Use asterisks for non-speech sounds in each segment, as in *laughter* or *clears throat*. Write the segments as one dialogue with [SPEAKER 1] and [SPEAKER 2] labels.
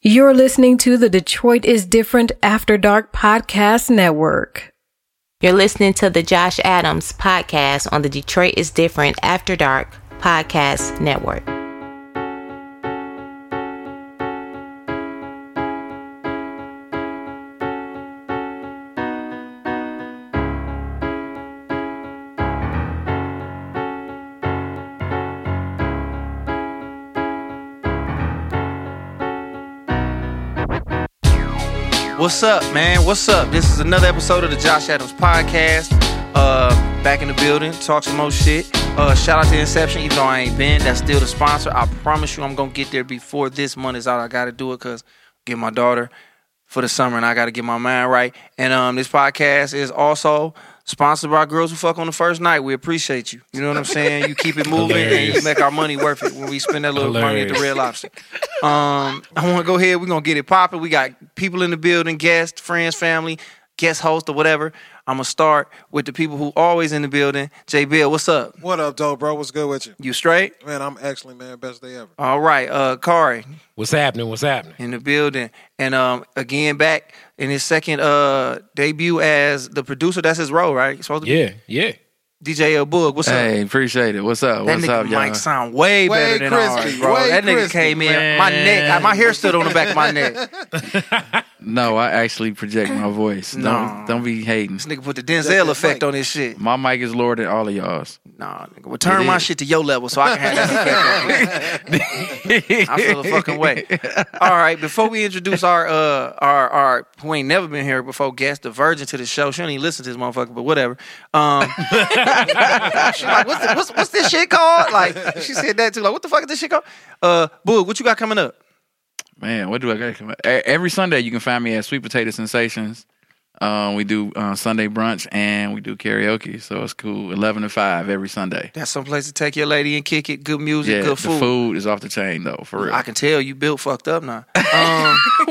[SPEAKER 1] You're listening to the Detroit is Different After Dark Podcast Network.
[SPEAKER 2] You're listening to the Josh Adams podcast on the Detroit is Different After Dark Podcast Network.
[SPEAKER 3] What's up, man? What's up? This is another episode of the Josh Adams podcast. Uh, back in the building, talk some more shit. Uh, shout out to Inception, even though I ain't been, that's still the sponsor. I promise you, I'm gonna get there before this month is out. I gotta do it because get my daughter for the summer, and I gotta get my mind right. And um, this podcast is also sponsored by Girls Who Fuck on the First Night. We appreciate you. You know what I'm saying? You keep it moving, and you
[SPEAKER 4] Hilarious.
[SPEAKER 3] make our money worth it when we spend that little money at the Red
[SPEAKER 4] Hilarious.
[SPEAKER 3] Lobster. Um, I want to go ahead. We're gonna get it popping. We got people in the building, guests, friends, family, guest host, or whatever. I'm gonna start with the people who always in the building. J Bill, what's up?
[SPEAKER 5] What up, though, bro? What's good with you?
[SPEAKER 3] You straight?
[SPEAKER 5] Man, I'm excellent, man. Best day ever.
[SPEAKER 3] All right, uh, Kari
[SPEAKER 4] What's happening? What's happening?
[SPEAKER 3] in the building, and um, again back in his second uh debut as the producer. That's his role, right? He's supposed to
[SPEAKER 4] Yeah, yeah.
[SPEAKER 3] be DJ El Boog. What's up?
[SPEAKER 6] Hey, appreciate it. What's up?
[SPEAKER 3] That
[SPEAKER 6] What's
[SPEAKER 3] nigga
[SPEAKER 6] up,
[SPEAKER 3] mic
[SPEAKER 6] y'all?
[SPEAKER 3] sound way, better
[SPEAKER 5] Way
[SPEAKER 3] than
[SPEAKER 5] crispy,
[SPEAKER 3] ours, bro.
[SPEAKER 5] way
[SPEAKER 3] that nigga
[SPEAKER 5] crispy,
[SPEAKER 3] came in, my neck, I- my hair stood on the back of my neck.
[SPEAKER 6] No, I actually project
[SPEAKER 3] *laughs*
[SPEAKER 6] my voice.
[SPEAKER 3] No.
[SPEAKER 6] Don't don't be hating.
[SPEAKER 3] This nigga put the Denzel
[SPEAKER 5] that
[SPEAKER 3] effect
[SPEAKER 5] mic.
[SPEAKER 3] on this shit.
[SPEAKER 6] My mic is lower than all of y'all's.
[SPEAKER 3] Nah, nigga. Well, turn my
[SPEAKER 6] is.
[SPEAKER 3] shit to your level so I can have that
[SPEAKER 6] *laughs*
[SPEAKER 3] effect on you. I feel the fucking way. All right, before we introduce our uh our our who ain't never been here before guest, the virgin to the show. She don't even listen to this motherfucker, but whatever.
[SPEAKER 6] *laughs*
[SPEAKER 3] Um She's like, what's, the, what's what's this shit called? Like she said that too. Like, what the fuck is this shit called? Uh Boog, what you got coming up?
[SPEAKER 6] Man, what do I got? coming- E- Every Sunday, you can find me at Sweet Potato Sensations. Um, we do uh, Sunday brunch and we do karaoke, so it's cool. Eleven to five every Sunday.
[SPEAKER 3] That's some place to take your lady and kick it. Good music,
[SPEAKER 6] Yeah,
[SPEAKER 3] good
[SPEAKER 6] the
[SPEAKER 3] food.
[SPEAKER 6] food is off the chain though, for real.
[SPEAKER 3] I can tell you built fucked up now. Um,
[SPEAKER 6] *laughs*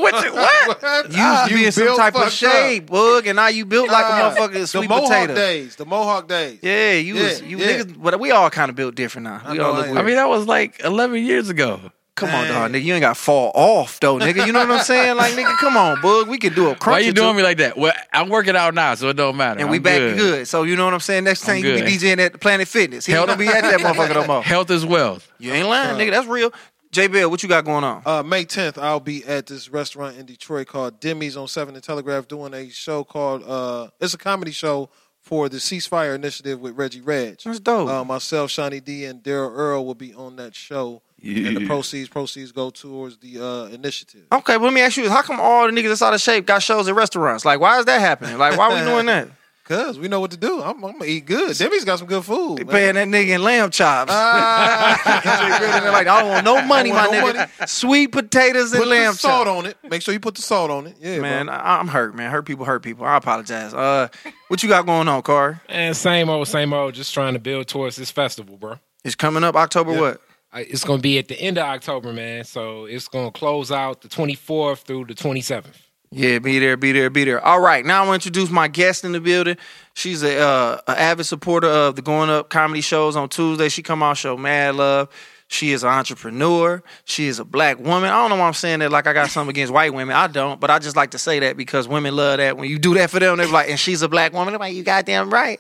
[SPEAKER 6] what?
[SPEAKER 3] *laughs*
[SPEAKER 6] you- what?
[SPEAKER 3] Ah, You used to be in some
[SPEAKER 5] Ah, built
[SPEAKER 3] type of
[SPEAKER 5] fucked
[SPEAKER 3] shade, bug, and now you built like
[SPEAKER 5] Ah,
[SPEAKER 3] a motherfucking
[SPEAKER 5] the
[SPEAKER 3] sweet
[SPEAKER 5] Mohawk
[SPEAKER 3] potato.
[SPEAKER 5] days. The Mohawk days.
[SPEAKER 3] Yeah, you
[SPEAKER 5] Yeah,
[SPEAKER 3] was you
[SPEAKER 5] yeah.
[SPEAKER 3] niggas, but we all kind of built different now.
[SPEAKER 5] I
[SPEAKER 3] We
[SPEAKER 5] know
[SPEAKER 3] all
[SPEAKER 5] I
[SPEAKER 3] look
[SPEAKER 5] am.
[SPEAKER 3] weird.
[SPEAKER 6] I mean, that was like eleven years ago.
[SPEAKER 3] come on, dog, nigga, you ain't got to fall off though, nigga. You know what I'm saying? Like, nigga, come on, bug, we can do a crunch.
[SPEAKER 6] Why you
[SPEAKER 3] or two,
[SPEAKER 6] doing me like that? Well, I'm working out now, so it don't matter.
[SPEAKER 3] And we
[SPEAKER 6] I'm
[SPEAKER 3] back good. So you know what I'm saying. Next time
[SPEAKER 6] I'm
[SPEAKER 3] you be
[SPEAKER 6] good.
[SPEAKER 3] DJing at Planet Fitness, he
[SPEAKER 6] Hell-
[SPEAKER 3] don't be at that motherfucker no
[SPEAKER 6] *laughs*
[SPEAKER 3] more.
[SPEAKER 6] Health is wealth.
[SPEAKER 3] You ain't lying, nigga. That's real. J Bell, what you got going on?
[SPEAKER 5] Uh, May 10th, I'll be at this restaurant in Detroit called Demi's on 7 and Telegraph doing a show called, uh, it's a comedy show for the Ceasefire Initiative with Reggie Reg.
[SPEAKER 3] That's dope.
[SPEAKER 5] Uh, myself, Shawnee D, and Daryl Earl will be on that show. And the proceeds, proceeds go towards the uh, initiative.
[SPEAKER 3] okay, but let me ask you: How come all the niggas that's out of shape got shows at restaurants? Like, why is that happening? Like, why we
[SPEAKER 5] *laughs*
[SPEAKER 3] doing that?
[SPEAKER 5] Because we know what to do. I'm, I'm going to eat good. Demi's got some good food.
[SPEAKER 3] They
[SPEAKER 5] man.
[SPEAKER 3] paying that nigga in lamb chops. *laughs*
[SPEAKER 5] Ah.
[SPEAKER 3] like, I don't want no money, my
[SPEAKER 5] want no
[SPEAKER 3] nigga. Sweet potatoes and
[SPEAKER 5] put
[SPEAKER 3] lamb
[SPEAKER 5] the salt
[SPEAKER 3] chops.
[SPEAKER 5] on it. Make sure you put the salt on it. Yeah,
[SPEAKER 3] Man,
[SPEAKER 5] man.
[SPEAKER 3] I, I'm hurt, man. Hurt people, hurt people. I apologize. Uh, what you got going on, Car?
[SPEAKER 4] And same old, same old. Just trying to build towards this festival, bro.
[SPEAKER 3] It's coming up October what?
[SPEAKER 4] I, it's gonna be at the end of October, man. So it's gonna close out the 24th through the 27th.
[SPEAKER 3] Yeah, be there, be there, be there. All right, now I want to introduce my guest in the building. She's a, uh, a avid supporter of the Going Up comedy shows on Tuesday. She come out show Mad Love. She is an entrepreneur. She is a black woman. I don't know why I'm saying that like I got something against white women. I don't, but I just like to say that because women love that. When you do that for them, they're like, and she's a black woman. They're like, you goddamn
[SPEAKER 5] *laughs*
[SPEAKER 3] right.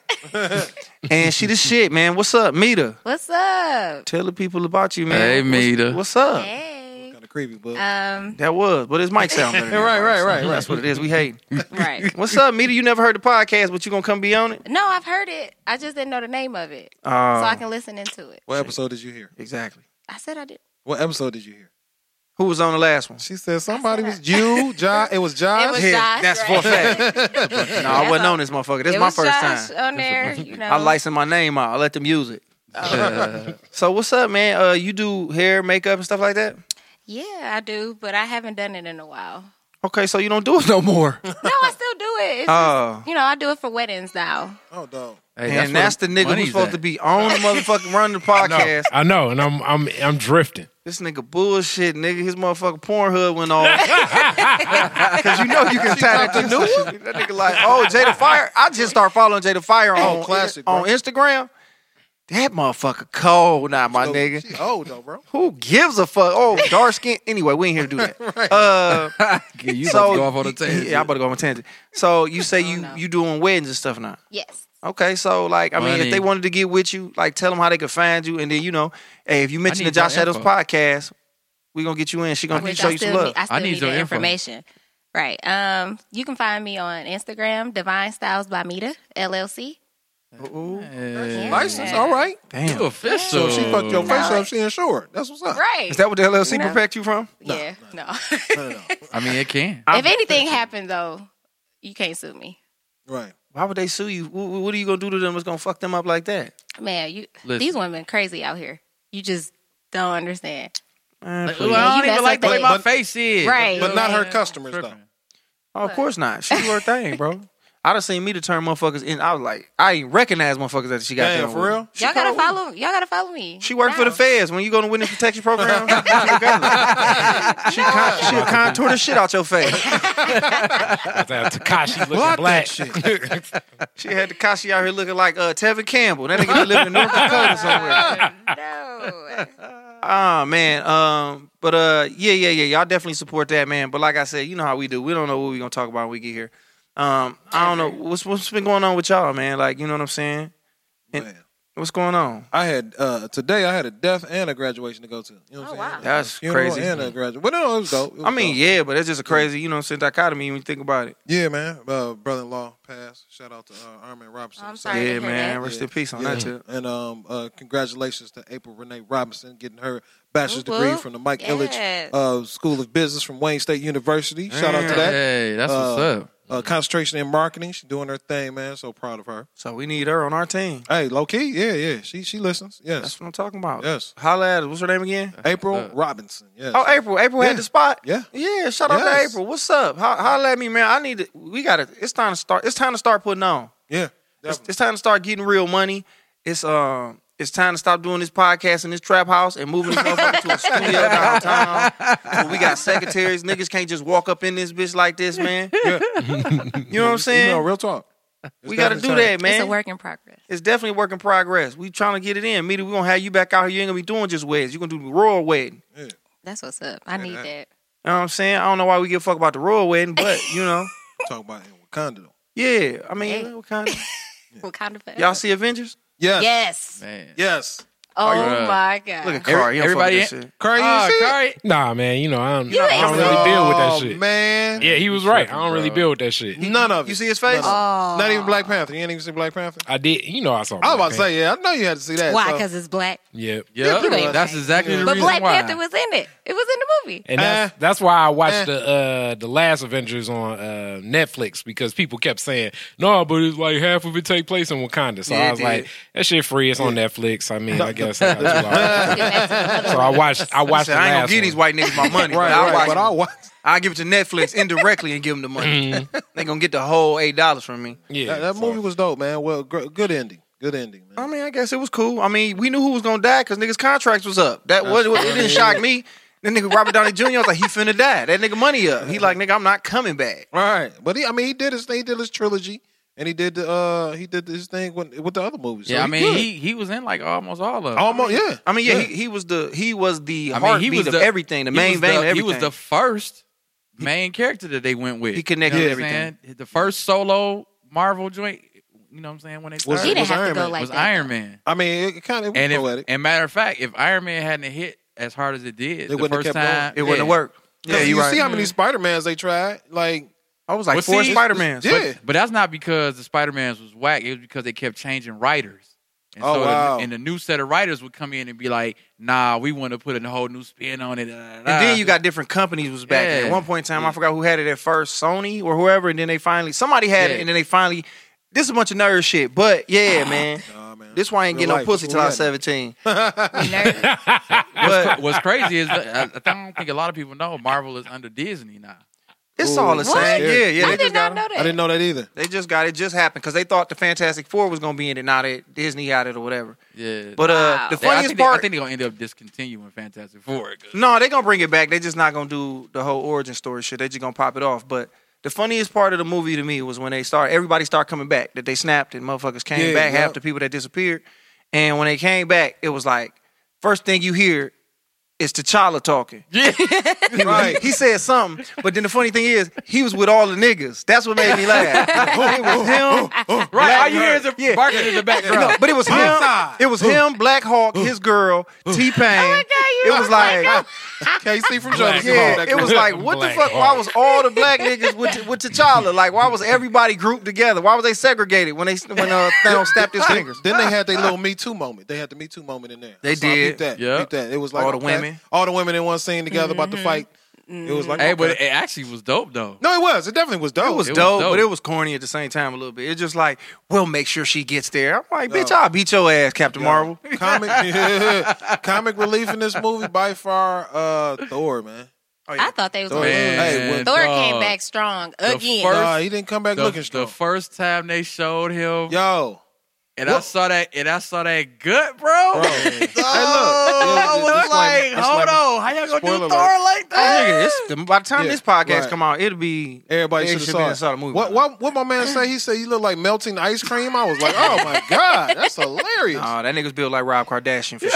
[SPEAKER 3] and she the shit, man. What's up, Mita?
[SPEAKER 7] What's up?
[SPEAKER 3] Tell the people about you, man.
[SPEAKER 6] Hey, Mita.
[SPEAKER 3] What's, what's up?
[SPEAKER 7] Hey.
[SPEAKER 5] kind of creepy, but
[SPEAKER 7] Um,
[SPEAKER 3] That was, but his mic
[SPEAKER 5] *laughs*
[SPEAKER 3] sound better. than
[SPEAKER 5] Right,
[SPEAKER 3] ours.
[SPEAKER 5] right, right,
[SPEAKER 3] That's what it is. We hate.
[SPEAKER 7] right.
[SPEAKER 3] What's up, Mita? You never heard the podcast, but you gonna come be on it? Um,
[SPEAKER 7] No, I've heard it. I just didn't know the name of it. so I can listen into it.
[SPEAKER 5] what episode did you hear?
[SPEAKER 3] Exactly.
[SPEAKER 7] I said I did.
[SPEAKER 5] What episode did you hear?
[SPEAKER 3] Who was on the last one?
[SPEAKER 5] She said somebody
[SPEAKER 7] I
[SPEAKER 5] was
[SPEAKER 7] said
[SPEAKER 5] you, Josh. It
[SPEAKER 7] *laughs*
[SPEAKER 5] was Josh.
[SPEAKER 7] It was Josh.
[SPEAKER 3] that's for a
[SPEAKER 7] right? *laughs*
[SPEAKER 3] fact. no, I wasn't on this motherfucker. This
[SPEAKER 7] It
[SPEAKER 3] is my
[SPEAKER 7] was
[SPEAKER 3] first
[SPEAKER 7] Josh um,
[SPEAKER 3] time.
[SPEAKER 7] on *laughs* there. You know.
[SPEAKER 3] I license my name out. I let them use it.
[SPEAKER 7] Oh. *laughs*
[SPEAKER 3] so what's up, man? Uh, you do hair, makeup, and stuff like that.
[SPEAKER 7] Yeah, I do, but I haven't done it in a while.
[SPEAKER 3] Okay, so you don't do it no more.
[SPEAKER 7] No,
[SPEAKER 3] *laughs*
[SPEAKER 7] I still do it. It's
[SPEAKER 3] Oh.
[SPEAKER 7] just, you know, I do it for weddings now.
[SPEAKER 5] oh, dog.
[SPEAKER 6] Hey,
[SPEAKER 3] and that's, the nigga who's supposed to be on the motherfucking run the *laughs* podcast.
[SPEAKER 4] I know, and I'm I'm I'm drifting.
[SPEAKER 3] This nigga bullshit, nigga. His motherfucking Pornhub went off. *laughs* Cause you know you can tie that to new one. That nigga like, oh, Jada Fire. I just started following Jada Fire on,
[SPEAKER 5] classic, bro.
[SPEAKER 3] on Instagram. That motherfucker cold now, my
[SPEAKER 5] So,
[SPEAKER 3] nigga.
[SPEAKER 5] She old though, bro.
[SPEAKER 3] Who gives a fuck? Oh, dark skin. Anyway, we ain't here to do *laughs* that. Uh,
[SPEAKER 6] Yeah, you
[SPEAKER 3] so
[SPEAKER 6] about to go off on a tangent.
[SPEAKER 3] Yeah, I'm about to go on a tangent. So you say you you doing weddings and stuff now.
[SPEAKER 7] Yes.
[SPEAKER 3] Okay, so like, I mean, if
[SPEAKER 6] Money.
[SPEAKER 3] they wanted to get with you, like, tell them how they could find you, and then you know, hey, if you mention the
[SPEAKER 6] need your
[SPEAKER 3] Josh Adams
[SPEAKER 6] info.
[SPEAKER 3] podcast, we gonna get you in. She gonna
[SPEAKER 7] Which
[SPEAKER 3] show
[SPEAKER 7] I
[SPEAKER 3] you some
[SPEAKER 7] still,
[SPEAKER 3] love.
[SPEAKER 7] need, I still
[SPEAKER 6] I need
[SPEAKER 7] need,
[SPEAKER 6] your
[SPEAKER 7] the
[SPEAKER 6] info.
[SPEAKER 7] information. Right. Um, you can find me on Instagram, Divine Styles by Mita
[SPEAKER 3] *laughs*
[SPEAKER 7] LLC.
[SPEAKER 6] Yeah.
[SPEAKER 5] License, all right.
[SPEAKER 6] You
[SPEAKER 3] Damn,
[SPEAKER 6] official.
[SPEAKER 5] So if she fucked your face
[SPEAKER 7] No.
[SPEAKER 5] up. She insured. That's what's up.
[SPEAKER 7] Right.
[SPEAKER 3] is that what the LLC
[SPEAKER 7] No.
[SPEAKER 3] protect you from?
[SPEAKER 7] yeah.
[SPEAKER 3] *laughs*
[SPEAKER 7] No.
[SPEAKER 5] No, no, no.
[SPEAKER 7] *laughs*
[SPEAKER 6] I mean, it can.
[SPEAKER 7] if anything happened though, you can't sue me,
[SPEAKER 5] Right.
[SPEAKER 3] Why would they sue you? Wh- wh- What are you gonna do to them? That's gonna fuck them up like that?
[SPEAKER 7] man. You
[SPEAKER 6] Listen.
[SPEAKER 7] these women crazy out here. You just don't understand.
[SPEAKER 3] Man,
[SPEAKER 6] Like,
[SPEAKER 3] please.
[SPEAKER 6] ooh, I
[SPEAKER 7] You
[SPEAKER 6] don't even
[SPEAKER 7] mess
[SPEAKER 6] like the
[SPEAKER 7] up
[SPEAKER 6] way
[SPEAKER 7] the-
[SPEAKER 6] my face is.
[SPEAKER 7] Right.
[SPEAKER 5] But not her
[SPEAKER 7] Yeah.
[SPEAKER 5] customers though.
[SPEAKER 3] Oh, of course not. She
[SPEAKER 5] *laughs*
[SPEAKER 3] do her thing, bro. I done seen me to turn motherfuckers in. I was like, I ain't recognize motherfuckers that she got
[SPEAKER 5] Damn,
[SPEAKER 3] done
[SPEAKER 5] for
[SPEAKER 3] with.
[SPEAKER 5] real?
[SPEAKER 3] She
[SPEAKER 7] y'all gotta
[SPEAKER 3] called-
[SPEAKER 7] follow. Y'all gotta follow me.
[SPEAKER 3] She worked for the
[SPEAKER 7] No.
[SPEAKER 3] feds. When you go to witness protection
[SPEAKER 5] *laughs*
[SPEAKER 3] program, she con- she'll contour the shit out your face.
[SPEAKER 4] That Takashi
[SPEAKER 5] *laughs*
[SPEAKER 4] looking
[SPEAKER 5] Block
[SPEAKER 4] black.
[SPEAKER 5] that shit.
[SPEAKER 3] She had the Kashi out here looking like uh, Tevin Campbell. That nigga living in North Dakota somewhere.
[SPEAKER 7] *laughs* No.
[SPEAKER 3] Ah man. Um, but uh, yeah, yeah, yeah. Y'all definitely support that man. But like I said, you know how we do. We don't know what we gonna talk about when we get here. Um, I don't know what's what's been going on with y'all, man. Like you know what I'm saying. And-
[SPEAKER 5] Man.
[SPEAKER 3] What's going on?
[SPEAKER 5] I had uh, today. I had a death and a graduation to go to. You know what I'm
[SPEAKER 7] Oh,
[SPEAKER 5] saying?
[SPEAKER 7] wow.
[SPEAKER 3] That's
[SPEAKER 5] Funeral
[SPEAKER 3] crazy.
[SPEAKER 5] And uh, a graduation. But no, it was dope. It was
[SPEAKER 3] I mean,
[SPEAKER 5] dope.
[SPEAKER 3] yeah, but that's just a crazy, you know, what I'm saying dichotomy when you think about it.
[SPEAKER 5] Yeah, man. Uh, brother-in-law passed. Shout out to uh, Armin Robinson.
[SPEAKER 7] I'm
[SPEAKER 5] So-
[SPEAKER 7] sorry. to
[SPEAKER 3] Yeah,
[SPEAKER 7] hear
[SPEAKER 3] man.
[SPEAKER 7] that.
[SPEAKER 3] Rest in peace on
[SPEAKER 5] Yeah.
[SPEAKER 3] that too.
[SPEAKER 5] And um, uh, congratulations to April Renee Robinson getting her bachelor's
[SPEAKER 3] Oh,
[SPEAKER 7] Whoop,
[SPEAKER 5] degree
[SPEAKER 7] whoop.
[SPEAKER 5] from the Mike
[SPEAKER 7] Yes.
[SPEAKER 5] Illich uh, School of Business from Wayne State University. Shout out to that.
[SPEAKER 6] Hey, that's what's
[SPEAKER 5] Uh,
[SPEAKER 6] up.
[SPEAKER 5] Uh, concentration in marketing. She's doing her thing, man. So proud of her.
[SPEAKER 3] So we need her on our team.
[SPEAKER 5] Hey, low key. Yeah, yeah. She she listens. Yes.
[SPEAKER 3] That's what I'm talking about.
[SPEAKER 5] Yes.
[SPEAKER 3] Holla at us. What's her name again?
[SPEAKER 5] April Robinson. Yes.
[SPEAKER 3] Oh, April. April
[SPEAKER 5] Yeah.
[SPEAKER 3] had the spot.
[SPEAKER 5] Yeah.
[SPEAKER 3] Yeah. Shout out to
[SPEAKER 5] Yes.
[SPEAKER 3] April. What's up? Ho- Holla at me, man. I need to. We got to. It's time to start. It's time to start putting on.
[SPEAKER 5] Yeah.
[SPEAKER 3] It's,
[SPEAKER 5] definitely.
[SPEAKER 3] it's time to start getting real money. It's um. It's time to stop doing this podcast in this trap house and moving this motherfucker to a
[SPEAKER 5] *laughs*
[SPEAKER 3] studio downtown. Where we got secretaries. Niggas can't just walk up in this bitch like this, man. You know what I'm
[SPEAKER 5] You know,
[SPEAKER 3] saying?
[SPEAKER 5] real talk.
[SPEAKER 3] we got to do
[SPEAKER 5] definitely time.
[SPEAKER 3] that, man.
[SPEAKER 7] It's a work in progress.
[SPEAKER 3] It's definitely a work in progress. We trying to get it in. Meter, we gonna have you back out here. You ain't gonna be doing just weddings. You gonna do the royal wedding.
[SPEAKER 7] That's what's up. I need that.
[SPEAKER 3] You know what I'm saying? I don't know why we give a fuck about the royal wedding, but you know,
[SPEAKER 5] Talk about in Wakanda. Though.
[SPEAKER 3] yeah. I mean, what kind of-
[SPEAKER 7] What kind of
[SPEAKER 3] y'all see Avengers?
[SPEAKER 5] Yes.
[SPEAKER 7] Yes.
[SPEAKER 6] Man.
[SPEAKER 5] Yes.
[SPEAKER 7] Oh
[SPEAKER 6] yeah.
[SPEAKER 7] my god.
[SPEAKER 3] Look at Kari. he don't fuck
[SPEAKER 6] everybody
[SPEAKER 3] with that
[SPEAKER 6] in-
[SPEAKER 3] shit.
[SPEAKER 5] Curry,
[SPEAKER 6] Ah,
[SPEAKER 3] Oh,
[SPEAKER 5] you see it?
[SPEAKER 6] Kari-
[SPEAKER 4] *laughs* Nah, man. You know I don't.
[SPEAKER 7] You
[SPEAKER 4] I don't
[SPEAKER 7] ain't
[SPEAKER 4] really deal with that
[SPEAKER 5] Oh,
[SPEAKER 4] shit.
[SPEAKER 5] man.
[SPEAKER 4] Yeah, he was right. I don't really deal with that shit.
[SPEAKER 5] None of it.
[SPEAKER 3] You see his face?
[SPEAKER 5] None of it. Not even Black Panther. You ain't even seen Black Panther.
[SPEAKER 4] I did. You know I saw.
[SPEAKER 5] I was about
[SPEAKER 4] Black
[SPEAKER 5] to say, yeah, I know you had to see that.
[SPEAKER 7] Why?
[SPEAKER 5] so-
[SPEAKER 7] Because it's black.
[SPEAKER 4] Yep.
[SPEAKER 6] Yep.
[SPEAKER 7] You ain't
[SPEAKER 6] That's
[SPEAKER 7] saying.
[SPEAKER 6] exactly the
[SPEAKER 7] But
[SPEAKER 6] reason
[SPEAKER 7] Black
[SPEAKER 6] why.
[SPEAKER 7] Panther was in it. It was in the movie.
[SPEAKER 4] And that's
[SPEAKER 5] Eh.
[SPEAKER 4] that's why I watched
[SPEAKER 5] Eh.
[SPEAKER 4] the uh, the last Avengers on uh, Netflix because people kept saying no, but it's like half of it take place in Wakanda. So
[SPEAKER 3] Yeah, it
[SPEAKER 4] I was like,
[SPEAKER 3] did.
[SPEAKER 4] that shit free. It's on Netflix. I mean, I guess. That's what I
[SPEAKER 7] Get back to the other
[SPEAKER 4] so I watched. I
[SPEAKER 3] I
[SPEAKER 4] watched.
[SPEAKER 3] said,
[SPEAKER 4] the
[SPEAKER 3] I ain't gonna
[SPEAKER 4] last
[SPEAKER 3] give
[SPEAKER 4] one.
[SPEAKER 3] these white niggas my money,
[SPEAKER 5] Right,
[SPEAKER 3] but I'll
[SPEAKER 5] right,
[SPEAKER 3] watch
[SPEAKER 5] but
[SPEAKER 3] it.
[SPEAKER 5] I'll watch.
[SPEAKER 3] I'll give it to Netflix indirectly and give them the money. they gonna get the whole eight dollars from me.
[SPEAKER 4] Yeah,
[SPEAKER 5] That, that
[SPEAKER 4] so-
[SPEAKER 5] movie was dope, man. Well, gr- good ending. Good ending, man.
[SPEAKER 3] I mean, I guess it was cool. I mean, we knew who was gonna die because niggas' contracts was up. That was it didn't shock me. That nigga Robert Downey Jr. I was like, he finna die. That nigga money up. He like, nigga, I'm not coming back.
[SPEAKER 5] right.
[SPEAKER 3] Mm.
[SPEAKER 5] But he, I mean, he did his thing. He did his trilogy, and he did the uh, he did his thing with, with the other movies. So
[SPEAKER 6] Yeah, I
[SPEAKER 5] he
[SPEAKER 6] mean,
[SPEAKER 5] good.
[SPEAKER 6] he, he was in like almost all of them.
[SPEAKER 5] almost yeah.
[SPEAKER 3] I mean, yeah, He, he was the he was the
[SPEAKER 6] I mean,
[SPEAKER 3] heartbeat of everything, the
[SPEAKER 6] he
[SPEAKER 3] main
[SPEAKER 6] was
[SPEAKER 3] vein
[SPEAKER 6] the-
[SPEAKER 3] of everything.
[SPEAKER 6] He was the first main character that they went with.
[SPEAKER 3] He connected
[SPEAKER 6] You know what I'm
[SPEAKER 3] everything.
[SPEAKER 6] saying? The first solo Marvel joint. You know what I'm saying? When they
[SPEAKER 5] Was-
[SPEAKER 6] started,
[SPEAKER 7] He didn't
[SPEAKER 5] was
[SPEAKER 7] have
[SPEAKER 5] Iron
[SPEAKER 7] to go
[SPEAKER 5] Man.
[SPEAKER 7] like
[SPEAKER 6] was
[SPEAKER 7] that.
[SPEAKER 6] Iron Man.
[SPEAKER 5] I mean, it kind of
[SPEAKER 6] And if,
[SPEAKER 5] poetic.
[SPEAKER 6] and matter of fact, if Iron Man hadn't hit as hard as it did the
[SPEAKER 5] wouldn't have
[SPEAKER 6] first
[SPEAKER 5] kept going.
[SPEAKER 6] time,
[SPEAKER 3] it wouldn't have
[SPEAKER 6] yeah.
[SPEAKER 3] worked.
[SPEAKER 5] yeah, you see how many Spider Mans they tried. Like,
[SPEAKER 3] I was like
[SPEAKER 6] Well,
[SPEAKER 3] four
[SPEAKER 6] see,
[SPEAKER 3] Spider Mans.
[SPEAKER 5] yeah.
[SPEAKER 6] But, but that's not because the Spider Mans was whack. It was because they kept changing writers. And
[SPEAKER 5] Oh,
[SPEAKER 6] so
[SPEAKER 5] wow.
[SPEAKER 6] the, and the new set of writers would come in and be like, "Nah, we want to put a whole new spin on it." da, da, da, da."
[SPEAKER 3] And then you got different companies was back
[SPEAKER 6] Yeah.
[SPEAKER 3] at one point in time. I forgot who had it at first, Sony or whoever, and then they finally somebody had
[SPEAKER 6] Yeah.
[SPEAKER 3] it, and then they finally. This is a bunch of nerd shit, but yeah, man.
[SPEAKER 5] nah, man.
[SPEAKER 3] This why I ain't get
[SPEAKER 5] Real
[SPEAKER 3] no
[SPEAKER 5] life,
[SPEAKER 3] pussy
[SPEAKER 5] that's
[SPEAKER 3] till
[SPEAKER 5] what
[SPEAKER 3] I
[SPEAKER 5] we
[SPEAKER 3] was
[SPEAKER 5] had.
[SPEAKER 3] seventeen.
[SPEAKER 7] Nerd.
[SPEAKER 3] But
[SPEAKER 6] What's crazy is I, I don't think a lot of people know Marvel is under Disney now.
[SPEAKER 3] it's all the
[SPEAKER 5] Ooh, that's
[SPEAKER 3] same. Yeah,
[SPEAKER 5] scary.
[SPEAKER 3] yeah.
[SPEAKER 7] I
[SPEAKER 3] they
[SPEAKER 7] did
[SPEAKER 3] just
[SPEAKER 7] not
[SPEAKER 3] got
[SPEAKER 7] know
[SPEAKER 3] them.
[SPEAKER 7] that.
[SPEAKER 5] I didn't know that either.
[SPEAKER 3] They just got it. Just happened because they thought the Fantastic Four was gonna be in it. Now that Disney had it or whatever.
[SPEAKER 6] Yeah,
[SPEAKER 3] But uh,
[SPEAKER 7] Wow.
[SPEAKER 3] the
[SPEAKER 6] They- I
[SPEAKER 3] funniest
[SPEAKER 6] think they-
[SPEAKER 3] part,
[SPEAKER 6] I think they're gonna end up discontinuing Fantastic Four. 'cause-
[SPEAKER 3] No, they're gonna bring it back. They're just not gonna do the whole origin story shit. They just gonna pop it off. But the funniest part of the movie to me was when they start everybody start coming back. That they snapped and motherfuckers came
[SPEAKER 5] Yeah,
[SPEAKER 3] back.
[SPEAKER 5] yeah.
[SPEAKER 3] Half the people that disappeared. And when they came back, it was like first thing you hear is T'Challa talking. *laughs* right. He said something, but then the funny thing is he was with all the niggas. That's what made me laugh. it was him.
[SPEAKER 8] Right, all
[SPEAKER 3] Black
[SPEAKER 8] you hear is a
[SPEAKER 3] Yeah.
[SPEAKER 8] barking in the
[SPEAKER 6] Oh,
[SPEAKER 8] background.
[SPEAKER 3] No, but it was him. It was him, Black Hawk, his girl, T Pain.
[SPEAKER 7] you
[SPEAKER 3] it was like, *laughs*
[SPEAKER 5] Casey from
[SPEAKER 4] Black
[SPEAKER 5] Jonas.
[SPEAKER 3] yeah, it was like, what the
[SPEAKER 4] Black
[SPEAKER 3] fuck? Why
[SPEAKER 4] Hawk.
[SPEAKER 3] was all the black niggas with with T'Challa? Like, why was everybody grouped together? Why was they segregated when they when uh, *laughs* Thanos snapped his
[SPEAKER 5] Then,
[SPEAKER 3] fingers?
[SPEAKER 5] then they had their little Me Too moment. They had the Me Too moment in there.
[SPEAKER 3] They
[SPEAKER 5] I
[SPEAKER 3] did.
[SPEAKER 5] peeped that.
[SPEAKER 6] Yeah.
[SPEAKER 5] peeped that. It was like
[SPEAKER 3] All the
[SPEAKER 5] okay.
[SPEAKER 3] women.
[SPEAKER 5] All the women in one scene together about the fight. It was like
[SPEAKER 6] Hey, but
[SPEAKER 5] okay.
[SPEAKER 6] it actually was dope though.
[SPEAKER 5] no, it was. It definitely was dope.
[SPEAKER 3] It was,
[SPEAKER 6] It was
[SPEAKER 3] dope,
[SPEAKER 6] dope.
[SPEAKER 3] but it was corny at the same time a little bit. It's just like, we'll make sure she gets there. I'm like, bitch, I'll beat your ass, Captain Marvel.
[SPEAKER 5] comic *laughs* comic relief in this movie by far. Uh, Thor, man.
[SPEAKER 7] I thought they was
[SPEAKER 5] Thor-
[SPEAKER 7] going to lose.
[SPEAKER 5] hey, when-
[SPEAKER 7] Thor came
[SPEAKER 6] dog,
[SPEAKER 7] back strong
[SPEAKER 6] the
[SPEAKER 7] again.
[SPEAKER 6] first-
[SPEAKER 5] Nah, he didn't come back
[SPEAKER 6] The,
[SPEAKER 5] looking strong.
[SPEAKER 6] the first time they showed him,
[SPEAKER 5] Yo,
[SPEAKER 6] and I saw that, and I saw that gut, bro. *laughs*
[SPEAKER 5] hey, look.
[SPEAKER 6] I was
[SPEAKER 5] Disclaimer,
[SPEAKER 6] like, hold
[SPEAKER 5] disclaimer.
[SPEAKER 6] on, how y'all gonna
[SPEAKER 5] Spoiler
[SPEAKER 6] do Thor
[SPEAKER 5] alert.
[SPEAKER 6] like
[SPEAKER 3] Oh,
[SPEAKER 6] that?
[SPEAKER 3] nigga,
[SPEAKER 6] *laughs*
[SPEAKER 3] it's, by the time
[SPEAKER 5] Yeah,
[SPEAKER 3] this podcast
[SPEAKER 5] right.
[SPEAKER 3] come out, it'll be
[SPEAKER 5] Everybody
[SPEAKER 3] they
[SPEAKER 5] should have
[SPEAKER 3] been
[SPEAKER 5] saw,
[SPEAKER 3] inside
[SPEAKER 5] it.
[SPEAKER 3] the movie.
[SPEAKER 5] What, what, what my man say? He said you look like melting ice cream. I was like, oh my
[SPEAKER 3] *laughs*
[SPEAKER 5] god, that's hilarious.
[SPEAKER 3] Oh, that nigga's built like Rob Kardashian *laughs* for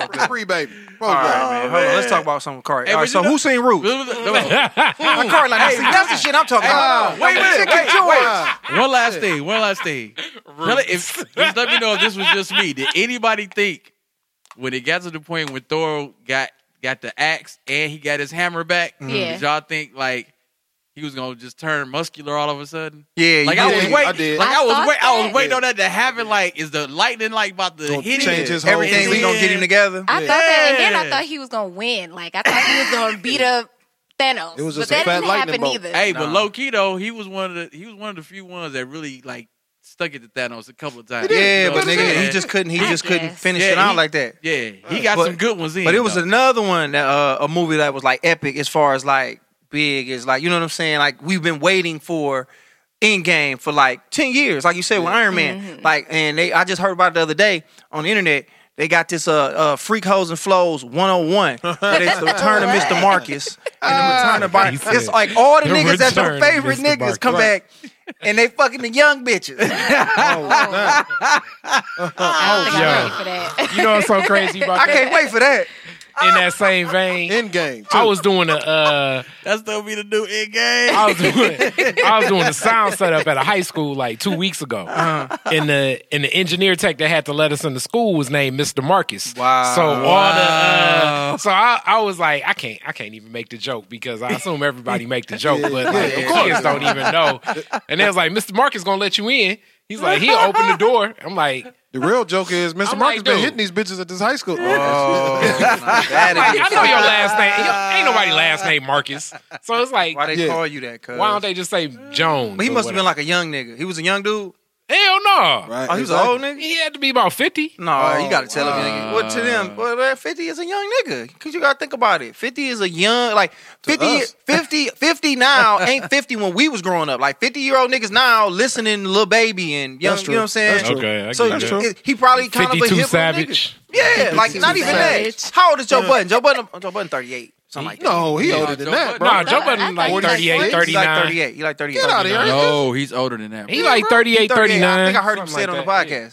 [SPEAKER 3] sure.
[SPEAKER 5] Free baby. Bro,
[SPEAKER 3] All right,
[SPEAKER 5] yeah.
[SPEAKER 3] man. Hold on. Let's talk about some Cardi.
[SPEAKER 6] Hey,
[SPEAKER 3] All right,
[SPEAKER 6] but
[SPEAKER 3] so
[SPEAKER 6] you know-
[SPEAKER 3] who seen Root? My Cardi, like, see, that's the shit I'm talking about.
[SPEAKER 6] wait a minute,
[SPEAKER 3] Chicken
[SPEAKER 6] wait,
[SPEAKER 3] George.
[SPEAKER 6] *laughs* One last thing. One last thing. Really, if, just let me know if this was just me. Did anybody think when it got to the point when Thor got got the axe and he got his hammer back?
[SPEAKER 7] Mm-hmm. Yeah.
[SPEAKER 6] Did y'all think like he was gonna just turn muscular all of a sudden?
[SPEAKER 3] Yeah, you
[SPEAKER 6] Like
[SPEAKER 3] did.
[SPEAKER 6] I was
[SPEAKER 5] did.
[SPEAKER 6] waiting.
[SPEAKER 5] I did.
[SPEAKER 6] Like
[SPEAKER 7] I
[SPEAKER 6] I, was
[SPEAKER 7] thought
[SPEAKER 6] wait. I was
[SPEAKER 7] that.
[SPEAKER 6] waiting on that to happen. Like, is the lightning like about to
[SPEAKER 5] Gonna
[SPEAKER 6] hit
[SPEAKER 5] change
[SPEAKER 6] him?
[SPEAKER 5] his whole
[SPEAKER 3] Everything we gonna get him together.
[SPEAKER 7] I thought that, and then I
[SPEAKER 6] Yeah.
[SPEAKER 7] thought he was gonna win. Like I thought he was gonna beat up Thanos.
[SPEAKER 5] It was just
[SPEAKER 7] but
[SPEAKER 5] a
[SPEAKER 7] that
[SPEAKER 5] fat
[SPEAKER 7] didn't
[SPEAKER 5] lightning
[SPEAKER 7] happen
[SPEAKER 5] bolt.
[SPEAKER 7] either.
[SPEAKER 6] Hey, but
[SPEAKER 3] Nah.
[SPEAKER 6] low key though, he was one of the he was one of the few ones that really like stuck it to Thanos a couple of times.
[SPEAKER 3] Yeah,
[SPEAKER 6] You know
[SPEAKER 3] but
[SPEAKER 6] what I'm
[SPEAKER 3] nigga,
[SPEAKER 6] saying?
[SPEAKER 3] he just couldn't. He
[SPEAKER 7] I
[SPEAKER 3] just couldn't
[SPEAKER 7] guess.
[SPEAKER 3] finish
[SPEAKER 6] Yeah,
[SPEAKER 3] it out
[SPEAKER 6] he-
[SPEAKER 3] like that.
[SPEAKER 6] yeah, he got
[SPEAKER 3] But-
[SPEAKER 6] some good ones in.
[SPEAKER 3] But it was
[SPEAKER 6] though.
[SPEAKER 3] another one that uh, a movie that was like epic as far as like big as like you know what I'm saying. Like we've been waiting for Endgame for like ten years, like you said with Iron Man.
[SPEAKER 7] Mm-hmm.
[SPEAKER 3] Like and they, I just heard about it the other day on the internet. They got this uh, uh freak hoes and flows
[SPEAKER 6] *laughs*
[SPEAKER 3] 101. But it's the return of
[SPEAKER 7] *laughs*
[SPEAKER 3] Mr. Marcus and the return of Bobby.
[SPEAKER 4] He
[SPEAKER 3] It's
[SPEAKER 4] said,
[SPEAKER 3] like all the,
[SPEAKER 4] "The
[SPEAKER 3] niggas that's your
[SPEAKER 4] return of
[SPEAKER 3] favorite
[SPEAKER 4] Mr.
[SPEAKER 3] niggas
[SPEAKER 4] Marcus."
[SPEAKER 3] come back and they fucking the young bitches. *laughs*
[SPEAKER 5] Oh, snap.
[SPEAKER 7] I don't think
[SPEAKER 4] yeah.
[SPEAKER 7] I'm ready for *laughs* that.
[SPEAKER 4] You know what's so crazy about
[SPEAKER 3] I
[SPEAKER 4] that?
[SPEAKER 3] can't wait for that.
[SPEAKER 4] In that same vein,
[SPEAKER 5] End game.
[SPEAKER 4] I was doing a uh,
[SPEAKER 6] That's gonna be the new end game.
[SPEAKER 4] I was doing I was doing a sound setup at a high school like two weeks ago,
[SPEAKER 5] Uh-huh.
[SPEAKER 4] and the and the engineer tech that had to let us into school was named Mr. Marcus.
[SPEAKER 3] Wow.
[SPEAKER 4] So all the uh,
[SPEAKER 6] Wow.
[SPEAKER 4] so I, I was like I can't I can't even make the joke because I assume
[SPEAKER 5] *laughs*
[SPEAKER 4] everybody make the joke, but like,
[SPEAKER 5] yeah,
[SPEAKER 4] the
[SPEAKER 5] of
[SPEAKER 4] kids don't even know. And they was like Mr. Marcus gonna let you in. He's like he'll open the door. I'm like
[SPEAKER 5] The real joke is Mr.
[SPEAKER 4] I'm
[SPEAKER 5] Marcus
[SPEAKER 4] like,
[SPEAKER 5] been
[SPEAKER 4] dude.
[SPEAKER 5] hitting these bitches at this high school. Oh,
[SPEAKER 3] Oh,
[SPEAKER 5] *laughs*
[SPEAKER 4] *laughs*
[SPEAKER 3] That'd
[SPEAKER 4] I, I
[SPEAKER 3] be
[SPEAKER 4] know your last name. Yo, ain't nobody last name Marcus. So it's like,
[SPEAKER 3] Why
[SPEAKER 4] why,
[SPEAKER 3] they
[SPEAKER 5] Yeah.
[SPEAKER 3] call you that? Cause
[SPEAKER 4] don't they just say Jones?
[SPEAKER 3] But he
[SPEAKER 4] or
[SPEAKER 3] must have been
[SPEAKER 4] whatever?
[SPEAKER 3] like a young nigga. He was a young dude.
[SPEAKER 4] hell no.
[SPEAKER 5] Right.
[SPEAKER 3] Oh, he was an
[SPEAKER 5] exactly.
[SPEAKER 3] old nigga.
[SPEAKER 4] He had to be about fifty.
[SPEAKER 3] No, you gotta tell him. nigga. Well, to them, well, that fifty is a young nigga. Cause you gotta think about it. Fifty is a young, like 50,
[SPEAKER 5] us. *laughs*
[SPEAKER 3] 50, 50 now ain't fifty when we was growing up. Like fifty year old niggas now listening to Lil Baby and young,
[SPEAKER 5] That's
[SPEAKER 3] you know what I'm saying.
[SPEAKER 5] That's true.
[SPEAKER 4] Okay, I
[SPEAKER 3] so
[SPEAKER 4] get
[SPEAKER 3] it-
[SPEAKER 4] that.
[SPEAKER 3] it- he probably kind of a hip
[SPEAKER 4] Fifty-two
[SPEAKER 3] little
[SPEAKER 4] Savage.
[SPEAKER 3] nigga. Yeah, like not even that. How old is Joe Budden? Joe Budden, Joe Budden, thirty eight, something like that.
[SPEAKER 5] No, he
[SPEAKER 6] Yeah,
[SPEAKER 5] older than
[SPEAKER 6] Joe
[SPEAKER 5] that,
[SPEAKER 6] Budden.
[SPEAKER 5] bro.
[SPEAKER 4] Nah, Joe
[SPEAKER 7] I
[SPEAKER 4] Budden
[SPEAKER 7] thought
[SPEAKER 4] like
[SPEAKER 7] he was
[SPEAKER 4] 38,
[SPEAKER 7] like
[SPEAKER 4] 39.
[SPEAKER 3] He's like thirty eight. He like thirty eight.
[SPEAKER 5] Get outta here.
[SPEAKER 6] No, Oh, he's older than that. bro.
[SPEAKER 4] He like 38,
[SPEAKER 3] 38.
[SPEAKER 4] 39.
[SPEAKER 3] I think I heard him
[SPEAKER 4] something
[SPEAKER 3] say it on
[SPEAKER 4] like
[SPEAKER 3] the
[SPEAKER 4] that. Yeah.
[SPEAKER 3] podcast.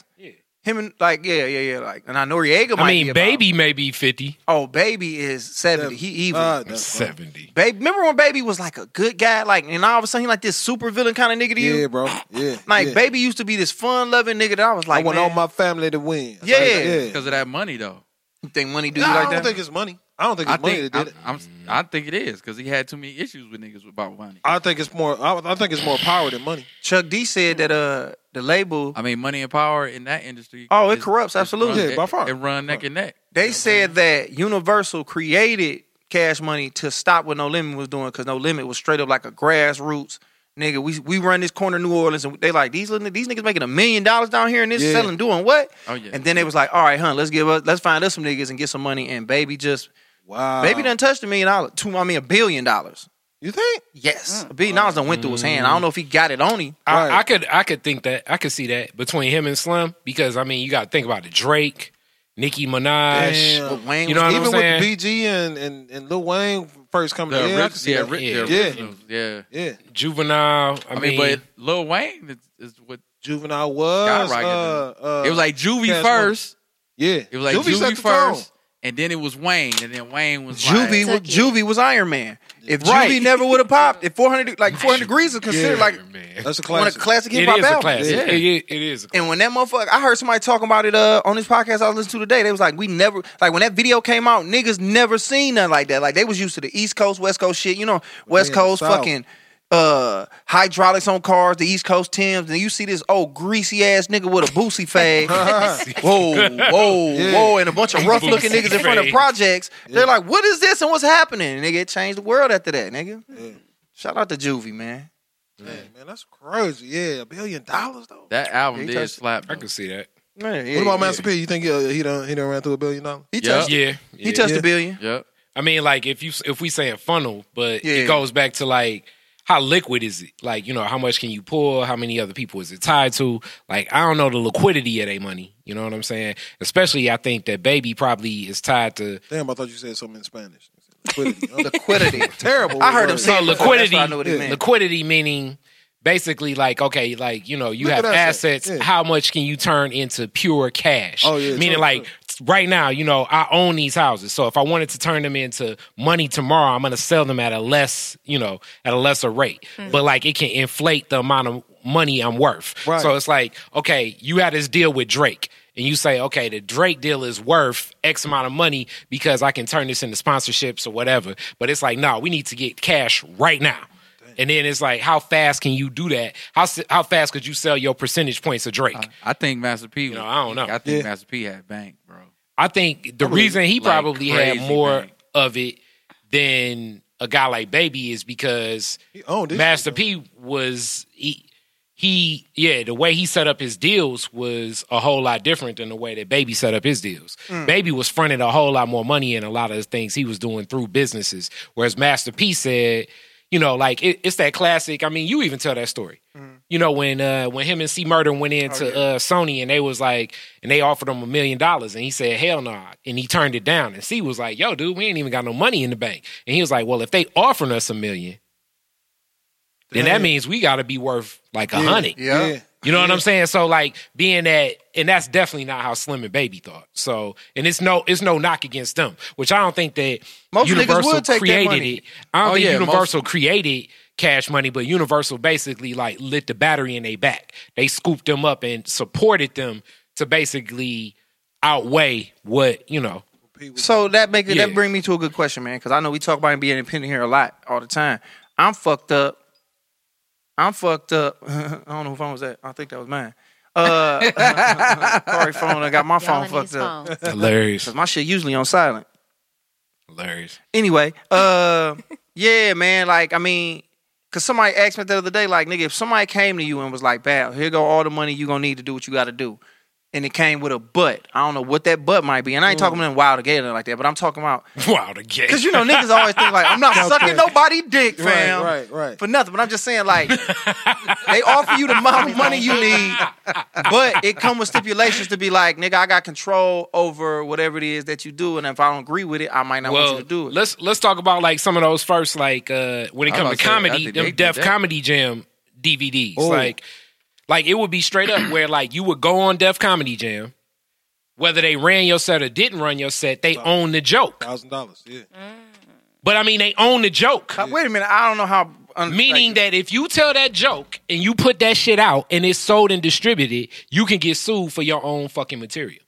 [SPEAKER 3] Him and like yeah yeah yeah like and I Noriega might
[SPEAKER 4] I
[SPEAKER 3] be
[SPEAKER 4] mean,
[SPEAKER 3] about-
[SPEAKER 4] baby may be fifty.
[SPEAKER 3] oh baby is seventy he evil
[SPEAKER 5] Uh, that's funny.
[SPEAKER 4] Seventy.
[SPEAKER 3] baby remember when baby was like a good guy like and all of a sudden he like this super villain kind of nigga to you
[SPEAKER 5] yeah, bro. Yeah.
[SPEAKER 3] like
[SPEAKER 5] yeah.
[SPEAKER 3] baby used to be this fun loving nigga that I was
[SPEAKER 5] I
[SPEAKER 3] like
[SPEAKER 5] want
[SPEAKER 3] man,
[SPEAKER 5] all my family to win.
[SPEAKER 3] Yeah.
[SPEAKER 5] Like, yeah.
[SPEAKER 6] because of that money though.
[SPEAKER 3] you think money do
[SPEAKER 5] Nah,
[SPEAKER 3] you
[SPEAKER 5] I
[SPEAKER 3] like
[SPEAKER 5] don't
[SPEAKER 3] that
[SPEAKER 5] think it's money. I don't think it's
[SPEAKER 6] I
[SPEAKER 5] money
[SPEAKER 6] think
[SPEAKER 5] that did it.
[SPEAKER 6] I, I'm, I think it is because he had too many issues with niggas about money.
[SPEAKER 5] I think it's more. I, I think it's more power than money.
[SPEAKER 3] Chuck D said that uh the label
[SPEAKER 6] I mean, money and power in that industry.
[SPEAKER 3] Oh, it corrupts, absolutely.
[SPEAKER 6] run-
[SPEAKER 5] Yeah, by far.
[SPEAKER 6] It, it run neck and neck.
[SPEAKER 3] they said that Universal created Cash Money to stop what No Limit was doing because No Limit was straight up like a grassroots nigga. We we run this corner of New Orleans and they like these little, these niggas making a million dollars down here and this
[SPEAKER 5] Yeah.
[SPEAKER 3] selling doing what?
[SPEAKER 6] Oh, yeah.
[SPEAKER 3] And then they was like, all right, huh, let's give us let's find us some niggas and get some money and baby just
[SPEAKER 5] Wow.
[SPEAKER 3] baby done touched a million dollars two I mean a billion dollars.
[SPEAKER 5] You think?
[SPEAKER 3] Yes, a billion dollars done went through his hand. I don't know if he got it on him.
[SPEAKER 5] Right.
[SPEAKER 4] I, I could I could think that I could see that between him and Slim because I mean you got to think about it. Drake, Nicki Minaj.
[SPEAKER 5] Damn.
[SPEAKER 3] But Wayne
[SPEAKER 4] You
[SPEAKER 3] was-
[SPEAKER 4] know what
[SPEAKER 5] Even
[SPEAKER 4] I'm saying?
[SPEAKER 5] with BG and, and and Lil Wayne first coming to
[SPEAKER 6] The
[SPEAKER 5] yeah, I
[SPEAKER 6] ori-
[SPEAKER 5] can see
[SPEAKER 6] the
[SPEAKER 5] that.
[SPEAKER 6] ori-
[SPEAKER 4] Yeah.
[SPEAKER 6] the
[SPEAKER 5] Yeah.
[SPEAKER 6] originals, yeah.
[SPEAKER 5] yeah.
[SPEAKER 4] Juvenile. I,
[SPEAKER 6] I
[SPEAKER 4] mean,
[SPEAKER 6] mean, but Lil Wayne is, is what
[SPEAKER 5] Juvenile was.
[SPEAKER 6] skyrocketed.
[SPEAKER 5] uh, uh,
[SPEAKER 6] it was like Juvie
[SPEAKER 5] Cash
[SPEAKER 6] first.
[SPEAKER 5] yeah,
[SPEAKER 6] It was like
[SPEAKER 5] Juvie set
[SPEAKER 6] Juvie
[SPEAKER 5] the tone.
[SPEAKER 6] first, and then it was Wayne, and then Wayne was
[SPEAKER 3] Juvie,
[SPEAKER 6] Like,
[SPEAKER 3] was,
[SPEAKER 7] Took it.
[SPEAKER 3] Juvie was Iron Man. If
[SPEAKER 6] Right.
[SPEAKER 3] Juvie never would have popped, if 400 like 400 degrees is considered
[SPEAKER 5] Yeah.
[SPEAKER 3] like
[SPEAKER 4] man.
[SPEAKER 5] That's a
[SPEAKER 3] one of
[SPEAKER 5] classic.
[SPEAKER 3] the classic hip
[SPEAKER 4] It
[SPEAKER 3] hop
[SPEAKER 4] is a
[SPEAKER 3] albums.
[SPEAKER 4] classic.
[SPEAKER 6] Yeah.
[SPEAKER 4] It- it- it is. A classic.
[SPEAKER 3] And when that motherfucker, I heard somebody talking about it uh, on this podcast I was listening to today. They was like, we never, like when that video came out, niggas never seen nothing like that. Like they was used to the East Coast, West Coast shit. You know, West
[SPEAKER 5] Yeah,
[SPEAKER 3] Coast
[SPEAKER 5] South.
[SPEAKER 3] fucking uh, hydraulics on cars, the East Coast Timbs. And you see this old greasy ass nigga with a boosie fade. whoa, whoa,
[SPEAKER 5] Yeah.
[SPEAKER 3] whoa. And a bunch of rough looking
[SPEAKER 4] Boosie
[SPEAKER 3] niggas in front of
[SPEAKER 4] fade.
[SPEAKER 3] projects. They're like, what is this and what's happening? And nigga, it changed the world after that, nigga. Shout out to Juvie, man.
[SPEAKER 5] Man, man, that's crazy. Yeah, a billion dollars though.
[SPEAKER 6] that album
[SPEAKER 3] He
[SPEAKER 6] did
[SPEAKER 3] touched-
[SPEAKER 6] slap.
[SPEAKER 4] I
[SPEAKER 6] though.
[SPEAKER 4] can see that.
[SPEAKER 3] Man, yeah,
[SPEAKER 5] What about
[SPEAKER 3] yeah.
[SPEAKER 5] Master P? You think uh, he done he done ran through a billion dollars?
[SPEAKER 3] He
[SPEAKER 6] Yeah.
[SPEAKER 3] touched,
[SPEAKER 4] Yeah,
[SPEAKER 3] he
[SPEAKER 4] yeah.
[SPEAKER 3] touched
[SPEAKER 5] Yeah.
[SPEAKER 3] a billion.
[SPEAKER 6] Yep.
[SPEAKER 4] I mean, like if you if we saying funnel, but
[SPEAKER 3] Yeah.
[SPEAKER 4] it goes back to like how liquid is it? Like you know, how much can you pour? How many other people is it tied to? Like I don't know the liquidity of their money. You know what I'm saying? Especially, I think that baby probably is tied to.
[SPEAKER 5] Damn, I thought you said something in Spanish. Liquidity. huh?
[SPEAKER 3] *laughs* Liquidity.
[SPEAKER 5] Terrible.
[SPEAKER 3] I heard him
[SPEAKER 5] word.
[SPEAKER 3] say
[SPEAKER 4] So
[SPEAKER 3] it before,
[SPEAKER 4] liquidity,
[SPEAKER 3] that's why I know what he meant.
[SPEAKER 4] liquidity meaning basically like okay, like you know, you
[SPEAKER 5] Liquid
[SPEAKER 4] have
[SPEAKER 5] assets,
[SPEAKER 4] assets.
[SPEAKER 5] yeah.
[SPEAKER 4] How much can you turn into pure cash?
[SPEAKER 5] Oh, yeah,
[SPEAKER 4] meaning
[SPEAKER 5] true,
[SPEAKER 4] like right now, you know, I own these houses. So if I wanted to turn them into money tomorrow, I'm going to sell them at a less, you know, at a lesser rate. But like it can inflate the amount of money I'm worth.
[SPEAKER 5] Right.
[SPEAKER 4] So it's like, okay, you had this deal with Drake. And you say, okay, the Drake deal is worth X amount of money because I can turn this into sponsorships or whatever. But it's like, no, we need to get cash right now. And then it's like, how fast can you do that? How s- how fast could you sell your percentage points of Drake?
[SPEAKER 6] I think Master P. You
[SPEAKER 4] know, I don't know.
[SPEAKER 6] I think Master P had bank, bro.
[SPEAKER 4] I think the reason he
[SPEAKER 6] like,
[SPEAKER 4] probably had
[SPEAKER 6] crazy
[SPEAKER 4] more
[SPEAKER 6] bank.
[SPEAKER 4] of it than a guy like Baby is because
[SPEAKER 5] He owned this
[SPEAKER 4] Master
[SPEAKER 5] shit,
[SPEAKER 4] P was he, he yeah the way he set up his deals was a whole lot different than the way that Baby set up his deals. Baby was fronting a whole lot more money in a lot of the things he was doing through businesses, whereas Master P said, you know, like it, it's that classic. I mean, you even tell that story. You know when uh, when him and C Murder went into uh, Sony and they was like and they offered him a million dollars and he said hell no nah, and he turned it down and C was like yo dude we ain't even got no money in the bank and he was like well if they offering us a million then that means we got to be worth like a hundred.
[SPEAKER 5] Yeah.
[SPEAKER 3] Yeah.
[SPEAKER 4] You know what I'm saying? So like being that, and that's definitely not how Slim and Baby thought. So and it's no it's no knock against them, which I don't think that
[SPEAKER 3] Most niggas
[SPEAKER 4] Universal
[SPEAKER 3] would take that
[SPEAKER 4] created
[SPEAKER 3] money.
[SPEAKER 4] it. I don't
[SPEAKER 6] Oh,
[SPEAKER 4] think
[SPEAKER 6] yeah,
[SPEAKER 4] Universal created Cash Money, but Universal basically like lit the battery in their back. They scooped them up and supported them to basically outweigh what
[SPEAKER 3] *laughs*
[SPEAKER 4] you know.
[SPEAKER 3] So that make
[SPEAKER 4] Yeah.
[SPEAKER 3] that bring me to a good question, man, because I know we talk about being independent here a lot all the time. I'm fucked up. I'm fucked up. *laughs* I don't know who phone was that. I think that was mine. Uh, *laughs* sorry, phone. I got my
[SPEAKER 7] Y'all
[SPEAKER 3] phone
[SPEAKER 7] in these
[SPEAKER 3] fucked up
[SPEAKER 7] phones.
[SPEAKER 4] Hilarious,
[SPEAKER 3] because my shit usually on silent.
[SPEAKER 4] hilarious.
[SPEAKER 3] Anyway, uh, yeah, man. Like, I mean, cause somebody asked me the other day, like, nigga, if somebody came to you and was like, "Bam, here go all the money you gonna need to do what you gotta do," and it came with a but, I don't know what that but might be, and I ain't
[SPEAKER 5] Mm.
[SPEAKER 3] talking about wild or gay or nothing like that, but I'm talking
[SPEAKER 5] *laughs*
[SPEAKER 3] about
[SPEAKER 4] Wow, the game.
[SPEAKER 3] Cause you know niggas always think like I'm not sucking nobody dick,
[SPEAKER 5] Right,
[SPEAKER 3] fam.
[SPEAKER 5] right, right.
[SPEAKER 3] For nothing. But I'm just saying
[SPEAKER 5] *laughs*
[SPEAKER 3] like they offer you the amount of money you need, but it come with stipulations to be like, nigga, I got control over whatever it is that you do, and if I don't agree with it, I might not want you to do it.
[SPEAKER 4] Let's let's talk about like some of those first like uh when it
[SPEAKER 6] I
[SPEAKER 4] comes
[SPEAKER 6] was
[SPEAKER 4] to
[SPEAKER 6] about to say, I
[SPEAKER 4] comedy,
[SPEAKER 6] think they
[SPEAKER 4] them
[SPEAKER 6] did
[SPEAKER 4] Def
[SPEAKER 6] that.
[SPEAKER 4] Comedy Jam DVDs.
[SPEAKER 5] Oh.
[SPEAKER 4] Like like it would be straight up where like you would go on Def Comedy Jam, whether they ran your set or didn't run your set, they own the joke.
[SPEAKER 5] Thousand dollars. Yeah.
[SPEAKER 3] Mm.
[SPEAKER 4] But I mean they own the joke.
[SPEAKER 3] Uh, Wait a minute, I don't know how. un-
[SPEAKER 4] Meaning
[SPEAKER 3] like,
[SPEAKER 4] that if you tell that joke and you put that shit out and it's sold and distributed, you can get sued for your own fucking material.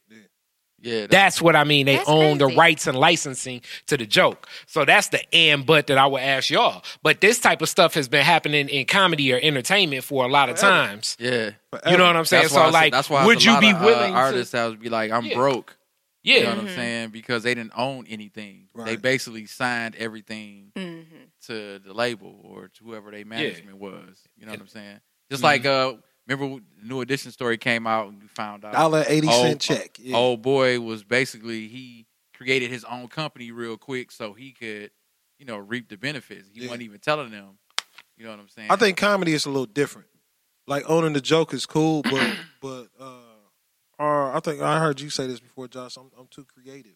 [SPEAKER 6] Yeah, that,
[SPEAKER 4] That's what I mean. They
[SPEAKER 7] That's
[SPEAKER 4] own the
[SPEAKER 7] crazy.
[SPEAKER 4] rights and licensing to the joke. So that's the and but that I would ask y'all. But this type of stuff has been happening in comedy or entertainment for a lot of times.
[SPEAKER 6] yeah.
[SPEAKER 4] You know what I'm saying?
[SPEAKER 6] That's
[SPEAKER 4] so
[SPEAKER 6] why I said-
[SPEAKER 4] like,
[SPEAKER 6] that's why
[SPEAKER 4] would
[SPEAKER 6] it's a
[SPEAKER 4] you
[SPEAKER 6] lot
[SPEAKER 4] be
[SPEAKER 6] of, uh,
[SPEAKER 4] willing
[SPEAKER 6] artists
[SPEAKER 4] to?
[SPEAKER 6] that would be like, I'm
[SPEAKER 4] Yeah. Mm-hmm.
[SPEAKER 6] broke.
[SPEAKER 4] Yeah,
[SPEAKER 6] You know what I'm saying? Because they didn't own anything. They
[SPEAKER 5] Right.
[SPEAKER 6] basically signed everything to the label or to whoever they management was. You know what I'm saying?
[SPEAKER 4] mm-hmm.
[SPEAKER 6] Just like uh, remember when the New Edition story came out and you found out
[SPEAKER 5] Dollar eighty
[SPEAKER 3] Oh,
[SPEAKER 6] old-
[SPEAKER 5] cent check. Yeah.
[SPEAKER 6] Old boy was basically he created his own company real quick so he could you know reap the benefits. He
[SPEAKER 5] Yeah.
[SPEAKER 6] wasn't even telling them. You know what I'm saying?
[SPEAKER 5] I think comedy is a little different. Like owning the joke is
[SPEAKER 3] *clears throat*
[SPEAKER 5] cool, but but uh, or I think I heard you say this before, Josh. I'm I'm too creative.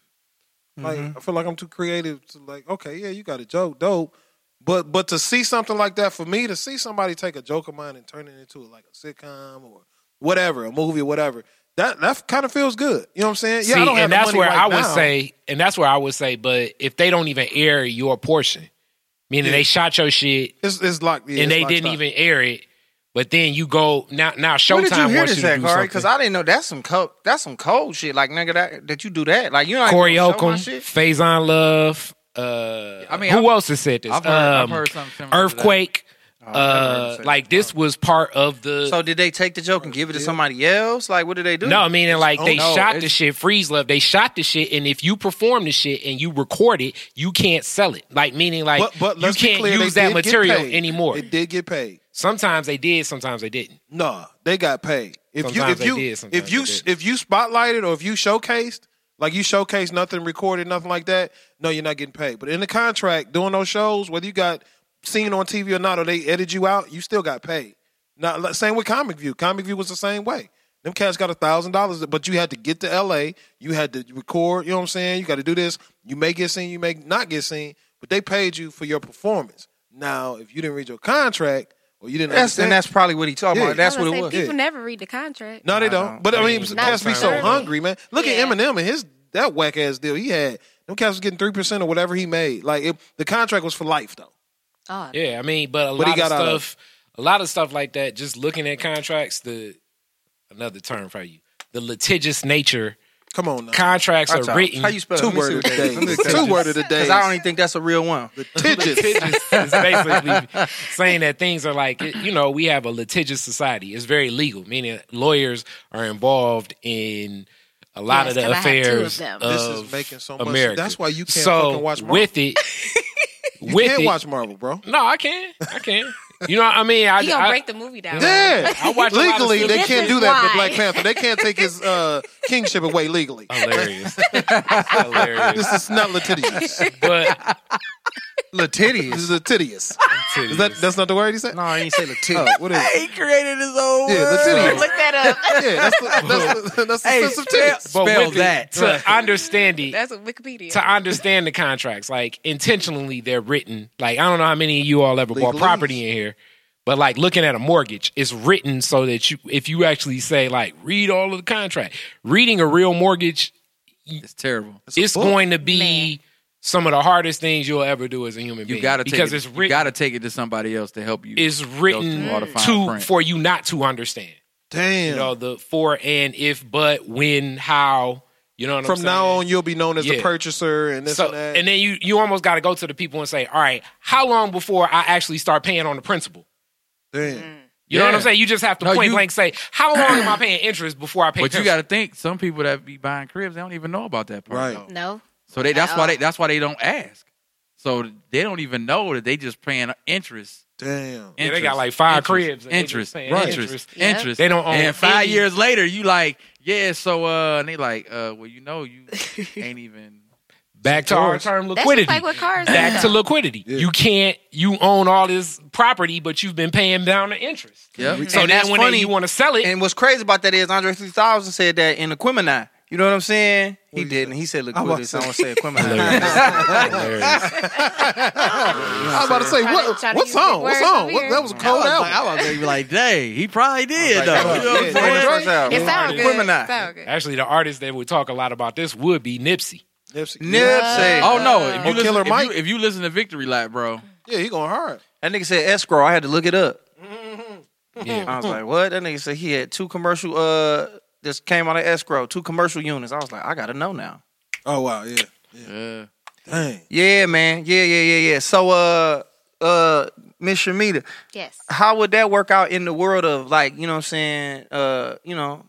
[SPEAKER 5] Like
[SPEAKER 4] Mm-hmm.
[SPEAKER 5] I feel like I'm too creative to like. Okay, yeah, you got a joke, dope. But but to see something like that for me, to see somebody take a joke of mine and turn it into like a sitcom or whatever, a movie, or whatever. That that kind of feels good. You know what I'm saying?
[SPEAKER 4] See, and
[SPEAKER 5] the
[SPEAKER 4] that's
[SPEAKER 5] money
[SPEAKER 4] where
[SPEAKER 5] right
[SPEAKER 4] I would
[SPEAKER 5] now.
[SPEAKER 4] say, and that's where I would say, but if they don't even air your portion, meaning they shot your shit
[SPEAKER 5] it's, it's locked.
[SPEAKER 4] and
[SPEAKER 5] yeah, it's
[SPEAKER 4] they
[SPEAKER 5] locked
[SPEAKER 4] didn't
[SPEAKER 5] up.
[SPEAKER 4] even air it, but then you go now now Showtime
[SPEAKER 3] Where did you hear
[SPEAKER 4] wants
[SPEAKER 3] this
[SPEAKER 4] you to
[SPEAKER 3] at,
[SPEAKER 4] do
[SPEAKER 3] Corey?
[SPEAKER 4] something.
[SPEAKER 3] Because I didn't know that's some cold. That's some cold shit. Like nigga, that that you do that. Like you know,
[SPEAKER 4] Corey Oakham,
[SPEAKER 3] shit.
[SPEAKER 4] Faison Love. Uh,
[SPEAKER 6] I
[SPEAKER 4] I
[SPEAKER 6] mean,
[SPEAKER 4] mean, who
[SPEAKER 6] I've-
[SPEAKER 4] else has said this? Um,
[SPEAKER 6] I've heard- I've heard something similar to that.
[SPEAKER 4] Earthquake.
[SPEAKER 3] never heard him
[SPEAKER 4] Uh,
[SPEAKER 3] say
[SPEAKER 4] like this was part of the.
[SPEAKER 3] So did they take the joke and give it to somebody else? Like what did they do?
[SPEAKER 4] no, I mean, and like they
[SPEAKER 6] no,
[SPEAKER 4] shot
[SPEAKER 6] it's-
[SPEAKER 4] the shit. Freeze love. They shot the shit, and if you perform the shit and you record it, you can't sell it. Like meaning, like
[SPEAKER 5] But but
[SPEAKER 4] you
[SPEAKER 5] let's be
[SPEAKER 4] can't
[SPEAKER 5] clear, they
[SPEAKER 4] use that
[SPEAKER 5] did get
[SPEAKER 4] material
[SPEAKER 5] paid.
[SPEAKER 4] anymore.
[SPEAKER 5] They did get paid.
[SPEAKER 4] Sometimes they did, sometimes they didn't.
[SPEAKER 5] Nah, they got paid. If
[SPEAKER 4] Sometimes they
[SPEAKER 5] you
[SPEAKER 4] did,
[SPEAKER 5] if you
[SPEAKER 4] sometimes
[SPEAKER 5] if you
[SPEAKER 4] they didn't.
[SPEAKER 5] if you spotlighted or if you showcased, like you showcased nothing recorded, nothing like that, no, you're not getting paid. But in the contract, doing those shows, whether you got seen on TV or not, or they edited you out, you still got paid. Now, like, same with Comic View. Comic View was the same way. Them cats got a thousand dollars, but you had to get to LA. You had to record. You know what I'm saying? You got to do this. You may get seen. You may not get seen. But they paid you for your performance. Now, if you didn't read your contract or you didn't,
[SPEAKER 3] that's and
[SPEAKER 5] understand-
[SPEAKER 3] that's probably what he talking
[SPEAKER 5] Yeah.
[SPEAKER 3] about. That's
[SPEAKER 7] I was
[SPEAKER 3] what
[SPEAKER 7] gonna
[SPEAKER 3] it
[SPEAKER 7] say,
[SPEAKER 3] was.
[SPEAKER 5] Yeah.
[SPEAKER 7] People never read the contract.
[SPEAKER 5] No, they don't. But I mean,
[SPEAKER 4] mean,
[SPEAKER 5] cats be so
[SPEAKER 7] sometimes-
[SPEAKER 5] hungry, man. Look
[SPEAKER 7] Yeah.
[SPEAKER 5] at Eminem and his that whack ass deal he had. Them cats was getting three percent or whatever he made. Like it, the contract was for life though.
[SPEAKER 7] Oh,
[SPEAKER 4] Yeah, I mean, but a
[SPEAKER 5] What he
[SPEAKER 4] lot of
[SPEAKER 5] got out of?
[SPEAKER 4] stuff, a lot of stuff like that. Just looking at contracts, the another term for you, the litigious nature.
[SPEAKER 5] Come on now.
[SPEAKER 4] Contracts
[SPEAKER 3] Watch
[SPEAKER 4] are
[SPEAKER 3] out.
[SPEAKER 4] written.
[SPEAKER 3] How you spell it?
[SPEAKER 5] Two
[SPEAKER 3] Let me see
[SPEAKER 5] word
[SPEAKER 3] what that is.
[SPEAKER 5] of the *laughs* day.
[SPEAKER 3] Let me see
[SPEAKER 5] Two
[SPEAKER 3] what
[SPEAKER 5] word of the
[SPEAKER 3] Because
[SPEAKER 5] day.
[SPEAKER 3] I don't
[SPEAKER 5] *laughs*
[SPEAKER 3] even think that's a real one.
[SPEAKER 5] Litigious.
[SPEAKER 4] *laughs* litigious is basically saying that things are like you know we have a litigious society. It's very legal, meaning lawyers are involved in a lot
[SPEAKER 7] Yes,
[SPEAKER 4] of the
[SPEAKER 7] 'cause I have two of
[SPEAKER 4] affairs
[SPEAKER 7] them.
[SPEAKER 4] of
[SPEAKER 5] This is making so much-
[SPEAKER 4] America.
[SPEAKER 5] that's why you can't
[SPEAKER 4] so
[SPEAKER 5] fucking watch Marvel.
[SPEAKER 4] with it.
[SPEAKER 5] *laughs* You
[SPEAKER 4] with
[SPEAKER 5] can't
[SPEAKER 4] it,
[SPEAKER 5] watch Marvel, bro.
[SPEAKER 4] no, I can, I can. You know, what I mean, I,
[SPEAKER 7] you gonna
[SPEAKER 4] I-
[SPEAKER 7] break the movie down.
[SPEAKER 5] Yeah,
[SPEAKER 4] I watch a lot of
[SPEAKER 5] *laughs* legally
[SPEAKER 4] stuff.
[SPEAKER 5] they
[SPEAKER 7] This
[SPEAKER 5] can't
[SPEAKER 7] is
[SPEAKER 5] do that with
[SPEAKER 7] why.
[SPEAKER 5] Black Panther. They can't take his uh, kingship away legally.
[SPEAKER 4] *laughs*
[SPEAKER 3] Oh,
[SPEAKER 4] hilarious, hilarious.
[SPEAKER 5] *laughs*
[SPEAKER 7] *laughs*
[SPEAKER 5] This is not litigious.
[SPEAKER 3] *laughs*
[SPEAKER 4] But
[SPEAKER 5] litigious. This is litigious. Is that that's not the word he said?
[SPEAKER 3] No, I ain't say litigious.
[SPEAKER 5] *laughs* Oh, what is
[SPEAKER 3] *laughs*
[SPEAKER 5] it?
[SPEAKER 2] He created his own.
[SPEAKER 5] Yeah,
[SPEAKER 2] word.
[SPEAKER 5] litigious.
[SPEAKER 7] Look
[SPEAKER 5] *laughs*
[SPEAKER 7] that up.
[SPEAKER 5] Yeah, that's the, that's the,
[SPEAKER 3] *laughs*
[SPEAKER 5] that's the
[SPEAKER 2] Hey,
[SPEAKER 5] sense of titties.
[SPEAKER 4] but
[SPEAKER 2] Spell
[SPEAKER 4] with it,
[SPEAKER 2] that.
[SPEAKER 4] to understand it.
[SPEAKER 7] That's what Wikipedia.
[SPEAKER 4] to understand the contracts, like intentionally they're written. Like I don't know how many of you all ever bought
[SPEAKER 5] Legalese.
[SPEAKER 4] property in here, but like looking at a mortgage, it's written so that you, if you actually say like read all of the contract, reading a real mortgage,
[SPEAKER 6] It's terrible.
[SPEAKER 5] a
[SPEAKER 4] it's
[SPEAKER 5] book.
[SPEAKER 4] going to be
[SPEAKER 7] Man.
[SPEAKER 4] some of the hardest things you'll ever do as a human being.
[SPEAKER 6] You gotta take
[SPEAKER 4] because
[SPEAKER 6] it,
[SPEAKER 4] it's
[SPEAKER 6] you
[SPEAKER 4] written.
[SPEAKER 6] gotta take it to somebody else to help you.
[SPEAKER 4] is written
[SPEAKER 6] through all the fine
[SPEAKER 4] to
[SPEAKER 6] print.
[SPEAKER 4] for you not to understand.
[SPEAKER 5] Damn.
[SPEAKER 4] You know the for and if, but when, how. You know what I'm
[SPEAKER 5] From
[SPEAKER 4] saying?
[SPEAKER 5] now on, you'll be known as the
[SPEAKER 4] Yeah.
[SPEAKER 5] purchaser and this
[SPEAKER 4] so,
[SPEAKER 5] and that.
[SPEAKER 4] and then you you almost got to go to the people and say, all right, how long before I actually start paying on the principal?
[SPEAKER 5] Damn.
[SPEAKER 7] Mm.
[SPEAKER 4] You know what
[SPEAKER 6] Yeah.
[SPEAKER 4] I'm saying? You just have to
[SPEAKER 6] No,
[SPEAKER 4] point
[SPEAKER 6] you-
[SPEAKER 4] blank say, how long am I paying interest before I pay?
[SPEAKER 6] but you
[SPEAKER 4] principal?
[SPEAKER 6] got to think some people that be buying cribs, they don't even know about that part.
[SPEAKER 5] Right.
[SPEAKER 6] though.
[SPEAKER 7] no.
[SPEAKER 6] So they that's
[SPEAKER 7] At
[SPEAKER 6] why
[SPEAKER 7] all.
[SPEAKER 6] they that's why they don't ask. So they don't even know that they just paying interest.
[SPEAKER 5] Damn.
[SPEAKER 4] Yeah, they
[SPEAKER 6] interest,
[SPEAKER 4] got like five
[SPEAKER 6] interest,
[SPEAKER 4] cribs and they just
[SPEAKER 6] Interest,
[SPEAKER 4] paying
[SPEAKER 6] interest, interest,
[SPEAKER 4] interest.
[SPEAKER 7] Yeah.
[SPEAKER 4] They don't own
[SPEAKER 6] And five
[SPEAKER 4] any-
[SPEAKER 6] years later, you like, yeah. So uh, and they like, uh, well, you
[SPEAKER 4] *laughs*
[SPEAKER 6] know, you ain't even.
[SPEAKER 4] back to our term
[SPEAKER 7] That's
[SPEAKER 4] liquidity.
[SPEAKER 7] just like what cars.
[SPEAKER 4] back to liquidity.
[SPEAKER 5] Yeah.
[SPEAKER 4] You can't. You own all this property, but you've been paying down the interest.
[SPEAKER 6] Yeah.
[SPEAKER 4] So
[SPEAKER 3] And
[SPEAKER 4] then
[SPEAKER 3] that's
[SPEAKER 4] when
[SPEAKER 3] funny.
[SPEAKER 4] They, you want to sell it,
[SPEAKER 3] And what's crazy about that is Andre 3000 said that in Aquemini. You know what I'm saying? He didn't. He said
[SPEAKER 5] I'm about
[SPEAKER 3] liquidity.
[SPEAKER 5] to
[SPEAKER 3] Someone
[SPEAKER 5] say-
[SPEAKER 3] *laughs* said Aquemini.
[SPEAKER 5] I was about to say,
[SPEAKER 7] Tryna-
[SPEAKER 5] what,
[SPEAKER 7] tryna
[SPEAKER 5] what's
[SPEAKER 7] use big
[SPEAKER 5] on? What's
[SPEAKER 7] words
[SPEAKER 5] on?
[SPEAKER 7] over
[SPEAKER 5] What,
[SPEAKER 7] here.
[SPEAKER 5] that was a
[SPEAKER 6] I
[SPEAKER 5] cold
[SPEAKER 6] was, like,
[SPEAKER 5] out.
[SPEAKER 6] I was gonna be like, dang, he probably did though. You know what I'm
[SPEAKER 5] Yeah,
[SPEAKER 6] saying?
[SPEAKER 7] It sounds
[SPEAKER 4] Artist.
[SPEAKER 7] good.
[SPEAKER 3] Gemini.
[SPEAKER 7] It sounds good.
[SPEAKER 4] actually, the artist that would talk a lot about this would be Nipsey.
[SPEAKER 3] Nipsey.
[SPEAKER 6] Oh no! If you,
[SPEAKER 5] Or
[SPEAKER 6] listen,
[SPEAKER 5] Killer
[SPEAKER 6] if,
[SPEAKER 5] Mike.
[SPEAKER 6] You, if you listen to Victory Lap,
[SPEAKER 4] *laughs*
[SPEAKER 6] bro,
[SPEAKER 5] Yeah, he going hard.
[SPEAKER 3] That nigga said escrow. I had to look it up.
[SPEAKER 4] Yeah.
[SPEAKER 3] I was like, what? That nigga said he had two commercial uh this came out of escrow, two commercial units. I was like, I gotta know now.
[SPEAKER 5] Oh, wow. Yeah.
[SPEAKER 6] uh,
[SPEAKER 5] Dang.
[SPEAKER 3] Yeah, man. Yeah, yeah, yeah, yeah. So uh uh Miss Shamita,
[SPEAKER 7] Yes.
[SPEAKER 3] how would that work out in the world of like, you know what I'm saying, uh, you know,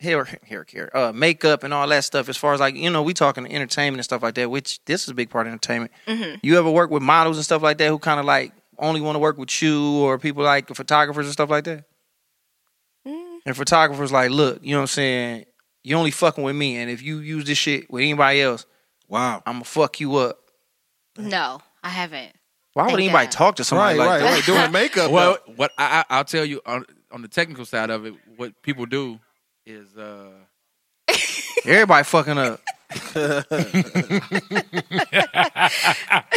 [SPEAKER 3] hair hair care, uh makeup and all that stuff as far as like, you know, we talking entertainment and stuff like that, which this is a big part of entertainment. You ever work with models and stuff like that who kinda like only want to work with you or people like photographers and stuff like that? And photographers like, look, you know what I'm saying? You only fucking with me, and if you use this shit with anybody else,
[SPEAKER 5] Wow.
[SPEAKER 3] I'ma fuck you up.
[SPEAKER 7] No, I haven't.
[SPEAKER 3] Why would
[SPEAKER 7] Thank
[SPEAKER 3] anybody
[SPEAKER 7] God.
[SPEAKER 3] talk to somebody
[SPEAKER 5] Right,
[SPEAKER 3] like
[SPEAKER 5] right,
[SPEAKER 3] that?
[SPEAKER 5] right. Doing makeup.
[SPEAKER 6] well,
[SPEAKER 5] though.
[SPEAKER 6] what I, I, I'll tell you on, on the technical side of it, what people do is uh,
[SPEAKER 3] Everybody fucking up.
[SPEAKER 6] is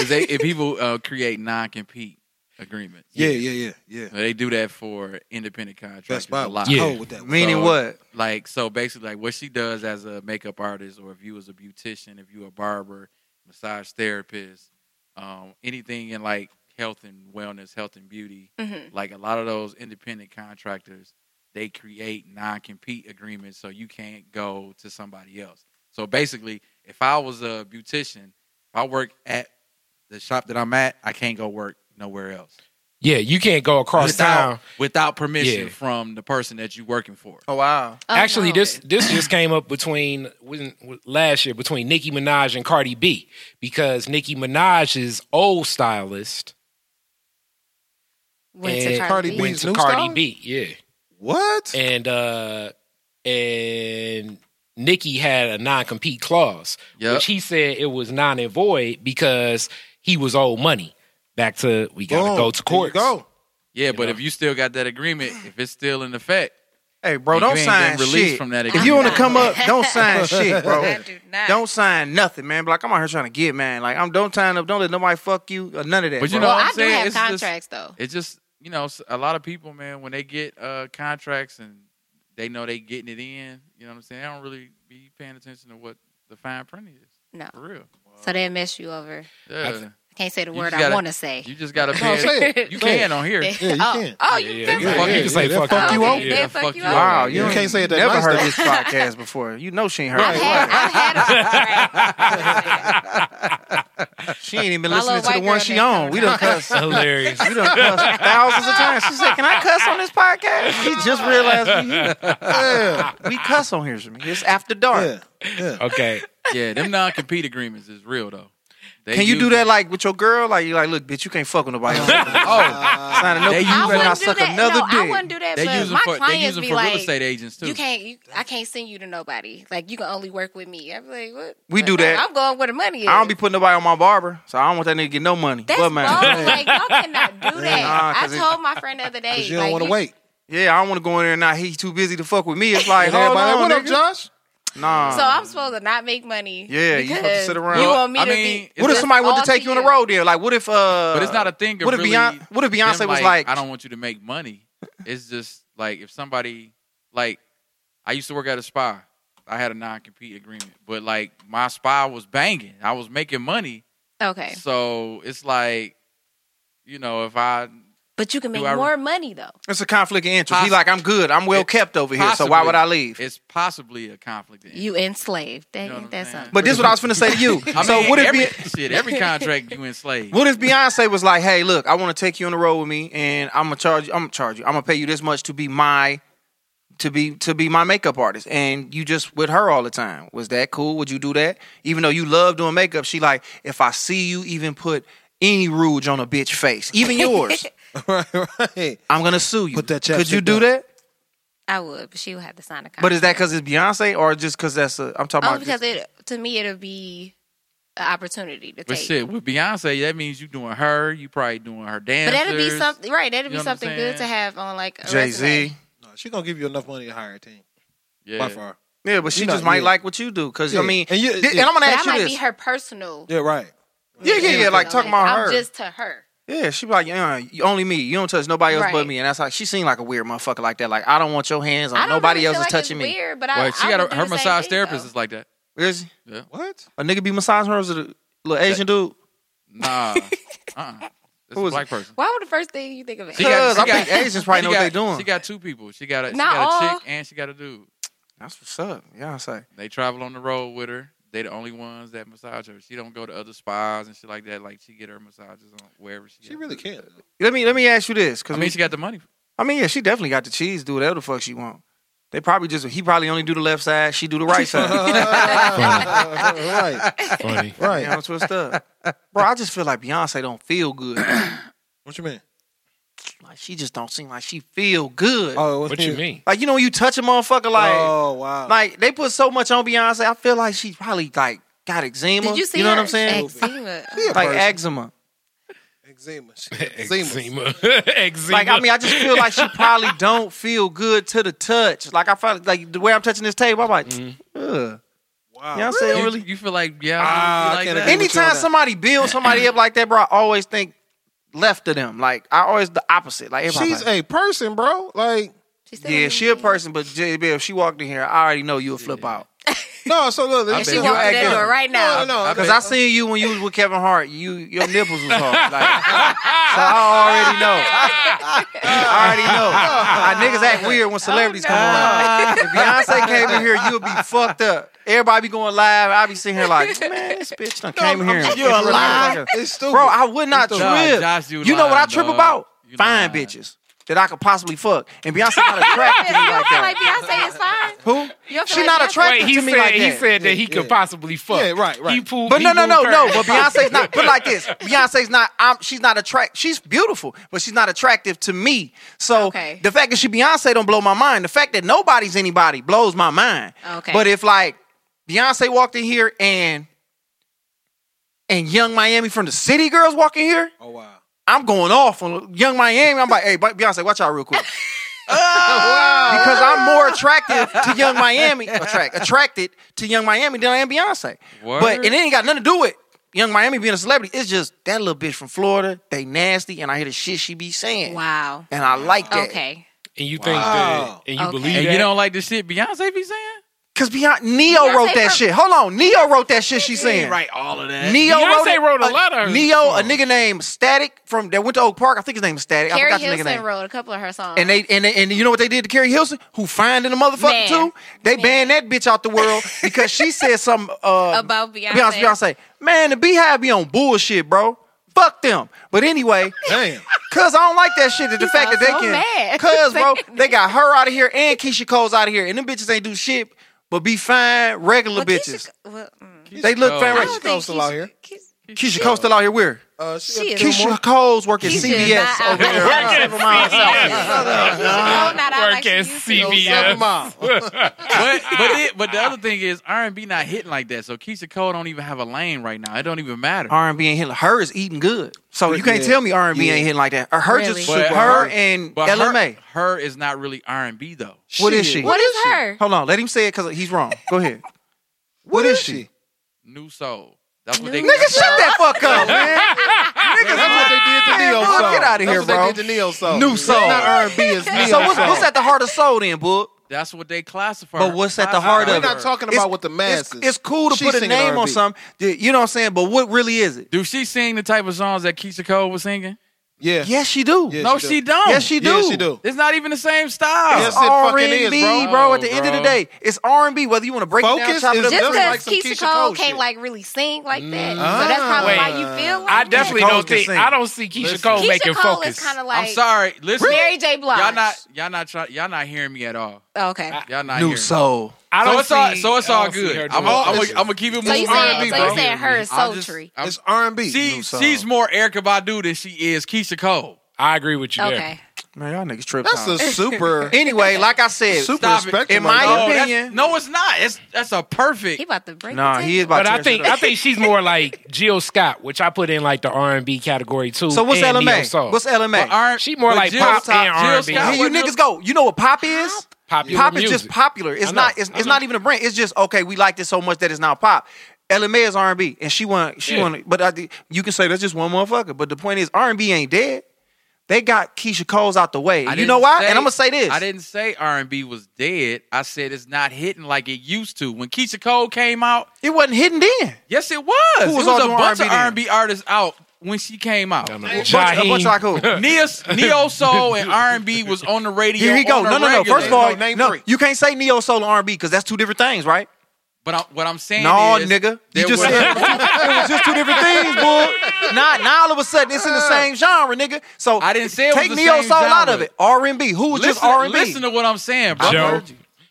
[SPEAKER 6] they if people uh, create non compete. agreements.
[SPEAKER 5] Yeah, yeah, yeah, yeah.
[SPEAKER 6] They do that for independent contractors
[SPEAKER 5] Best Buy
[SPEAKER 6] a lot.
[SPEAKER 5] was
[SPEAKER 4] Yeah.
[SPEAKER 5] cold with that. one.
[SPEAKER 3] Meaning
[SPEAKER 6] So,
[SPEAKER 3] what?
[SPEAKER 6] Like so, basically, like what she does as a makeup artist, or if you was a beautician, if you a barber, massage therapist, um, anything in like health and wellness, health and beauty,
[SPEAKER 7] Mhm.
[SPEAKER 6] like a lot of those independent contractors, they create non-compete agreements so you can't go to somebody else. So basically, if I was a beautician, if I work at the shop that I'm at, I can't go work nowhere else
[SPEAKER 4] Yeah, you can't go across town.
[SPEAKER 6] without without permission
[SPEAKER 4] Yeah.
[SPEAKER 6] from the person that you're working for.
[SPEAKER 3] Oh wow.
[SPEAKER 7] Oh,
[SPEAKER 4] Actually,
[SPEAKER 7] no.
[SPEAKER 4] this this just came up between when, last year between Nicki Minaj and Cardi B because Nicki Minaj's old stylist
[SPEAKER 7] went
[SPEAKER 4] and
[SPEAKER 7] to
[SPEAKER 5] Cardi
[SPEAKER 7] Cardi
[SPEAKER 5] B.
[SPEAKER 7] B.
[SPEAKER 4] went
[SPEAKER 5] B's
[SPEAKER 4] to
[SPEAKER 5] new
[SPEAKER 4] Cardi
[SPEAKER 5] style?
[SPEAKER 4] B. Yeah,
[SPEAKER 5] What?
[SPEAKER 4] and uh and Nicki had a non compete clause,
[SPEAKER 6] Yep.
[SPEAKER 4] which he said it was non and void because he was owed money. Back to we gotta
[SPEAKER 5] Boom.
[SPEAKER 4] go to
[SPEAKER 5] There you
[SPEAKER 4] court.
[SPEAKER 5] Go.
[SPEAKER 6] Yeah, but
[SPEAKER 4] know?
[SPEAKER 6] if you still got that agreement, if it's still in effect,
[SPEAKER 3] Hey, bro,
[SPEAKER 6] you
[SPEAKER 3] don't
[SPEAKER 6] ain't
[SPEAKER 3] sign
[SPEAKER 6] been released
[SPEAKER 3] shit.
[SPEAKER 6] from that
[SPEAKER 3] if you want to
[SPEAKER 6] agreement.
[SPEAKER 3] come up, don't sign shit, bro.
[SPEAKER 7] I do not.
[SPEAKER 3] Don't sign nothing, man. Like I'm out here trying to get, man. Like I'm don't sign up. Don't let nobody fuck you or none of that.
[SPEAKER 6] But you
[SPEAKER 3] bro.
[SPEAKER 7] well,
[SPEAKER 6] know what I'm
[SPEAKER 7] I do
[SPEAKER 6] saying?
[SPEAKER 7] have
[SPEAKER 6] It's just-
[SPEAKER 7] contracts though.
[SPEAKER 6] it's just you know s- a lot of people, man, when they get uh, contracts and they know they getting it in, you know what I'm saying? They don't really be paying attention to what the fine print is
[SPEAKER 7] No,
[SPEAKER 6] for real.
[SPEAKER 7] so they mess you over.
[SPEAKER 6] Yeah.
[SPEAKER 4] think-
[SPEAKER 7] I can't say the
[SPEAKER 6] You
[SPEAKER 7] word
[SPEAKER 6] just gotta-
[SPEAKER 7] I want to say.
[SPEAKER 6] you just
[SPEAKER 7] *laughs*
[SPEAKER 6] gotta
[SPEAKER 5] No, say
[SPEAKER 6] pay.
[SPEAKER 5] it.
[SPEAKER 6] you
[SPEAKER 5] Say it.
[SPEAKER 6] can on here.
[SPEAKER 5] Yeah, you
[SPEAKER 7] oh,
[SPEAKER 5] can.
[SPEAKER 4] Yeah,
[SPEAKER 7] oh, you
[SPEAKER 4] yeah,
[SPEAKER 7] can
[SPEAKER 4] yeah,
[SPEAKER 7] say
[SPEAKER 6] fuck
[SPEAKER 7] it.
[SPEAKER 6] you
[SPEAKER 5] yeah,
[SPEAKER 4] say
[SPEAKER 5] yeah,
[SPEAKER 4] fuck
[SPEAKER 5] fuck
[SPEAKER 4] you.
[SPEAKER 5] you
[SPEAKER 7] Oh,
[SPEAKER 5] up.
[SPEAKER 4] *laughs*
[SPEAKER 7] okay. They fuck you up.
[SPEAKER 3] Wow, you,
[SPEAKER 5] You
[SPEAKER 3] ain't
[SPEAKER 5] can't say it that
[SPEAKER 3] Never
[SPEAKER 5] nice,
[SPEAKER 3] heard
[SPEAKER 5] though.
[SPEAKER 3] this podcast before. You know she ain't heard.
[SPEAKER 7] *laughs* I've
[SPEAKER 3] it.
[SPEAKER 7] had, I've had
[SPEAKER 3] She ain't even
[SPEAKER 7] My
[SPEAKER 3] listening
[SPEAKER 7] little
[SPEAKER 3] to the one
[SPEAKER 7] white girl
[SPEAKER 3] she
[SPEAKER 7] next
[SPEAKER 3] on. We done
[SPEAKER 7] time.
[SPEAKER 3] cussed.
[SPEAKER 7] *laughs*
[SPEAKER 4] Hilarious.
[SPEAKER 3] We done cussed thousands of times. She said, "Can I cuss on this podcast?" She just realized we,
[SPEAKER 5] Yeah,
[SPEAKER 3] we cuss on here. Jimmy. It's after dark.
[SPEAKER 5] yeah, yeah.
[SPEAKER 4] okay.
[SPEAKER 6] Yeah, them non-compete agreements is real though. They
[SPEAKER 3] Can you
[SPEAKER 6] use
[SPEAKER 3] do that like with your girl? Like you like, look, bitch, you can't fuck with nobody. else.
[SPEAKER 5] Uh,
[SPEAKER 6] Oh,
[SPEAKER 3] Signing up,
[SPEAKER 6] They
[SPEAKER 3] you
[SPEAKER 6] use-
[SPEAKER 3] better not
[SPEAKER 7] I wouldn't do
[SPEAKER 3] suck
[SPEAKER 7] that.
[SPEAKER 3] another
[SPEAKER 7] No, I
[SPEAKER 3] dick.
[SPEAKER 7] wouldn't do that.
[SPEAKER 6] they
[SPEAKER 7] but
[SPEAKER 6] use them
[SPEAKER 7] my
[SPEAKER 6] for they use
[SPEAKER 7] clients
[SPEAKER 6] them
[SPEAKER 7] be
[SPEAKER 6] for
[SPEAKER 7] like,
[SPEAKER 6] real estate agents too.
[SPEAKER 7] You can't. You, I can't send you to nobody. Like you can only work with me. I'm like, what?
[SPEAKER 3] We
[SPEAKER 7] But
[SPEAKER 3] do
[SPEAKER 7] no,
[SPEAKER 3] that.
[SPEAKER 7] I'm going where the money is.
[SPEAKER 3] I don't be putting nobody on my barber, so I don't want that nigga to get no money.
[SPEAKER 7] That's
[SPEAKER 3] but
[SPEAKER 7] wrong.
[SPEAKER 3] man,
[SPEAKER 7] Like y'all cannot
[SPEAKER 3] *laughs*
[SPEAKER 7] do
[SPEAKER 3] Nah,
[SPEAKER 7] that.
[SPEAKER 3] 'cause
[SPEAKER 7] I
[SPEAKER 3] it-
[SPEAKER 7] told my friend the other day.
[SPEAKER 5] 'Cause you
[SPEAKER 7] like,
[SPEAKER 5] don't want to wait.
[SPEAKER 3] *laughs* yeah, I don't want to go in there and now he's too busy to fuck with me. It's like,
[SPEAKER 5] And
[SPEAKER 3] hold
[SPEAKER 5] everybody,
[SPEAKER 3] on,
[SPEAKER 5] what up,
[SPEAKER 3] nigga.
[SPEAKER 5] *laughs* Josh?
[SPEAKER 3] Nah.
[SPEAKER 7] So I'm supposed to not make money.
[SPEAKER 3] Yeah, you supposed to
[SPEAKER 7] because
[SPEAKER 3] sit around.
[SPEAKER 7] You want me
[SPEAKER 6] I
[SPEAKER 7] to
[SPEAKER 6] mean,
[SPEAKER 7] be?
[SPEAKER 6] it's
[SPEAKER 3] what if
[SPEAKER 6] just
[SPEAKER 3] somebody wanted
[SPEAKER 7] all
[SPEAKER 3] to take you on the
[SPEAKER 7] you.
[SPEAKER 3] road there? Like, what if? uh
[SPEAKER 6] But it's not a thing. Of
[SPEAKER 3] What if
[SPEAKER 6] really
[SPEAKER 3] Beyonce? What if Beyonce
[SPEAKER 6] them,
[SPEAKER 3] was like?
[SPEAKER 6] I don't want you to make money. It's just like if somebody, like, I used to work at a spa. I had a non compete agreement, but like my spa was banging. I was making money,
[SPEAKER 7] Okay,
[SPEAKER 6] so it's like, you know, if I
[SPEAKER 7] but you can
[SPEAKER 6] Do
[SPEAKER 7] make
[SPEAKER 6] I-
[SPEAKER 7] more money though.
[SPEAKER 3] It's a conflict of interest. He
[SPEAKER 6] Possi-
[SPEAKER 3] like, I'm good. I'm well
[SPEAKER 6] It-
[SPEAKER 3] kept over here. So why
[SPEAKER 6] possibly.
[SPEAKER 3] would I leave?
[SPEAKER 6] it's possibly a conflict. of
[SPEAKER 7] You enslaved. That,
[SPEAKER 6] You know what I'm
[SPEAKER 7] that's
[SPEAKER 6] saying?
[SPEAKER 7] something.
[SPEAKER 3] But this is what I was finna say to you.
[SPEAKER 6] interest. *laughs* I
[SPEAKER 3] so
[SPEAKER 6] mean,
[SPEAKER 3] what if
[SPEAKER 6] every,
[SPEAKER 3] Be-
[SPEAKER 6] shit, every contract you
[SPEAKER 7] *laughs*
[SPEAKER 6] enslaved.
[SPEAKER 3] what if Beyonce was like, Hey, look, I want to take you on the road with me, and I'm gonna charge you. I'm gonna charge you. I'm gonna pay you this much to be my to be to be my makeup artist, and you just with her all the time. Was that cool? Would you do that? Even though you love doing makeup, she like, if I see you even put any rouge on a bitch face, even
[SPEAKER 7] *laughs*
[SPEAKER 3] yours,
[SPEAKER 5] right, right.
[SPEAKER 3] I'm gonna sue you.
[SPEAKER 5] Put that
[SPEAKER 3] Could you
[SPEAKER 5] chapstick
[SPEAKER 3] do
[SPEAKER 5] down.
[SPEAKER 3] that?
[SPEAKER 7] I would, but she would have to sign a contract.
[SPEAKER 3] But is that because it's Beyonce or just because that's a, I'm talking
[SPEAKER 7] Only
[SPEAKER 3] about
[SPEAKER 7] Oh, because it to me it'll be an opportunity to
[SPEAKER 6] But
[SPEAKER 7] take.
[SPEAKER 6] shit, with Beyonce, that means you doing her. You probably doing her
[SPEAKER 7] But
[SPEAKER 6] dancers.
[SPEAKER 7] that'd be something, right? That'd
[SPEAKER 6] You know
[SPEAKER 7] be
[SPEAKER 6] what I'm
[SPEAKER 7] something good to
[SPEAKER 6] saying?
[SPEAKER 7] have on like a
[SPEAKER 3] Jay Z.
[SPEAKER 7] resume.
[SPEAKER 5] No, she gonna give you enough money to hire a team.
[SPEAKER 6] Yeah.
[SPEAKER 5] By far.
[SPEAKER 3] Yeah, but she
[SPEAKER 5] You know,
[SPEAKER 3] just might
[SPEAKER 5] yeah.
[SPEAKER 3] like what you do. Because,
[SPEAKER 5] Yeah.
[SPEAKER 3] I mean,
[SPEAKER 5] And you-
[SPEAKER 3] thi- and
[SPEAKER 5] yeah.
[SPEAKER 3] I'm going to
[SPEAKER 7] That
[SPEAKER 3] ask you
[SPEAKER 7] might be
[SPEAKER 3] this.
[SPEAKER 7] her personal.
[SPEAKER 5] Yeah, right.
[SPEAKER 3] Yeah, yeah, yeah. Like,
[SPEAKER 7] you know,
[SPEAKER 3] talking about her.
[SPEAKER 7] I'm just to her.
[SPEAKER 3] yeah, she be like, yeah, you- only me. You don't touch nobody else but
[SPEAKER 7] Right.
[SPEAKER 3] me. And that's how she seemed like a weird motherfucker like that. Like, I don't want your hands
[SPEAKER 7] I
[SPEAKER 3] on
[SPEAKER 7] don't
[SPEAKER 3] nobody
[SPEAKER 7] really
[SPEAKER 3] else
[SPEAKER 7] feel
[SPEAKER 3] is
[SPEAKER 7] like
[SPEAKER 3] touching
[SPEAKER 7] it's
[SPEAKER 3] me.
[SPEAKER 7] Weird, but I,
[SPEAKER 6] Well, she
[SPEAKER 7] I
[SPEAKER 6] got
[SPEAKER 7] would
[SPEAKER 6] her,
[SPEAKER 7] do
[SPEAKER 6] her
[SPEAKER 7] the same
[SPEAKER 6] massage
[SPEAKER 7] thing,
[SPEAKER 6] therapist
[SPEAKER 7] though.
[SPEAKER 6] is like that.
[SPEAKER 3] Is
[SPEAKER 6] Yeah.
[SPEAKER 5] What?
[SPEAKER 3] a nigga be massaging her as a little Asian dude?
[SPEAKER 7] *laughs*
[SPEAKER 6] Nah. uh-uh. That's
[SPEAKER 3] Who
[SPEAKER 6] a
[SPEAKER 3] is
[SPEAKER 6] black
[SPEAKER 3] it?
[SPEAKER 6] person.
[SPEAKER 7] Why would the first thing you think of it?
[SPEAKER 6] She
[SPEAKER 3] Because
[SPEAKER 6] got-
[SPEAKER 7] *laughs*
[SPEAKER 6] she
[SPEAKER 3] I
[SPEAKER 6] got-
[SPEAKER 3] think Asians probably
[SPEAKER 6] She
[SPEAKER 3] know
[SPEAKER 6] got,
[SPEAKER 3] what they doing.
[SPEAKER 6] She got two people. She got a, she
[SPEAKER 7] Not
[SPEAKER 6] got a
[SPEAKER 7] all.
[SPEAKER 6] chick and she got a dude.
[SPEAKER 3] that's what's up. Yeah, I say.
[SPEAKER 6] They travel on the road with her. They the only ones that massage her. She don't go to other spas and shit like that. Like she get her massages on wherever she.
[SPEAKER 5] She
[SPEAKER 6] at.
[SPEAKER 5] really can. though.
[SPEAKER 3] Let me let me ask you this,
[SPEAKER 6] I
[SPEAKER 3] because
[SPEAKER 6] mean, she got the money.
[SPEAKER 3] I mean, yeah, she definitely got the cheese. Do whatever the fuck she want. They probably just he probably only do the left side. She do the right side.
[SPEAKER 5] right,
[SPEAKER 7] *laughs*
[SPEAKER 4] Funny.
[SPEAKER 3] you know,
[SPEAKER 5] right.
[SPEAKER 3] twist up, bro. I just feel like Beyonce don't feel good. *clears throat*
[SPEAKER 5] What you mean?
[SPEAKER 3] Like she just don't seem like she feel good.
[SPEAKER 5] Oh,
[SPEAKER 4] What you mean?
[SPEAKER 3] Like you know, when you touch a motherfucker, like
[SPEAKER 5] oh wow.
[SPEAKER 3] like they put so much on Beyonce. I feel like she probably like got eczema.
[SPEAKER 7] Did you see
[SPEAKER 3] know
[SPEAKER 7] her?
[SPEAKER 3] what I'm saying?
[SPEAKER 7] Eczema.
[SPEAKER 5] She a
[SPEAKER 3] like
[SPEAKER 5] person.
[SPEAKER 3] eczema.
[SPEAKER 5] eczema. She
[SPEAKER 3] *laughs*
[SPEAKER 5] got Eczema.
[SPEAKER 4] Eczema. *laughs* Eczema.
[SPEAKER 3] Like I mean, I just feel like she probably don't feel good to the touch. Like I felt like the way I'm touching this table, I'm like,
[SPEAKER 5] Mm-hmm.
[SPEAKER 3] ugh.
[SPEAKER 5] Wow.
[SPEAKER 3] Beyonce
[SPEAKER 6] You,
[SPEAKER 3] don't really.
[SPEAKER 6] you feel like yeah.
[SPEAKER 5] Ah,
[SPEAKER 6] you
[SPEAKER 5] I
[SPEAKER 6] like
[SPEAKER 5] can't
[SPEAKER 6] that?
[SPEAKER 5] agree with
[SPEAKER 3] Anytime
[SPEAKER 5] you on that.
[SPEAKER 3] somebody builds somebody up like that, bro, I always think left of them. Like I always the opposite. Like everybody
[SPEAKER 5] She's
[SPEAKER 3] like,
[SPEAKER 5] a person, bro. Like
[SPEAKER 7] She said
[SPEAKER 3] yeah,
[SPEAKER 7] it
[SPEAKER 3] she a
[SPEAKER 7] was-
[SPEAKER 3] person, but JB, if she walked in here, I already know you'll flip out.
[SPEAKER 5] no. So look,
[SPEAKER 7] And
[SPEAKER 5] this
[SPEAKER 7] she
[SPEAKER 5] is
[SPEAKER 3] bet.
[SPEAKER 7] walked
[SPEAKER 5] how
[SPEAKER 7] in
[SPEAKER 5] I
[SPEAKER 7] that
[SPEAKER 5] go.
[SPEAKER 7] door right now.
[SPEAKER 5] No, no, no.
[SPEAKER 3] Cause
[SPEAKER 5] I
[SPEAKER 3] I seen you when you was with Kevin Hart. You your nipples was hard. Like, *laughs* so I already know. I already know. Our niggas act weird when celebrities
[SPEAKER 7] Oh,
[SPEAKER 3] come around. If Beyonce came in here, you'll be fucked up. Everybody be going live. I be sitting here like, man, this bitch done came in here. and-
[SPEAKER 5] You're alive. It's stupid,
[SPEAKER 3] Bro, I would not
[SPEAKER 5] It's
[SPEAKER 3] trip.
[SPEAKER 5] the-
[SPEAKER 6] Nah, Josh,
[SPEAKER 3] you
[SPEAKER 6] you
[SPEAKER 3] know what I
[SPEAKER 6] lying,
[SPEAKER 3] trip
[SPEAKER 6] dog.
[SPEAKER 3] about?
[SPEAKER 6] You
[SPEAKER 3] Fine
[SPEAKER 6] lying.
[SPEAKER 3] bitches that I could possibly fuck. And Beyonce not attracted to me
[SPEAKER 7] *laughs* You don't
[SPEAKER 3] like
[SPEAKER 7] feel like
[SPEAKER 3] that.
[SPEAKER 7] Beyonce is fine?
[SPEAKER 3] Who?
[SPEAKER 7] You don't feel
[SPEAKER 3] She
[SPEAKER 7] like
[SPEAKER 3] not
[SPEAKER 7] Beyonce-
[SPEAKER 3] attracted
[SPEAKER 4] Wait, he
[SPEAKER 3] to
[SPEAKER 4] said
[SPEAKER 3] me like
[SPEAKER 4] he
[SPEAKER 3] that.
[SPEAKER 4] said that he could
[SPEAKER 5] yeah.
[SPEAKER 4] possibly fuck.
[SPEAKER 5] Yeah, right,
[SPEAKER 4] He
[SPEAKER 5] right.
[SPEAKER 4] pulled,
[SPEAKER 3] But
[SPEAKER 4] he
[SPEAKER 3] no, no, no,
[SPEAKER 4] moved
[SPEAKER 3] no.
[SPEAKER 4] her.
[SPEAKER 3] But Beyonce's not. Put it like
[SPEAKER 7] *laughs*
[SPEAKER 3] this: Beyonce's not. I'm, she's not attract. She's beautiful, but she's not attractive to me. So
[SPEAKER 7] Okay.
[SPEAKER 3] the fact that she Beyonce don't blow my mind. The fact that nobody's anybody blows my mind.
[SPEAKER 7] Okay.
[SPEAKER 3] But if like Beyonce walked in here and and Young Miami from the City Girls walk in here,
[SPEAKER 5] Oh wow.
[SPEAKER 3] I'm going off on Young Miami. I'm like, hey, Beyonce, watch out real
[SPEAKER 7] *laughs*
[SPEAKER 3] quick. *laughs* Because I'm more attractive to Young
[SPEAKER 7] *laughs*
[SPEAKER 3] Miami, attract, attracted to Young Miami than I am Beyonce.
[SPEAKER 6] Word.
[SPEAKER 3] But it ain't got nothing to do with Young Miami being a celebrity. It's just that little bitch from Florida. They nasty, and I hear the shit she be saying.
[SPEAKER 7] Wow.
[SPEAKER 3] And I like that.
[SPEAKER 7] Okay.
[SPEAKER 4] And you think
[SPEAKER 5] Wow.
[SPEAKER 4] that, and you
[SPEAKER 7] Okay.
[SPEAKER 4] believe
[SPEAKER 6] And
[SPEAKER 4] that.
[SPEAKER 6] you don't like the shit Beyonce
[SPEAKER 5] *laughs*
[SPEAKER 6] be saying?
[SPEAKER 3] Cause Beyonce, Neo
[SPEAKER 7] Beyonce
[SPEAKER 3] wrote that
[SPEAKER 7] from-
[SPEAKER 3] shit. Hold on, Neo wrote that shit. She
[SPEAKER 6] They
[SPEAKER 3] saying.
[SPEAKER 6] ain't write all of that.
[SPEAKER 3] Neo
[SPEAKER 4] Beyonce
[SPEAKER 3] wrote, it. Uh,
[SPEAKER 4] wrote a lot of her
[SPEAKER 3] Neo, a
[SPEAKER 4] songs.
[SPEAKER 3] nigga named Static from that went to Oak Park. I think his name is Static. I
[SPEAKER 7] Carrie
[SPEAKER 3] forgot the nigga name.
[SPEAKER 7] Hilson wrote a couple of her songs.
[SPEAKER 3] And they and they, and you know what they did to Carrie Hilson, who fined in the motherfucker
[SPEAKER 7] Man.
[SPEAKER 3] too. They banned that bitch out the
[SPEAKER 7] *laughs*
[SPEAKER 3] world because she said something uh,
[SPEAKER 7] About Beyonce.
[SPEAKER 3] Beyonce. Beyonce, man, the Beehive be on bullshit, bro. Fuck them. But anyway,
[SPEAKER 5] Damn.
[SPEAKER 3] cause I don't like that shit. That the
[SPEAKER 7] He
[SPEAKER 3] fact that
[SPEAKER 7] sounds
[SPEAKER 3] they can,
[SPEAKER 7] so mad. *laughs*
[SPEAKER 3] cause bro, they got her out of here and Keisha Cole's out of here, and them bitches ain't do shit but be fine regular
[SPEAKER 7] Well,
[SPEAKER 3] bitches.
[SPEAKER 7] Keisha, well, mm,
[SPEAKER 3] They look
[SPEAKER 6] Cole.
[SPEAKER 3] fine.
[SPEAKER 7] I
[SPEAKER 3] regular.
[SPEAKER 7] don't
[SPEAKER 5] Keisha Cole's
[SPEAKER 7] think
[SPEAKER 5] still out here.
[SPEAKER 7] Keisha-
[SPEAKER 3] Keisha Cole still out here. Where?
[SPEAKER 5] Uh,
[SPEAKER 7] She is-
[SPEAKER 5] Keisha.
[SPEAKER 3] Keisha Cole's work at
[SPEAKER 7] Keisha is
[SPEAKER 3] CVS
[SPEAKER 7] not
[SPEAKER 3] over
[SPEAKER 7] out
[SPEAKER 3] there.
[SPEAKER 7] here.
[SPEAKER 3] uh, several miles south.
[SPEAKER 7] Keisha Cole not out like
[SPEAKER 4] Work
[SPEAKER 7] she
[SPEAKER 4] at
[SPEAKER 7] used to.
[SPEAKER 4] CVS.
[SPEAKER 6] but but it, but the other thing is R and B not hitting like that. So Keisha Cole don't even have a lane right now. It don't even matter.
[SPEAKER 3] R&B ain't hitting. Her is eating good. So you can't
[SPEAKER 5] Yeah.
[SPEAKER 3] tell me R&B
[SPEAKER 5] Yeah.
[SPEAKER 3] ain't hitting like that. Or Her
[SPEAKER 7] Really?
[SPEAKER 3] just
[SPEAKER 7] But
[SPEAKER 3] her and
[SPEAKER 6] but her-
[SPEAKER 3] LMA.
[SPEAKER 6] Her, is not really R and B though.
[SPEAKER 3] What is she?
[SPEAKER 7] What is her?
[SPEAKER 3] Hold on, let him say it because he's wrong. Go
[SPEAKER 7] *laughs*
[SPEAKER 3] ahead.
[SPEAKER 5] What is she?
[SPEAKER 6] New soul. That's what they.
[SPEAKER 3] Nigga, shut that fuck up,
[SPEAKER 7] *laughs*
[SPEAKER 3] man.
[SPEAKER 5] That's what they did to Neo
[SPEAKER 3] Man, bro,
[SPEAKER 5] Soul.
[SPEAKER 3] get outta
[SPEAKER 5] That's
[SPEAKER 3] here,
[SPEAKER 5] what
[SPEAKER 3] bro.
[SPEAKER 5] They did to Neo Soul.
[SPEAKER 3] New
[SPEAKER 5] It's
[SPEAKER 3] Soul.
[SPEAKER 5] not R&B. It's Neo
[SPEAKER 3] so what's, what's
[SPEAKER 5] Soul.
[SPEAKER 3] at the heart of soul then, book?
[SPEAKER 6] That's what they classify.
[SPEAKER 3] But what's at the heart
[SPEAKER 5] We're
[SPEAKER 3] of
[SPEAKER 5] not
[SPEAKER 3] it?
[SPEAKER 5] talking
[SPEAKER 3] It's-
[SPEAKER 5] about what the
[SPEAKER 3] It's,
[SPEAKER 5] masses.
[SPEAKER 3] it's cool to
[SPEAKER 5] She
[SPEAKER 3] put a
[SPEAKER 5] singing
[SPEAKER 3] name on
[SPEAKER 5] R&B.
[SPEAKER 3] something. You know what I'm saying? But what really is it?
[SPEAKER 6] Do she sing the type of songs that Keisha Cole was singing?
[SPEAKER 5] Yeah.
[SPEAKER 3] Yes, she do.
[SPEAKER 5] Yeah,
[SPEAKER 6] no,
[SPEAKER 5] she
[SPEAKER 6] she,
[SPEAKER 5] do.
[SPEAKER 6] don't.
[SPEAKER 3] Yes, she do.
[SPEAKER 5] Yeah, she do.
[SPEAKER 6] It's not even the same style.
[SPEAKER 5] Yes, it
[SPEAKER 3] R
[SPEAKER 5] fucking
[SPEAKER 3] and
[SPEAKER 5] is,
[SPEAKER 3] B,
[SPEAKER 5] bro.
[SPEAKER 3] bro. At the end of the
[SPEAKER 6] Oh, bro.
[SPEAKER 3] day, it's R and B. Whether you want to break
[SPEAKER 5] Focus
[SPEAKER 3] it down, chop it
[SPEAKER 5] is
[SPEAKER 3] up,
[SPEAKER 7] Just
[SPEAKER 5] That's
[SPEAKER 7] because
[SPEAKER 5] like some
[SPEAKER 7] Keisha,
[SPEAKER 5] Keisha
[SPEAKER 7] Cole,
[SPEAKER 5] Cole
[SPEAKER 7] can't
[SPEAKER 5] shit.
[SPEAKER 7] like really sing like that, so that's
[SPEAKER 3] Mm.
[SPEAKER 7] probably
[SPEAKER 4] Wait.
[SPEAKER 7] why
[SPEAKER 6] Uh,
[SPEAKER 7] you feel like
[SPEAKER 4] I
[SPEAKER 7] that.
[SPEAKER 4] definitely
[SPEAKER 3] Cole's
[SPEAKER 4] don't
[SPEAKER 3] can
[SPEAKER 4] think
[SPEAKER 3] sing.
[SPEAKER 4] I don't see Keisha
[SPEAKER 6] Listen.
[SPEAKER 4] Cole
[SPEAKER 7] Keisha
[SPEAKER 4] making
[SPEAKER 7] Cole
[SPEAKER 4] focus.
[SPEAKER 7] is kind of like
[SPEAKER 6] I'm sorry. Listen,
[SPEAKER 7] Mary J. Blige. Oh,
[SPEAKER 6] y'all not y'all not try, y'all not hearing me at all.
[SPEAKER 7] okay.
[SPEAKER 6] Y'all not
[SPEAKER 3] new
[SPEAKER 6] hearing
[SPEAKER 3] soul.
[SPEAKER 4] I
[SPEAKER 6] Me.
[SPEAKER 4] don't
[SPEAKER 6] So it's all
[SPEAKER 4] see-
[SPEAKER 6] so it's
[SPEAKER 4] I
[SPEAKER 6] all
[SPEAKER 4] don't see her
[SPEAKER 6] good.
[SPEAKER 4] doing
[SPEAKER 6] I'm gonna
[SPEAKER 4] focus.
[SPEAKER 6] I'm gonna keep it
[SPEAKER 7] so
[SPEAKER 6] moving.
[SPEAKER 7] you
[SPEAKER 6] R&B,
[SPEAKER 7] saying so you
[SPEAKER 6] bro.
[SPEAKER 7] saying her is
[SPEAKER 6] I just-
[SPEAKER 7] sultry?
[SPEAKER 6] I'm-
[SPEAKER 5] It's R&B.
[SPEAKER 6] She,
[SPEAKER 3] song.
[SPEAKER 6] she's more Erica Badu than she is Keisha Cole.
[SPEAKER 4] I agree with you there.
[SPEAKER 7] Okay.
[SPEAKER 3] Man, y'all niggas trip.
[SPEAKER 5] That's a
[SPEAKER 3] *laughs*
[SPEAKER 5] super. *laughs*
[SPEAKER 3] Anyway, like I said,
[SPEAKER 5] Super
[SPEAKER 6] Stop it.
[SPEAKER 5] spectrum.
[SPEAKER 3] In my Oh,
[SPEAKER 5] right there.
[SPEAKER 6] No, that's-
[SPEAKER 3] opinion-
[SPEAKER 6] no, it's not. It's that's a perfect.
[SPEAKER 7] He about to break.
[SPEAKER 3] Nah,
[SPEAKER 7] the
[SPEAKER 3] he is
[SPEAKER 7] table.
[SPEAKER 3] about
[SPEAKER 4] But
[SPEAKER 3] to.
[SPEAKER 4] I think I think she's more like Jill Scott, which I put in like the R and B category too.
[SPEAKER 3] so. What's
[SPEAKER 4] and
[SPEAKER 3] LMA?
[SPEAKER 4] Neo Soul.
[SPEAKER 3] What's LMA?
[SPEAKER 6] But R-
[SPEAKER 4] She more
[SPEAKER 6] but
[SPEAKER 4] like
[SPEAKER 6] Jill
[SPEAKER 4] pop
[SPEAKER 6] Scott-
[SPEAKER 4] and R and
[SPEAKER 6] Jill
[SPEAKER 3] Here
[SPEAKER 6] Scott
[SPEAKER 4] B.
[SPEAKER 3] you
[SPEAKER 6] wasn't
[SPEAKER 3] niggas go. You know what pop is?
[SPEAKER 4] Popular
[SPEAKER 3] pop is
[SPEAKER 4] music.
[SPEAKER 3] just popular. It's
[SPEAKER 4] I know,
[SPEAKER 3] not. It's,
[SPEAKER 4] I
[SPEAKER 3] it's
[SPEAKER 4] know.
[SPEAKER 3] not even a brand. It's just okay. We like this so much that it's now pop. LMA is R and B, and she won. She
[SPEAKER 4] Yeah.
[SPEAKER 3] won. But I, think- you can say that's just one motherfucker. But the point is, R and B ain't dead. They got Keisha Cole's out the way.
[SPEAKER 6] I
[SPEAKER 3] You
[SPEAKER 6] didn't
[SPEAKER 3] know why?
[SPEAKER 6] say-
[SPEAKER 3] and I'm gonna say this.
[SPEAKER 6] I didn't say R and B was dead. I said it's not hitting like it used to. When Keisha Cole came out,
[SPEAKER 3] It wasn't hidden then.
[SPEAKER 6] yes, it was.
[SPEAKER 3] Who was
[SPEAKER 6] it
[SPEAKER 3] all
[SPEAKER 6] was a
[SPEAKER 3] doing
[SPEAKER 6] bunch
[SPEAKER 3] R&B
[SPEAKER 6] of
[SPEAKER 3] then?
[SPEAKER 6] R and B artists out when she came out.
[SPEAKER 4] I know.
[SPEAKER 3] A bunch, a bunch like who?
[SPEAKER 6] *laughs*
[SPEAKER 4] *laughs*
[SPEAKER 6] Neo, neo soul and R and B was on the radio.
[SPEAKER 3] Here he go.
[SPEAKER 6] on the
[SPEAKER 3] No, no, no.
[SPEAKER 6] regular.
[SPEAKER 3] First of all,
[SPEAKER 5] No, name
[SPEAKER 3] no.
[SPEAKER 5] three.
[SPEAKER 3] You can't say neo soul and R and B because that's two different things, right?
[SPEAKER 6] but I, what I'm saying,
[SPEAKER 3] No,
[SPEAKER 6] is,
[SPEAKER 3] nigga. You
[SPEAKER 6] there
[SPEAKER 3] just
[SPEAKER 6] was-
[SPEAKER 3] said it was just two different things, boy. Now, now all of a sudden it's in the same genre, nigga. So
[SPEAKER 6] I didn't say it was
[SPEAKER 3] take
[SPEAKER 6] the
[SPEAKER 3] neo
[SPEAKER 6] same
[SPEAKER 3] soul out of
[SPEAKER 6] genre.
[SPEAKER 3] it. R and B. Who was
[SPEAKER 6] listen,
[SPEAKER 3] just R and
[SPEAKER 6] listen
[SPEAKER 3] B?
[SPEAKER 6] to what I'm saying, bro.
[SPEAKER 4] Joe.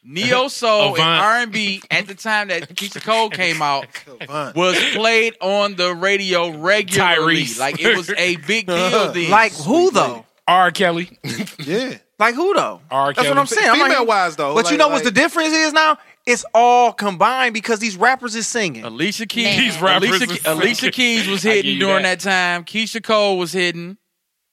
[SPEAKER 6] Neo soul and
[SPEAKER 4] Avant.
[SPEAKER 6] R and B at the time that Keisha Cole came out
[SPEAKER 4] *laughs*
[SPEAKER 5] Fun.
[SPEAKER 6] was played on the radio regularly.
[SPEAKER 4] Tyrese.
[SPEAKER 6] Like it was a big deal. Then.
[SPEAKER 3] Uh-huh. Like who though?
[SPEAKER 4] R. Kelly.
[SPEAKER 5] Yeah.
[SPEAKER 3] Like who though?
[SPEAKER 4] R.
[SPEAKER 3] That's what
[SPEAKER 4] Kelly.
[SPEAKER 3] I'm saying. I'm like-
[SPEAKER 5] Female wise, though.
[SPEAKER 3] But you
[SPEAKER 5] Like-
[SPEAKER 3] know what's the
[SPEAKER 5] like-
[SPEAKER 3] difference is now? It's all combined because these rappers is singing.
[SPEAKER 6] Alicia Keys,
[SPEAKER 7] These
[SPEAKER 4] rappers
[SPEAKER 6] Alicia,
[SPEAKER 4] is-
[SPEAKER 6] Alicia Keys was
[SPEAKER 4] I give
[SPEAKER 6] hidden
[SPEAKER 4] you
[SPEAKER 6] during
[SPEAKER 4] that.
[SPEAKER 6] that. time. Keisha Cole was hidden.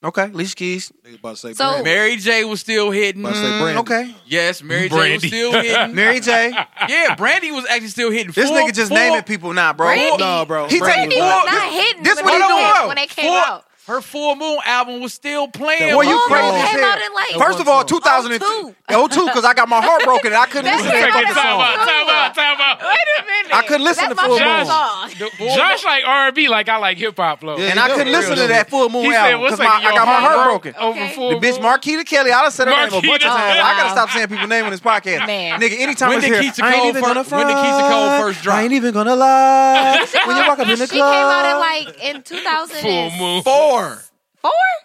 [SPEAKER 3] Okay, Alicia Keys.
[SPEAKER 5] Niggas about to say
[SPEAKER 7] So-
[SPEAKER 5] Brandy.
[SPEAKER 6] Mary J was still hidden.
[SPEAKER 5] About to say Brandy.
[SPEAKER 3] Mm, Okay,
[SPEAKER 6] Yes, Mary
[SPEAKER 4] Brandy.
[SPEAKER 6] J was still
[SPEAKER 3] *laughs*
[SPEAKER 6] hidden.
[SPEAKER 3] Mary
[SPEAKER 6] *laughs*
[SPEAKER 3] J.
[SPEAKER 6] yeah, Brandy was actually still hidden.
[SPEAKER 3] This
[SPEAKER 6] Full-
[SPEAKER 3] nigga just
[SPEAKER 6] full-
[SPEAKER 3] naming people now, bro.
[SPEAKER 7] Brandy.
[SPEAKER 5] No, bro.
[SPEAKER 3] He
[SPEAKER 5] Brandy
[SPEAKER 3] taking
[SPEAKER 7] Brandy
[SPEAKER 5] was
[SPEAKER 3] all-
[SPEAKER 7] was
[SPEAKER 3] this-
[SPEAKER 7] not hitting
[SPEAKER 3] this
[SPEAKER 7] when
[SPEAKER 3] what
[SPEAKER 7] they
[SPEAKER 3] he
[SPEAKER 7] came-
[SPEAKER 3] doing.
[SPEAKER 7] when they came
[SPEAKER 6] Full-
[SPEAKER 7] out.
[SPEAKER 6] Her Full Moon album was still playing.
[SPEAKER 3] Boy, you
[SPEAKER 7] Full
[SPEAKER 3] crazy
[SPEAKER 7] Moon
[SPEAKER 3] as
[SPEAKER 7] came
[SPEAKER 3] hell.
[SPEAKER 7] out in, like,
[SPEAKER 3] First of all,
[SPEAKER 6] 02.
[SPEAKER 3] 2002. 02, because oh, I got my heart broken and I couldn't
[SPEAKER 7] That
[SPEAKER 3] listen to
[SPEAKER 7] came
[SPEAKER 3] that
[SPEAKER 7] out
[SPEAKER 4] Time
[SPEAKER 7] in
[SPEAKER 3] fucking song.
[SPEAKER 4] out, time out, time out.
[SPEAKER 7] Wait a minute.
[SPEAKER 3] I couldn't listen
[SPEAKER 7] That's
[SPEAKER 3] to Full
[SPEAKER 7] my
[SPEAKER 4] Moon.
[SPEAKER 7] favorite song.
[SPEAKER 6] The boy-
[SPEAKER 4] Josh like R and B, like I like hip hop, flow.
[SPEAKER 5] Yeah,
[SPEAKER 3] And I couldn't listen to that full moon
[SPEAKER 4] He said,
[SPEAKER 3] album
[SPEAKER 4] "What's
[SPEAKER 3] because
[SPEAKER 4] like
[SPEAKER 3] I
[SPEAKER 4] your
[SPEAKER 3] got my heart broken.
[SPEAKER 4] over
[SPEAKER 7] Okay.
[SPEAKER 4] full
[SPEAKER 3] The bitch
[SPEAKER 4] moon?
[SPEAKER 3] Marquita Kelly, I done said her name a bunch of
[SPEAKER 4] Marquita.
[SPEAKER 3] times. I gotta stop saying people's name on this podcast.
[SPEAKER 7] Man.
[SPEAKER 3] Nigga, anytime
[SPEAKER 6] When
[SPEAKER 3] it's
[SPEAKER 6] did
[SPEAKER 3] here,
[SPEAKER 6] Keisha
[SPEAKER 3] I ain't
[SPEAKER 6] Cole
[SPEAKER 3] even
[SPEAKER 6] fir-
[SPEAKER 3] gonna
[SPEAKER 6] when did Keisha Cole
[SPEAKER 3] front.
[SPEAKER 6] first drop?
[SPEAKER 3] I ain't even gonna lie. when you walk up in the club.
[SPEAKER 7] She came out in like in 2004.
[SPEAKER 4] full moon.
[SPEAKER 6] four.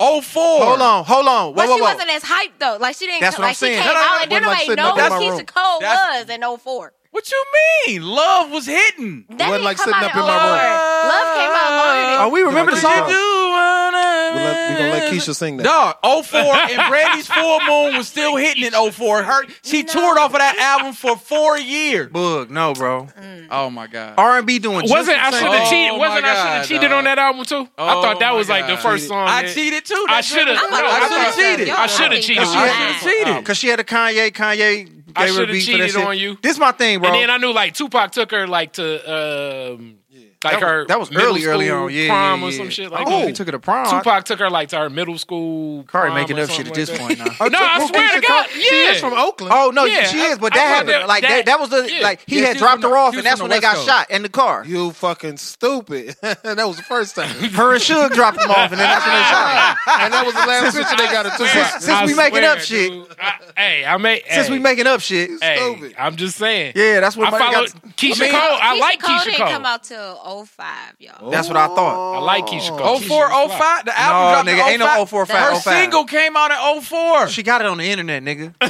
[SPEAKER 6] Oh, four.
[SPEAKER 3] Hold on, hold on. Whoa,
[SPEAKER 7] But
[SPEAKER 3] whoa,
[SPEAKER 7] she
[SPEAKER 3] whoa.
[SPEAKER 7] wasn't as hyped though. Like she didn't.
[SPEAKER 3] That's what
[SPEAKER 7] like
[SPEAKER 3] I'm saying.
[SPEAKER 7] She
[SPEAKER 3] No,
[SPEAKER 7] came
[SPEAKER 3] no, no,
[SPEAKER 7] out and then
[SPEAKER 3] wasn't sitting
[SPEAKER 7] nobody know
[SPEAKER 3] up
[SPEAKER 7] who
[SPEAKER 3] in my room.
[SPEAKER 7] Keisha Cole
[SPEAKER 6] That's-
[SPEAKER 7] was in 04.
[SPEAKER 6] What you mean? Love was hitting.
[SPEAKER 5] Wasn't
[SPEAKER 7] That didn't
[SPEAKER 5] like
[SPEAKER 7] come
[SPEAKER 5] sitting up
[SPEAKER 7] out in
[SPEAKER 5] in my
[SPEAKER 7] 04.
[SPEAKER 5] room.
[SPEAKER 7] Love came out longer than
[SPEAKER 3] Oh, we remember the
[SPEAKER 5] Did you
[SPEAKER 3] song.
[SPEAKER 5] do-
[SPEAKER 6] We're
[SPEAKER 5] We're, let, we gonna let Keisha sing that.
[SPEAKER 6] Dog, 04 and Brandy's Full Moon was still hitting in 04. Her, she toured off of that album for four years.
[SPEAKER 3] Bug, no, bro.
[SPEAKER 6] Oh my God.
[SPEAKER 3] R and B doing just
[SPEAKER 4] Wasn't
[SPEAKER 3] the
[SPEAKER 4] I
[SPEAKER 3] same
[SPEAKER 4] should have
[SPEAKER 6] Oh,
[SPEAKER 3] thing.
[SPEAKER 4] cheated? Wasn't
[SPEAKER 6] my
[SPEAKER 4] I should
[SPEAKER 6] God,
[SPEAKER 4] have cheated
[SPEAKER 6] dog.
[SPEAKER 4] on that album too? I thought that
[SPEAKER 6] Oh,
[SPEAKER 4] was
[SPEAKER 6] my
[SPEAKER 4] like the
[SPEAKER 6] God.
[SPEAKER 4] first song.
[SPEAKER 6] I
[SPEAKER 4] that-
[SPEAKER 6] cheated too.
[SPEAKER 4] I
[SPEAKER 6] That's
[SPEAKER 4] shoulda-
[SPEAKER 6] right.
[SPEAKER 4] no,
[SPEAKER 7] I
[SPEAKER 6] I
[SPEAKER 7] should've
[SPEAKER 6] shoulda cheated.
[SPEAKER 7] cheated.
[SPEAKER 4] I should have cheated.
[SPEAKER 3] Cause she, had, uh,
[SPEAKER 6] I shoulda cheated.
[SPEAKER 3] Cause she had a Kanye, Kanye gave
[SPEAKER 4] I
[SPEAKER 3] her a
[SPEAKER 4] shoulda
[SPEAKER 3] beat for that
[SPEAKER 4] cheated
[SPEAKER 3] shit.
[SPEAKER 4] on you.
[SPEAKER 3] This my thing, bro.
[SPEAKER 4] And then I knew like Tupac took her like to um like
[SPEAKER 3] That was-
[SPEAKER 4] her
[SPEAKER 3] that was
[SPEAKER 4] middle
[SPEAKER 3] early, early
[SPEAKER 4] school
[SPEAKER 3] on. Yeah,
[SPEAKER 4] prom
[SPEAKER 3] yeah,
[SPEAKER 4] or
[SPEAKER 3] yeah.
[SPEAKER 4] some shit like
[SPEAKER 3] I don't know if
[SPEAKER 4] that.
[SPEAKER 3] he took her to prom.
[SPEAKER 4] Tupac took her like to her middle school.
[SPEAKER 3] Cardi
[SPEAKER 4] prom
[SPEAKER 3] making
[SPEAKER 4] or
[SPEAKER 3] up shit at
[SPEAKER 4] something like
[SPEAKER 3] this
[SPEAKER 4] that.
[SPEAKER 3] point now.
[SPEAKER 4] No, I swear to God, yeah.
[SPEAKER 5] She's from Oakland.
[SPEAKER 3] Oh no,
[SPEAKER 4] Yeah,
[SPEAKER 3] she is, but
[SPEAKER 4] I-
[SPEAKER 3] that
[SPEAKER 4] I thought
[SPEAKER 3] happened.
[SPEAKER 4] that-
[SPEAKER 3] like that,
[SPEAKER 4] that-
[SPEAKER 3] that was the
[SPEAKER 4] yeah.
[SPEAKER 3] like he
[SPEAKER 6] Yeah,
[SPEAKER 3] had
[SPEAKER 6] she
[SPEAKER 3] dropped
[SPEAKER 6] was from
[SPEAKER 3] her
[SPEAKER 6] the-
[SPEAKER 3] off, and
[SPEAKER 6] she was
[SPEAKER 3] that's
[SPEAKER 6] from
[SPEAKER 3] when they
[SPEAKER 6] the
[SPEAKER 3] got
[SPEAKER 6] West Coast.
[SPEAKER 3] shot in the car.
[SPEAKER 5] You fucking stupid. *laughs* that was the first
[SPEAKER 3] *laughs*
[SPEAKER 5] time. *laughs*
[SPEAKER 3] Her and Suge dropped them off, and then that's when they shot. her. And that was the last picture they got.
[SPEAKER 5] of
[SPEAKER 3] Since-
[SPEAKER 5] Tupac.
[SPEAKER 3] since we making up shit.
[SPEAKER 4] dude, I, hey, I make
[SPEAKER 3] Since
[SPEAKER 4] hey,
[SPEAKER 3] we making up shit,
[SPEAKER 4] hey,
[SPEAKER 5] stupid.
[SPEAKER 4] I'm just saying.
[SPEAKER 3] yeah, that's what
[SPEAKER 4] I
[SPEAKER 3] my got.
[SPEAKER 4] followed Keisha Cole. Oh, I like Keisha
[SPEAKER 7] didn't come
[SPEAKER 4] Cole.
[SPEAKER 7] out till 05,
[SPEAKER 5] Oh,
[SPEAKER 7] y'all.
[SPEAKER 3] That's what I thought.
[SPEAKER 4] I like Keisha
[SPEAKER 3] Oh,
[SPEAKER 4] Cole.
[SPEAKER 6] 04, 05. The album
[SPEAKER 3] No,
[SPEAKER 6] dropped
[SPEAKER 3] nigga,
[SPEAKER 6] in
[SPEAKER 3] ain't no
[SPEAKER 6] 05.
[SPEAKER 3] 04,
[SPEAKER 6] Her
[SPEAKER 3] 05.
[SPEAKER 6] single came out in 04.
[SPEAKER 3] She got it on the internet, nigga. *laughs*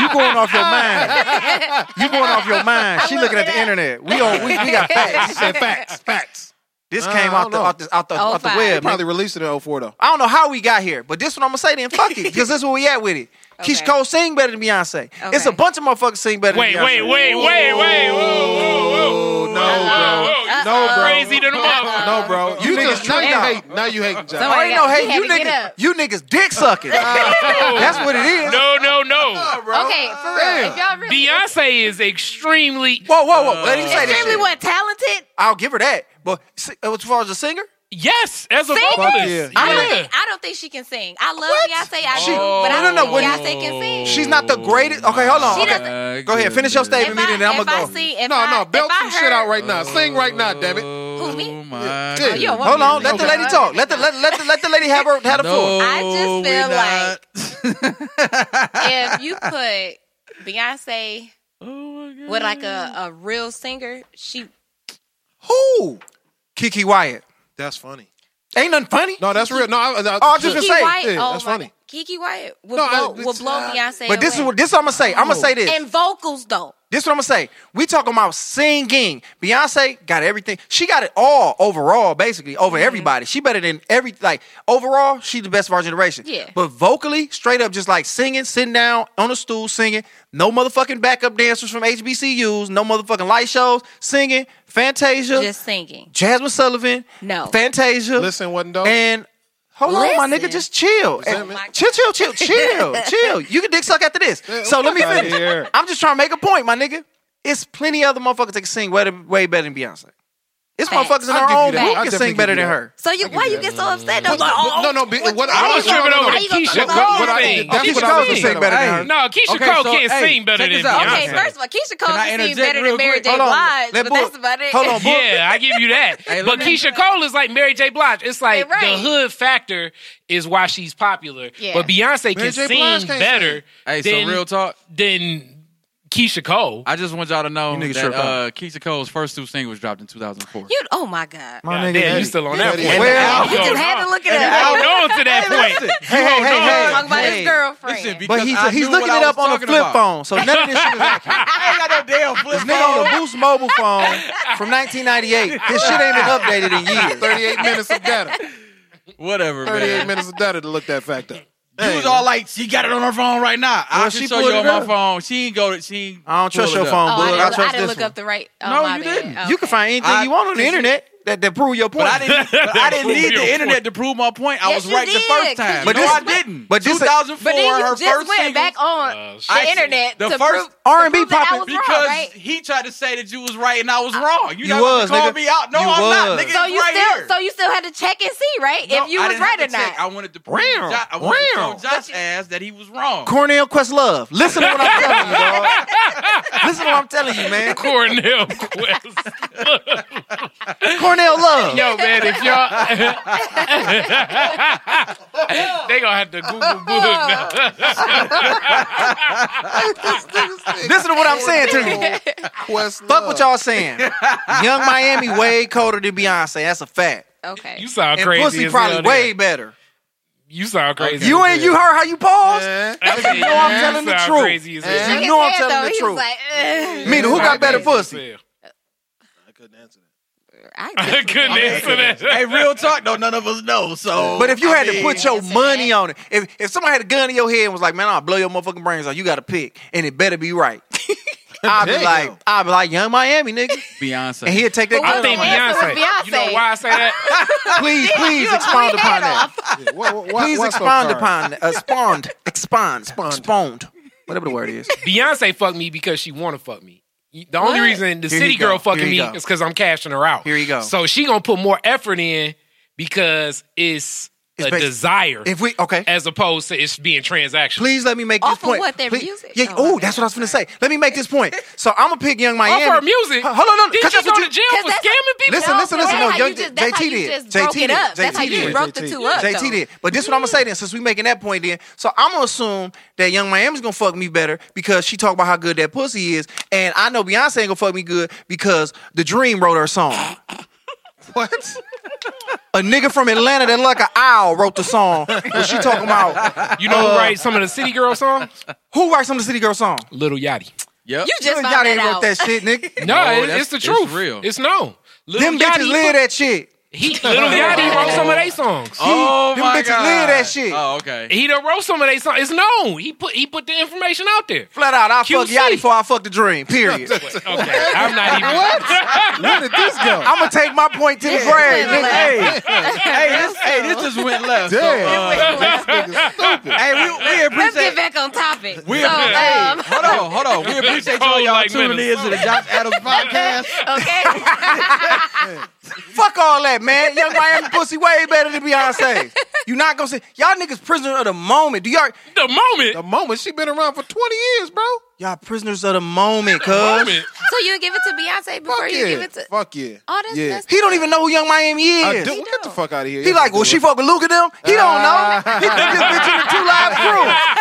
[SPEAKER 3] you going off your mind? You going off your mind? She looking at the internet. We on. We, we got facts.
[SPEAKER 5] said facts, facts.
[SPEAKER 3] This
[SPEAKER 5] Uh,
[SPEAKER 3] came
[SPEAKER 5] I
[SPEAKER 3] out
[SPEAKER 5] don't
[SPEAKER 3] the
[SPEAKER 5] know.
[SPEAKER 3] out the out the, out the
[SPEAKER 7] Oh,
[SPEAKER 3] web.
[SPEAKER 7] five.
[SPEAKER 3] nigga.
[SPEAKER 5] Probably released it in 04 though.
[SPEAKER 3] I don't know how we got here, but this what I'm gonna say. Then fuck
[SPEAKER 7] *laughs*
[SPEAKER 3] it, because this is where we at with it. Keisha
[SPEAKER 7] Okay.
[SPEAKER 3] Cole sing better than Beyonce. It's a
[SPEAKER 7] Okay.
[SPEAKER 3] bunch of motherfuckers sing better.
[SPEAKER 4] Wait,
[SPEAKER 3] than
[SPEAKER 4] wait,
[SPEAKER 3] Beyonce.
[SPEAKER 4] wait, wait, wait. Whoa, whoa, whoa, whoa.
[SPEAKER 5] no,
[SPEAKER 4] Whoa,
[SPEAKER 5] bro.
[SPEAKER 4] whoa, you
[SPEAKER 5] Oh, No, bro.
[SPEAKER 4] Crazy to the mother.
[SPEAKER 5] No, bro. You,
[SPEAKER 3] You
[SPEAKER 5] niggas
[SPEAKER 3] just
[SPEAKER 5] now you
[SPEAKER 3] tricked
[SPEAKER 5] hate. Now you hating Josh.
[SPEAKER 7] Somebody-
[SPEAKER 3] I ain't no
[SPEAKER 7] Oh He
[SPEAKER 3] hate.
[SPEAKER 7] had
[SPEAKER 3] You
[SPEAKER 7] to get
[SPEAKER 3] niggas,
[SPEAKER 7] up. Oh.
[SPEAKER 3] you niggas dick
[SPEAKER 7] *laughs*
[SPEAKER 3] sucking. That's what it is.
[SPEAKER 4] No,
[SPEAKER 3] *laughs*
[SPEAKER 4] no, no.
[SPEAKER 7] Okay, for real. If y'all really
[SPEAKER 4] Beyonce is extremely
[SPEAKER 3] Whoa, whoa, whoa. Let me say this
[SPEAKER 7] extremely
[SPEAKER 3] shit.
[SPEAKER 7] what talented,
[SPEAKER 3] I'll give her that. But si- as far as a singer,
[SPEAKER 4] yes as a
[SPEAKER 7] Sing it.
[SPEAKER 4] vocalist.
[SPEAKER 5] Fuck
[SPEAKER 7] I don't,
[SPEAKER 4] Yeah. Oh.
[SPEAKER 7] think, I don't think she can sing. I love
[SPEAKER 3] What?
[SPEAKER 7] Beyonce, I
[SPEAKER 3] She-
[SPEAKER 7] do, but
[SPEAKER 3] no,
[SPEAKER 7] I don't
[SPEAKER 3] no,
[SPEAKER 7] think
[SPEAKER 3] when-
[SPEAKER 7] Beyonce can sing.
[SPEAKER 3] she's not the greatest. Okay, hold on.
[SPEAKER 7] She
[SPEAKER 3] Okay. Go ahead, finish your
[SPEAKER 6] goodness.
[SPEAKER 3] statement,
[SPEAKER 7] if I,
[SPEAKER 3] and then I'ma
[SPEAKER 7] if I
[SPEAKER 3] go.
[SPEAKER 7] see, if
[SPEAKER 5] No,
[SPEAKER 7] I,
[SPEAKER 5] no. Belt
[SPEAKER 7] if I
[SPEAKER 5] some shit
[SPEAKER 7] heard-
[SPEAKER 5] out right now. Sing right now, damn it.
[SPEAKER 6] Who,
[SPEAKER 7] me?
[SPEAKER 4] Oh
[SPEAKER 6] My
[SPEAKER 5] Yeah.
[SPEAKER 7] you a woman.
[SPEAKER 3] Hold on. Let the
[SPEAKER 5] Okay.
[SPEAKER 3] lady talk. Let the let, let the let the lady have her have the floor.
[SPEAKER 7] I just feel
[SPEAKER 6] *laughs* feel like.
[SPEAKER 7] if you put Beyonce
[SPEAKER 6] oh my God.
[SPEAKER 7] with like a, a real singer, she
[SPEAKER 3] Who? Kiki Wyatt.
[SPEAKER 5] That's funny.
[SPEAKER 3] Ain't nothing funny.
[SPEAKER 5] No, that's real. No, I, I,
[SPEAKER 3] Oh, I just-
[SPEAKER 7] Kiki
[SPEAKER 3] say,
[SPEAKER 7] Wyatt.
[SPEAKER 5] yeah,
[SPEAKER 7] oh
[SPEAKER 5] that's
[SPEAKER 7] my
[SPEAKER 5] funny.
[SPEAKER 7] God. Kiki Wyatt will
[SPEAKER 5] No, I-
[SPEAKER 7] blow, will
[SPEAKER 5] it's-
[SPEAKER 7] blow
[SPEAKER 5] uh,
[SPEAKER 7] Beyonce.
[SPEAKER 3] But this is
[SPEAKER 7] away.
[SPEAKER 3] what this I'm gonna say. I'm gonna say this.
[SPEAKER 7] and vocals though.
[SPEAKER 3] This is what I'm gonna say. We talking about singing. Beyonce got everything. She got it all overall, basically over
[SPEAKER 7] Mm-hmm.
[SPEAKER 3] everybody. She better than every like overall. She the best of our generation.
[SPEAKER 7] Yeah.
[SPEAKER 3] But vocally, straight up, just like singing, sitting down on a stool, singing. No motherfucking backup dancers from HBCUs. No motherfucking light shows. Singing. Fantasia.
[SPEAKER 7] Just singing.
[SPEAKER 3] Jasmine Sullivan.
[SPEAKER 7] No.
[SPEAKER 3] Fantasia.
[SPEAKER 5] Listen, wasn't dope.
[SPEAKER 3] And hold on, my
[SPEAKER 7] Listen.
[SPEAKER 3] nigga, just chill.
[SPEAKER 7] Oh
[SPEAKER 3] Hey,
[SPEAKER 7] my
[SPEAKER 3] chill, chill, chill, chill, chill. You can dick suck after this. So let me
[SPEAKER 5] fuck outta
[SPEAKER 3] finish.
[SPEAKER 5] here.
[SPEAKER 3] I'm just trying to make a point, my nigga. It's plenty other motherfuckers that can sing way, way better than Beyonce. It's
[SPEAKER 7] Facts.
[SPEAKER 3] motherfuckers in
[SPEAKER 5] I'll
[SPEAKER 3] our
[SPEAKER 5] give you
[SPEAKER 3] own
[SPEAKER 5] that.
[SPEAKER 3] group
[SPEAKER 5] I'll
[SPEAKER 3] can
[SPEAKER 5] definitely
[SPEAKER 3] sing better
[SPEAKER 5] give you
[SPEAKER 3] than
[SPEAKER 5] that.
[SPEAKER 3] her.
[SPEAKER 7] So you why you get so upset though?
[SPEAKER 5] But- but- no, no, be- what I
[SPEAKER 4] I was
[SPEAKER 5] No,
[SPEAKER 4] tripping
[SPEAKER 5] no, no,
[SPEAKER 4] over
[SPEAKER 5] no.
[SPEAKER 4] the
[SPEAKER 7] How you
[SPEAKER 4] Keisha
[SPEAKER 7] gonna
[SPEAKER 5] What-
[SPEAKER 4] Cole
[SPEAKER 5] what I-
[SPEAKER 4] thing.
[SPEAKER 5] that's
[SPEAKER 3] Keisha
[SPEAKER 5] what
[SPEAKER 3] Cole
[SPEAKER 5] I
[SPEAKER 3] can
[SPEAKER 5] was
[SPEAKER 3] sing better than
[SPEAKER 6] Hey,
[SPEAKER 3] her.
[SPEAKER 4] No, Keisha
[SPEAKER 6] Okay,
[SPEAKER 4] Cole
[SPEAKER 6] so,
[SPEAKER 4] can't
[SPEAKER 6] hey,
[SPEAKER 4] sing better
[SPEAKER 6] check
[SPEAKER 4] than
[SPEAKER 6] this out.
[SPEAKER 4] Beyonce.
[SPEAKER 7] Okay, first of all, Keisha Cole
[SPEAKER 6] Can I
[SPEAKER 7] can sing
[SPEAKER 6] interject
[SPEAKER 7] better
[SPEAKER 6] real
[SPEAKER 7] than Mary
[SPEAKER 6] quick?
[SPEAKER 7] J.
[SPEAKER 3] Hold on.
[SPEAKER 7] Blige,
[SPEAKER 3] Let
[SPEAKER 7] but
[SPEAKER 3] Bull-
[SPEAKER 7] that's about it.
[SPEAKER 3] Hold on, Bull-
[SPEAKER 4] Yeah, I give you that.
[SPEAKER 6] Hey, let
[SPEAKER 4] but
[SPEAKER 6] me-
[SPEAKER 4] Keisha Cole is like Mary J. Blige. It's like
[SPEAKER 7] Yeah, right.
[SPEAKER 4] the hood factor is why she's popular.
[SPEAKER 7] Yeah.
[SPEAKER 4] But Beyonce
[SPEAKER 5] Mary
[SPEAKER 4] can
[SPEAKER 5] J.
[SPEAKER 4] sing
[SPEAKER 5] Blige can't
[SPEAKER 4] better
[SPEAKER 6] Hey, so
[SPEAKER 4] than,
[SPEAKER 6] real talk.
[SPEAKER 4] than Keisha Cole.
[SPEAKER 6] I just want y'all to know
[SPEAKER 3] You niggas
[SPEAKER 6] that
[SPEAKER 3] tripped out.
[SPEAKER 6] uh, Keisha Cole's first two singles dropped in 2004.
[SPEAKER 7] You oh my god.
[SPEAKER 3] My
[SPEAKER 4] God
[SPEAKER 3] nigga,
[SPEAKER 4] damn,
[SPEAKER 3] Eddie.
[SPEAKER 4] you still on that
[SPEAKER 5] Eddie.
[SPEAKER 4] point.
[SPEAKER 3] Well-
[SPEAKER 4] You
[SPEAKER 7] You just
[SPEAKER 4] don't
[SPEAKER 7] had
[SPEAKER 4] know.
[SPEAKER 7] to look it
[SPEAKER 4] Hold
[SPEAKER 7] up.
[SPEAKER 4] on to that point.
[SPEAKER 3] hey, hey, hey, hey,
[SPEAKER 7] Talking about
[SPEAKER 3] hey.
[SPEAKER 7] his girlfriend.
[SPEAKER 6] Listen, be-
[SPEAKER 3] But he's
[SPEAKER 6] Because I
[SPEAKER 3] he's
[SPEAKER 6] knew what
[SPEAKER 3] looking
[SPEAKER 6] I
[SPEAKER 3] it
[SPEAKER 6] was
[SPEAKER 3] up on a
[SPEAKER 6] talking
[SPEAKER 3] flip
[SPEAKER 6] about.
[SPEAKER 3] phone, so none of this shit is accurate.
[SPEAKER 6] I ain't got no damn flip
[SPEAKER 3] This nigga on a Boost mobile phone from 1998. His shit ain't been updated in
[SPEAKER 5] *laughs*
[SPEAKER 3] years.
[SPEAKER 5] 38 minutes of data.
[SPEAKER 6] Whatever,
[SPEAKER 5] 38
[SPEAKER 6] man.
[SPEAKER 5] minutes of data to look that fact up.
[SPEAKER 6] She was all like, she got it on her phone right now.
[SPEAKER 3] Well,
[SPEAKER 6] I
[SPEAKER 3] she
[SPEAKER 6] can show
[SPEAKER 3] pulled
[SPEAKER 6] you on
[SPEAKER 3] it
[SPEAKER 6] my
[SPEAKER 3] up.
[SPEAKER 6] phone. She ain't go to, she ain't
[SPEAKER 3] I don't trust
[SPEAKER 6] pull
[SPEAKER 3] your
[SPEAKER 6] it up.
[SPEAKER 3] phone,
[SPEAKER 7] Oh,
[SPEAKER 3] Bug.
[SPEAKER 7] I
[SPEAKER 3] I
[SPEAKER 7] didn't, I
[SPEAKER 3] trust
[SPEAKER 7] didn't
[SPEAKER 3] this
[SPEAKER 7] look
[SPEAKER 3] one.
[SPEAKER 7] up the right. Oh,
[SPEAKER 6] No,
[SPEAKER 7] my
[SPEAKER 6] you
[SPEAKER 7] bad.
[SPEAKER 6] didn't.
[SPEAKER 3] You can
[SPEAKER 7] Okay.
[SPEAKER 3] find anything
[SPEAKER 6] I-
[SPEAKER 3] you want on the
[SPEAKER 6] Did you-
[SPEAKER 3] internet. that, that prove your point.
[SPEAKER 6] But I didn't. But I didn't
[SPEAKER 4] Prove
[SPEAKER 6] need
[SPEAKER 4] your
[SPEAKER 6] the
[SPEAKER 4] point.
[SPEAKER 6] internet to prove my point. I
[SPEAKER 7] Yes,
[SPEAKER 6] was
[SPEAKER 7] you
[SPEAKER 6] right the
[SPEAKER 7] did,
[SPEAKER 6] first
[SPEAKER 7] 'cause
[SPEAKER 6] time.
[SPEAKER 7] you
[SPEAKER 6] But
[SPEAKER 7] just
[SPEAKER 6] no, I
[SPEAKER 7] went-
[SPEAKER 6] didn't.
[SPEAKER 3] but this-
[SPEAKER 6] 2004,
[SPEAKER 7] But then you
[SPEAKER 6] her
[SPEAKER 7] just
[SPEAKER 6] first
[SPEAKER 7] went
[SPEAKER 6] single,
[SPEAKER 7] back on
[SPEAKER 4] Uh,
[SPEAKER 7] the
[SPEAKER 6] I-
[SPEAKER 7] internet
[SPEAKER 6] the
[SPEAKER 7] to
[SPEAKER 6] first
[SPEAKER 7] prove
[SPEAKER 3] R&B
[SPEAKER 7] to prove that I
[SPEAKER 3] popping.
[SPEAKER 7] was
[SPEAKER 6] because
[SPEAKER 7] wrong, right?
[SPEAKER 6] he tried to say that you was right and I was wrong. You,
[SPEAKER 3] You
[SPEAKER 6] not about
[SPEAKER 3] was,
[SPEAKER 6] to call
[SPEAKER 3] nigga.
[SPEAKER 6] me out. No,
[SPEAKER 3] You
[SPEAKER 6] I'm not.
[SPEAKER 3] was.
[SPEAKER 6] Nigga,
[SPEAKER 7] So
[SPEAKER 6] it's
[SPEAKER 7] you
[SPEAKER 6] right
[SPEAKER 7] still
[SPEAKER 6] here.
[SPEAKER 7] so you still had to check and see, right?
[SPEAKER 6] No,
[SPEAKER 7] if you
[SPEAKER 6] I
[SPEAKER 7] was
[SPEAKER 6] didn't have
[SPEAKER 7] right or
[SPEAKER 6] to check.
[SPEAKER 7] not.
[SPEAKER 6] I wanted to prove
[SPEAKER 3] Real,
[SPEAKER 6] Josh, I wanted to
[SPEAKER 3] real.
[SPEAKER 6] show Josh ass that he was wrong.
[SPEAKER 3] Cornell Questlove. Listen to what I'm telling you, dog. Listen to what I'm telling you, man.
[SPEAKER 4] Cornell Quest.
[SPEAKER 3] Cornell Love.
[SPEAKER 4] Yo, man, if y'all *laughs* they gonna have to Google book now.
[SPEAKER 3] Listen to what I'm saying to you. Fuck what y'all saying. Young Miami way colder than Beyonce. That's a fact.
[SPEAKER 7] okay.
[SPEAKER 4] You sound
[SPEAKER 3] And
[SPEAKER 4] crazy.
[SPEAKER 3] pussy
[SPEAKER 4] as
[SPEAKER 3] probably
[SPEAKER 4] hell there.
[SPEAKER 3] way better.
[SPEAKER 4] You sound crazy.
[SPEAKER 3] You and you heard how you paused.
[SPEAKER 4] You
[SPEAKER 3] know I'm telling the
[SPEAKER 4] sound
[SPEAKER 3] truth.
[SPEAKER 4] crazy as hell.
[SPEAKER 3] You
[SPEAKER 7] Shook his
[SPEAKER 3] know I'm
[SPEAKER 7] head,
[SPEAKER 3] telling the
[SPEAKER 7] though. He
[SPEAKER 3] truth.
[SPEAKER 7] was like, "Ugh."
[SPEAKER 3] Me, who got better
[SPEAKER 4] Crazy as
[SPEAKER 3] pussy?
[SPEAKER 4] hell.
[SPEAKER 5] I couldn't answer that.
[SPEAKER 7] I
[SPEAKER 4] I couldn't answer that.
[SPEAKER 6] hey, real talk though, none of us know. So,
[SPEAKER 3] But if you
[SPEAKER 6] I
[SPEAKER 3] had to
[SPEAKER 6] mean,
[SPEAKER 3] put your money on it, if if somebody had a gun in your head and was like, "Man, I'll blow your motherfucking brains out," you got to pick, and it better be
[SPEAKER 4] *laughs*
[SPEAKER 3] right. I'd be
[SPEAKER 5] Damn.
[SPEAKER 3] like, I'd be like, "Young Miami, nigga,"
[SPEAKER 6] Beyonce,
[SPEAKER 3] and he'd take that.
[SPEAKER 7] But
[SPEAKER 4] I
[SPEAKER 3] gun.
[SPEAKER 7] what
[SPEAKER 4] think
[SPEAKER 7] the answer was
[SPEAKER 4] Beyonce. You know
[SPEAKER 7] Beyonce.
[SPEAKER 4] why I say
[SPEAKER 6] *laughs*
[SPEAKER 4] that?
[SPEAKER 3] please, please expound upon that.
[SPEAKER 5] Yeah, what, what,
[SPEAKER 3] Please
[SPEAKER 5] why so
[SPEAKER 3] expound
[SPEAKER 5] tired?
[SPEAKER 3] upon *laughs* that. Uh, spawned, expand, expound, whatever the word *laughs* is.
[SPEAKER 4] Beyonce fucked me because she want to fuck me. The only reason the
[SPEAKER 3] Here
[SPEAKER 4] city
[SPEAKER 3] you go.
[SPEAKER 4] girl fucking
[SPEAKER 3] Here
[SPEAKER 4] me
[SPEAKER 3] you go.
[SPEAKER 4] is because I'm cashing her out.
[SPEAKER 3] Here you go.
[SPEAKER 4] So she gonna put more effort in because it's,
[SPEAKER 3] It's
[SPEAKER 4] a
[SPEAKER 3] basi-
[SPEAKER 4] desire
[SPEAKER 3] If we okay,
[SPEAKER 4] as opposed to it's being transactional.
[SPEAKER 3] please let me make
[SPEAKER 7] Off
[SPEAKER 3] this
[SPEAKER 7] of
[SPEAKER 3] point.
[SPEAKER 7] what, their
[SPEAKER 3] Please-
[SPEAKER 7] music?
[SPEAKER 3] Yeah.
[SPEAKER 7] Oh, my
[SPEAKER 3] Oh, that's what I was gonna say. Let me make this
[SPEAKER 7] *laughs*
[SPEAKER 3] point. So I'm gonna pick Young
[SPEAKER 4] Off
[SPEAKER 3] Miami.
[SPEAKER 4] her music.
[SPEAKER 3] Hold on, no,
[SPEAKER 4] Did
[SPEAKER 3] because
[SPEAKER 4] she
[SPEAKER 3] that's
[SPEAKER 4] go
[SPEAKER 3] what
[SPEAKER 4] to
[SPEAKER 3] you.
[SPEAKER 4] jail for
[SPEAKER 7] Cause that's-
[SPEAKER 4] scamming people?
[SPEAKER 3] Listen, listen, listen. No,
[SPEAKER 7] That's how
[SPEAKER 3] young
[SPEAKER 7] you just- that's
[SPEAKER 3] JT
[SPEAKER 7] how you
[SPEAKER 3] did.
[SPEAKER 7] just
[SPEAKER 3] JT
[SPEAKER 7] broke it
[SPEAKER 3] did.
[SPEAKER 7] up. That's how
[SPEAKER 3] JT
[SPEAKER 7] you
[SPEAKER 3] did.
[SPEAKER 7] broke the two up,
[SPEAKER 3] JT
[SPEAKER 7] though.
[SPEAKER 3] did. But this is what I'm gonna say then, since we making that point then. So I'm gonna assume that Young Miami's gonna fuck me better because she talk about how good that pussy is, and I know Beyonce ain't gonna fuck me good because the Dream wrote her song. what? A nigga from Atlanta that like an owl wrote the *laughs* song. What she talking about?
[SPEAKER 4] You know who writes some of the city girl songs?
[SPEAKER 3] Who writes some of the City Girl song? *laughs*
[SPEAKER 4] Little Yachty.
[SPEAKER 6] yep.
[SPEAKER 7] You
[SPEAKER 3] Lil
[SPEAKER 7] just found
[SPEAKER 3] Yachty
[SPEAKER 7] that
[SPEAKER 3] ain't wrote
[SPEAKER 7] out.
[SPEAKER 3] that shit,
[SPEAKER 7] *laughs*
[SPEAKER 3] nigga.
[SPEAKER 4] No,
[SPEAKER 6] No,
[SPEAKER 4] it-
[SPEAKER 6] that's-
[SPEAKER 4] it's the
[SPEAKER 6] it's
[SPEAKER 4] truth.
[SPEAKER 6] real.
[SPEAKER 4] It's no. Little
[SPEAKER 3] Them bitches
[SPEAKER 4] Yachty
[SPEAKER 3] live that shit.
[SPEAKER 4] He, Little *laughs* Yachty wrote some of their songs.
[SPEAKER 6] oh
[SPEAKER 3] them
[SPEAKER 6] my
[SPEAKER 3] bitches
[SPEAKER 6] god,
[SPEAKER 3] live that shit.
[SPEAKER 6] Oh okay.
[SPEAKER 4] He done wrote some of their songs. It's known. He put he put the information out there.
[SPEAKER 3] Flat out, I fuck
[SPEAKER 4] QC.
[SPEAKER 3] Yachty before I fuck the Dream.
[SPEAKER 5] *laughs*
[SPEAKER 3] Period.
[SPEAKER 4] Okay, *laughs* I'm not even.
[SPEAKER 5] Where did this *laughs* go?
[SPEAKER 3] I'm gonna take my point to the grave. nigga.
[SPEAKER 7] went
[SPEAKER 6] Hey, hey, this, hey, this just went left. So,
[SPEAKER 5] Damn.
[SPEAKER 6] uh,
[SPEAKER 5] stupid.
[SPEAKER 6] hey, we, we
[SPEAKER 7] Let's get
[SPEAKER 6] appreciate.
[SPEAKER 7] back on topic.
[SPEAKER 6] We
[SPEAKER 7] so,
[SPEAKER 6] appreciate.
[SPEAKER 7] um,
[SPEAKER 6] hold on, hold on. We appreciate all y'all
[SPEAKER 4] Like
[SPEAKER 6] tuning in to the Josh Adams podcast.
[SPEAKER 7] okay.
[SPEAKER 3] Fuck all that, man. Young Miami pussy way better than Beyonce. You not gonna say y'all niggas prisoner of the moment. Do y'all
[SPEAKER 4] The moment.
[SPEAKER 5] The moment she been around for 20 years, bro.
[SPEAKER 3] y'all prisoners of the moment,
[SPEAKER 4] The
[SPEAKER 3] cuz.
[SPEAKER 4] moment.
[SPEAKER 7] So you give it to Beyonce before
[SPEAKER 5] Fuck
[SPEAKER 7] you
[SPEAKER 5] yeah.
[SPEAKER 7] give it to.
[SPEAKER 5] Fuck yeah.
[SPEAKER 7] Oh, that's-
[SPEAKER 5] yeah.
[SPEAKER 7] that's-
[SPEAKER 3] He don't even know who Young Miami
[SPEAKER 5] I
[SPEAKER 3] is.
[SPEAKER 5] do. Well, get the fuck out of here.
[SPEAKER 3] He like, well, she fuck with Luke and them. He don't know. He think this bitch in the two live crew.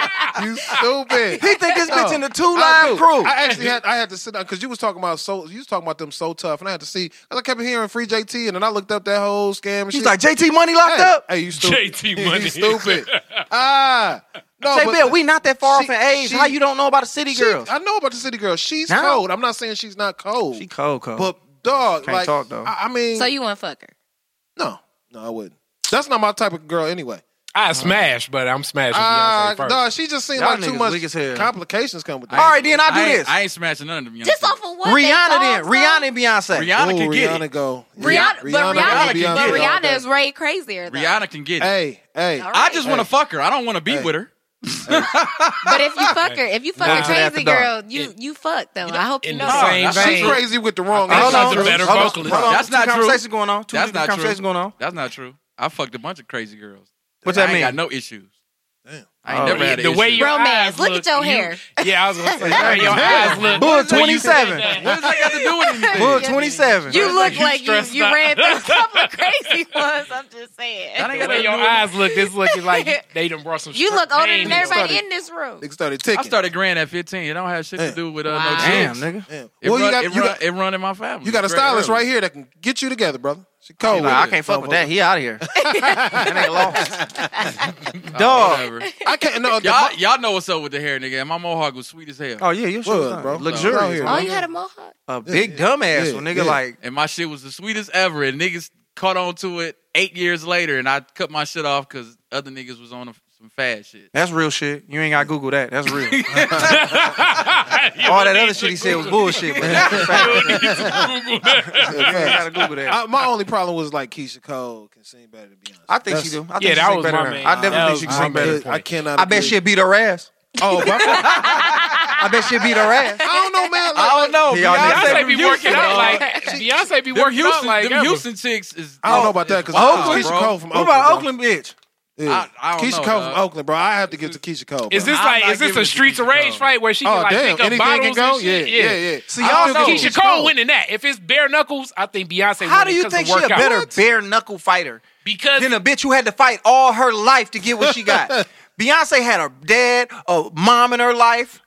[SPEAKER 5] *laughs* You stupid. You stupid.
[SPEAKER 3] He think
[SPEAKER 7] *laughs*
[SPEAKER 3] this bitch in the two
[SPEAKER 5] I do.
[SPEAKER 3] live crew.
[SPEAKER 5] I actually had I had to sit down because you was talking about so you was talking about them so tough, and I had to see because I kept hearing free JT, and then I looked up that whole scam. And
[SPEAKER 3] He's
[SPEAKER 5] shit.
[SPEAKER 3] like, JT Money locked
[SPEAKER 5] hey,
[SPEAKER 3] up.
[SPEAKER 5] hey, you stupid.
[SPEAKER 4] JT
[SPEAKER 5] *laughs* you
[SPEAKER 4] Money. *laughs*
[SPEAKER 5] stupid. ah, no,
[SPEAKER 3] Say,
[SPEAKER 5] but
[SPEAKER 3] Bill, we not that far
[SPEAKER 5] she-
[SPEAKER 3] off in age.
[SPEAKER 5] she-
[SPEAKER 3] How you don't know about the city
[SPEAKER 5] she-
[SPEAKER 3] girls?
[SPEAKER 5] I know about the city girl. She's
[SPEAKER 3] Now?
[SPEAKER 5] cold. I'm not saying she's not cold.
[SPEAKER 3] She cold, cold.
[SPEAKER 5] but dog,
[SPEAKER 3] Can't
[SPEAKER 5] like,
[SPEAKER 3] talk, though.
[SPEAKER 5] I, I mean,
[SPEAKER 7] So you want to fuck her?
[SPEAKER 5] no, no, I wouldn't. That's not my type of girl anyway.
[SPEAKER 4] I smash, but I'm smashing
[SPEAKER 5] Ah,
[SPEAKER 6] Uh,
[SPEAKER 4] Beyonce first.
[SPEAKER 5] no, she just seemed
[SPEAKER 3] Y'all
[SPEAKER 5] like too
[SPEAKER 3] niggas
[SPEAKER 5] much
[SPEAKER 3] weak as hell.
[SPEAKER 5] complications come with that.
[SPEAKER 3] All right, then I do
[SPEAKER 6] I ain't,
[SPEAKER 3] this.
[SPEAKER 6] I ain't smashing none of them. young
[SPEAKER 7] Just
[SPEAKER 6] people.
[SPEAKER 7] off of what? they
[SPEAKER 3] Rihanna then.
[SPEAKER 7] songs, though?
[SPEAKER 3] Rihanna and Beyonce.
[SPEAKER 6] Rihanna can
[SPEAKER 5] Ooh,
[SPEAKER 6] get
[SPEAKER 5] Rihanna
[SPEAKER 6] it.
[SPEAKER 5] go. Yeah,
[SPEAKER 7] Rihanna, but Rihanna,
[SPEAKER 5] go,
[SPEAKER 6] Rihanna
[SPEAKER 7] but
[SPEAKER 6] can
[SPEAKER 5] go.
[SPEAKER 7] Rihanna is way crazier. Though.
[SPEAKER 6] Rihanna can get it.
[SPEAKER 5] Hey, hey.
[SPEAKER 7] All right.
[SPEAKER 6] I just want to fuck her. I don't want to be
[SPEAKER 5] Hey.
[SPEAKER 6] with her.
[SPEAKER 7] But if you fuck her, if you fuck
[SPEAKER 3] Nah.
[SPEAKER 7] a crazy
[SPEAKER 3] Nah.
[SPEAKER 7] girl, you you fuck though. I hope you
[SPEAKER 4] in
[SPEAKER 7] know.
[SPEAKER 4] the
[SPEAKER 7] that.
[SPEAKER 4] same
[SPEAKER 6] Nah, she's
[SPEAKER 5] She's
[SPEAKER 4] vein.
[SPEAKER 5] crazy with the wrong.
[SPEAKER 4] I think
[SPEAKER 5] niggas.
[SPEAKER 4] she's a better
[SPEAKER 3] hold on,
[SPEAKER 4] vocalist.
[SPEAKER 3] hold on.
[SPEAKER 6] That's
[SPEAKER 3] Two
[SPEAKER 6] not true.
[SPEAKER 3] conversations going on. Two
[SPEAKER 6] That's
[SPEAKER 3] different
[SPEAKER 6] not
[SPEAKER 3] conversations
[SPEAKER 6] true.
[SPEAKER 3] going on.
[SPEAKER 6] That's not true. I fucked a bunch of crazy girls.
[SPEAKER 3] What's
[SPEAKER 6] I
[SPEAKER 3] that
[SPEAKER 6] ain't
[SPEAKER 3] mean?
[SPEAKER 6] got no issues.
[SPEAKER 5] Damn.
[SPEAKER 6] I ain't
[SPEAKER 3] Oh,
[SPEAKER 6] never
[SPEAKER 4] Yeah,
[SPEAKER 6] had
[SPEAKER 4] the way your
[SPEAKER 7] Romance.
[SPEAKER 4] eyes
[SPEAKER 7] Look
[SPEAKER 4] look,
[SPEAKER 7] at your
[SPEAKER 4] you-
[SPEAKER 7] hair.
[SPEAKER 4] Yeah, I was gonna say the way
[SPEAKER 6] *laughs*
[SPEAKER 4] your eyes look.
[SPEAKER 3] Bull
[SPEAKER 4] When you said
[SPEAKER 3] 27.
[SPEAKER 4] that,
[SPEAKER 6] What does that got to do
[SPEAKER 5] *laughs*
[SPEAKER 6] with anything?
[SPEAKER 3] Bull 27.
[SPEAKER 7] You look
[SPEAKER 4] you
[SPEAKER 7] like you,
[SPEAKER 4] stressed
[SPEAKER 7] you
[SPEAKER 4] out.
[SPEAKER 7] ran through a couple of crazy ones. I'm just saying.
[SPEAKER 6] That ain't
[SPEAKER 4] The way
[SPEAKER 6] got *laughs* nothing to
[SPEAKER 4] your
[SPEAKER 6] do with
[SPEAKER 4] eyes look, this looking like you- they done brought some.
[SPEAKER 7] You look older than
[SPEAKER 4] pain
[SPEAKER 7] everybody
[SPEAKER 5] started-
[SPEAKER 7] in this room.
[SPEAKER 5] Nigga started
[SPEAKER 6] I
[SPEAKER 5] ticking.
[SPEAKER 6] started grand at 15. It don't have shit to
[SPEAKER 5] Damn.
[SPEAKER 6] do with uh,
[SPEAKER 7] Wow.
[SPEAKER 6] no
[SPEAKER 3] Damn,
[SPEAKER 6] chicks.
[SPEAKER 3] nigga.
[SPEAKER 5] Damn.
[SPEAKER 6] It,
[SPEAKER 5] Well,
[SPEAKER 6] run,
[SPEAKER 5] you got
[SPEAKER 6] it,
[SPEAKER 5] you
[SPEAKER 6] run,
[SPEAKER 5] got
[SPEAKER 6] it run in my family.
[SPEAKER 5] you got a
[SPEAKER 6] Very
[SPEAKER 5] stylist
[SPEAKER 6] early.
[SPEAKER 5] right here that can get you together, brother. She cold.
[SPEAKER 3] Nah,
[SPEAKER 5] with
[SPEAKER 3] I
[SPEAKER 5] it,
[SPEAKER 3] can't fuck with that.
[SPEAKER 5] motherfucker.
[SPEAKER 3] He out of here. that *laughs* ain't lost. Dog.
[SPEAKER 6] Oh, Whatever.
[SPEAKER 5] I can't. No, the
[SPEAKER 6] Y'all,
[SPEAKER 5] mo-
[SPEAKER 6] y'all know what's up with the hair, nigga. And my mohawk was sweet as hell.
[SPEAKER 3] Oh yeah, you
[SPEAKER 5] Word,
[SPEAKER 3] sure, bro.
[SPEAKER 5] bro.
[SPEAKER 3] Luxurious.
[SPEAKER 5] Out here.
[SPEAKER 7] Oh, you had a mohawk?
[SPEAKER 3] A big dumbass
[SPEAKER 5] yeah,
[SPEAKER 3] one, nigga.
[SPEAKER 5] yeah.
[SPEAKER 3] Like
[SPEAKER 6] And my shit was the sweetest ever. And niggas caught on to it eight years later. And I cut my shit off because other niggas was on the some fad shit.
[SPEAKER 3] That's real shit. You ain't got to Google that. That's real. *laughs*
[SPEAKER 4] All
[SPEAKER 3] All that other shit he said was bullshit. But that's a fact. you ain't got to Google that.
[SPEAKER 5] I, my only problem was like Keisha Cole can sing better than Beyonce.
[SPEAKER 3] I think
[SPEAKER 5] That's-
[SPEAKER 3] she do. I think
[SPEAKER 4] Yeah,
[SPEAKER 3] she
[SPEAKER 4] that
[SPEAKER 3] sing
[SPEAKER 4] was
[SPEAKER 3] better
[SPEAKER 4] my
[SPEAKER 3] than her.
[SPEAKER 4] main-
[SPEAKER 3] I definitely
[SPEAKER 4] that
[SPEAKER 3] think she
[SPEAKER 4] was
[SPEAKER 3] can
[SPEAKER 4] my
[SPEAKER 3] sing better.
[SPEAKER 4] main
[SPEAKER 3] than her.
[SPEAKER 5] I cannot.
[SPEAKER 3] I bet
[SPEAKER 5] agree.
[SPEAKER 3] she'll beat her ass.
[SPEAKER 5] Oh, my
[SPEAKER 3] I bet she'll beat her *laughs* ass.
[SPEAKER 5] I don't know,
[SPEAKER 7] *laughs*
[SPEAKER 5] man. Like,
[SPEAKER 6] I don't know.
[SPEAKER 3] Y'all niggas-
[SPEAKER 4] Beyonce
[SPEAKER 6] Beyonce from
[SPEAKER 4] be working
[SPEAKER 6] Houston,
[SPEAKER 4] out
[SPEAKER 6] dog.
[SPEAKER 4] like Beyonce be working
[SPEAKER 6] Them
[SPEAKER 4] out
[SPEAKER 6] Houston,
[SPEAKER 4] like
[SPEAKER 6] them
[SPEAKER 4] ever.
[SPEAKER 6] Houston chicks is.
[SPEAKER 5] I don't know about that because
[SPEAKER 6] Oakland,
[SPEAKER 5] Keisha
[SPEAKER 6] bro.
[SPEAKER 5] Cole from
[SPEAKER 3] What
[SPEAKER 5] Oakland.
[SPEAKER 3] about
[SPEAKER 5] bro.
[SPEAKER 3] Oakland, bitch?
[SPEAKER 5] Yeah.
[SPEAKER 6] I- I don't
[SPEAKER 5] Keisha
[SPEAKER 6] know,
[SPEAKER 5] Cole
[SPEAKER 6] dog.
[SPEAKER 5] from Oakland, bro. I have to give to Keisha Cole. Bro.
[SPEAKER 4] Is this
[SPEAKER 6] I'm
[SPEAKER 4] like
[SPEAKER 6] not
[SPEAKER 4] is this
[SPEAKER 6] giving
[SPEAKER 4] a
[SPEAKER 6] it to
[SPEAKER 4] Streets of
[SPEAKER 6] Keisha
[SPEAKER 4] Rage
[SPEAKER 6] Cole.
[SPEAKER 4] fight where she
[SPEAKER 5] Oh
[SPEAKER 4] can like
[SPEAKER 5] damn!
[SPEAKER 4] pick up
[SPEAKER 5] Anything
[SPEAKER 4] bottles
[SPEAKER 5] can go.
[SPEAKER 4] and shit?
[SPEAKER 5] Yeah, yeah, yeah.
[SPEAKER 3] See,
[SPEAKER 4] I
[SPEAKER 3] y'all
[SPEAKER 4] don't know.
[SPEAKER 3] know.
[SPEAKER 4] Keisha Cole winning that. If it's bare knuckles, I think Beyonce.
[SPEAKER 3] How do
[SPEAKER 4] winning
[SPEAKER 3] you
[SPEAKER 4] 'cause
[SPEAKER 3] think she
[SPEAKER 4] of
[SPEAKER 3] a
[SPEAKER 4] workout.
[SPEAKER 3] better bare knuckle fighter
[SPEAKER 4] Because
[SPEAKER 3] than a bitch who had to fight all her life to get what she *laughs* got? Beyonce had a dad, a mom in her life.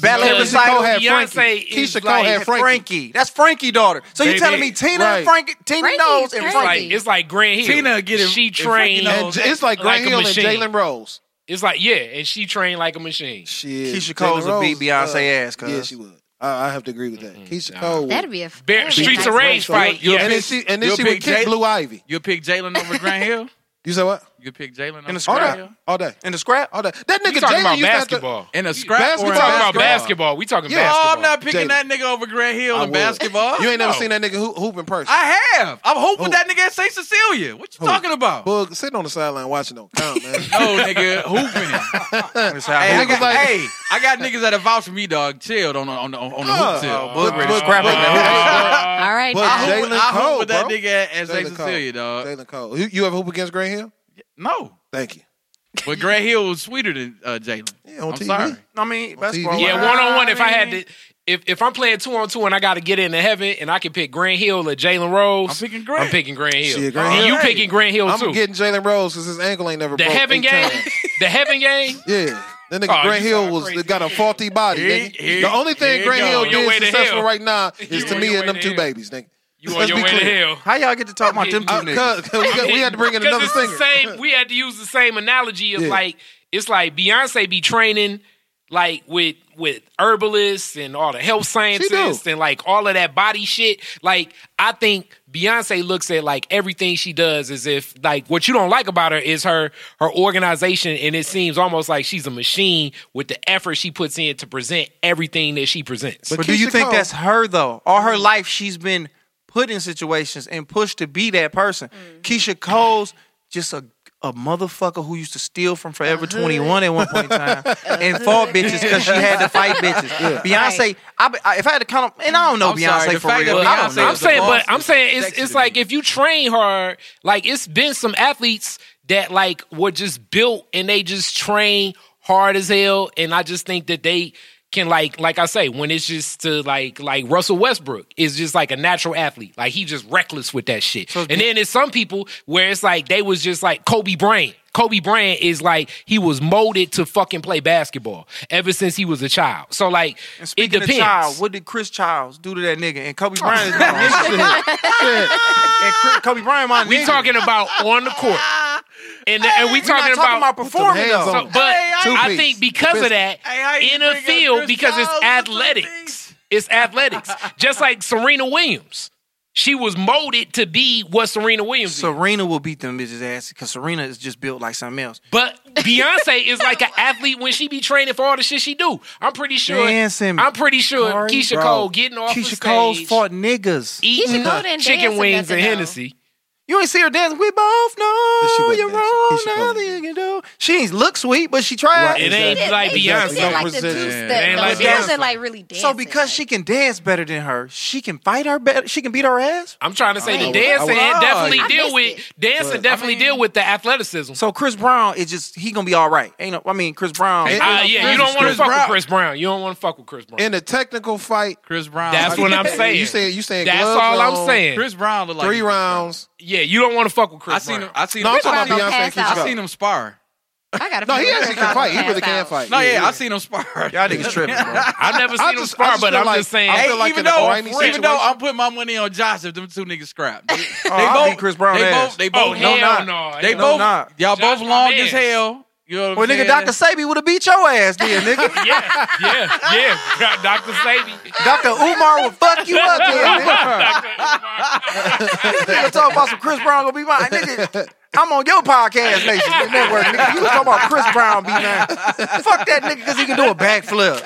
[SPEAKER 3] Ballet
[SPEAKER 4] Cole-
[SPEAKER 3] recital
[SPEAKER 4] Beyonce
[SPEAKER 3] had
[SPEAKER 5] Frankie.
[SPEAKER 4] is
[SPEAKER 5] Keisha Cole
[SPEAKER 4] like,
[SPEAKER 5] had
[SPEAKER 3] Frankie.
[SPEAKER 5] Frankie.
[SPEAKER 3] That's Frankie daughter. So you
[SPEAKER 4] Baby,
[SPEAKER 3] telling me Tina and
[SPEAKER 5] right.
[SPEAKER 3] Frankie, Tina
[SPEAKER 7] Frankie's
[SPEAKER 3] knows and
[SPEAKER 7] crazy.
[SPEAKER 3] Frankie.
[SPEAKER 4] Like, it's like Grand Hill.
[SPEAKER 6] Tina get it-
[SPEAKER 4] She
[SPEAKER 6] it freaking
[SPEAKER 4] trained.
[SPEAKER 6] knows.
[SPEAKER 5] And J- it's like
[SPEAKER 4] Like
[SPEAKER 5] Grant
[SPEAKER 4] a
[SPEAKER 5] Hill and
[SPEAKER 4] machine.
[SPEAKER 5] Jalen Rose.
[SPEAKER 4] It's like yeah, and she trained like a machine.
[SPEAKER 5] Shit,
[SPEAKER 3] Keisha
[SPEAKER 5] Jalen
[SPEAKER 3] Cole's would
[SPEAKER 5] Rose,
[SPEAKER 3] beat Beyonce
[SPEAKER 5] uh,
[SPEAKER 3] ass, cuz.
[SPEAKER 5] Yeah, she would. I, I have to agree with that. Keisha Cole. would.
[SPEAKER 7] That'd be a f-
[SPEAKER 4] Bare,
[SPEAKER 7] that'd be a
[SPEAKER 4] Streets
[SPEAKER 7] nice
[SPEAKER 4] of
[SPEAKER 7] one.
[SPEAKER 4] Rage fight.
[SPEAKER 6] you're-
[SPEAKER 4] Yeah,
[SPEAKER 5] And then she and then
[SPEAKER 6] You'll
[SPEAKER 5] she would
[SPEAKER 6] pick
[SPEAKER 5] kick
[SPEAKER 6] Jay-
[SPEAKER 5] Blue Ivy.
[SPEAKER 6] You pick Jalen over Grant Hill.
[SPEAKER 5] You say what?
[SPEAKER 6] You pick Jalen
[SPEAKER 3] In
[SPEAKER 6] over
[SPEAKER 3] the
[SPEAKER 5] All
[SPEAKER 6] Grant
[SPEAKER 5] day,
[SPEAKER 6] Hill.
[SPEAKER 3] scrap.
[SPEAKER 5] all day,
[SPEAKER 3] In the scrap?
[SPEAKER 5] all day. That
[SPEAKER 4] we
[SPEAKER 5] nigga
[SPEAKER 4] talking
[SPEAKER 5] Jalen
[SPEAKER 4] about
[SPEAKER 5] used to have to.
[SPEAKER 4] basketball.
[SPEAKER 6] In a scrap or
[SPEAKER 5] Basketball.
[SPEAKER 6] in
[SPEAKER 4] We talking about
[SPEAKER 5] Basketball.
[SPEAKER 4] basketball. We talking
[SPEAKER 5] Yeah.
[SPEAKER 6] Oh,
[SPEAKER 4] basketball.
[SPEAKER 6] I'm not picking
[SPEAKER 5] Jalen.
[SPEAKER 6] that nigga over Grant Hill
[SPEAKER 5] I
[SPEAKER 6] in
[SPEAKER 5] would.
[SPEAKER 6] basketball.
[SPEAKER 5] You ain't never
[SPEAKER 4] No.
[SPEAKER 5] seen that nigga hoop, hoop in person.
[SPEAKER 6] I have. I'm hoping
[SPEAKER 5] Who?
[SPEAKER 6] that nigga at St. Cecilia. What you
[SPEAKER 5] Who?
[SPEAKER 6] talking about? No,
[SPEAKER 5] Boog, sitting on the sideline watching don't count, man.
[SPEAKER 6] nigga,
[SPEAKER 5] *laughs*
[SPEAKER 6] hooping.
[SPEAKER 3] That's how
[SPEAKER 6] hey, I
[SPEAKER 3] Hoop was
[SPEAKER 6] got,
[SPEAKER 3] like-
[SPEAKER 6] hey, I got niggas that have vouched for me, dog. Chilled on the on the on the hoop
[SPEAKER 5] Uh,
[SPEAKER 6] tip.
[SPEAKER 5] oh,
[SPEAKER 6] Book
[SPEAKER 5] but-
[SPEAKER 6] ready.
[SPEAKER 5] but-
[SPEAKER 3] Scrap
[SPEAKER 5] but-
[SPEAKER 3] it, man.
[SPEAKER 5] hey,
[SPEAKER 7] All right,
[SPEAKER 5] But
[SPEAKER 7] now.
[SPEAKER 6] I hope,
[SPEAKER 5] Jalen
[SPEAKER 6] I hoop
[SPEAKER 5] Cole,
[SPEAKER 6] with that
[SPEAKER 5] bro.
[SPEAKER 6] nigga at, at St.
[SPEAKER 5] Jalen Cole.
[SPEAKER 6] Cecilia, dog.
[SPEAKER 5] Jalen Cole. You, you ever hoop against Grant Hill?
[SPEAKER 6] No,
[SPEAKER 5] Thank you.
[SPEAKER 6] but Grant Hill was sweeter than uh, Jalen.
[SPEAKER 5] Yeah, on
[SPEAKER 6] I'm
[SPEAKER 5] TV.
[SPEAKER 6] sorry.
[SPEAKER 3] I mean, basketball.
[SPEAKER 5] TV.
[SPEAKER 4] Yeah,
[SPEAKER 3] wise.
[SPEAKER 4] one on one. If I had to, if if I'm playing two on two and I got to get into heaven and I can pick Grant Hill or Jalen Rose,
[SPEAKER 6] I'm picking Grant.
[SPEAKER 4] I'm picking Grant Hill.
[SPEAKER 5] Shit, Grant
[SPEAKER 4] and
[SPEAKER 5] Hill.
[SPEAKER 4] you picking Grant Hill
[SPEAKER 5] I'm
[SPEAKER 4] too.
[SPEAKER 5] getting Jalen Rose because his ankle ain't never
[SPEAKER 4] the
[SPEAKER 5] broke.
[SPEAKER 4] heaven
[SPEAKER 5] eight
[SPEAKER 4] game, *laughs*
[SPEAKER 5] *laughs* times.
[SPEAKER 4] the heaven game.
[SPEAKER 5] Yeah. That
[SPEAKER 4] Oh,
[SPEAKER 5] nigga
[SPEAKER 4] you
[SPEAKER 5] Grant Hill
[SPEAKER 4] sound
[SPEAKER 5] was
[SPEAKER 4] crazy.
[SPEAKER 5] got a faulty body.
[SPEAKER 6] Here-
[SPEAKER 5] nigga.
[SPEAKER 6] here-
[SPEAKER 5] the only
[SPEAKER 6] here
[SPEAKER 5] thing
[SPEAKER 6] you
[SPEAKER 5] Grant
[SPEAKER 6] go.
[SPEAKER 5] Hill
[SPEAKER 4] On your way
[SPEAKER 5] did
[SPEAKER 4] to
[SPEAKER 5] successful
[SPEAKER 4] hell.
[SPEAKER 5] right now is
[SPEAKER 4] You
[SPEAKER 5] to
[SPEAKER 4] on
[SPEAKER 5] me
[SPEAKER 4] your
[SPEAKER 5] and
[SPEAKER 4] way
[SPEAKER 5] them
[SPEAKER 4] to
[SPEAKER 5] two
[SPEAKER 4] hell.
[SPEAKER 5] babies, nigga.
[SPEAKER 4] You on
[SPEAKER 5] Let's
[SPEAKER 4] your
[SPEAKER 5] be
[SPEAKER 4] way to
[SPEAKER 5] clear.
[SPEAKER 4] hell.
[SPEAKER 3] How y'all get to talk about them two
[SPEAKER 5] Uh,
[SPEAKER 3] niggas?
[SPEAKER 5] cause, *laughs* 'cause we, got, we had to bring in another
[SPEAKER 4] Because it's
[SPEAKER 5] singer.
[SPEAKER 4] the Same, we had to use the same analogy of
[SPEAKER 5] Yeah.
[SPEAKER 4] like it's like Beyonce be training like with with herbalists and all the health scientists and like all of that body shit. Like I think Beyonce looks at like everything she does as if like what you don't like about her is her her organization and it seems almost like she's a machine with the effort she puts in to present everything that she presents.
[SPEAKER 3] But do you
[SPEAKER 5] Keisha
[SPEAKER 3] think
[SPEAKER 5] Cole- Mm-hmm.
[SPEAKER 3] that's her though? All her life she's been put in situations and pushed to be that person.
[SPEAKER 5] Mm-hmm.
[SPEAKER 3] Keisha Cole's just a a motherfucker who used to steal from Forever
[SPEAKER 5] Uh-huh.
[SPEAKER 3] 21 at one point in time and fought bitches because she had to fight
[SPEAKER 5] *laughs*
[SPEAKER 3] bitches. Beyonce, I, be- I, if I had to count, 'em- and I don't know
[SPEAKER 6] I'm
[SPEAKER 3] Beyonce
[SPEAKER 6] sorry, the
[SPEAKER 3] for
[SPEAKER 6] fact
[SPEAKER 3] real.
[SPEAKER 6] that
[SPEAKER 3] I don't
[SPEAKER 6] Beyonce
[SPEAKER 3] know.
[SPEAKER 4] I'm
[SPEAKER 6] is a
[SPEAKER 4] saying,
[SPEAKER 6] boss
[SPEAKER 4] but I'm
[SPEAKER 6] is
[SPEAKER 4] saying it's
[SPEAKER 6] sexy
[SPEAKER 4] it's
[SPEAKER 6] to
[SPEAKER 4] like
[SPEAKER 6] me.
[SPEAKER 4] if you train her, like it's been some athletes that like were just built and they just train hard as hell, and I just think that they can like like I say when it's just to like like Russell Westbrook is just like a natural athlete, like he just reckless with that shit. and then there's some people where it's like they was just like Kobe Bryant. Kobe Bryant is like he was molded to fucking play basketball ever since he was a child. So like
[SPEAKER 3] And
[SPEAKER 4] it
[SPEAKER 3] speaking of
[SPEAKER 4] depends.
[SPEAKER 3] Child, what did Chris Childs do to that nigga? And Kobe Bryant is my nigga.
[SPEAKER 5] *laughs*
[SPEAKER 3] and Chris, Kobe Bryant, my
[SPEAKER 4] We
[SPEAKER 3] nigga.
[SPEAKER 4] talking about on the court, and and we
[SPEAKER 3] We're not talking
[SPEAKER 4] talking about.
[SPEAKER 3] about performing
[SPEAKER 5] hands
[SPEAKER 3] though.
[SPEAKER 5] on
[SPEAKER 4] so,
[SPEAKER 5] it.
[SPEAKER 4] but
[SPEAKER 5] Two
[SPEAKER 4] I
[SPEAKER 5] piece.
[SPEAKER 4] think because of that,
[SPEAKER 6] Hey, how you
[SPEAKER 4] in a
[SPEAKER 6] bring up
[SPEAKER 4] field,
[SPEAKER 6] Chris
[SPEAKER 4] because it's
[SPEAKER 6] Paul's and two
[SPEAKER 4] athletics.
[SPEAKER 6] piece?
[SPEAKER 4] It's athletics. Just like Serena Williams, she was molded to be what Serena Williams is.
[SPEAKER 3] Serena will beat them bitches ass because Serena is just built like something else.
[SPEAKER 4] But Beyonce is like an athlete when she be training for all the shit she do. I'm pretty sure.
[SPEAKER 3] Dancing,
[SPEAKER 4] I'm pretty sure
[SPEAKER 3] Corey,
[SPEAKER 4] Keisha
[SPEAKER 3] bro.
[SPEAKER 4] Cole getting off the
[SPEAKER 3] Keisha
[SPEAKER 4] stage, E-
[SPEAKER 3] Cole's fought niggas.
[SPEAKER 4] eating
[SPEAKER 7] Cole didn't dance
[SPEAKER 4] chicken
[SPEAKER 7] in
[SPEAKER 4] wings
[SPEAKER 7] nothing,
[SPEAKER 4] and
[SPEAKER 7] though.
[SPEAKER 4] Hennessy.
[SPEAKER 3] You ain't see her dancing. We both
[SPEAKER 5] But she
[SPEAKER 3] know
[SPEAKER 5] wasn't
[SPEAKER 3] you're
[SPEAKER 5] dancing.
[SPEAKER 3] wrong.
[SPEAKER 5] Keisha Cole
[SPEAKER 3] Nothing you can do. She ain't look sweet, but she tried.
[SPEAKER 5] Right.
[SPEAKER 4] It ain't
[SPEAKER 5] Exactly.
[SPEAKER 4] like
[SPEAKER 7] They- they
[SPEAKER 4] Beyonce.
[SPEAKER 7] did, like, the
[SPEAKER 5] Yeah.
[SPEAKER 6] It
[SPEAKER 7] two-step,
[SPEAKER 4] ain't
[SPEAKER 7] though.
[SPEAKER 4] like
[SPEAKER 7] It wasn't,
[SPEAKER 4] Beyonce.
[SPEAKER 7] like really dancing.
[SPEAKER 3] So because she can dance better than her, she can fight her better. She can beat her ass.
[SPEAKER 4] I'm trying to say
[SPEAKER 5] I
[SPEAKER 4] the
[SPEAKER 5] would- I
[SPEAKER 4] dancing
[SPEAKER 5] would-
[SPEAKER 4] had
[SPEAKER 7] I
[SPEAKER 4] definitely deal
[SPEAKER 7] missed
[SPEAKER 4] with
[SPEAKER 7] it.
[SPEAKER 4] dancing definitely deal with the athleticism.
[SPEAKER 3] So Chris Brown is just he gonna be all right. Ain't no, I mean Chris Brown.
[SPEAKER 5] Hey,
[SPEAKER 4] Ah, yeah, you don't want to
[SPEAKER 5] Chris
[SPEAKER 4] fuck
[SPEAKER 5] Brown.
[SPEAKER 4] with Chris Brown. You don't want to fuck with Chris Brown.
[SPEAKER 5] In the technical fight,
[SPEAKER 6] Chris Brown.
[SPEAKER 4] That's what I'm saying.
[SPEAKER 5] You saying you saying
[SPEAKER 4] That's
[SPEAKER 5] gloves
[SPEAKER 4] all I'm
[SPEAKER 5] on,
[SPEAKER 4] saying.
[SPEAKER 6] Chris Brown look like
[SPEAKER 5] Three
[SPEAKER 6] Chris Brown.
[SPEAKER 5] rounds.
[SPEAKER 4] yeah, you don't want to fuck with Chris
[SPEAKER 6] I seen him.
[SPEAKER 4] Brown.
[SPEAKER 6] I seen
[SPEAKER 5] No, I'm
[SPEAKER 6] him.
[SPEAKER 5] talking about
[SPEAKER 7] Brown
[SPEAKER 5] Beyonce
[SPEAKER 7] don't
[SPEAKER 5] and
[SPEAKER 7] pass
[SPEAKER 5] Keisha
[SPEAKER 6] I
[SPEAKER 7] out.
[SPEAKER 5] Cole.
[SPEAKER 6] seen him spar.
[SPEAKER 7] I got a
[SPEAKER 5] No,
[SPEAKER 7] few
[SPEAKER 5] he actually can
[SPEAKER 7] friends
[SPEAKER 5] fight. He
[SPEAKER 7] that
[SPEAKER 5] really
[SPEAKER 7] pass
[SPEAKER 5] can
[SPEAKER 7] out.
[SPEAKER 5] fight.
[SPEAKER 6] No, yeah, I seen him spar.
[SPEAKER 3] Y'all niggas tripping, bro.
[SPEAKER 4] I've never
[SPEAKER 5] I
[SPEAKER 4] seen him
[SPEAKER 5] just- I
[SPEAKER 4] spar,
[SPEAKER 5] just
[SPEAKER 4] but
[SPEAKER 5] feel
[SPEAKER 4] I'm
[SPEAKER 5] like-
[SPEAKER 4] just saying.
[SPEAKER 5] I
[SPEAKER 6] Hey,
[SPEAKER 5] feel like
[SPEAKER 6] even
[SPEAKER 5] in a
[SPEAKER 6] though,
[SPEAKER 5] grimy
[SPEAKER 6] even though
[SPEAKER 5] situation- Oh,
[SPEAKER 6] I'm putting my money on Josh if them two niggas scrap. They,
[SPEAKER 3] I beat
[SPEAKER 6] both
[SPEAKER 3] Chris Brown
[SPEAKER 6] They
[SPEAKER 3] ass.
[SPEAKER 6] both. They
[SPEAKER 4] oh
[SPEAKER 6] both.
[SPEAKER 4] hell
[SPEAKER 3] not.
[SPEAKER 4] no,
[SPEAKER 6] They
[SPEAKER 4] Hell
[SPEAKER 6] both.
[SPEAKER 4] no.
[SPEAKER 3] not.
[SPEAKER 6] Y'all
[SPEAKER 4] Josh my
[SPEAKER 6] both long
[SPEAKER 4] man.
[SPEAKER 6] as hell. You know what
[SPEAKER 3] Well,
[SPEAKER 6] I'm
[SPEAKER 3] nigga,
[SPEAKER 6] saying?
[SPEAKER 3] Dr. Sabi would have beat your ass then,
[SPEAKER 4] *laughs*
[SPEAKER 3] nigga.
[SPEAKER 4] Yeah, yeah, yeah. Dr. Sadie.
[SPEAKER 3] Dr. Umar would fuck you up then, nigga. nigga talking about some Chris Brown gonna be mine. Nigga, I'm on your podcast nation the network, nigga. You was talking about Chris Brown be mine. Fuck that nigga because he can do a backflip.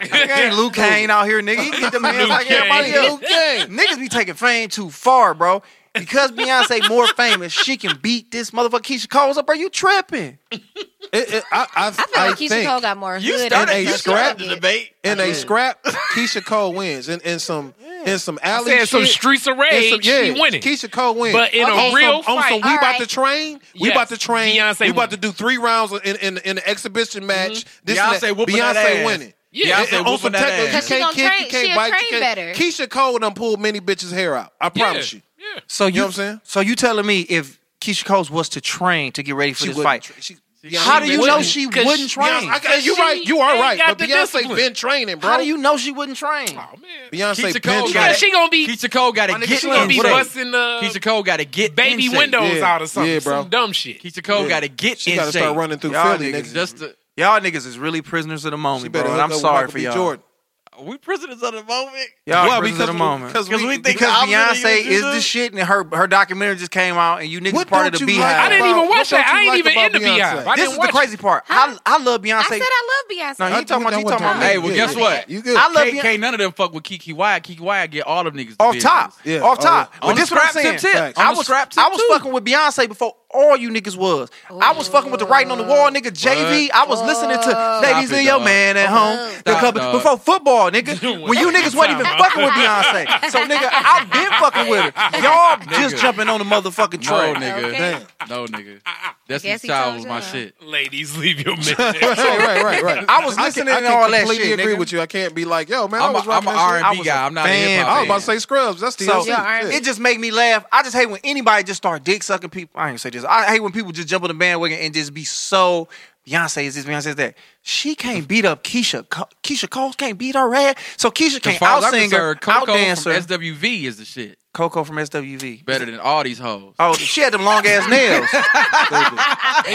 [SPEAKER 3] Nigga ain't
[SPEAKER 4] yeah.
[SPEAKER 3] Luke Kane out here, nigga. He can get them hands
[SPEAKER 4] Luke
[SPEAKER 3] like
[SPEAKER 4] Kane.
[SPEAKER 3] everybody else. Niggas be taking fame too far, bro. Because Beyonce more famous, she can beat this motherfucker Keisha Cole's up. Are you tripping?
[SPEAKER 5] It- it- I, I,
[SPEAKER 7] I feel
[SPEAKER 5] I
[SPEAKER 7] like Keisha
[SPEAKER 5] think
[SPEAKER 7] Cole got more
[SPEAKER 6] You
[SPEAKER 7] hood.
[SPEAKER 5] and
[SPEAKER 6] started,
[SPEAKER 7] in
[SPEAKER 5] a
[SPEAKER 6] you
[SPEAKER 7] her
[SPEAKER 5] scrap
[SPEAKER 6] started the
[SPEAKER 7] than
[SPEAKER 6] debate.
[SPEAKER 5] in a scrap, Keisha Cole wins. In, in some in some alley
[SPEAKER 4] Saying
[SPEAKER 5] shit,
[SPEAKER 4] some streets of
[SPEAKER 5] in
[SPEAKER 4] rage,
[SPEAKER 5] some- yeah,
[SPEAKER 4] she winning.
[SPEAKER 5] Keisha Cole wins.
[SPEAKER 4] But in a
[SPEAKER 5] on
[SPEAKER 4] real
[SPEAKER 5] some, on
[SPEAKER 4] fight-
[SPEAKER 5] some, we
[SPEAKER 7] All
[SPEAKER 5] about
[SPEAKER 7] right.
[SPEAKER 5] to train. We
[SPEAKER 4] Yes.
[SPEAKER 5] about to train.
[SPEAKER 4] Beyonce
[SPEAKER 5] we
[SPEAKER 4] winning.
[SPEAKER 5] about to do three rounds in in, in the exhibition match. This and
[SPEAKER 6] Mm-hmm. Beyonce
[SPEAKER 5] that.
[SPEAKER 6] whooping
[SPEAKER 5] Beyonce
[SPEAKER 6] that ass.
[SPEAKER 5] winning.
[SPEAKER 4] Yeah.
[SPEAKER 6] Beyonce
[SPEAKER 5] And on
[SPEAKER 6] whooping
[SPEAKER 5] some
[SPEAKER 6] that
[SPEAKER 5] technical,
[SPEAKER 6] ass.
[SPEAKER 7] She
[SPEAKER 5] you
[SPEAKER 7] gonna
[SPEAKER 5] can't kid, you
[SPEAKER 7] train-
[SPEAKER 5] can't
[SPEAKER 7] she'll
[SPEAKER 5] bite, you can't.
[SPEAKER 7] train better.
[SPEAKER 5] Keisha Cole done pulled many bitches' hair out. I promise you.
[SPEAKER 4] Yeah.
[SPEAKER 3] So you,
[SPEAKER 5] know what I'm saying?
[SPEAKER 3] So you telling me if Keisha Cole's was to train to get ready for this
[SPEAKER 5] wouldn't
[SPEAKER 3] fight,
[SPEAKER 5] tra- she-
[SPEAKER 3] how do
[SPEAKER 5] been
[SPEAKER 3] you
[SPEAKER 5] training.
[SPEAKER 3] know she
[SPEAKER 4] 'Cause
[SPEAKER 3] wouldn't
[SPEAKER 4] she-
[SPEAKER 3] train?
[SPEAKER 5] Beyonce- I, you
[SPEAKER 4] She
[SPEAKER 5] right. You are
[SPEAKER 4] ain't
[SPEAKER 5] right.
[SPEAKER 4] got
[SPEAKER 5] But
[SPEAKER 4] the
[SPEAKER 5] Beyonce
[SPEAKER 4] discipline.
[SPEAKER 5] been training, bro.
[SPEAKER 3] How do you know she wouldn't train?
[SPEAKER 4] Oh, man.
[SPEAKER 5] Beyonce been
[SPEAKER 6] Keisha Cole
[SPEAKER 5] trying.
[SPEAKER 4] Yeah,
[SPEAKER 6] got
[SPEAKER 4] she gonna be
[SPEAKER 6] Keisha Cole got to
[SPEAKER 3] My nigga,
[SPEAKER 6] get
[SPEAKER 3] she
[SPEAKER 4] she gonna
[SPEAKER 6] in
[SPEAKER 4] be
[SPEAKER 3] Insane.
[SPEAKER 6] shape.
[SPEAKER 4] busting the
[SPEAKER 6] Keisha Cole got to get
[SPEAKER 4] baby
[SPEAKER 6] in shape.
[SPEAKER 4] windows
[SPEAKER 5] Yeah.
[SPEAKER 4] out or something.
[SPEAKER 5] Yeah, bro.
[SPEAKER 4] Some dumb shit.
[SPEAKER 6] Keisha Cole
[SPEAKER 5] Yeah.
[SPEAKER 6] got to get
[SPEAKER 5] She
[SPEAKER 6] in
[SPEAKER 5] got to start
[SPEAKER 6] shape.
[SPEAKER 5] running through
[SPEAKER 3] Y'all
[SPEAKER 5] Philly,
[SPEAKER 3] niggas
[SPEAKER 5] nigga.
[SPEAKER 6] Just to,
[SPEAKER 3] Y'all niggas is really prisoners of the
[SPEAKER 5] She
[SPEAKER 3] moment,
[SPEAKER 5] better
[SPEAKER 3] bro. And
[SPEAKER 5] hook
[SPEAKER 3] I'm
[SPEAKER 5] up with
[SPEAKER 3] sorry
[SPEAKER 5] Michael
[SPEAKER 3] for
[SPEAKER 5] B.
[SPEAKER 3] y'all.
[SPEAKER 5] Jordan.
[SPEAKER 6] we prisoners of the moment.
[SPEAKER 3] Y'all
[SPEAKER 5] Why?
[SPEAKER 3] prisoners
[SPEAKER 5] Because
[SPEAKER 3] of the
[SPEAKER 5] we-
[SPEAKER 3] moment.
[SPEAKER 5] because
[SPEAKER 6] Because we think
[SPEAKER 3] because
[SPEAKER 6] the opposite of
[SPEAKER 3] Beyonce
[SPEAKER 6] you
[SPEAKER 3] is
[SPEAKER 6] do.
[SPEAKER 3] the shit, and her her documentary just came out, and you niggas
[SPEAKER 5] What
[SPEAKER 3] part of
[SPEAKER 5] don't
[SPEAKER 3] the
[SPEAKER 5] you like
[SPEAKER 3] beehive.
[SPEAKER 4] I didn't
[SPEAKER 5] about-
[SPEAKER 4] even watch
[SPEAKER 5] what
[SPEAKER 4] that.
[SPEAKER 5] don't
[SPEAKER 4] I
[SPEAKER 5] you
[SPEAKER 4] ain't
[SPEAKER 5] like
[SPEAKER 4] even
[SPEAKER 5] about
[SPEAKER 4] in the
[SPEAKER 5] Beyonce?
[SPEAKER 4] Beehive. I
[SPEAKER 3] this
[SPEAKER 4] didn't
[SPEAKER 3] is
[SPEAKER 4] watch
[SPEAKER 3] the
[SPEAKER 4] it.
[SPEAKER 3] crazy part. I, I love
[SPEAKER 7] I
[SPEAKER 3] Beyonce.
[SPEAKER 7] said I love Beyonce.
[SPEAKER 3] No, he talking about- he talking about-
[SPEAKER 6] Hey, well,
[SPEAKER 5] Yeah,
[SPEAKER 6] guess
[SPEAKER 5] yeah,
[SPEAKER 6] what?
[SPEAKER 5] You good?
[SPEAKER 3] I love
[SPEAKER 6] can't,
[SPEAKER 3] Beyonce.
[SPEAKER 6] can't none of them fuck with Kiki Wyatt. Kiki Wyatt get all them niggas. the
[SPEAKER 3] off
[SPEAKER 6] business.
[SPEAKER 3] top,
[SPEAKER 5] Yeah,
[SPEAKER 3] off top.
[SPEAKER 5] on-
[SPEAKER 3] But
[SPEAKER 6] on
[SPEAKER 3] this
[SPEAKER 6] the
[SPEAKER 3] what I'm
[SPEAKER 6] scrap
[SPEAKER 3] saying.
[SPEAKER 6] tip, tip.
[SPEAKER 5] Facts.
[SPEAKER 3] I
[SPEAKER 6] On the
[SPEAKER 3] was
[SPEAKER 6] scrap tip,
[SPEAKER 3] I was
[SPEAKER 6] too.
[SPEAKER 3] fucking with Beyonce before all you niggas was. I was fucking with the writing on the wall, nigga. JV. I was listening to ladies
[SPEAKER 6] it,
[SPEAKER 3] and your
[SPEAKER 6] dog.
[SPEAKER 3] man at home. The
[SPEAKER 6] Stop,
[SPEAKER 3] couple-
[SPEAKER 6] dog.
[SPEAKER 3] before football, nigga. When you niggas wasn't even
[SPEAKER 4] Time out.
[SPEAKER 3] fucking with Beyonce. So nigga, I've been fucking with her. Y'all just jumping on the motherfucking
[SPEAKER 6] No
[SPEAKER 3] train.
[SPEAKER 6] nigga,
[SPEAKER 7] Okay.
[SPEAKER 5] Damn.
[SPEAKER 6] no nigga.
[SPEAKER 7] Guess
[SPEAKER 6] Destiny's
[SPEAKER 7] he
[SPEAKER 6] Child
[SPEAKER 7] told
[SPEAKER 6] was my
[SPEAKER 7] y'all.
[SPEAKER 6] shit.
[SPEAKER 4] Ladies, leave your man.
[SPEAKER 5] right, right, right, right.
[SPEAKER 3] I was
[SPEAKER 5] I
[SPEAKER 3] listening
[SPEAKER 5] can, I
[SPEAKER 3] to
[SPEAKER 5] can
[SPEAKER 3] all that
[SPEAKER 5] completely
[SPEAKER 3] shit.
[SPEAKER 5] agree
[SPEAKER 3] nigga.
[SPEAKER 5] with you. I can't be like, yo, man, I
[SPEAKER 6] I'm, a,
[SPEAKER 5] was
[SPEAKER 6] I'm
[SPEAKER 5] rocking
[SPEAKER 6] an
[SPEAKER 5] that
[SPEAKER 6] R
[SPEAKER 5] shit.
[SPEAKER 6] and
[SPEAKER 3] I
[SPEAKER 6] B
[SPEAKER 3] was
[SPEAKER 6] guy.
[SPEAKER 3] a
[SPEAKER 6] I'm not a
[SPEAKER 5] Fan. I
[SPEAKER 6] hip
[SPEAKER 5] was
[SPEAKER 6] hop
[SPEAKER 5] about
[SPEAKER 6] fan.
[SPEAKER 5] to say Scrubs. That's the
[SPEAKER 3] So
[SPEAKER 5] shit.
[SPEAKER 7] R&B.
[SPEAKER 5] Yeah.
[SPEAKER 3] it just make me laugh. I just hate when anybody just start dick sucking people. I ain't gonna say this. I hate when people just jump on the bandwagon and just be so Beyonce is this, Beyonce is that. She can't beat up Keisha. Co- Keisha Cole can't beat her ass. So Keisha
[SPEAKER 6] As
[SPEAKER 3] can't
[SPEAKER 6] far
[SPEAKER 3] out
[SPEAKER 6] as I'm
[SPEAKER 3] sing her,
[SPEAKER 6] concerned,
[SPEAKER 3] out
[SPEAKER 6] Coco from
[SPEAKER 3] dance her.
[SPEAKER 6] SWV is the shit.
[SPEAKER 3] Coco from SWV.
[SPEAKER 6] Better than all these hoes.
[SPEAKER 3] Oh, she had them long ass
[SPEAKER 6] *laughs*
[SPEAKER 3] nails.
[SPEAKER 4] Ain't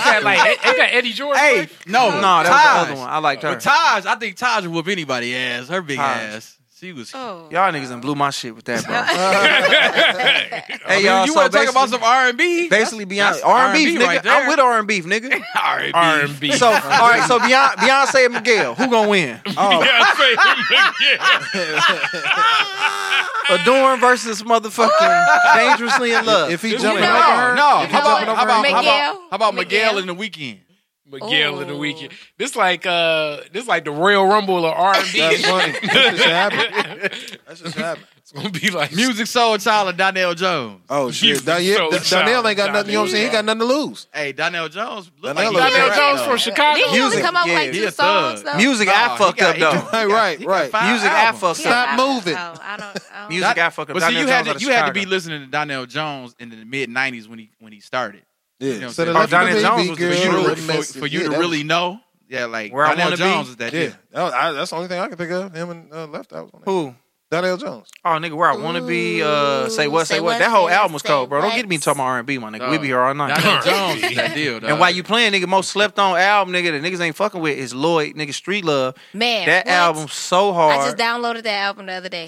[SPEAKER 4] that like ain't that Eddie Jordan? wife?
[SPEAKER 6] no,
[SPEAKER 3] no, that was the other one. I liked her.
[SPEAKER 6] But Taj, I think Taj would whoop anybody ass. Her big
[SPEAKER 3] Taj.
[SPEAKER 6] ass. She was.
[SPEAKER 7] Oh.
[SPEAKER 3] Y'all niggas done blew my shit with
[SPEAKER 6] *laughs*
[SPEAKER 3] that, bro.
[SPEAKER 6] I
[SPEAKER 3] hey,
[SPEAKER 6] mean,
[SPEAKER 3] y'all.
[SPEAKER 6] you
[SPEAKER 3] so
[SPEAKER 6] want to talk about
[SPEAKER 3] basically-
[SPEAKER 6] some R and B?
[SPEAKER 3] Basically, Beyonce,
[SPEAKER 6] that's
[SPEAKER 3] R and B,
[SPEAKER 6] R&B right
[SPEAKER 3] nigga. I'm
[SPEAKER 6] there.
[SPEAKER 3] with R and B, nigga.
[SPEAKER 6] R and B.
[SPEAKER 4] R&B.
[SPEAKER 6] *laughs*
[SPEAKER 3] So, all right. So Beyonce, Beyonce and Miguel, who gonna win?
[SPEAKER 6] Oh.
[SPEAKER 4] Beyonce.
[SPEAKER 3] Oh. Adorn versus motherfucking dangerously in love.
[SPEAKER 5] If he
[SPEAKER 4] This
[SPEAKER 5] jumping
[SPEAKER 4] is-
[SPEAKER 5] over
[SPEAKER 4] No,
[SPEAKER 5] her,
[SPEAKER 3] no.
[SPEAKER 5] if he
[SPEAKER 6] How
[SPEAKER 5] jumping
[SPEAKER 6] about, how
[SPEAKER 5] over
[SPEAKER 6] about,
[SPEAKER 5] her,
[SPEAKER 6] how about,
[SPEAKER 7] Miguel?
[SPEAKER 6] how about Miguel
[SPEAKER 7] Miguel?
[SPEAKER 6] in the weekend?
[SPEAKER 4] *laughs* Miguel in the
[SPEAKER 7] Ooh.
[SPEAKER 4] weekend. This like uh this like the Royal Rumble of R and B.
[SPEAKER 5] that's
[SPEAKER 4] It's
[SPEAKER 7] *laughs*
[SPEAKER 5] funny. That shit should happen. That shit should happen.
[SPEAKER 4] gonna be like
[SPEAKER 6] Music Soul Child and Donnell Jones.
[SPEAKER 5] Oh
[SPEAKER 4] You
[SPEAKER 5] shit, Danielle,
[SPEAKER 4] so
[SPEAKER 5] Danielle ain't got
[SPEAKER 4] shy.
[SPEAKER 5] nothing. You know what I'm saying? He got nothing to lose.
[SPEAKER 6] Hey, Donnell Jones. look
[SPEAKER 5] Donnell
[SPEAKER 6] like
[SPEAKER 5] look
[SPEAKER 6] he
[SPEAKER 4] Donnell
[SPEAKER 5] Right,
[SPEAKER 4] Jones
[SPEAKER 5] though.
[SPEAKER 4] from Chicago.
[SPEAKER 7] Did he only
[SPEAKER 3] Music,
[SPEAKER 7] come out with like
[SPEAKER 3] yeah.
[SPEAKER 6] He
[SPEAKER 7] two
[SPEAKER 6] a thug.
[SPEAKER 7] songs
[SPEAKER 3] *laughs*
[SPEAKER 7] though?
[SPEAKER 3] Music,
[SPEAKER 6] Nah,
[SPEAKER 3] I
[SPEAKER 6] he
[SPEAKER 3] fucked
[SPEAKER 6] got-
[SPEAKER 3] up
[SPEAKER 6] he got-
[SPEAKER 3] though.
[SPEAKER 5] Right, right,
[SPEAKER 6] he got
[SPEAKER 5] right.
[SPEAKER 6] five
[SPEAKER 3] Music, I
[SPEAKER 6] albums.
[SPEAKER 3] fucked
[SPEAKER 7] Yeah,
[SPEAKER 3] up.
[SPEAKER 5] Stop
[SPEAKER 7] I don't
[SPEAKER 5] moving.
[SPEAKER 7] know. Oh, I don't. I don't
[SPEAKER 3] Music,
[SPEAKER 6] Don-
[SPEAKER 3] I fucked up.
[SPEAKER 6] But see,
[SPEAKER 3] Donnell
[SPEAKER 6] you had
[SPEAKER 3] Jones out
[SPEAKER 6] to
[SPEAKER 3] of
[SPEAKER 6] you had to
[SPEAKER 3] Chicago.
[SPEAKER 6] be listening to Donnell Jones in the mid '90s when he when he started. You know
[SPEAKER 5] Yeah.
[SPEAKER 6] what
[SPEAKER 5] So the
[SPEAKER 6] I'm
[SPEAKER 3] saying?
[SPEAKER 5] left
[SPEAKER 3] Oh,
[SPEAKER 5] of the
[SPEAKER 3] Donnell Jones was
[SPEAKER 5] baby
[SPEAKER 3] the
[SPEAKER 5] girl,
[SPEAKER 6] For you
[SPEAKER 3] Sure,
[SPEAKER 6] to,
[SPEAKER 5] that
[SPEAKER 3] it
[SPEAKER 6] for,
[SPEAKER 5] message.
[SPEAKER 6] for you
[SPEAKER 5] Yeah,
[SPEAKER 6] to
[SPEAKER 5] that was-
[SPEAKER 6] really know, yeah, like
[SPEAKER 3] Where I
[SPEAKER 6] Donnell
[SPEAKER 3] Wanna Be?
[SPEAKER 6] Jones is that.
[SPEAKER 5] Yeah,
[SPEAKER 6] dude.
[SPEAKER 5] That was- I- that's the only thing I can think of. Him and uh, left out was on there.
[SPEAKER 3] Who?
[SPEAKER 5] Donnell Jones.
[SPEAKER 3] Oh, nigga, where I wanna be? Uh, say
[SPEAKER 7] Ooh,
[SPEAKER 3] what? Say,
[SPEAKER 7] say
[SPEAKER 3] what?
[SPEAKER 7] what,
[SPEAKER 3] That
[SPEAKER 7] say
[SPEAKER 3] whole
[SPEAKER 7] what,
[SPEAKER 3] album was
[SPEAKER 7] say
[SPEAKER 3] cold, bro. Don't
[SPEAKER 7] what.
[SPEAKER 3] get me talking about R and B, my nigga.
[SPEAKER 6] Dog.
[SPEAKER 3] We be here all night. *laughs*
[SPEAKER 6] Donnell Jones is that deal. Dog.
[SPEAKER 3] And while you playing, nigga, most slept on album, nigga, that niggas ain't fucking with is Lloyd, nigga, Street Love.
[SPEAKER 7] Man,
[SPEAKER 3] That
[SPEAKER 7] what?
[SPEAKER 3] album so hard,
[SPEAKER 7] I just downloaded that album the other day.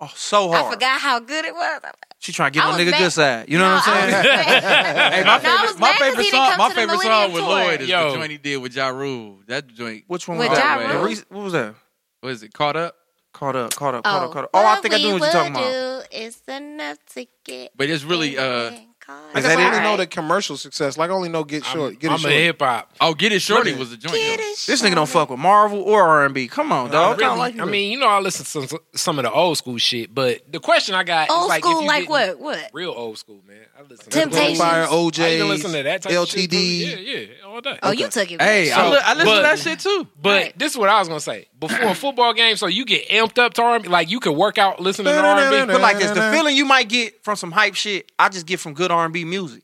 [SPEAKER 3] oh, so hard.
[SPEAKER 7] I forgot how good it was.
[SPEAKER 3] She trying to get
[SPEAKER 7] I
[SPEAKER 3] on
[SPEAKER 7] was
[SPEAKER 3] nigga
[SPEAKER 7] mad.
[SPEAKER 3] good side. You know what I'm saying?
[SPEAKER 7] *laughs* hey,
[SPEAKER 6] my favorite,
[SPEAKER 7] was
[SPEAKER 6] my
[SPEAKER 7] mad 'cause
[SPEAKER 6] favorite
[SPEAKER 7] he didn't
[SPEAKER 6] song,
[SPEAKER 7] come
[SPEAKER 6] my
[SPEAKER 7] to the
[SPEAKER 6] favorite song
[SPEAKER 7] Millennium
[SPEAKER 6] with
[SPEAKER 7] Tour.
[SPEAKER 6] Lloyd is
[SPEAKER 4] Yo.
[SPEAKER 6] the joint he did with Ja Rule. That joint,
[SPEAKER 3] *laughs* Which one?
[SPEAKER 7] With
[SPEAKER 3] was that?
[SPEAKER 6] Ja
[SPEAKER 3] The
[SPEAKER 6] Rule.
[SPEAKER 3] Reese- What was that?
[SPEAKER 6] what is it? Caught up.
[SPEAKER 3] Caught up, caught up, caught up, caught up. Oh, I think I do what you're talking about.
[SPEAKER 7] It's enough to get.
[SPEAKER 6] But it's really, uh,
[SPEAKER 7] anything caught.
[SPEAKER 5] I
[SPEAKER 3] Is
[SPEAKER 5] guess
[SPEAKER 3] that
[SPEAKER 5] I
[SPEAKER 3] it?
[SPEAKER 5] only know the commercial success. Like I only know Get Short.
[SPEAKER 4] I'm,
[SPEAKER 5] Get It
[SPEAKER 4] I'm a
[SPEAKER 5] Short.
[SPEAKER 4] hip hop.
[SPEAKER 6] Oh, Get It Shorty was the joint.
[SPEAKER 7] Get
[SPEAKER 6] though.
[SPEAKER 7] it
[SPEAKER 3] This nigga don't
[SPEAKER 7] started.
[SPEAKER 3] fuck with Marvel or R and B. Come on, dog.
[SPEAKER 4] Really,
[SPEAKER 3] Kinda like you.
[SPEAKER 4] I mean, you know, I listen to some, some of the old school shit, but the question I got is
[SPEAKER 7] Old
[SPEAKER 4] like, if
[SPEAKER 7] school,
[SPEAKER 4] you
[SPEAKER 7] like
[SPEAKER 4] didn't-
[SPEAKER 7] what? What?
[SPEAKER 4] Real old school, man. I listen
[SPEAKER 7] Temptations.
[SPEAKER 4] to
[SPEAKER 5] Little Fire,
[SPEAKER 4] I even listen to
[SPEAKER 5] OJ,
[SPEAKER 4] that type of shit, too.
[SPEAKER 5] LTD.
[SPEAKER 4] Yeah, yeah, all that.
[SPEAKER 7] Oh, you took it.
[SPEAKER 6] Hey, I,
[SPEAKER 4] So,
[SPEAKER 6] li- I listen
[SPEAKER 4] but-
[SPEAKER 6] to that shit too.
[SPEAKER 4] But
[SPEAKER 7] Right.
[SPEAKER 4] this is what I was gonna say. Before a football game, so you get amped up to R&B, like you could work out listening to R&B.
[SPEAKER 3] *laughs* But like this, the
[SPEAKER 5] Da-da-da-da.
[SPEAKER 3] feeling you might get from some hype shit, I just get from good R and B music.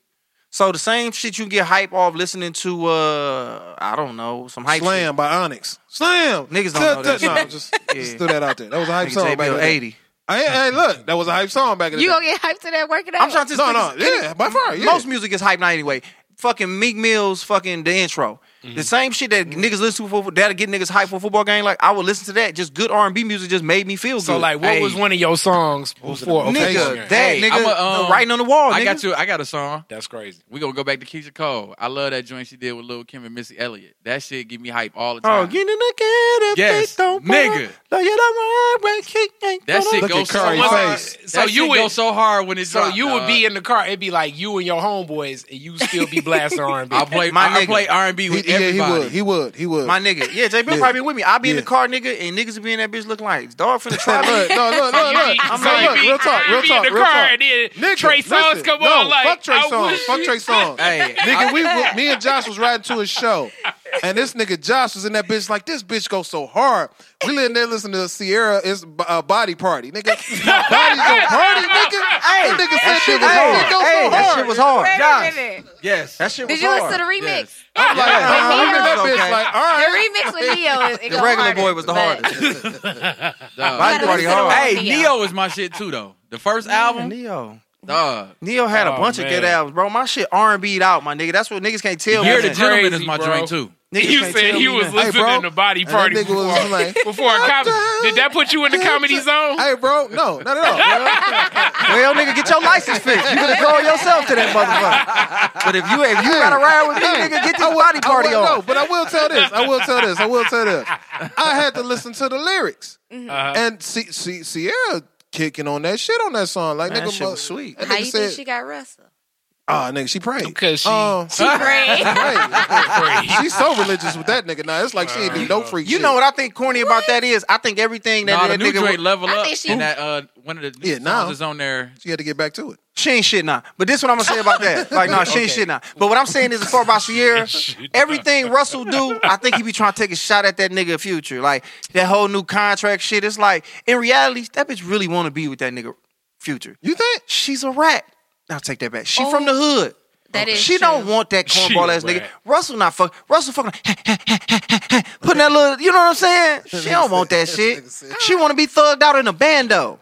[SPEAKER 3] So the same shit you get hype off listening to, uh, I don't know, some hype.
[SPEAKER 5] Slam by Onyx. Slam.
[SPEAKER 3] Niggas don't know that
[SPEAKER 5] No,
[SPEAKER 3] shit.
[SPEAKER 5] just,
[SPEAKER 3] *laughs* Yeah.
[SPEAKER 5] just threw that out there. That was a hype
[SPEAKER 3] Shit.
[SPEAKER 5] song
[SPEAKER 3] Nigga,
[SPEAKER 5] back in
[SPEAKER 3] JBL
[SPEAKER 5] the day.
[SPEAKER 3] eighty.
[SPEAKER 5] Hey, hey, look, that was a hype song back in the
[SPEAKER 7] You
[SPEAKER 5] day.
[SPEAKER 7] gonna get hyped to that working out?
[SPEAKER 3] I'm trying to.
[SPEAKER 5] No, no, yeah, by far, yeah.
[SPEAKER 3] Most music is hype now anyway. fucking Meek Mill's fucking the intro.
[SPEAKER 5] Mm-hmm.
[SPEAKER 3] The same shit that niggas listen to for fo- that'll get niggas hype for a football game. Like I would listen to that. Just good R and B music just made me feel
[SPEAKER 4] So
[SPEAKER 3] good.
[SPEAKER 4] like, what
[SPEAKER 6] Hey.
[SPEAKER 4] was one of your songs before?
[SPEAKER 3] nigga,
[SPEAKER 4] Occasion?
[SPEAKER 3] that
[SPEAKER 6] Hey,
[SPEAKER 3] nigga
[SPEAKER 6] I'm a, um,
[SPEAKER 3] writing on the wall.
[SPEAKER 6] I
[SPEAKER 3] nigga.
[SPEAKER 6] got you. I got a song.
[SPEAKER 4] that's crazy.
[SPEAKER 6] We gonna go back to Keisha Cole. I love that joint she did with Lil Kim and Missy Elliott. That shit give me hype all the time.
[SPEAKER 3] Oh, get in the cat if
[SPEAKER 6] Yes,
[SPEAKER 3] they don't
[SPEAKER 6] nigga.
[SPEAKER 3] Know you the right way, kick ain't
[SPEAKER 6] that shit
[SPEAKER 3] gonna-
[SPEAKER 5] Look
[SPEAKER 6] goes
[SPEAKER 5] at
[SPEAKER 6] so
[SPEAKER 5] Curry's
[SPEAKER 6] hard.
[SPEAKER 5] face.
[SPEAKER 6] So you would go so hard when it's
[SPEAKER 4] So you would be in the car. It'd be like you and your homeboys, and you still be blasting R and B.
[SPEAKER 6] *laughs* I play.
[SPEAKER 3] My
[SPEAKER 6] I, I
[SPEAKER 3] nigga.
[SPEAKER 6] play R and B
[SPEAKER 5] He,
[SPEAKER 6] with
[SPEAKER 5] yeah, he
[SPEAKER 6] everybody.
[SPEAKER 5] would. He would. He would.
[SPEAKER 3] My nigga, yeah, JB
[SPEAKER 5] Yeah.
[SPEAKER 3] probably been with me. I be in the
[SPEAKER 5] Yeah.
[SPEAKER 3] car, nigga, and niggas be in that bitch looking like dog finna
[SPEAKER 5] Look,
[SPEAKER 3] try
[SPEAKER 5] look,
[SPEAKER 3] me.
[SPEAKER 5] no, look, look,
[SPEAKER 3] *laughs*
[SPEAKER 5] look.
[SPEAKER 4] So
[SPEAKER 5] I'm
[SPEAKER 4] you
[SPEAKER 5] like, look,
[SPEAKER 4] be-
[SPEAKER 5] real talk,
[SPEAKER 4] you
[SPEAKER 5] real
[SPEAKER 4] be in
[SPEAKER 5] talk,
[SPEAKER 4] the
[SPEAKER 5] real
[SPEAKER 4] car,
[SPEAKER 5] talk.
[SPEAKER 4] and then
[SPEAKER 5] Nigga,
[SPEAKER 4] Trey Songz
[SPEAKER 5] listen,
[SPEAKER 4] come
[SPEAKER 5] no,
[SPEAKER 4] on, like,
[SPEAKER 5] fuck Trey
[SPEAKER 4] I
[SPEAKER 5] Songz,
[SPEAKER 4] wish
[SPEAKER 5] fuck
[SPEAKER 4] you- *laughs*
[SPEAKER 5] Trey Songz.
[SPEAKER 6] Hey,
[SPEAKER 5] Nigga, we were- me and Josh was riding to a show, and this nigga Josh was in that bitch like this bitch goes so hard. We living there listening to Sierra is uh, body party,
[SPEAKER 4] *laughs*
[SPEAKER 5] nigga. Body's a party, nigga. Hey, that nigga said shit was hard. It goes so
[SPEAKER 3] that
[SPEAKER 5] hard.
[SPEAKER 3] shit was hard.
[SPEAKER 8] Wait
[SPEAKER 3] Josh,
[SPEAKER 8] a minute.
[SPEAKER 6] yes.
[SPEAKER 3] that shit was
[SPEAKER 8] Did you
[SPEAKER 3] hard.
[SPEAKER 8] listen to the remix?
[SPEAKER 6] Yes.
[SPEAKER 5] I'm like,
[SPEAKER 3] Yeah.
[SPEAKER 5] I'm looking at that
[SPEAKER 3] Okay.
[SPEAKER 5] bitch like, all
[SPEAKER 8] The
[SPEAKER 5] right.
[SPEAKER 8] remix with Neo is it
[SPEAKER 3] the
[SPEAKER 8] go
[SPEAKER 3] regular
[SPEAKER 8] harder,
[SPEAKER 3] boy was the
[SPEAKER 8] but-
[SPEAKER 3] hardest.
[SPEAKER 6] Dog.
[SPEAKER 3] Body party
[SPEAKER 8] listen to
[SPEAKER 3] hard.
[SPEAKER 8] the
[SPEAKER 6] Hey,
[SPEAKER 8] Neo.
[SPEAKER 6] Neo is my shit too though. The first
[SPEAKER 3] Yeah,
[SPEAKER 6] album,
[SPEAKER 3] Neo.
[SPEAKER 6] dog.
[SPEAKER 3] Neo had a
[SPEAKER 4] Oh,
[SPEAKER 3] bunch of
[SPEAKER 4] man.
[SPEAKER 3] good albums, bro. My shit R and B'd out, my nigga. That's what niggas can't tell
[SPEAKER 6] You're
[SPEAKER 3] me.
[SPEAKER 6] the
[SPEAKER 3] nothing.
[SPEAKER 6] gentleman is
[SPEAKER 4] crazy,
[SPEAKER 6] my
[SPEAKER 4] bro.
[SPEAKER 6] joint too.
[SPEAKER 3] Niggas
[SPEAKER 4] You
[SPEAKER 3] can't
[SPEAKER 4] said
[SPEAKER 3] tell
[SPEAKER 4] he
[SPEAKER 3] me
[SPEAKER 4] was
[SPEAKER 3] nothing.
[SPEAKER 5] Hey,
[SPEAKER 4] listening
[SPEAKER 5] bro.
[SPEAKER 4] to the body
[SPEAKER 5] And
[SPEAKER 4] party
[SPEAKER 5] that nigga
[SPEAKER 4] before,
[SPEAKER 5] was like,
[SPEAKER 4] before a comedy. Did that put you in the
[SPEAKER 5] *laughs*
[SPEAKER 4] comedy zone?
[SPEAKER 5] hey, bro, no, not at all.
[SPEAKER 3] Well, nigga, get your license fixed.
[SPEAKER 5] *laughs*
[SPEAKER 3] You gonna call yourself to that motherfucker. But if you if you gotta ride with me, nigga, get this body party
[SPEAKER 5] I will, No,
[SPEAKER 3] on.
[SPEAKER 5] but I will tell this. I will tell this. I will tell this. I had to listen to the lyrics,
[SPEAKER 8] Mm-hmm.
[SPEAKER 3] Uh-huh.
[SPEAKER 5] and see, see, Sierra kicking on that shit on that song. Like
[SPEAKER 3] Man,
[SPEAKER 5] nigga,
[SPEAKER 3] that shit
[SPEAKER 5] but-
[SPEAKER 3] was sweet.
[SPEAKER 5] That
[SPEAKER 8] How
[SPEAKER 5] nigga
[SPEAKER 8] you
[SPEAKER 5] said,
[SPEAKER 8] think she got Russell?
[SPEAKER 5] "Ah, nigga, she prayed
[SPEAKER 4] Because she-
[SPEAKER 8] *laughs*
[SPEAKER 5] Um,
[SPEAKER 8] She
[SPEAKER 5] *laughs*
[SPEAKER 8] prayed. *laughs*
[SPEAKER 5] right. She's so religious with that nigga now. It's like she ain't do no freak.
[SPEAKER 3] You
[SPEAKER 5] shit.
[SPEAKER 3] know what I think corny about that is? I think everything that
[SPEAKER 6] Nah, the
[SPEAKER 3] that
[SPEAKER 6] new
[SPEAKER 3] nigga
[SPEAKER 6] joint
[SPEAKER 3] was,
[SPEAKER 6] level
[SPEAKER 8] I
[SPEAKER 6] up.
[SPEAKER 8] think she-
[SPEAKER 6] and that uh, one of the new
[SPEAKER 5] Yeah,
[SPEAKER 6] songs
[SPEAKER 5] now.
[SPEAKER 6] is on there.
[SPEAKER 5] She had to get back to it.
[SPEAKER 3] she ain't shit now. But this what I'm gonna say about that. Like, nah, she ain't shit now. But what I'm saying is, as far about Sierra, everything Russell do, I think he be trying to take a shot at that nigga future. Like that whole new contract shit. It's like in reality, that bitch really want to be with that nigga future.
[SPEAKER 5] You think?
[SPEAKER 3] She's a rat. Now take that back. She from the hood.
[SPEAKER 8] That is
[SPEAKER 3] She don't
[SPEAKER 8] true.
[SPEAKER 3] want that
[SPEAKER 4] She
[SPEAKER 3] cornball
[SPEAKER 4] a
[SPEAKER 3] ass nigga.
[SPEAKER 4] rat.
[SPEAKER 3] Russell not fuck. Russell fucking *laughs* putting that little. You know what I'm
[SPEAKER 4] *laughs*
[SPEAKER 3] saying? She don't want that shit. She want to be thugged out in a bando.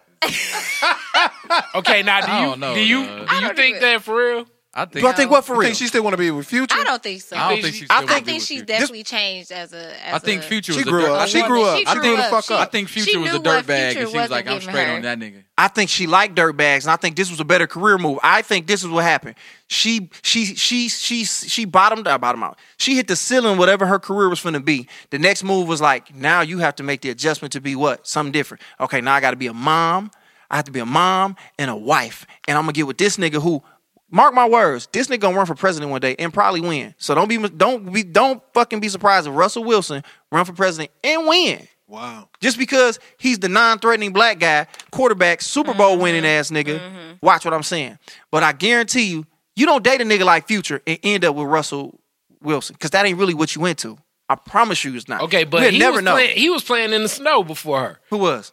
[SPEAKER 4] Okay, now do
[SPEAKER 6] I
[SPEAKER 4] you
[SPEAKER 6] don't know,
[SPEAKER 4] do you
[SPEAKER 6] dog.
[SPEAKER 4] do
[SPEAKER 8] I
[SPEAKER 4] you
[SPEAKER 8] don't do
[SPEAKER 4] think
[SPEAKER 8] it.
[SPEAKER 4] that for real?
[SPEAKER 6] I think.
[SPEAKER 3] Do I think what for
[SPEAKER 5] You
[SPEAKER 3] real?
[SPEAKER 5] think she still want to be with Future?
[SPEAKER 8] I don't think so.
[SPEAKER 6] I don't think
[SPEAKER 4] I
[SPEAKER 6] she's.
[SPEAKER 4] think-
[SPEAKER 6] still
[SPEAKER 8] I
[SPEAKER 6] gonna
[SPEAKER 8] think
[SPEAKER 6] be with
[SPEAKER 8] she's
[SPEAKER 6] Future.
[SPEAKER 8] definitely changed as a. As
[SPEAKER 6] I think
[SPEAKER 8] a,
[SPEAKER 6] Future
[SPEAKER 5] She
[SPEAKER 6] was a
[SPEAKER 5] grew
[SPEAKER 6] dirt-
[SPEAKER 5] up.
[SPEAKER 6] I
[SPEAKER 5] She
[SPEAKER 6] think-
[SPEAKER 5] grew up.
[SPEAKER 8] She
[SPEAKER 5] I
[SPEAKER 8] grew
[SPEAKER 5] grew the
[SPEAKER 8] up.
[SPEAKER 5] fuck
[SPEAKER 8] She-
[SPEAKER 5] up.
[SPEAKER 6] *laughs* I think
[SPEAKER 8] She
[SPEAKER 6] Future was
[SPEAKER 8] knew
[SPEAKER 6] a
[SPEAKER 8] what
[SPEAKER 6] dirtbag,
[SPEAKER 8] Future
[SPEAKER 6] and she was
[SPEAKER 8] wasn't
[SPEAKER 6] like, "I'm
[SPEAKER 8] giving
[SPEAKER 6] straight
[SPEAKER 8] her.
[SPEAKER 6] on that nigga."
[SPEAKER 3] I think she liked dirtbags, and I think this was a better career move. I think this is what happened. She she she she she bottomed out, bottom out. She hit the ceiling, whatever her career was finna be. The next move was like, now you have to make the adjustment to be what? Something different. Okay, now I gotta be a mom. I have to be a mom and a wife. And I'm gonna get with this nigga who Mark my words, this nigga gonna run for president one day and probably win. So don't be don't be don't fucking be surprised if Russell Wilson run for president and win.
[SPEAKER 5] Wow.
[SPEAKER 3] Just because he's the non-threatening black guy, quarterback, Super
[SPEAKER 4] Mm-hmm.
[SPEAKER 3] Bowl winning ass nigga, watch what I'm saying. But I guarantee you, you don't date a nigga like Future and end up with Russell Wilson because that ain't really what you into. I promise you, it's not.
[SPEAKER 4] Okay, but
[SPEAKER 3] We'll
[SPEAKER 4] he
[SPEAKER 3] never
[SPEAKER 4] was
[SPEAKER 3] know
[SPEAKER 4] playing, he was playing in the snow before her.
[SPEAKER 3] who was.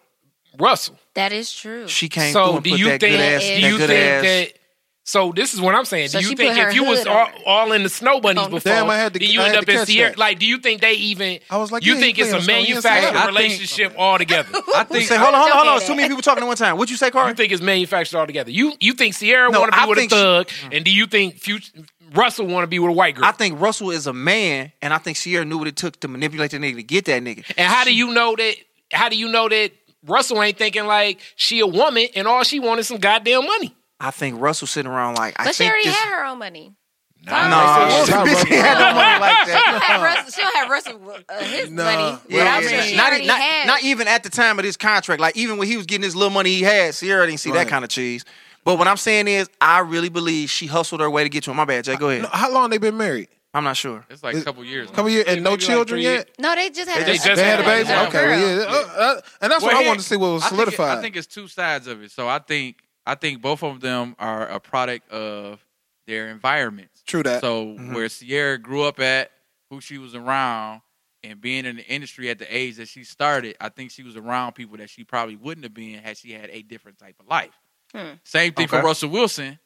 [SPEAKER 4] Russell.
[SPEAKER 8] that is true.
[SPEAKER 3] She came through
[SPEAKER 4] so
[SPEAKER 3] and
[SPEAKER 4] do
[SPEAKER 3] put
[SPEAKER 4] you
[SPEAKER 3] that
[SPEAKER 4] think
[SPEAKER 3] good ass.
[SPEAKER 4] do
[SPEAKER 3] that
[SPEAKER 4] you
[SPEAKER 3] good
[SPEAKER 4] think
[SPEAKER 3] ass.
[SPEAKER 4] that so this is what I'm saying.
[SPEAKER 8] So
[SPEAKER 4] do you
[SPEAKER 8] she
[SPEAKER 4] think
[SPEAKER 8] put her
[SPEAKER 4] if you was
[SPEAKER 8] hood
[SPEAKER 4] all,
[SPEAKER 8] on.
[SPEAKER 4] all in the snow bunnies before,
[SPEAKER 5] Damn, I had to-
[SPEAKER 4] then you
[SPEAKER 5] I
[SPEAKER 4] end
[SPEAKER 5] had
[SPEAKER 4] up
[SPEAKER 5] to
[SPEAKER 4] in
[SPEAKER 5] catch
[SPEAKER 4] Sierra?
[SPEAKER 5] that.
[SPEAKER 4] Like, do you think they even?
[SPEAKER 5] I was like,
[SPEAKER 4] you
[SPEAKER 5] yeah,
[SPEAKER 4] think
[SPEAKER 5] he
[SPEAKER 4] it's a
[SPEAKER 5] playing on the snow. He
[SPEAKER 4] manufactured
[SPEAKER 5] inside.
[SPEAKER 4] relationship altogether?
[SPEAKER 6] *laughs* I think.
[SPEAKER 3] Say, hold on, hold on, hold
[SPEAKER 8] Don't
[SPEAKER 3] on.
[SPEAKER 8] do
[SPEAKER 3] It's Too many people talking at one time. What you say,
[SPEAKER 4] *laughs* You
[SPEAKER 3] Carl?
[SPEAKER 4] think it's manufactured altogether? You you think Sierra
[SPEAKER 3] No,
[SPEAKER 4] want to
[SPEAKER 3] I
[SPEAKER 4] be with a
[SPEAKER 3] think she-
[SPEAKER 4] thug,
[SPEAKER 5] Mm.
[SPEAKER 4] and do you think future Russell want to be with a white girl?
[SPEAKER 3] I think Russell is a man, and I think Sierra knew what it took to manipulate the nigga to get that nigga.
[SPEAKER 4] and how do you know that? How do you know that Russell ain't thinking like she a woman and all she wanted some goddamn money?
[SPEAKER 3] I think Russell sitting around like, I
[SPEAKER 8] but she
[SPEAKER 3] think
[SPEAKER 8] already
[SPEAKER 3] this. *laughs*
[SPEAKER 8] had her own money.
[SPEAKER 3] Nah,
[SPEAKER 5] Nah, *laughs*
[SPEAKER 3] bitch, he
[SPEAKER 5] bro.
[SPEAKER 3] had no money
[SPEAKER 8] *laughs*
[SPEAKER 3] like that.
[SPEAKER 8] She'll have Russell, she'll have Russell uh, his
[SPEAKER 5] Nah.
[SPEAKER 8] money. Yeah,
[SPEAKER 3] Yeah, yeah, yeah.
[SPEAKER 8] She
[SPEAKER 3] Not, e-,
[SPEAKER 8] already
[SPEAKER 3] not-
[SPEAKER 8] had.
[SPEAKER 3] not even at the time of this contract. Like even when he was getting his little money he had, Sierra didn't see
[SPEAKER 5] Right.
[SPEAKER 3] that kind of cheese. But what I'm saying is, I really believe she hustled her way to get to him. My bad, Jay. Go ahead.
[SPEAKER 5] No, How long they been married?
[SPEAKER 3] I'm not sure.
[SPEAKER 6] It's like a couple years.
[SPEAKER 5] Come here and no
[SPEAKER 4] maybe like
[SPEAKER 5] children
[SPEAKER 4] three
[SPEAKER 5] yet.
[SPEAKER 8] no, they just had.
[SPEAKER 4] They just
[SPEAKER 5] They had a baby.
[SPEAKER 4] Yeah.
[SPEAKER 5] Okay, well, yeah, Uh, uh, and that's
[SPEAKER 6] Well,
[SPEAKER 5] what I
[SPEAKER 6] here-
[SPEAKER 5] wanted to see. What was
[SPEAKER 6] I think it-
[SPEAKER 5] solidified?
[SPEAKER 6] I think it's two sides of it. So I think I think both of them are a product of their environments.
[SPEAKER 5] True that. mm-hmm.
[SPEAKER 6] So where Sierra grew up at, who she was around, and being in the industry at the age that she started, I think she was around people that she probably wouldn't have been had she had a different type of life.
[SPEAKER 8] Hmm.
[SPEAKER 6] Same thing for
[SPEAKER 3] Okay.
[SPEAKER 6] Russell Wilson,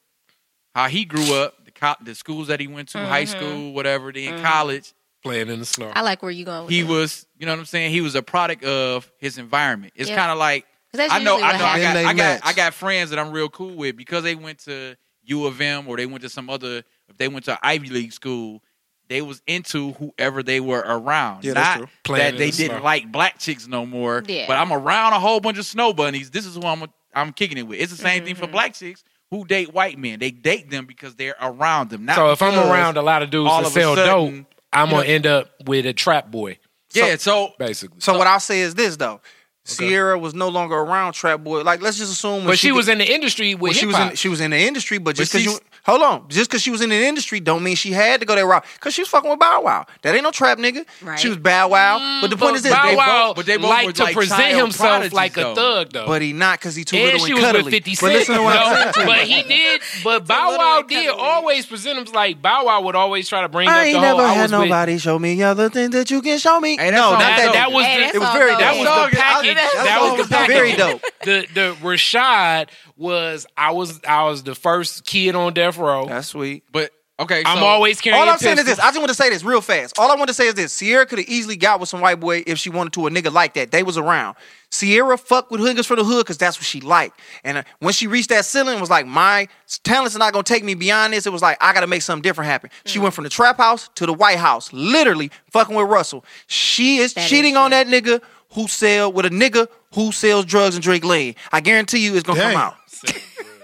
[SPEAKER 6] how he grew up, the co- the schools that he went to, high
[SPEAKER 8] Mm-hmm.
[SPEAKER 6] school, whatever, then college.
[SPEAKER 4] Playing in the snow.
[SPEAKER 8] I like where you going. With
[SPEAKER 6] He
[SPEAKER 8] that.
[SPEAKER 6] was, you know what I'm saying. He was a product of his environment. It's
[SPEAKER 8] Yeah.
[SPEAKER 6] kind of like
[SPEAKER 8] 'Cause that's
[SPEAKER 6] I know,
[SPEAKER 8] usually
[SPEAKER 6] I
[SPEAKER 8] what
[SPEAKER 6] know, I got,
[SPEAKER 5] happens.
[SPEAKER 6] I got,
[SPEAKER 5] Then they
[SPEAKER 6] I got friends that I'm real cool with because they went to U of M or they went to some other if they went to Ivy League school, they was into whoever they were around.
[SPEAKER 5] Yeah,
[SPEAKER 6] Not
[SPEAKER 5] that's true.
[SPEAKER 4] Playing
[SPEAKER 6] that
[SPEAKER 4] in
[SPEAKER 6] they
[SPEAKER 4] the snow.
[SPEAKER 6] didn't like black chicks no more.
[SPEAKER 8] Yeah.
[SPEAKER 6] But I'm around a whole bunch of snow bunnies. This is who I'm I'm kicking it with. It's the same thing
[SPEAKER 8] Mm-hmm.
[SPEAKER 6] for black chicks who date white men. They date them because they're around them. Not
[SPEAKER 4] So if I'm
[SPEAKER 6] because-
[SPEAKER 4] around a lot of dudes
[SPEAKER 6] all
[SPEAKER 4] that
[SPEAKER 6] of a
[SPEAKER 4] sell
[SPEAKER 6] sudden,
[SPEAKER 4] dope, I'm
[SPEAKER 6] you
[SPEAKER 4] gonna
[SPEAKER 6] know-
[SPEAKER 4] end up with a trap boy,
[SPEAKER 6] yeah, so
[SPEAKER 4] basically.
[SPEAKER 3] So what I'll say is this though. Sierra was no longer around Trap Boy. Like, let's just assume when
[SPEAKER 4] but she,
[SPEAKER 3] did-
[SPEAKER 4] was in the industry with
[SPEAKER 3] Well, she was
[SPEAKER 4] hip-hop.
[SPEAKER 3] in she was in the industry, but just
[SPEAKER 6] But
[SPEAKER 3] because
[SPEAKER 6] she's-
[SPEAKER 3] you hold on, just because she was in the industry, don't mean she had to go that route. Because she was fucking with Bow Wow. That ain't no trap nigga.
[SPEAKER 8] Right.
[SPEAKER 3] She was Bow Wow. but the point
[SPEAKER 4] Mm, But
[SPEAKER 3] is this,
[SPEAKER 4] Bow
[SPEAKER 3] they
[SPEAKER 4] Wow
[SPEAKER 6] both- but they both were
[SPEAKER 4] liked to
[SPEAKER 6] like
[SPEAKER 4] present
[SPEAKER 6] child
[SPEAKER 4] himself
[SPEAKER 6] prodigies,
[SPEAKER 4] like
[SPEAKER 6] though.
[SPEAKER 4] a thug though.
[SPEAKER 3] but he not because he too
[SPEAKER 4] and
[SPEAKER 3] little
[SPEAKER 4] she
[SPEAKER 3] and
[SPEAKER 4] was
[SPEAKER 3] cuddly.
[SPEAKER 4] with 50
[SPEAKER 3] but
[SPEAKER 4] Cent.
[SPEAKER 3] listen to what I'm saying.
[SPEAKER 4] though. but he did. But Bow
[SPEAKER 8] little
[SPEAKER 4] Wow
[SPEAKER 8] and
[SPEAKER 4] did
[SPEAKER 8] cuddly.
[SPEAKER 4] always present him like Bow Wow would always try to bring
[SPEAKER 3] I
[SPEAKER 4] up
[SPEAKER 3] ain't
[SPEAKER 4] the whole.
[SPEAKER 3] never
[SPEAKER 4] I
[SPEAKER 3] had
[SPEAKER 4] was with,
[SPEAKER 3] nobody show me other things that you can show me.
[SPEAKER 6] Hey, that's
[SPEAKER 3] no,
[SPEAKER 6] all
[SPEAKER 3] not
[SPEAKER 4] that,
[SPEAKER 3] that.
[SPEAKER 6] dope.
[SPEAKER 4] that was
[SPEAKER 8] Hey,
[SPEAKER 4] the,
[SPEAKER 8] that's
[SPEAKER 3] it
[SPEAKER 8] all
[SPEAKER 3] was very
[SPEAKER 8] dope.
[SPEAKER 3] dope.
[SPEAKER 4] that was
[SPEAKER 3] Song
[SPEAKER 4] the
[SPEAKER 3] is- I-
[SPEAKER 4] package.
[SPEAKER 3] that
[SPEAKER 4] That
[SPEAKER 3] song
[SPEAKER 4] was
[SPEAKER 3] is
[SPEAKER 4] the package.
[SPEAKER 3] very dope.
[SPEAKER 4] The the Rashad was I was I was the first kid on death row.
[SPEAKER 3] That's sweet.
[SPEAKER 6] but okay,
[SPEAKER 4] I'm
[SPEAKER 6] so-
[SPEAKER 4] always carrying.
[SPEAKER 3] All
[SPEAKER 4] a
[SPEAKER 3] I'm saying is
[SPEAKER 4] pistol.
[SPEAKER 3] this. I just want to say this real fast. All I want to say is this. Sierra could have easily got with some white boy if she wanted to. A nigga like that. They was around. Sierra fucked with hookers for the hood because that's what she liked. And uh, when she reached that ceiling, it was like my talents are not gonna take me beyond this. It was like I gotta make something different happen. She went from the trap house to the White House, literally fucking with Russell. She is cheating on that nigga who sell with a nigga who sells drugs and drink lean. I guarantee you, it's gonna
[SPEAKER 5] Damn.
[SPEAKER 3] come out.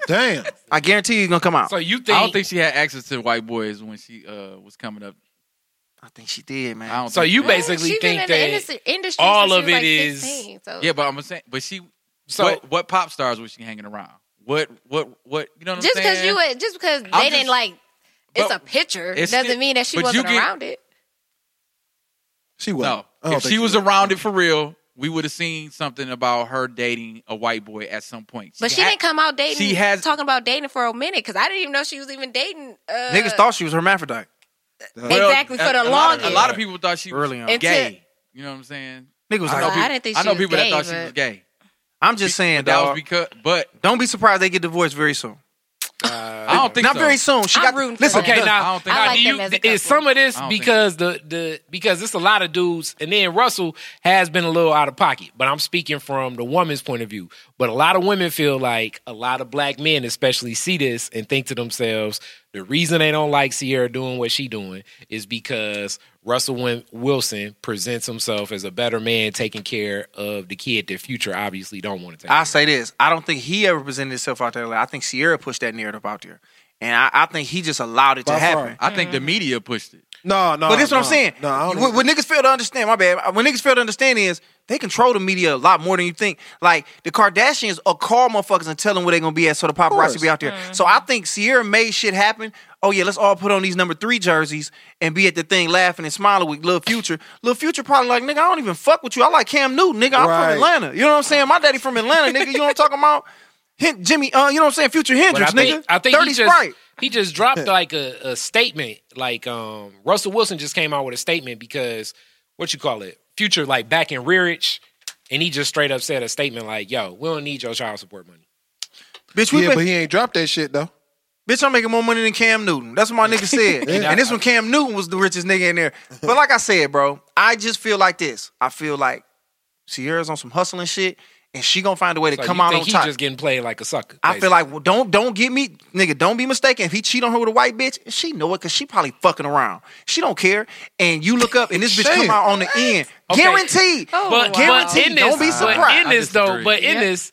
[SPEAKER 5] Damn.
[SPEAKER 3] I guarantee you, it's gonna come out.
[SPEAKER 4] So you think?
[SPEAKER 6] I don't think she had access to white boys when she uh, was coming up.
[SPEAKER 3] I think she did, man.
[SPEAKER 6] I don't
[SPEAKER 4] so.
[SPEAKER 6] think
[SPEAKER 4] You
[SPEAKER 6] that-
[SPEAKER 4] basically
[SPEAKER 8] She's been
[SPEAKER 4] think
[SPEAKER 8] in
[SPEAKER 4] that
[SPEAKER 8] the industry, industry
[SPEAKER 4] all
[SPEAKER 8] since
[SPEAKER 4] of
[SPEAKER 8] she was
[SPEAKER 4] it
[SPEAKER 8] like
[SPEAKER 4] is-
[SPEAKER 8] 16, so.
[SPEAKER 6] Yeah, but I'm saying, but she.
[SPEAKER 4] So-
[SPEAKER 6] what, what pop stars was she hanging around? What what what? You know what
[SPEAKER 8] just
[SPEAKER 6] I'm saying?
[SPEAKER 8] because you would- just because
[SPEAKER 6] I'm
[SPEAKER 8] they
[SPEAKER 6] just-
[SPEAKER 8] didn't like it's
[SPEAKER 6] but
[SPEAKER 8] a picture
[SPEAKER 6] it's
[SPEAKER 8] doesn't
[SPEAKER 6] still-
[SPEAKER 8] mean that she
[SPEAKER 6] but you
[SPEAKER 8] wasn't
[SPEAKER 6] get-
[SPEAKER 8] around it.
[SPEAKER 5] She was.
[SPEAKER 6] no, if she was around it for real, we would have seen something about her dating a white boy at some point.
[SPEAKER 8] But she
[SPEAKER 6] had-
[SPEAKER 8] didn't come out dating.
[SPEAKER 6] she has-
[SPEAKER 8] talking about dating for a minute because I didn't even know she was even dating. Uh,
[SPEAKER 3] Niggas thought she was hermaphrodite.
[SPEAKER 6] Well,
[SPEAKER 8] exactly for the
[SPEAKER 6] a, a lot of-
[SPEAKER 8] longest.
[SPEAKER 6] A lot of people thought she was
[SPEAKER 3] Early on.
[SPEAKER 6] gay. You know what I'm saying?
[SPEAKER 3] Niggas was
[SPEAKER 6] I
[SPEAKER 3] like,
[SPEAKER 6] know
[SPEAKER 8] I
[SPEAKER 6] people-
[SPEAKER 8] didn't think
[SPEAKER 6] I
[SPEAKER 8] she
[SPEAKER 6] know
[SPEAKER 8] was
[SPEAKER 6] people
[SPEAKER 8] gay,
[SPEAKER 6] that thought she
[SPEAKER 8] but-
[SPEAKER 6] was gay.
[SPEAKER 3] I'm just saying,
[SPEAKER 6] But that
[SPEAKER 3] dog.
[SPEAKER 6] was because, but
[SPEAKER 3] don't be surprised they get divorced very soon.
[SPEAKER 6] I don't think
[SPEAKER 3] Not
[SPEAKER 6] so.
[SPEAKER 3] very soon. She
[SPEAKER 8] I'm
[SPEAKER 3] got
[SPEAKER 8] rooting for
[SPEAKER 3] listen.
[SPEAKER 8] them.
[SPEAKER 4] Okay,
[SPEAKER 3] look,
[SPEAKER 4] now,
[SPEAKER 6] I don't think
[SPEAKER 4] now
[SPEAKER 8] I like
[SPEAKER 4] do
[SPEAKER 8] them as a
[SPEAKER 4] you, is
[SPEAKER 8] couple.
[SPEAKER 4] some of this
[SPEAKER 6] I don't think-
[SPEAKER 4] because the the because it's a lot of dudes, and then Russell has been a little out of pocket. But I'm speaking from the woman's point of view. But a lot of women feel like a lot of black men, especially, see this and think to themselves, the reason they don't like Sierra doing what she doing is because Russell Win- Wilson presents himself as a better man, taking care of the kid that future obviously don't want to take.
[SPEAKER 3] I say this. I don't think he ever presented himself out there. Like, I think Sierra pushed that narrative out there, and I, I think he just allowed it
[SPEAKER 5] By
[SPEAKER 3] to happen.
[SPEAKER 5] far.
[SPEAKER 6] I think the media pushed it.
[SPEAKER 5] No, no.
[SPEAKER 3] But that's what I'm
[SPEAKER 5] no,
[SPEAKER 3] saying.
[SPEAKER 5] No, I don't
[SPEAKER 3] what, what niggas fail to understand, my bad. What niggas fail to understand is they control the media a lot more than you think. Like the Kardashians are call motherfuckers and tell them where they gonna be at, so the
[SPEAKER 5] course.
[SPEAKER 3] paparazzi be out there.
[SPEAKER 4] Mm-hmm.
[SPEAKER 3] So I think Sierra made shit happen. Oh yeah, let's all put on these number three jerseys and be at the thing laughing and smiling with Lil Future. Lil Future probably like, nigga, I don't even fuck with you. I like Cam Newton, nigga. I'm
[SPEAKER 5] Right.
[SPEAKER 3] from Atlanta. You know what I'm saying? My daddy from Atlanta, nigga. You know what I'm talking about? Hen- Jimmy, uh, you know what I'm saying? Future
[SPEAKER 4] But I
[SPEAKER 3] Hendrix,
[SPEAKER 4] think,
[SPEAKER 3] nigga.
[SPEAKER 4] I think
[SPEAKER 3] 30
[SPEAKER 4] he just
[SPEAKER 3] Sprite.
[SPEAKER 4] he just
[SPEAKER 3] *laughs*
[SPEAKER 4] dropped like a, a statement. Like um, Russell Wilson just came out with a statement because what you call it, future like back in Rearage, and he just straight up said a statement like, "Yo, we don't need your child support money."
[SPEAKER 3] Bitch, we
[SPEAKER 5] Yeah,
[SPEAKER 3] been-
[SPEAKER 5] but he ain't dropped that shit though.
[SPEAKER 3] Bitch, I'm making more money than Cam Newton. That's what my nigga
[SPEAKER 4] *laughs*
[SPEAKER 3] said. And this one, Cam Newton was the richest nigga in there. But like I said, bro, I just feel like this. I feel like Sierra's on some hustling shit, and she gonna find a way to
[SPEAKER 4] So
[SPEAKER 3] come
[SPEAKER 4] you
[SPEAKER 3] out
[SPEAKER 4] think
[SPEAKER 3] on
[SPEAKER 4] he
[SPEAKER 3] top.
[SPEAKER 4] just getting played like a sucker.
[SPEAKER 3] I feel like well, don't don't get me, nigga. Don't be mistaken. If he cheat on her with a white bitch, she know it because she probably fucking around. She don't care. And you look up, and this bitch come
[SPEAKER 5] Shit.
[SPEAKER 3] out on the end,
[SPEAKER 4] Okay.
[SPEAKER 3] guaranteed.
[SPEAKER 4] But, but
[SPEAKER 3] guaranteed.
[SPEAKER 4] in this,
[SPEAKER 3] don't be
[SPEAKER 4] But
[SPEAKER 3] surprised.
[SPEAKER 4] in this though,
[SPEAKER 6] disagree.
[SPEAKER 4] but in this,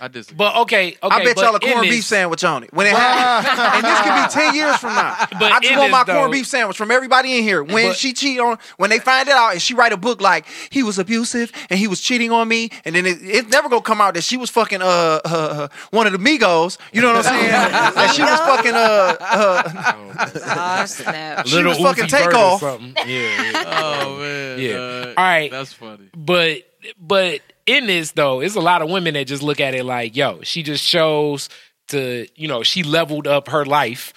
[SPEAKER 6] I disagree.
[SPEAKER 4] but okay, okay.
[SPEAKER 3] I bet
[SPEAKER 4] but
[SPEAKER 3] y'all a
[SPEAKER 4] in
[SPEAKER 3] corned beef
[SPEAKER 4] this-
[SPEAKER 3] sandwich on it when it happens. and this could be ten years from now.
[SPEAKER 4] *laughs* But
[SPEAKER 3] I
[SPEAKER 4] it
[SPEAKER 3] just want my
[SPEAKER 4] is,
[SPEAKER 3] corned
[SPEAKER 4] though-
[SPEAKER 3] beef sandwich from everybody in here. When
[SPEAKER 4] But-
[SPEAKER 3] she cheat on, when they find it out, and she write a book like he was abusive and he was cheating on me, and then it, it's never gonna come out that she was fucking uh, uh, uh one of the Migos. You know what I'm
[SPEAKER 4] *laughs*
[SPEAKER 3] saying? that she was fucking uh, uh
[SPEAKER 8] Oh snap!
[SPEAKER 3] she was
[SPEAKER 4] Lil
[SPEAKER 3] fucking
[SPEAKER 4] Uzi Vert or
[SPEAKER 3] takeoff.
[SPEAKER 4] something. Yeah, *laughs* yeah.
[SPEAKER 6] oh man,
[SPEAKER 4] Yeah.
[SPEAKER 6] uh,
[SPEAKER 4] All right.
[SPEAKER 6] that's funny.
[SPEAKER 4] but but in this though, it's a lot of women that just look at it like, yo, she just chose to, you know, she leveled up her life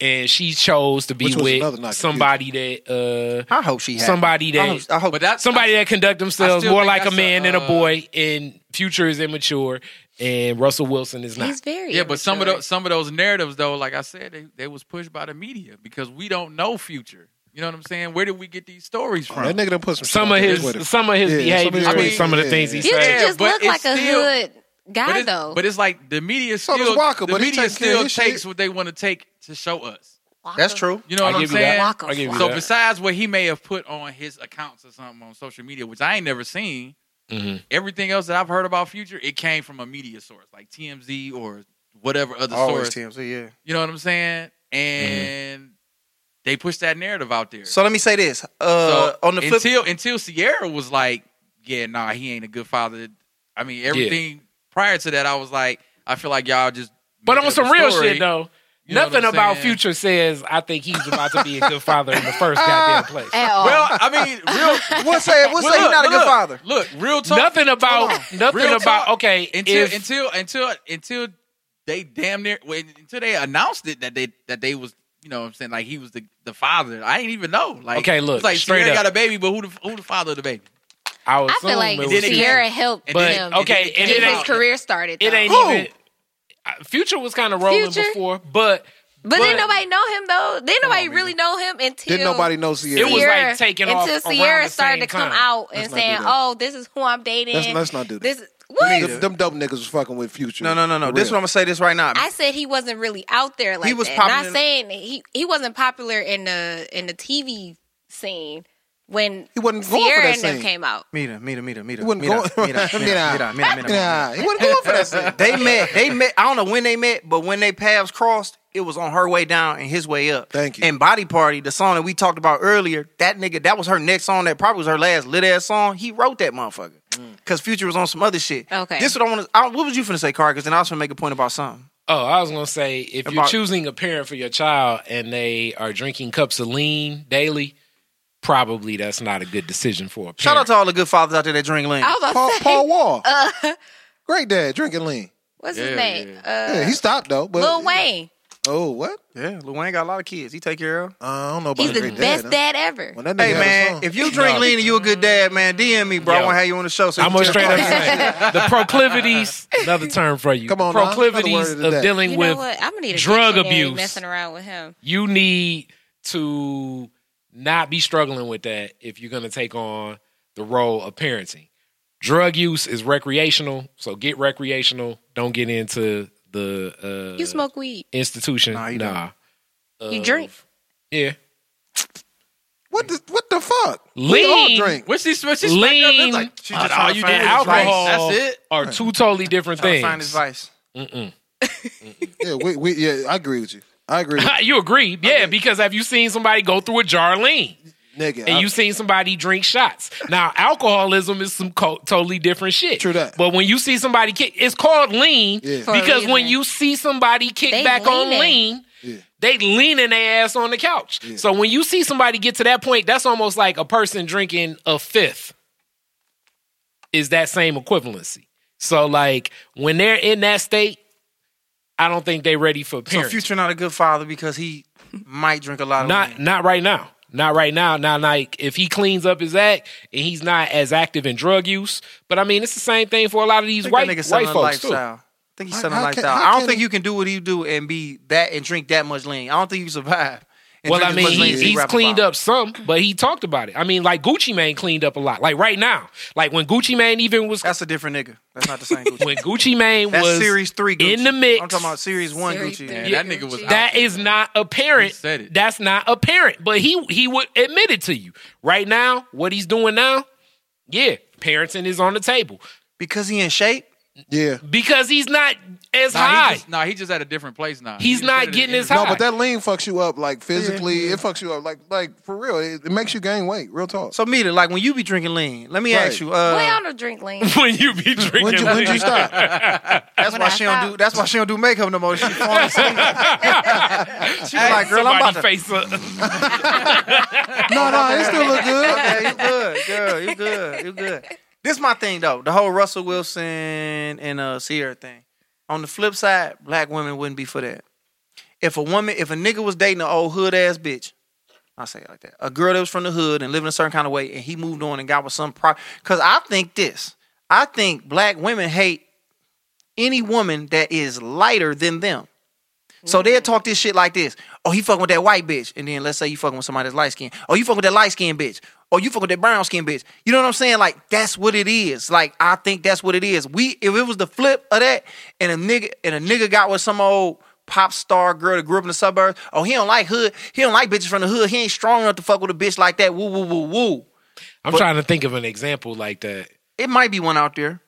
[SPEAKER 4] and she chose to be
[SPEAKER 5] Which was another
[SPEAKER 4] with
[SPEAKER 5] knock
[SPEAKER 4] somebody that uh
[SPEAKER 3] I hope she had
[SPEAKER 4] somebody
[SPEAKER 3] I
[SPEAKER 4] that
[SPEAKER 3] hope, I hope
[SPEAKER 6] But that's
[SPEAKER 4] somebody that conduct themselves
[SPEAKER 6] still
[SPEAKER 4] more
[SPEAKER 6] think
[SPEAKER 4] like a
[SPEAKER 6] that's a,
[SPEAKER 4] man than a
[SPEAKER 6] uh,
[SPEAKER 4] boy and future is immature and Russell Wilson is not.
[SPEAKER 8] He's very
[SPEAKER 6] Yeah, but some of
[SPEAKER 8] immature.
[SPEAKER 6] those some of those narratives though, like I said, they, they was pushed by the media because we don't know future. You know what I'm saying? Where did we get these stories from?
[SPEAKER 5] Oh, That nigga done put some.
[SPEAKER 4] some
[SPEAKER 5] shit
[SPEAKER 4] of
[SPEAKER 5] out there with
[SPEAKER 4] his
[SPEAKER 5] it.
[SPEAKER 4] some of his
[SPEAKER 5] Yeah, some of his
[SPEAKER 4] behaviors
[SPEAKER 6] I
[SPEAKER 4] with
[SPEAKER 6] mean,
[SPEAKER 4] some of the things he
[SPEAKER 5] yeah.
[SPEAKER 8] Future
[SPEAKER 4] said.
[SPEAKER 6] Yeah,
[SPEAKER 8] just
[SPEAKER 6] but
[SPEAKER 8] look like
[SPEAKER 6] it's
[SPEAKER 8] a
[SPEAKER 6] still-
[SPEAKER 8] hood
[SPEAKER 6] but,
[SPEAKER 8] guy
[SPEAKER 6] it's,
[SPEAKER 8] though.
[SPEAKER 6] but it's like the media
[SPEAKER 5] So does
[SPEAKER 6] still
[SPEAKER 5] Walker,
[SPEAKER 6] the
[SPEAKER 5] but he
[SPEAKER 6] media
[SPEAKER 5] takes care of
[SPEAKER 6] still
[SPEAKER 5] his
[SPEAKER 6] takes
[SPEAKER 5] shit.
[SPEAKER 6] what they want to take to show us.
[SPEAKER 3] That's true.
[SPEAKER 6] You know what
[SPEAKER 4] I
[SPEAKER 6] I'm
[SPEAKER 4] give you that.
[SPEAKER 6] saying?
[SPEAKER 4] I give you
[SPEAKER 6] So
[SPEAKER 4] that.
[SPEAKER 6] besides what he may have put on his accounts or something on social media, which I ain't never seen,
[SPEAKER 4] Mhm.
[SPEAKER 6] everything else that I've heard about Future, it came from a media source like TMZ or whatever other
[SPEAKER 3] Always
[SPEAKER 6] source.
[SPEAKER 3] TMZ, yeah.
[SPEAKER 6] You know what I'm saying?
[SPEAKER 5] Mm-hmm.
[SPEAKER 6] And they pushed that narrative out there.
[SPEAKER 3] So let me say this. Uh,
[SPEAKER 6] So
[SPEAKER 3] on the flip,
[SPEAKER 6] until until Sierra was like, yeah, nah, he ain't a good father. I mean, everything prior to that, I was like, I feel like y'all just.
[SPEAKER 4] But
[SPEAKER 6] making
[SPEAKER 4] on
[SPEAKER 6] up
[SPEAKER 4] some
[SPEAKER 6] a
[SPEAKER 4] real
[SPEAKER 6] story.
[SPEAKER 4] shit though,
[SPEAKER 6] You know what
[SPEAKER 4] nothing
[SPEAKER 6] I'm
[SPEAKER 4] about
[SPEAKER 6] saying?
[SPEAKER 4] Future says I think he's about to be a good father in the first goddamn place.
[SPEAKER 8] At all.
[SPEAKER 6] Well,
[SPEAKER 3] *laughs*
[SPEAKER 6] I mean, real.
[SPEAKER 3] we'll say, we'll say he's not a good
[SPEAKER 6] look,
[SPEAKER 3] father.
[SPEAKER 6] Look, real talk.
[SPEAKER 4] Nothing about nothing
[SPEAKER 6] Real
[SPEAKER 4] about
[SPEAKER 6] talk.
[SPEAKER 4] okay
[SPEAKER 6] until
[SPEAKER 4] if-
[SPEAKER 6] until until until they damn near when, until they announced it that they that they was you know what I'm saying like he was the, the father. I didn't even know. Like
[SPEAKER 4] Okay, look,
[SPEAKER 6] it's like
[SPEAKER 4] straight
[SPEAKER 6] Sierra
[SPEAKER 4] up.
[SPEAKER 6] got a baby, but who the who the father of the baby?
[SPEAKER 4] I, would
[SPEAKER 8] I feel
[SPEAKER 4] assume
[SPEAKER 8] like
[SPEAKER 4] it was-
[SPEAKER 6] didn't-
[SPEAKER 8] Sierra helped
[SPEAKER 6] And
[SPEAKER 4] but
[SPEAKER 6] then-
[SPEAKER 8] him
[SPEAKER 4] okay,
[SPEAKER 6] and
[SPEAKER 8] get
[SPEAKER 4] and it
[SPEAKER 6] then
[SPEAKER 8] his
[SPEAKER 6] came out.
[SPEAKER 4] ain't
[SPEAKER 8] career started.
[SPEAKER 4] it
[SPEAKER 8] though.
[SPEAKER 4] ain't
[SPEAKER 3] Who?
[SPEAKER 4] even. uh, Future was kind of rolling
[SPEAKER 8] Future?
[SPEAKER 4] before, but
[SPEAKER 8] But, then nobody know him though. Then nobody really know him until
[SPEAKER 5] Didn't nobody know Sierra?
[SPEAKER 4] It was, like,
[SPEAKER 8] Sierra-
[SPEAKER 4] taking
[SPEAKER 8] until
[SPEAKER 4] off around
[SPEAKER 8] Sierra
[SPEAKER 4] the
[SPEAKER 8] started
[SPEAKER 4] same
[SPEAKER 8] to come
[SPEAKER 4] time.
[SPEAKER 8] out and
[SPEAKER 5] Let's not
[SPEAKER 8] saying,
[SPEAKER 5] do that.
[SPEAKER 8] "Oh, this is who I'm dating."
[SPEAKER 5] Let's- let's not do that.
[SPEAKER 8] This is- what
[SPEAKER 5] them, them dope niggas was fucking with Future.
[SPEAKER 3] No, no, no, no.
[SPEAKER 5] For
[SPEAKER 3] This is
[SPEAKER 5] real.
[SPEAKER 3] what I'm gonna say this right now.
[SPEAKER 8] I said he wasn't really out there like
[SPEAKER 3] He was
[SPEAKER 8] that.
[SPEAKER 3] popular
[SPEAKER 8] Not
[SPEAKER 3] in-
[SPEAKER 8] saying that he he wasn't popular in the in the TV scene when
[SPEAKER 5] He wasn't going for
[SPEAKER 8] Sierra
[SPEAKER 5] that
[SPEAKER 8] and them
[SPEAKER 5] scene.
[SPEAKER 8] came out.
[SPEAKER 3] Mira, mira, mira, *laughs* mira.
[SPEAKER 5] He wasn't going- Mira. Yeah, he wasn't going for that shit.
[SPEAKER 3] They met. They met. I don't know when they met, but when they paths crossed, it was on her way down and his way up.
[SPEAKER 5] Thank you.
[SPEAKER 3] And Body Party, the song that we talked about earlier, that nigga, that was her next song. That probably was her last lit ass song. He wrote that motherfucker because Future was on some other shit.
[SPEAKER 8] Okay.
[SPEAKER 3] This what I want to. What was you finna say, Car? Because then I was finna make a point about something.
[SPEAKER 4] Oh, I was gonna say if you're
[SPEAKER 3] About-
[SPEAKER 4] choosing a parent for your child and they are drinking cups of lean daily, probably that's not a good decision for a parent.
[SPEAKER 3] Shout out to all the good fathers out there that drink lean.
[SPEAKER 8] I was about
[SPEAKER 5] Paul,
[SPEAKER 8] to say,
[SPEAKER 5] Paul Wall. Great dad, drinking lean.
[SPEAKER 8] what's
[SPEAKER 6] Yeah,
[SPEAKER 8] his name?
[SPEAKER 5] Yeah, he stopped though.
[SPEAKER 8] Uh,
[SPEAKER 5] But
[SPEAKER 8] Lil Wayne.
[SPEAKER 5] Oh, what?
[SPEAKER 3] Yeah, Lil Wayne got a lot of kids. He take care of.
[SPEAKER 5] Uh, I don't know about
[SPEAKER 8] He's the
[SPEAKER 5] great
[SPEAKER 8] best
[SPEAKER 5] dad. huh?
[SPEAKER 8] dad ever.
[SPEAKER 5] When that nigga
[SPEAKER 3] Hey
[SPEAKER 5] had a
[SPEAKER 3] man,
[SPEAKER 5] song.
[SPEAKER 3] if you drink
[SPEAKER 4] No.
[SPEAKER 3] lean and you a good dad, man, DM me, bro. I
[SPEAKER 4] Yo.
[SPEAKER 3] want to have you on the show. So you
[SPEAKER 4] I'm
[SPEAKER 3] can
[SPEAKER 4] gonna
[SPEAKER 3] tell-
[SPEAKER 4] straight up say the proclivities. Another term for you.
[SPEAKER 5] Come on, Nas. Another
[SPEAKER 4] proclivities
[SPEAKER 5] word of
[SPEAKER 4] of,
[SPEAKER 5] the day.
[SPEAKER 4] dealing
[SPEAKER 8] You know
[SPEAKER 4] with
[SPEAKER 8] what? I'm gonna need a
[SPEAKER 4] drug
[SPEAKER 8] dictionary
[SPEAKER 4] abuse.
[SPEAKER 8] Messing around with him.
[SPEAKER 4] you need to not be struggling with that if you're going to take on the role of parenting. Drug use is recreational, so get recreational. Don't get into the uh,
[SPEAKER 8] You smoke weed.
[SPEAKER 4] institution.
[SPEAKER 3] Nah, you
[SPEAKER 4] nah.
[SPEAKER 8] You
[SPEAKER 4] Of-
[SPEAKER 8] drink.
[SPEAKER 4] Yeah.
[SPEAKER 5] what the what the fuck? We all
[SPEAKER 4] Lean.
[SPEAKER 5] drink.
[SPEAKER 6] What's she? What's she?
[SPEAKER 4] Lean
[SPEAKER 6] Like, she
[SPEAKER 3] Oh,
[SPEAKER 6] just
[SPEAKER 3] no,
[SPEAKER 6] all
[SPEAKER 3] you
[SPEAKER 6] you do
[SPEAKER 3] did
[SPEAKER 6] is
[SPEAKER 4] alcohol.
[SPEAKER 6] drink. That's it.
[SPEAKER 4] Are two totally different
[SPEAKER 3] Trying to find his
[SPEAKER 4] things.
[SPEAKER 3] vice.
[SPEAKER 4] Mm-mm.
[SPEAKER 5] Yeah, we, we yeah, I agree with you. I agree with
[SPEAKER 4] *laughs* you agree? Yeah, because have you seen somebody go through a jar of lean?
[SPEAKER 3] *laughs*
[SPEAKER 5] you. nigga.
[SPEAKER 4] and
[SPEAKER 5] I-
[SPEAKER 4] you seen somebody drink shots. Now, alcoholism is some co- totally different shit.
[SPEAKER 5] True that.
[SPEAKER 4] But when you see somebody kick, it's called lean
[SPEAKER 5] Yeah.
[SPEAKER 8] For a
[SPEAKER 4] because when
[SPEAKER 8] reason.
[SPEAKER 4] you see somebody kick
[SPEAKER 8] They
[SPEAKER 4] back on
[SPEAKER 8] leaning.
[SPEAKER 4] lean,
[SPEAKER 5] Yeah.
[SPEAKER 4] they leaning their ass on the couch. So when you see somebody get to that point, that's almost like a person drinking a fifth. Is that same equivalency? So like when they're in that state, I don't think they're ready for
[SPEAKER 3] So
[SPEAKER 4] parenting.
[SPEAKER 3] Future not a good father because he might drink a lot of
[SPEAKER 4] Not
[SPEAKER 3] lean.
[SPEAKER 4] not right now. Not right now. Now, like if he cleans up his act and he's not as active in drug use, but I mean it's the same thing for a lot of
[SPEAKER 3] I
[SPEAKER 4] these
[SPEAKER 3] think
[SPEAKER 4] white
[SPEAKER 3] that nigga
[SPEAKER 4] white
[SPEAKER 3] selling a
[SPEAKER 4] folks too.
[SPEAKER 3] lifestyle. I think he's
[SPEAKER 5] How-
[SPEAKER 3] selling a
[SPEAKER 5] how can-
[SPEAKER 3] lifestyle.
[SPEAKER 5] how
[SPEAKER 3] I don't
[SPEAKER 5] can
[SPEAKER 3] think
[SPEAKER 5] he-
[SPEAKER 3] you can do what he do and be that and drink that much lean. I don't think you survive. and
[SPEAKER 4] Well,
[SPEAKER 3] drink
[SPEAKER 4] I
[SPEAKER 3] as
[SPEAKER 4] mean
[SPEAKER 3] much lean
[SPEAKER 4] he,
[SPEAKER 3] as he
[SPEAKER 4] he's
[SPEAKER 3] rap
[SPEAKER 4] cleaned
[SPEAKER 3] about.
[SPEAKER 4] up some, but he talked about it. I mean, like Gucci Mane cleaned up a lot. Like right now, like when Gucci Mane even was
[SPEAKER 3] That's a different nigga. That's not the same Gucci.
[SPEAKER 4] *laughs* when Gucci Mane
[SPEAKER 3] That's
[SPEAKER 4] was
[SPEAKER 3] series three Gucci.
[SPEAKER 4] in the mix.
[SPEAKER 3] I'm talking about series one
[SPEAKER 8] Series
[SPEAKER 3] Gucci.
[SPEAKER 8] three.
[SPEAKER 6] Man,
[SPEAKER 8] Yeah.
[SPEAKER 6] that nigga was. out
[SPEAKER 4] That
[SPEAKER 6] there.
[SPEAKER 4] is not apparent.
[SPEAKER 6] He said it.
[SPEAKER 4] That's not apparent. But he he would admit it to you. Right now, what he's doing now, yeah, parenting is on the table.
[SPEAKER 3] Because he in shape.
[SPEAKER 5] yeah.
[SPEAKER 4] because he's not as
[SPEAKER 6] Nah,
[SPEAKER 4] high.
[SPEAKER 6] he just, nah, he just at a different place now.
[SPEAKER 4] He's
[SPEAKER 6] just
[SPEAKER 4] not
[SPEAKER 6] said it in
[SPEAKER 4] getting
[SPEAKER 6] an
[SPEAKER 4] his
[SPEAKER 6] interview.
[SPEAKER 5] No,
[SPEAKER 4] high.
[SPEAKER 5] but that lean fucks you up like physically. It fucks you up like like for real. It, it makes you gain weight. Real talk.
[SPEAKER 3] So Mita, like when you be drinking lean, let me
[SPEAKER 5] Right.
[SPEAKER 3] ask you.
[SPEAKER 8] Well, I
[SPEAKER 3] Uh,
[SPEAKER 8] don't drink
[SPEAKER 4] *laughs*
[SPEAKER 8] lean.
[SPEAKER 4] *laughs* when you be drinking,
[SPEAKER 5] When'd you, when'd
[SPEAKER 3] *laughs*
[SPEAKER 5] you stop?
[SPEAKER 3] that's
[SPEAKER 8] when
[SPEAKER 3] why
[SPEAKER 8] I
[SPEAKER 3] she don't
[SPEAKER 8] stop-
[SPEAKER 3] do. That's why she don't do makeup no
[SPEAKER 4] *laughs*
[SPEAKER 3] more. She, she was like, girl, I'm about
[SPEAKER 4] somebody
[SPEAKER 3] to.
[SPEAKER 4] face up.
[SPEAKER 5] no, no, it still look good.
[SPEAKER 3] Okay, you good, girl. You good. You good. This my thing though. The whole Russell Wilson and uh Sierra thing. On the flip side, black women wouldn't be for that. If a woman, if a nigga was dating an old hood ass bitch, I say it like that. A girl that was from the hood and living a certain kind of way, and he moved on and got with some pro. Because I think this. I think black women hate any woman that is lighter than them. So they'll talk this shit like this. Oh, he fucking with that white bitch. And then let's say you fucking with somebody that's light skinned. Oh, you fucking with that light skinned bitch. Oh, you fucking with that brown skinned bitch. You know what I'm saying? Like, that's what it is. Like, I think that's what it is. We if it was the flip of that and a nigga and a nigga got with some old pop star girl that grew up in the suburbs. Oh, he don't like hood. He don't like bitches from the hood. He ain't strong enough to fuck with a bitch like that. Woo, woo, woo, woo.
[SPEAKER 4] I'm
[SPEAKER 3] But-
[SPEAKER 4] trying to think of an example like that.
[SPEAKER 3] It might be one out there.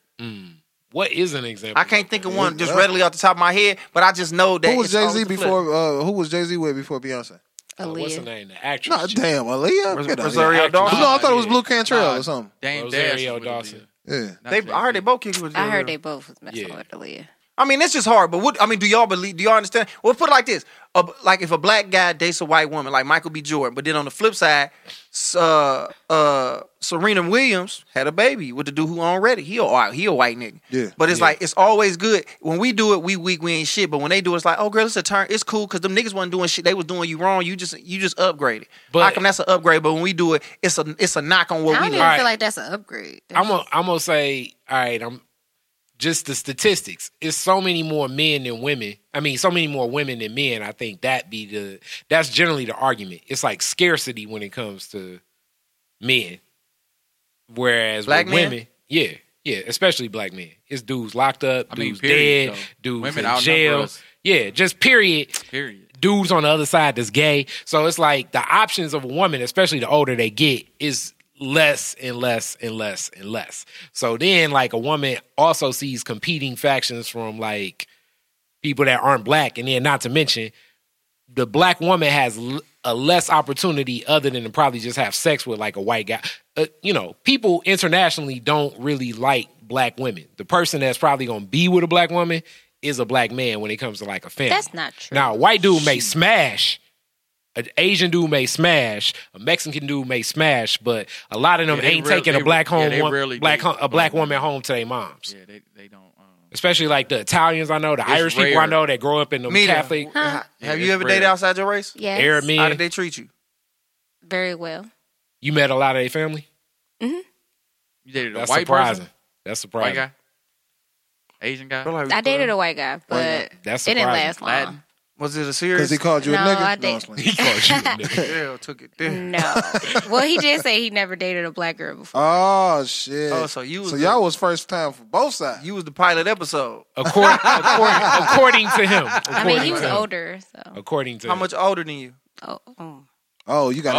[SPEAKER 4] What is an example?
[SPEAKER 3] I can't think of one just
[SPEAKER 5] Yeah.
[SPEAKER 3] readily off the top of my head, but I just know that.
[SPEAKER 5] Who was
[SPEAKER 3] it's
[SPEAKER 5] Jay
[SPEAKER 3] always
[SPEAKER 5] Z
[SPEAKER 3] a flip.
[SPEAKER 5] before? Uh, who was Jay Z with before Beyonce?
[SPEAKER 4] Uh, what's her name? The actress.
[SPEAKER 5] Nah,
[SPEAKER 4] chick.
[SPEAKER 5] damn, Aaliyah. Get out of here.
[SPEAKER 3] Rosario
[SPEAKER 4] Yeah,
[SPEAKER 3] Dawson.
[SPEAKER 5] No, I thought it was
[SPEAKER 6] yeah.
[SPEAKER 5] Blue Cantrell
[SPEAKER 6] Uh,
[SPEAKER 5] or something.
[SPEAKER 6] Dame
[SPEAKER 4] Rosario
[SPEAKER 6] Dash was
[SPEAKER 4] Dawson.
[SPEAKER 6] with
[SPEAKER 5] Yeah.
[SPEAKER 6] Aaliyah. Not
[SPEAKER 3] They,
[SPEAKER 6] Jay-Z.
[SPEAKER 3] I heard they both kicked it with
[SPEAKER 8] I heard
[SPEAKER 3] Jay-Z.
[SPEAKER 8] they both was messing
[SPEAKER 4] Yeah.
[SPEAKER 8] with Aaliyah.
[SPEAKER 3] I mean, it's just hard. But what I mean, do y'all believe? Do y'all understand? Well, put it like this: A- like if a black guy dates a white woman, like Michael B. Jordan, but then on the flip side, s- uh, uh, Serena Williams had a baby with the dude who owned Reddit. He a white- he a white nigga.
[SPEAKER 5] Yeah.
[SPEAKER 3] But it's like it's always good when we do it. We weak, we ain't shit. But when they do it, it's like, oh girl, it's a turn. It's cool because them niggas wasn't doing shit. They was doing you wrong. You just you just upgraded. But
[SPEAKER 4] But-
[SPEAKER 3] How come that's an upgrade? But when we do it, it's a it's a knock on
[SPEAKER 8] I
[SPEAKER 3] what
[SPEAKER 8] don't
[SPEAKER 3] we.
[SPEAKER 8] even
[SPEAKER 3] Like.
[SPEAKER 4] Alright.
[SPEAKER 8] feel like that's an upgrade.
[SPEAKER 4] I'm gonna I'm gonna say, all right, I'm just the statistics. It's so many more men than women. I mean, so many more women than men. I think that be the that's generally the argument. It's like scarcity when it comes to men, whereas
[SPEAKER 3] Black
[SPEAKER 4] with
[SPEAKER 3] men?
[SPEAKER 4] women, yeah, yeah, especially black men. It's dudes locked up,
[SPEAKER 6] I mean,
[SPEAKER 4] dudes
[SPEAKER 6] period,
[SPEAKER 4] dead,
[SPEAKER 6] though.
[SPEAKER 4] dudes
[SPEAKER 6] Women
[SPEAKER 4] in
[SPEAKER 6] outnumber
[SPEAKER 4] jail.
[SPEAKER 6] us.
[SPEAKER 4] Yeah, just period
[SPEAKER 6] Period.
[SPEAKER 4] dudes on the other side that's gay. So it's like the options of a woman, especially the older they get, is less and less and less and less. So then, like, a woman also sees competing factions from like people that aren't black. And then, not to mention, the black woman has l- a less opportunity other than to probably just have sex with like a white guy. Uh, you know, people internationally don't really like black women. The person that's probably gonna be with a black woman is a black man when it comes to like a family.
[SPEAKER 7] That's not true.
[SPEAKER 4] Now, a white dude may smash. An Asian dude may smash, a Mexican dude may smash, but a lot of them
[SPEAKER 6] Yeah, they
[SPEAKER 4] ain't
[SPEAKER 6] rare-
[SPEAKER 4] taking
[SPEAKER 6] they-
[SPEAKER 4] a black
[SPEAKER 6] yeah,
[SPEAKER 4] home,
[SPEAKER 6] they
[SPEAKER 4] one-
[SPEAKER 6] rarely
[SPEAKER 4] black
[SPEAKER 6] do. Mm-hmm.
[SPEAKER 4] home, a black woman home to their moms.
[SPEAKER 6] Yeah, they they don't. Um,
[SPEAKER 4] Especially like the Italians I know, the Irish people
[SPEAKER 6] rare.
[SPEAKER 4] I know that grow up in the
[SPEAKER 3] Mira,
[SPEAKER 4] Catholic,
[SPEAKER 3] ha-
[SPEAKER 6] Yeah,
[SPEAKER 3] have
[SPEAKER 6] it's
[SPEAKER 3] you ever
[SPEAKER 6] rare.
[SPEAKER 3] dated outside your race?
[SPEAKER 8] Yes.
[SPEAKER 4] Arab
[SPEAKER 3] How did
[SPEAKER 4] men.
[SPEAKER 3] they treat you?
[SPEAKER 8] Very well.
[SPEAKER 4] You met a lot of their family.
[SPEAKER 6] you dated a
[SPEAKER 4] That's
[SPEAKER 6] white
[SPEAKER 4] surprising.
[SPEAKER 6] person,
[SPEAKER 4] That's
[SPEAKER 6] white
[SPEAKER 4] surprising.
[SPEAKER 6] guy, Asian guy.
[SPEAKER 8] I dated a white guy, but
[SPEAKER 4] That's
[SPEAKER 8] it didn't last
[SPEAKER 4] surprising.
[SPEAKER 8] long.
[SPEAKER 3] Was it a
[SPEAKER 5] Because
[SPEAKER 3] serious?
[SPEAKER 5] he called you a
[SPEAKER 8] No,
[SPEAKER 5] nigga.
[SPEAKER 8] I
[SPEAKER 5] No, I'm
[SPEAKER 8] didn't.
[SPEAKER 5] playing.
[SPEAKER 4] He
[SPEAKER 8] *laughs*
[SPEAKER 4] called you a nigga.
[SPEAKER 3] *laughs* Girl took it there.
[SPEAKER 5] Mm.
[SPEAKER 8] No.
[SPEAKER 4] *laughs*
[SPEAKER 8] well, he did say he never dated a black girl before.
[SPEAKER 5] Oh shit!
[SPEAKER 3] Oh, so you was
[SPEAKER 5] so
[SPEAKER 3] the-
[SPEAKER 5] y'all was first time for both sides.
[SPEAKER 3] You was the pilot episode.
[SPEAKER 4] according, according, according to him.
[SPEAKER 8] I mean,
[SPEAKER 4] according
[SPEAKER 8] he was
[SPEAKER 4] to him.
[SPEAKER 8] older, so.
[SPEAKER 4] According to
[SPEAKER 3] How
[SPEAKER 4] him.
[SPEAKER 3] much older than
[SPEAKER 4] *laughs*
[SPEAKER 3] you?
[SPEAKER 8] Oh, oh.
[SPEAKER 5] Oh, you got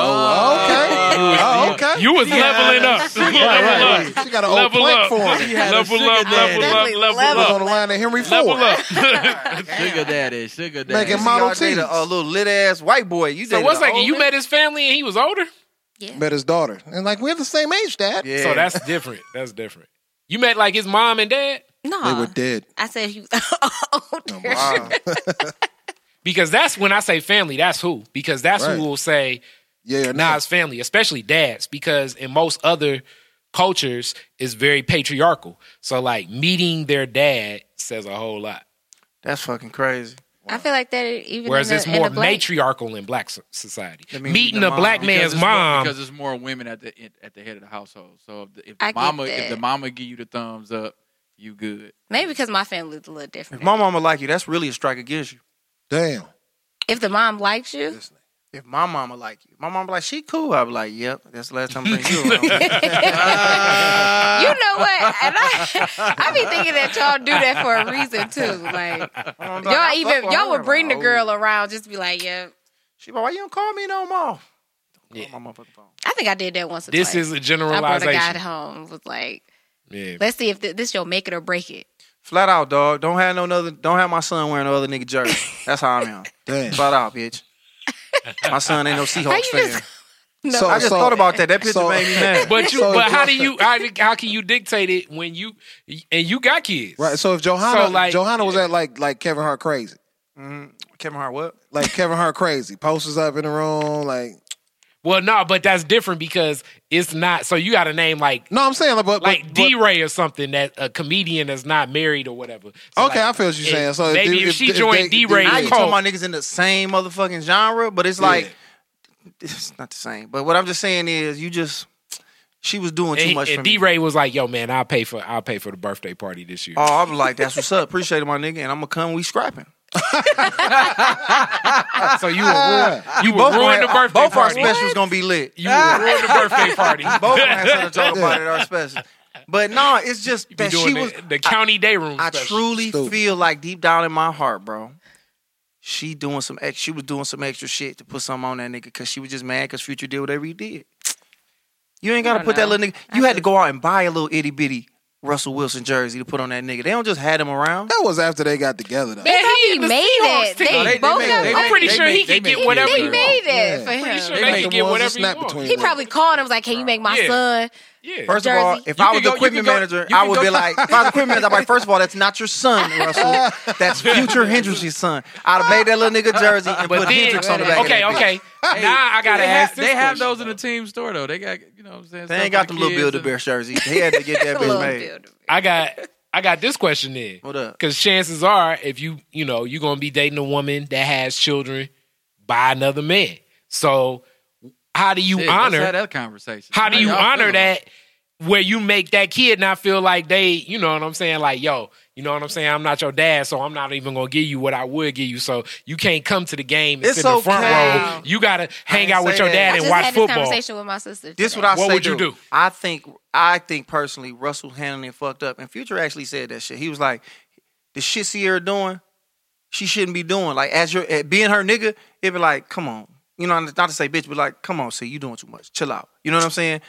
[SPEAKER 5] oh, okay. Oh, okay.
[SPEAKER 4] You was leveling up.
[SPEAKER 5] right, right. She
[SPEAKER 6] Oh,
[SPEAKER 5] got an old
[SPEAKER 4] Level
[SPEAKER 5] plank
[SPEAKER 4] up.
[SPEAKER 5] for
[SPEAKER 7] *laughs*
[SPEAKER 5] him.
[SPEAKER 6] had a
[SPEAKER 4] Level
[SPEAKER 6] sugar
[SPEAKER 4] up,
[SPEAKER 6] daddy.
[SPEAKER 4] level up,
[SPEAKER 8] Definitely
[SPEAKER 4] level
[SPEAKER 5] He was
[SPEAKER 4] up,
[SPEAKER 5] on the line of Henry Ford.
[SPEAKER 4] level up. *laughs*
[SPEAKER 6] Sugar daddy, sugar daddy.
[SPEAKER 5] Making
[SPEAKER 3] See,
[SPEAKER 5] Model
[SPEAKER 3] y'all dated
[SPEAKER 5] Ts.
[SPEAKER 3] a little lit ass white boy. You
[SPEAKER 4] So
[SPEAKER 3] dated
[SPEAKER 4] what's
[SPEAKER 3] a
[SPEAKER 4] like you
[SPEAKER 3] older-
[SPEAKER 4] met his family and he was older?
[SPEAKER 5] Met his daughter, and like we're the same age, Dad.
[SPEAKER 3] Yeah.
[SPEAKER 4] So that's different. That's different. You met like his mom and dad?
[SPEAKER 5] They
[SPEAKER 8] No.
[SPEAKER 5] were dead.
[SPEAKER 8] I said he was older.
[SPEAKER 3] Wow.
[SPEAKER 4] Because that's when I say family, that's who. Because that's
[SPEAKER 5] Right.
[SPEAKER 4] who will say,
[SPEAKER 5] Yeah, or
[SPEAKER 4] Nah,
[SPEAKER 5] nah.
[SPEAKER 4] it's family, especially dads, because in most other cultures, it's very patriarchal. So like meeting their dad says a whole lot.
[SPEAKER 3] that's fucking crazy.
[SPEAKER 8] *laughs* I feel like that even
[SPEAKER 4] Whereas
[SPEAKER 8] in the,
[SPEAKER 4] it's
[SPEAKER 8] in
[SPEAKER 4] more
[SPEAKER 8] the black-
[SPEAKER 4] matriarchal in black so- society.
[SPEAKER 3] That means
[SPEAKER 4] Meeting
[SPEAKER 3] the
[SPEAKER 4] a black
[SPEAKER 3] mom.
[SPEAKER 4] man's
[SPEAKER 6] it's more,
[SPEAKER 4] mom,
[SPEAKER 6] because there's more women at the at the head of the household. So if the, if
[SPEAKER 8] I
[SPEAKER 6] the
[SPEAKER 8] get
[SPEAKER 6] mama if
[SPEAKER 8] that.
[SPEAKER 6] the mama give you the thumbs up, you good.
[SPEAKER 8] Maybe because my family's a little
[SPEAKER 3] If
[SPEAKER 8] different.
[SPEAKER 3] my mama like you, that's really a strike against you.
[SPEAKER 5] Damn.
[SPEAKER 8] if the mom likes you,
[SPEAKER 3] If my mama like you, my mama like she cool. I be like, yep, that's the last time I
[SPEAKER 4] *laughs*
[SPEAKER 3] seen you. around.
[SPEAKER 4] Uh.
[SPEAKER 8] you know what? And I, *laughs* I be thinking that y'all do that for a reason too. Like
[SPEAKER 3] My mama be like,
[SPEAKER 8] y'all
[SPEAKER 3] I fuck
[SPEAKER 8] even
[SPEAKER 3] with
[SPEAKER 8] y'all
[SPEAKER 3] her.
[SPEAKER 8] would bring the
[SPEAKER 3] Oh.
[SPEAKER 8] girl around, just be like, yeah.
[SPEAKER 3] She be like, why you don't call me no more? Don't
[SPEAKER 4] Yeah.
[SPEAKER 3] call my motherfucking phone.
[SPEAKER 8] I think I did that once. Or
[SPEAKER 4] this
[SPEAKER 8] twice.
[SPEAKER 4] is a
[SPEAKER 8] I brought a guy
[SPEAKER 4] generalization.
[SPEAKER 8] home. Was like, *laughs*
[SPEAKER 4] Yeah.
[SPEAKER 8] let's see if th- this your make it or break it.
[SPEAKER 3] Flat out, dog. Don't have no other. Don't have my son wearing no other nigga jersey. That's how I'm on.
[SPEAKER 5] *laughs* Damn.
[SPEAKER 3] Flat out, bitch. My son ain't no
[SPEAKER 8] How
[SPEAKER 3] Seahawks
[SPEAKER 8] you
[SPEAKER 3] fan.
[SPEAKER 8] just?
[SPEAKER 5] So
[SPEAKER 3] I just
[SPEAKER 5] so-
[SPEAKER 3] thought about that. That picture
[SPEAKER 5] so-
[SPEAKER 3] made me mad.
[SPEAKER 4] But you
[SPEAKER 5] So
[SPEAKER 4] but how
[SPEAKER 5] Josh-
[SPEAKER 4] do you how, do- how can you dictate it when you and you got kids?
[SPEAKER 5] Right. So if Johanna,
[SPEAKER 4] So, like-
[SPEAKER 5] Johanna was at like like Kevin Hart crazy,
[SPEAKER 3] Kevin Hart, what?
[SPEAKER 5] like Kevin Hart crazy, posters up in the room, like
[SPEAKER 4] Well, no, but that's different because it's not so you got a name like
[SPEAKER 5] no, I'm saying, like, but
[SPEAKER 4] like
[SPEAKER 5] but,
[SPEAKER 4] D Ray or something that a comedian that's not married or whatever. So,
[SPEAKER 5] Okay,
[SPEAKER 4] like,
[SPEAKER 5] I feel what you're
[SPEAKER 4] if-
[SPEAKER 5] saying. So
[SPEAKER 4] maybe if she joined
[SPEAKER 5] they-
[SPEAKER 4] D-Ray
[SPEAKER 5] they-
[SPEAKER 3] Now
[SPEAKER 4] Yeah.
[SPEAKER 3] you
[SPEAKER 4] Cole.
[SPEAKER 3] talking about niggas in the same motherfucking genre, but it's like it's not the same. But what I'm just saying is, you just she was doing too
[SPEAKER 4] and,
[SPEAKER 3] much for
[SPEAKER 4] D
[SPEAKER 3] me.
[SPEAKER 4] Ray was like, "Yo, man, I'll pay for I'll pay for the birthday party this year."
[SPEAKER 3] Oh, I was like, that's what's up. Appreciate it, my nigga. And I'm gonna come. We scrapping.
[SPEAKER 4] so
[SPEAKER 3] *laughs*
[SPEAKER 4] you were you were
[SPEAKER 3] Both
[SPEAKER 4] ruined
[SPEAKER 3] gonna-
[SPEAKER 4] the birthday
[SPEAKER 3] both our
[SPEAKER 4] party.
[SPEAKER 3] specials gonna be *laughs* lit.
[SPEAKER 4] You were ruined the
[SPEAKER 3] *laughs*
[SPEAKER 4] birthday party.
[SPEAKER 3] Both gonna have something to talk about at our specials. But no, it's just
[SPEAKER 4] You *laughs* be
[SPEAKER 3] that
[SPEAKER 4] doing
[SPEAKER 3] she
[SPEAKER 4] the,
[SPEAKER 3] was.
[SPEAKER 4] the county day room.
[SPEAKER 3] I
[SPEAKER 4] special.
[SPEAKER 3] truly
[SPEAKER 5] Stupid.
[SPEAKER 3] feel like deep down in my heart, bro, she doing some ex, she was doing some extra shit to put something on that nigga because she was just mad because Future did whatever he did. You ain't gotta
[SPEAKER 7] don't
[SPEAKER 3] put that
[SPEAKER 7] know.
[SPEAKER 3] little nigga. You had to go out and buy a little itty bitty Russell Wilson jersey to put on that nigga. They don't just had him around.
[SPEAKER 5] That was after they got together though.
[SPEAKER 8] They
[SPEAKER 4] he
[SPEAKER 8] probably
[SPEAKER 4] in the
[SPEAKER 8] made
[SPEAKER 4] Seahawks
[SPEAKER 8] it.
[SPEAKER 4] team.
[SPEAKER 8] They,
[SPEAKER 4] No, they-
[SPEAKER 6] they
[SPEAKER 8] both
[SPEAKER 6] made-
[SPEAKER 8] of
[SPEAKER 6] they
[SPEAKER 8] them.
[SPEAKER 4] I'm pretty
[SPEAKER 6] they
[SPEAKER 4] sure
[SPEAKER 6] make-
[SPEAKER 4] he
[SPEAKER 6] they
[SPEAKER 4] can get *laughs*
[SPEAKER 6] make-
[SPEAKER 4] whatever
[SPEAKER 8] They
[SPEAKER 4] he
[SPEAKER 8] made
[SPEAKER 4] wants.
[SPEAKER 8] it
[SPEAKER 5] Yeah.
[SPEAKER 8] for
[SPEAKER 4] Pretty sure
[SPEAKER 8] him.
[SPEAKER 4] they,
[SPEAKER 5] make
[SPEAKER 4] can
[SPEAKER 5] the
[SPEAKER 4] get
[SPEAKER 5] ones
[SPEAKER 4] whatever
[SPEAKER 5] that's
[SPEAKER 4] he
[SPEAKER 5] not
[SPEAKER 4] wants.
[SPEAKER 5] between
[SPEAKER 8] He probably called and was like, "Can you make my
[SPEAKER 4] Yeah.
[SPEAKER 8] son?"
[SPEAKER 4] Yeah.
[SPEAKER 3] First of all,
[SPEAKER 8] Jersey.
[SPEAKER 3] if
[SPEAKER 6] You
[SPEAKER 3] I
[SPEAKER 6] can
[SPEAKER 3] was
[SPEAKER 6] go-
[SPEAKER 3] the
[SPEAKER 6] you
[SPEAKER 3] equipment
[SPEAKER 6] can go-
[SPEAKER 3] manager,
[SPEAKER 6] you
[SPEAKER 3] I
[SPEAKER 6] can
[SPEAKER 3] would
[SPEAKER 6] go-
[SPEAKER 3] be
[SPEAKER 6] *laughs*
[SPEAKER 3] like, if I was the equipment manager, I'd be like, first of all, that's not your son, Russell. That's
[SPEAKER 6] *laughs*
[SPEAKER 3] future Hendrickson's son. I'd have made that little nigga jersey and
[SPEAKER 4] but
[SPEAKER 3] put
[SPEAKER 4] then,
[SPEAKER 3] Hendricks on the back.
[SPEAKER 4] okay,
[SPEAKER 3] of that bitch.
[SPEAKER 4] okay. now I gotta
[SPEAKER 6] they
[SPEAKER 4] ask
[SPEAKER 6] have,
[SPEAKER 4] this
[SPEAKER 6] they have
[SPEAKER 4] question.
[SPEAKER 6] those in the team store though. They got you know what I'm saying.
[SPEAKER 3] They
[SPEAKER 6] stuff
[SPEAKER 3] ain't
[SPEAKER 6] for
[SPEAKER 3] got them little
[SPEAKER 6] kids
[SPEAKER 3] Builder
[SPEAKER 6] and-
[SPEAKER 3] Bear jerseys. He had to get
[SPEAKER 6] *laughs*
[SPEAKER 3] that bitch
[SPEAKER 7] Little
[SPEAKER 3] made.
[SPEAKER 7] dude.
[SPEAKER 4] I got I got this question in.
[SPEAKER 3] What up?
[SPEAKER 4] Because chances are, if you you know you're gonna be dating a woman that has children by another man, so how do you
[SPEAKER 6] Shit, let's
[SPEAKER 4] honor
[SPEAKER 6] have that conversation.
[SPEAKER 4] how do you
[SPEAKER 6] y'all
[SPEAKER 4] honor
[SPEAKER 6] feeling?
[SPEAKER 4] that where you make that kid not feel like they, you know what I'm saying? Like, yo, you know what I'm saying? I'm not your dad, so I'm not even gonna give you what I would give you. So you can't come to the game and
[SPEAKER 3] It's
[SPEAKER 4] sit in the front
[SPEAKER 3] okay.
[SPEAKER 4] row. You gotta hang
[SPEAKER 3] ain't
[SPEAKER 4] out with
[SPEAKER 3] say
[SPEAKER 4] your
[SPEAKER 3] that. I
[SPEAKER 4] dad
[SPEAKER 7] I
[SPEAKER 4] and
[SPEAKER 7] just
[SPEAKER 4] watch
[SPEAKER 7] had this
[SPEAKER 4] football.
[SPEAKER 7] conversation with my sister.
[SPEAKER 3] This is
[SPEAKER 7] today.
[SPEAKER 3] what I
[SPEAKER 4] What
[SPEAKER 3] say.
[SPEAKER 4] would you
[SPEAKER 3] though.
[SPEAKER 4] do?
[SPEAKER 3] I think I think personally, Russell handling it fucked up, and Future actually said that shit. He was like, "The shit Sierra doing, she shouldn't be doing. Like as your at being her nigga, it'd be like, come on, you know, not to say bitch, but like, come on, see, you doing too much. Chill out. You know what I'm saying?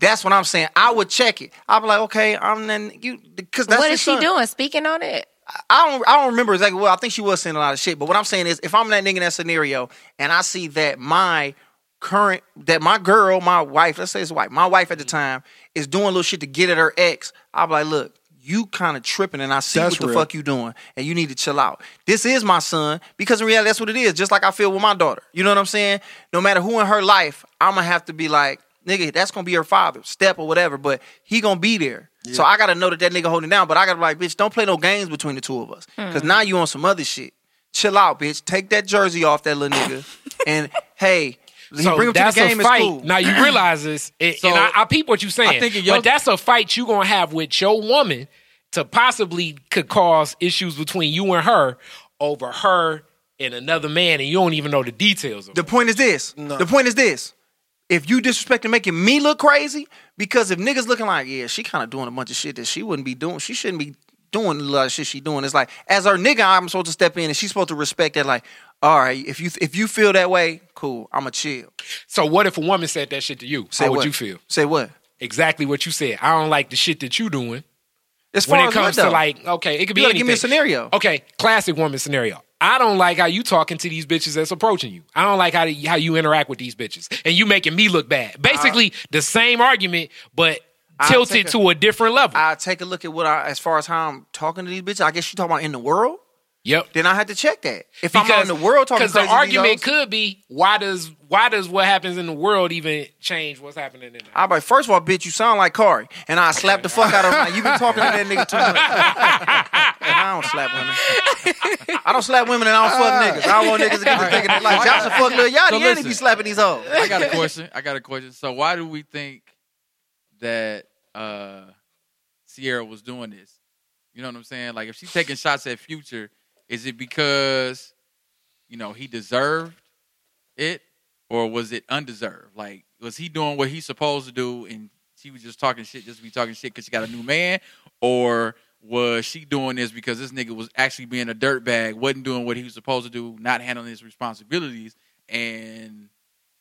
[SPEAKER 3] That's what I'm saying. I would check it. I'd be like, okay, I'm then you because that's
[SPEAKER 7] What
[SPEAKER 3] his
[SPEAKER 7] is she
[SPEAKER 3] son.
[SPEAKER 7] doing? Speaking on it?
[SPEAKER 3] I don't I don't remember exactly well. I think she was saying a lot of shit. But what I'm saying is if I'm that nigga in that scenario and I see that my current that my girl, my wife, let's say it's wife, my wife
[SPEAKER 5] Mm-hmm.
[SPEAKER 3] at the time is doing little shit to get at her ex, I'll be like, look, you kind of tripping and I see
[SPEAKER 5] That's
[SPEAKER 3] what the
[SPEAKER 5] real.
[SPEAKER 3] fuck you doing and you need to chill out. This is my son because in reality that's what it is, just like I feel with my daughter. You know what I'm saying? No matter who in her life, I'm gonna have to be like, nigga, that's gonna be her father, step or whatever, but he gonna be there. So I gotta know that that nigga holding down, but I gotta be like, bitch, don't play no games between the two of us,
[SPEAKER 4] Hmm.
[SPEAKER 3] cause now you on some other shit. Chill out, bitch. Take that jersey off that little
[SPEAKER 4] *laughs*
[SPEAKER 3] nigga, and hey, he
[SPEAKER 4] So
[SPEAKER 3] bring him
[SPEAKER 4] that's
[SPEAKER 3] to the game.
[SPEAKER 4] a
[SPEAKER 3] It's
[SPEAKER 4] fight.
[SPEAKER 3] cool.
[SPEAKER 4] Now you realize
[SPEAKER 3] *clears throat*
[SPEAKER 4] this, it,
[SPEAKER 6] So,
[SPEAKER 4] and I, I peep what you're saying.
[SPEAKER 6] I think in your-
[SPEAKER 4] but that's a fight you gonna have with your woman to possibly could cause issues between you and her over her and another man, and you don't even know the details of.
[SPEAKER 3] The
[SPEAKER 4] it.
[SPEAKER 3] point is this. The point is this. If you disrespecting making me look crazy, because if niggas looking like, yeah, she kind of doing a bunch of shit that she wouldn't be doing, she shouldn't be doing a lot of shit she doing. It's like, as her nigga, I'm supposed to step in and she's supposed to respect that. Like, all right, if you if you feel that way, cool, I'ma chill.
[SPEAKER 4] So what if a woman said that shit to you?
[SPEAKER 3] Say
[SPEAKER 4] How
[SPEAKER 3] what
[SPEAKER 4] would you feel?
[SPEAKER 3] Say what?
[SPEAKER 4] Exactly what you said. I don't like the shit that you doing.
[SPEAKER 3] As far
[SPEAKER 4] when it
[SPEAKER 3] as what,
[SPEAKER 4] comes to
[SPEAKER 3] though?
[SPEAKER 4] like, okay, it could be
[SPEAKER 3] You gotta
[SPEAKER 4] anything.
[SPEAKER 3] give me a scenario.
[SPEAKER 4] Okay, classic woman scenario. I don't like how you talking to these bitches that's approaching you. I don't like how how you interact with these bitches, and you making me look bad. Basically, the same argument, but tilted
[SPEAKER 3] take a-
[SPEAKER 4] to a different level.
[SPEAKER 3] I take a look at what I as far as how I'm talking to these bitches. I guess you talking about in the world.
[SPEAKER 4] yep.
[SPEAKER 3] Then I had to check that. If I'm out in the world talking
[SPEAKER 4] because the
[SPEAKER 3] crazy to these
[SPEAKER 4] argument
[SPEAKER 3] hoes-
[SPEAKER 4] could be why does why does what happens in the world even change what's happening in the
[SPEAKER 3] I be like, first of all, bitch, you sound like Kari, and I slap the fuck out of her. You been talking like that nigga too much. And I don't slap women. I don't slap women, and I don't fuck niggas. I don't want niggas to get to thinking that like Josh will fuck Lil Yachty, and
[SPEAKER 6] So
[SPEAKER 3] he be
[SPEAKER 6] listen.
[SPEAKER 3] slapping these hoes.
[SPEAKER 6] I got a question. I got a question. So why do we think that uh Sierra was doing this? You know what I'm saying? Like if she's taking shots at Future, is it because you know he deserved it or was it undeserved? Like was he doing what he's supposed to do and she was just talking shit just to be talking shit cuz she got a new man or was she doing this because this nigga was actually being a dirtbag, wasn't doing what he was supposed to do, not handling his responsibilities and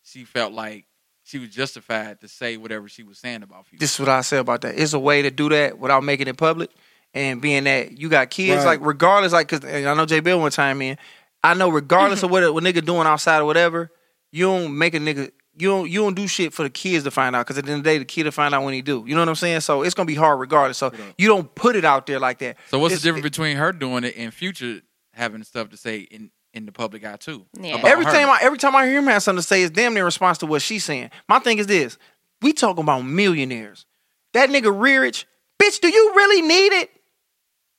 [SPEAKER 6] she felt like she was justified to say whatever she was saying about Future.
[SPEAKER 3] This is what I say about that. It's a way to do that without making it public, and being that you got kids, like
[SPEAKER 5] Right.
[SPEAKER 3] regardless, like because I know J Bill one time in, I know regardless of what a what nigga doing outside or whatever, you don't make a nigga. You don't, you don't do shit for the kids to find out because at the end of the day the kid will find out when he do you know what I'm saying so it's gonna be hard regardless so you don't put it out there like that
[SPEAKER 6] so what's
[SPEAKER 3] It's-
[SPEAKER 6] the difference between her doing it and Future having stuff to say in in the public eye too?
[SPEAKER 7] Yeah.
[SPEAKER 6] about
[SPEAKER 3] Every
[SPEAKER 6] her?
[SPEAKER 3] time, I, every time I hear him have something to say, it's damn near in response to what she's saying. My thing is this: we talking about millionaires. That nigga Rearage, bitch, do you really need it?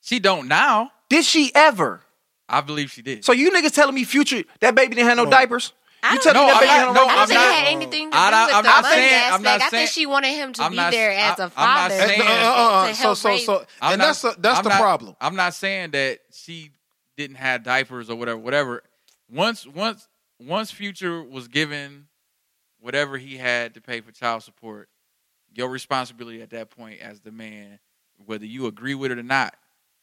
[SPEAKER 6] she don't now.
[SPEAKER 3] Did she ever?
[SPEAKER 6] I believe she did.
[SPEAKER 3] So you niggas telling me future that baby didn't have no diapers? You telling
[SPEAKER 6] know.
[SPEAKER 3] me that
[SPEAKER 6] No,
[SPEAKER 3] baby
[SPEAKER 6] I'm
[SPEAKER 3] had
[SPEAKER 6] not-
[SPEAKER 3] no
[SPEAKER 6] no,
[SPEAKER 7] I don't
[SPEAKER 6] I'm
[SPEAKER 7] think
[SPEAKER 6] not-
[SPEAKER 7] it had anything to
[SPEAKER 6] I
[SPEAKER 7] do
[SPEAKER 6] don't-
[SPEAKER 7] with
[SPEAKER 6] I'm
[SPEAKER 7] the
[SPEAKER 6] not
[SPEAKER 7] money
[SPEAKER 6] saying- I'm not
[SPEAKER 7] aspect. I
[SPEAKER 6] saying-
[SPEAKER 7] think she wanted him to
[SPEAKER 6] I'm
[SPEAKER 7] be
[SPEAKER 6] not-
[SPEAKER 7] there as
[SPEAKER 6] I-
[SPEAKER 7] a
[SPEAKER 6] I'm not
[SPEAKER 7] father.
[SPEAKER 6] saying-
[SPEAKER 5] Uh, uh, uh,
[SPEAKER 7] to
[SPEAKER 5] so
[SPEAKER 7] help
[SPEAKER 5] so
[SPEAKER 7] raise-
[SPEAKER 5] so,
[SPEAKER 6] I'm
[SPEAKER 5] and
[SPEAKER 6] not-
[SPEAKER 5] that's the, that's
[SPEAKER 6] I'm
[SPEAKER 5] the
[SPEAKER 6] not-
[SPEAKER 5] problem.
[SPEAKER 6] I'm not saying that she didn't have diapers or whatever, whatever. Once once once Future was given whatever he had to pay for child support, your responsibility at that point as the man, whether you agree with it or not,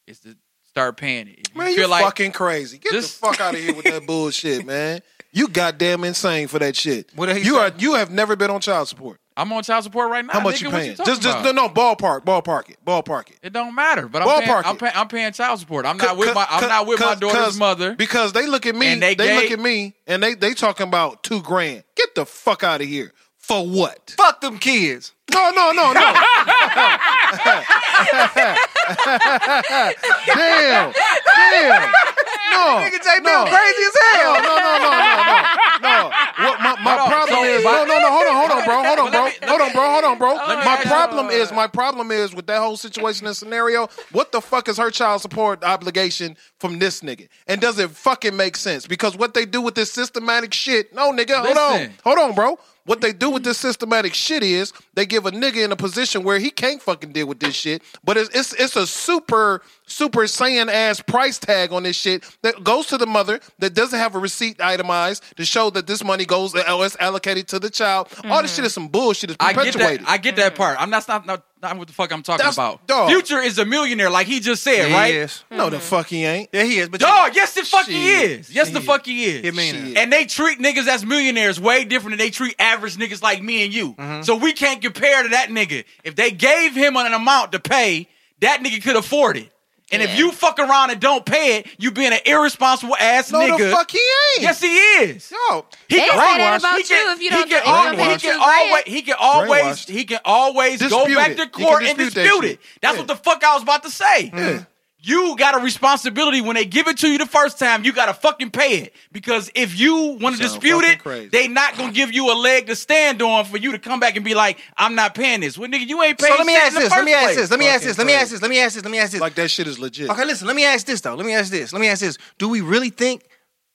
[SPEAKER 6] is to start paying it. If you
[SPEAKER 5] Man, you
[SPEAKER 6] feel like
[SPEAKER 5] fucking crazy. Get
[SPEAKER 6] Just-
[SPEAKER 5] the fuck out of here with that bullshit, man. You goddamn insane for that shit.
[SPEAKER 3] What did he
[SPEAKER 5] you
[SPEAKER 3] say?
[SPEAKER 5] are you have never been on child support.
[SPEAKER 6] I'm on child support right now.
[SPEAKER 5] How much
[SPEAKER 6] Ah, nigga,
[SPEAKER 5] you
[SPEAKER 6] what
[SPEAKER 5] paying?
[SPEAKER 6] talking
[SPEAKER 5] just just
[SPEAKER 6] about?
[SPEAKER 5] no no ballpark, ballpark it. Ballpark it.
[SPEAKER 6] It don't matter, but I'm
[SPEAKER 5] Ballpark
[SPEAKER 6] paying, I'm,
[SPEAKER 5] it.
[SPEAKER 6] pay, I'm paying child support. I'm not with
[SPEAKER 5] Cu-
[SPEAKER 6] my I'm
[SPEAKER 5] cu-
[SPEAKER 6] not with my
[SPEAKER 5] cu-
[SPEAKER 6] daughter's
[SPEAKER 5] cuz-
[SPEAKER 6] mother.
[SPEAKER 5] Because they look at me,
[SPEAKER 6] And
[SPEAKER 5] they,
[SPEAKER 6] they
[SPEAKER 5] look
[SPEAKER 6] gay.
[SPEAKER 5] at me and they they talking about 2 grand. Get the fuck out of here. For what?
[SPEAKER 3] Fuck them kids.
[SPEAKER 5] No, no, no,
[SPEAKER 3] *laughs*
[SPEAKER 5] no. *laughs* damn. Damn. No.
[SPEAKER 3] Nigga J. Bill
[SPEAKER 5] no.
[SPEAKER 3] crazy as
[SPEAKER 5] No,
[SPEAKER 3] hell.
[SPEAKER 5] no, no, no, no, *laughs* no. What my, my
[SPEAKER 6] Hold on,
[SPEAKER 5] problem
[SPEAKER 6] so
[SPEAKER 5] is
[SPEAKER 6] my-
[SPEAKER 5] no, no, no. Hold on, hold on, bro. Hold on,
[SPEAKER 6] But let
[SPEAKER 5] bro. hold
[SPEAKER 6] me- let
[SPEAKER 5] on, bro. Hold on, bro.
[SPEAKER 6] Let me
[SPEAKER 5] My
[SPEAKER 6] ask you-
[SPEAKER 5] problem is my problem is with that whole situation and scenario. What the fuck is her child support obligation from this nigga? And does it fucking make sense? Because what they do with this systematic shit? No, nigga. Hold on.
[SPEAKER 6] Listen.
[SPEAKER 5] Hold on, bro. What they do with this systematic shit is they give a nigga in a position where he can't fucking deal with this shit. But it's it's, it's a super super saiyan ass price tag on this shit that goes to the mother that doesn't have a receipt itemized to show that this money goes oh, it's allocated to the child. All this shit is some bullshit. It's
[SPEAKER 6] Mm-hmm. I get
[SPEAKER 5] perpetuated.
[SPEAKER 6] that. I get that part. I'm not not not, not what the fuck I'm talking
[SPEAKER 5] That's-
[SPEAKER 6] about.
[SPEAKER 5] dog.
[SPEAKER 6] Future is a millionaire, like he just said,
[SPEAKER 3] Yeah,
[SPEAKER 6] right?
[SPEAKER 3] he is.
[SPEAKER 5] no,
[SPEAKER 9] Mm-hmm.
[SPEAKER 5] the fuck he ain't.
[SPEAKER 3] Yeah, he is. But
[SPEAKER 6] Dog, yes, the fuck he
[SPEAKER 5] Shit.
[SPEAKER 6] is. Yes, the
[SPEAKER 5] Shit.
[SPEAKER 6] fuck he is.
[SPEAKER 3] You, you mean it.
[SPEAKER 5] Shit.
[SPEAKER 6] And they treat niggas as millionaires way different than they treat average niggas like me and you.
[SPEAKER 5] Mm-hmm.
[SPEAKER 6] So we can't compare to that nigga. If they gave him an amount to pay, that nigga could afford it. And if you fuck around and don't pay it, you being an irresponsible ass
[SPEAKER 5] No,
[SPEAKER 6] nigga.
[SPEAKER 5] the fuck he ain't.
[SPEAKER 6] yes, he is.
[SPEAKER 5] Yo,
[SPEAKER 6] He
[SPEAKER 8] They
[SPEAKER 6] can
[SPEAKER 8] say that
[SPEAKER 6] brainwash.
[SPEAKER 8] about
[SPEAKER 6] He
[SPEAKER 8] you
[SPEAKER 6] can-
[SPEAKER 8] if you
[SPEAKER 6] he
[SPEAKER 8] don't
[SPEAKER 6] can
[SPEAKER 8] pay them
[SPEAKER 6] always- He
[SPEAKER 8] back
[SPEAKER 6] can
[SPEAKER 8] two grand.
[SPEAKER 6] always he can always
[SPEAKER 5] Brainwashed.
[SPEAKER 6] he can always go
[SPEAKER 5] Dispute
[SPEAKER 6] back
[SPEAKER 5] it.
[SPEAKER 6] to
[SPEAKER 5] You can
[SPEAKER 6] court and
[SPEAKER 5] dispute that
[SPEAKER 6] dispute
[SPEAKER 5] shit.
[SPEAKER 6] it. That's
[SPEAKER 5] Yeah.
[SPEAKER 6] what the fuck I was about to say. You got a responsibility when they give it to you the first time. You got to fucking pay it because if you want to
[SPEAKER 5] Sound
[SPEAKER 6] dispute
[SPEAKER 5] fucking
[SPEAKER 6] it,
[SPEAKER 5] crazy.
[SPEAKER 6] they not gonna give you a leg to stand on for you to come back and be like, "I'm not paying this." Well, nigga, you ain't
[SPEAKER 9] So
[SPEAKER 6] paying.
[SPEAKER 9] let me
[SPEAKER 6] shit in
[SPEAKER 9] ask
[SPEAKER 6] the
[SPEAKER 9] this.
[SPEAKER 6] first
[SPEAKER 9] Let me ask
[SPEAKER 6] place.
[SPEAKER 9] this. Let me ask
[SPEAKER 5] Fucking
[SPEAKER 9] this. Let me ask
[SPEAKER 5] crazy.
[SPEAKER 9] this. Let me ask this. Let me ask this.
[SPEAKER 5] like that shit is legit.
[SPEAKER 9] Okay, listen. Let me ask this though. Let me ask this. Let me ask this. Do we really think?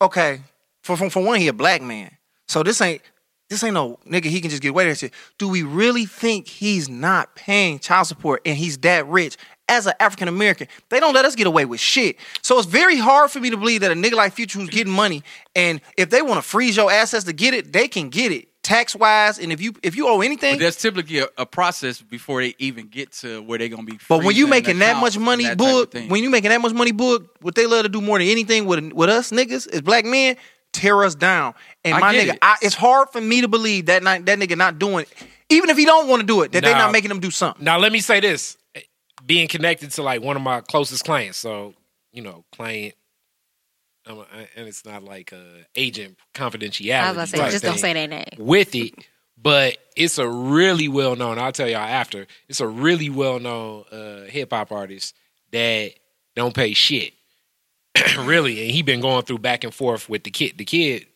[SPEAKER 9] Okay, for for, for one, he a black man, so this ain't this ain't no nigga. He can just get away with that shit. Do we really think he's not paying child support and he's that rich? As an African American, they don't let us get away with shit. So it's very hard for me to believe that a nigga like Future who's getting money, and if they want to freeze your assets to get it, they can get it tax wise. And if you if you owe anything,
[SPEAKER 6] But there's typically a, a process before they even get to where they're gonna be.
[SPEAKER 9] But when
[SPEAKER 6] freezing
[SPEAKER 9] you
[SPEAKER 6] an
[SPEAKER 9] making that
[SPEAKER 6] account
[SPEAKER 9] much
[SPEAKER 6] and
[SPEAKER 9] money,
[SPEAKER 6] that type of
[SPEAKER 9] book,
[SPEAKER 6] thing.
[SPEAKER 9] when you making that much money, book, what they love to do more than anything with with us niggas is black men tear us down. And
[SPEAKER 6] I
[SPEAKER 9] my
[SPEAKER 6] get
[SPEAKER 9] nigga,
[SPEAKER 6] it.
[SPEAKER 9] I, it's hard for me to believe that not, that nigga not doing, even if he don't want to do it, that they
[SPEAKER 4] Nah.
[SPEAKER 9] not making him do something.
[SPEAKER 4] Now let me say this: being connected to like one of my closest clients, so you know, client, I'm a, and it's not like a agent confidentiality.
[SPEAKER 7] I was about to say,
[SPEAKER 4] type
[SPEAKER 7] just don't
[SPEAKER 4] thing
[SPEAKER 7] say their name.
[SPEAKER 4] with it, but it's a really well known. I'll tell y'all after. It's a really well known uh, hip hop artist that don't pay shit, *clears throat* really. And he been going through back and forth with the kid. The kid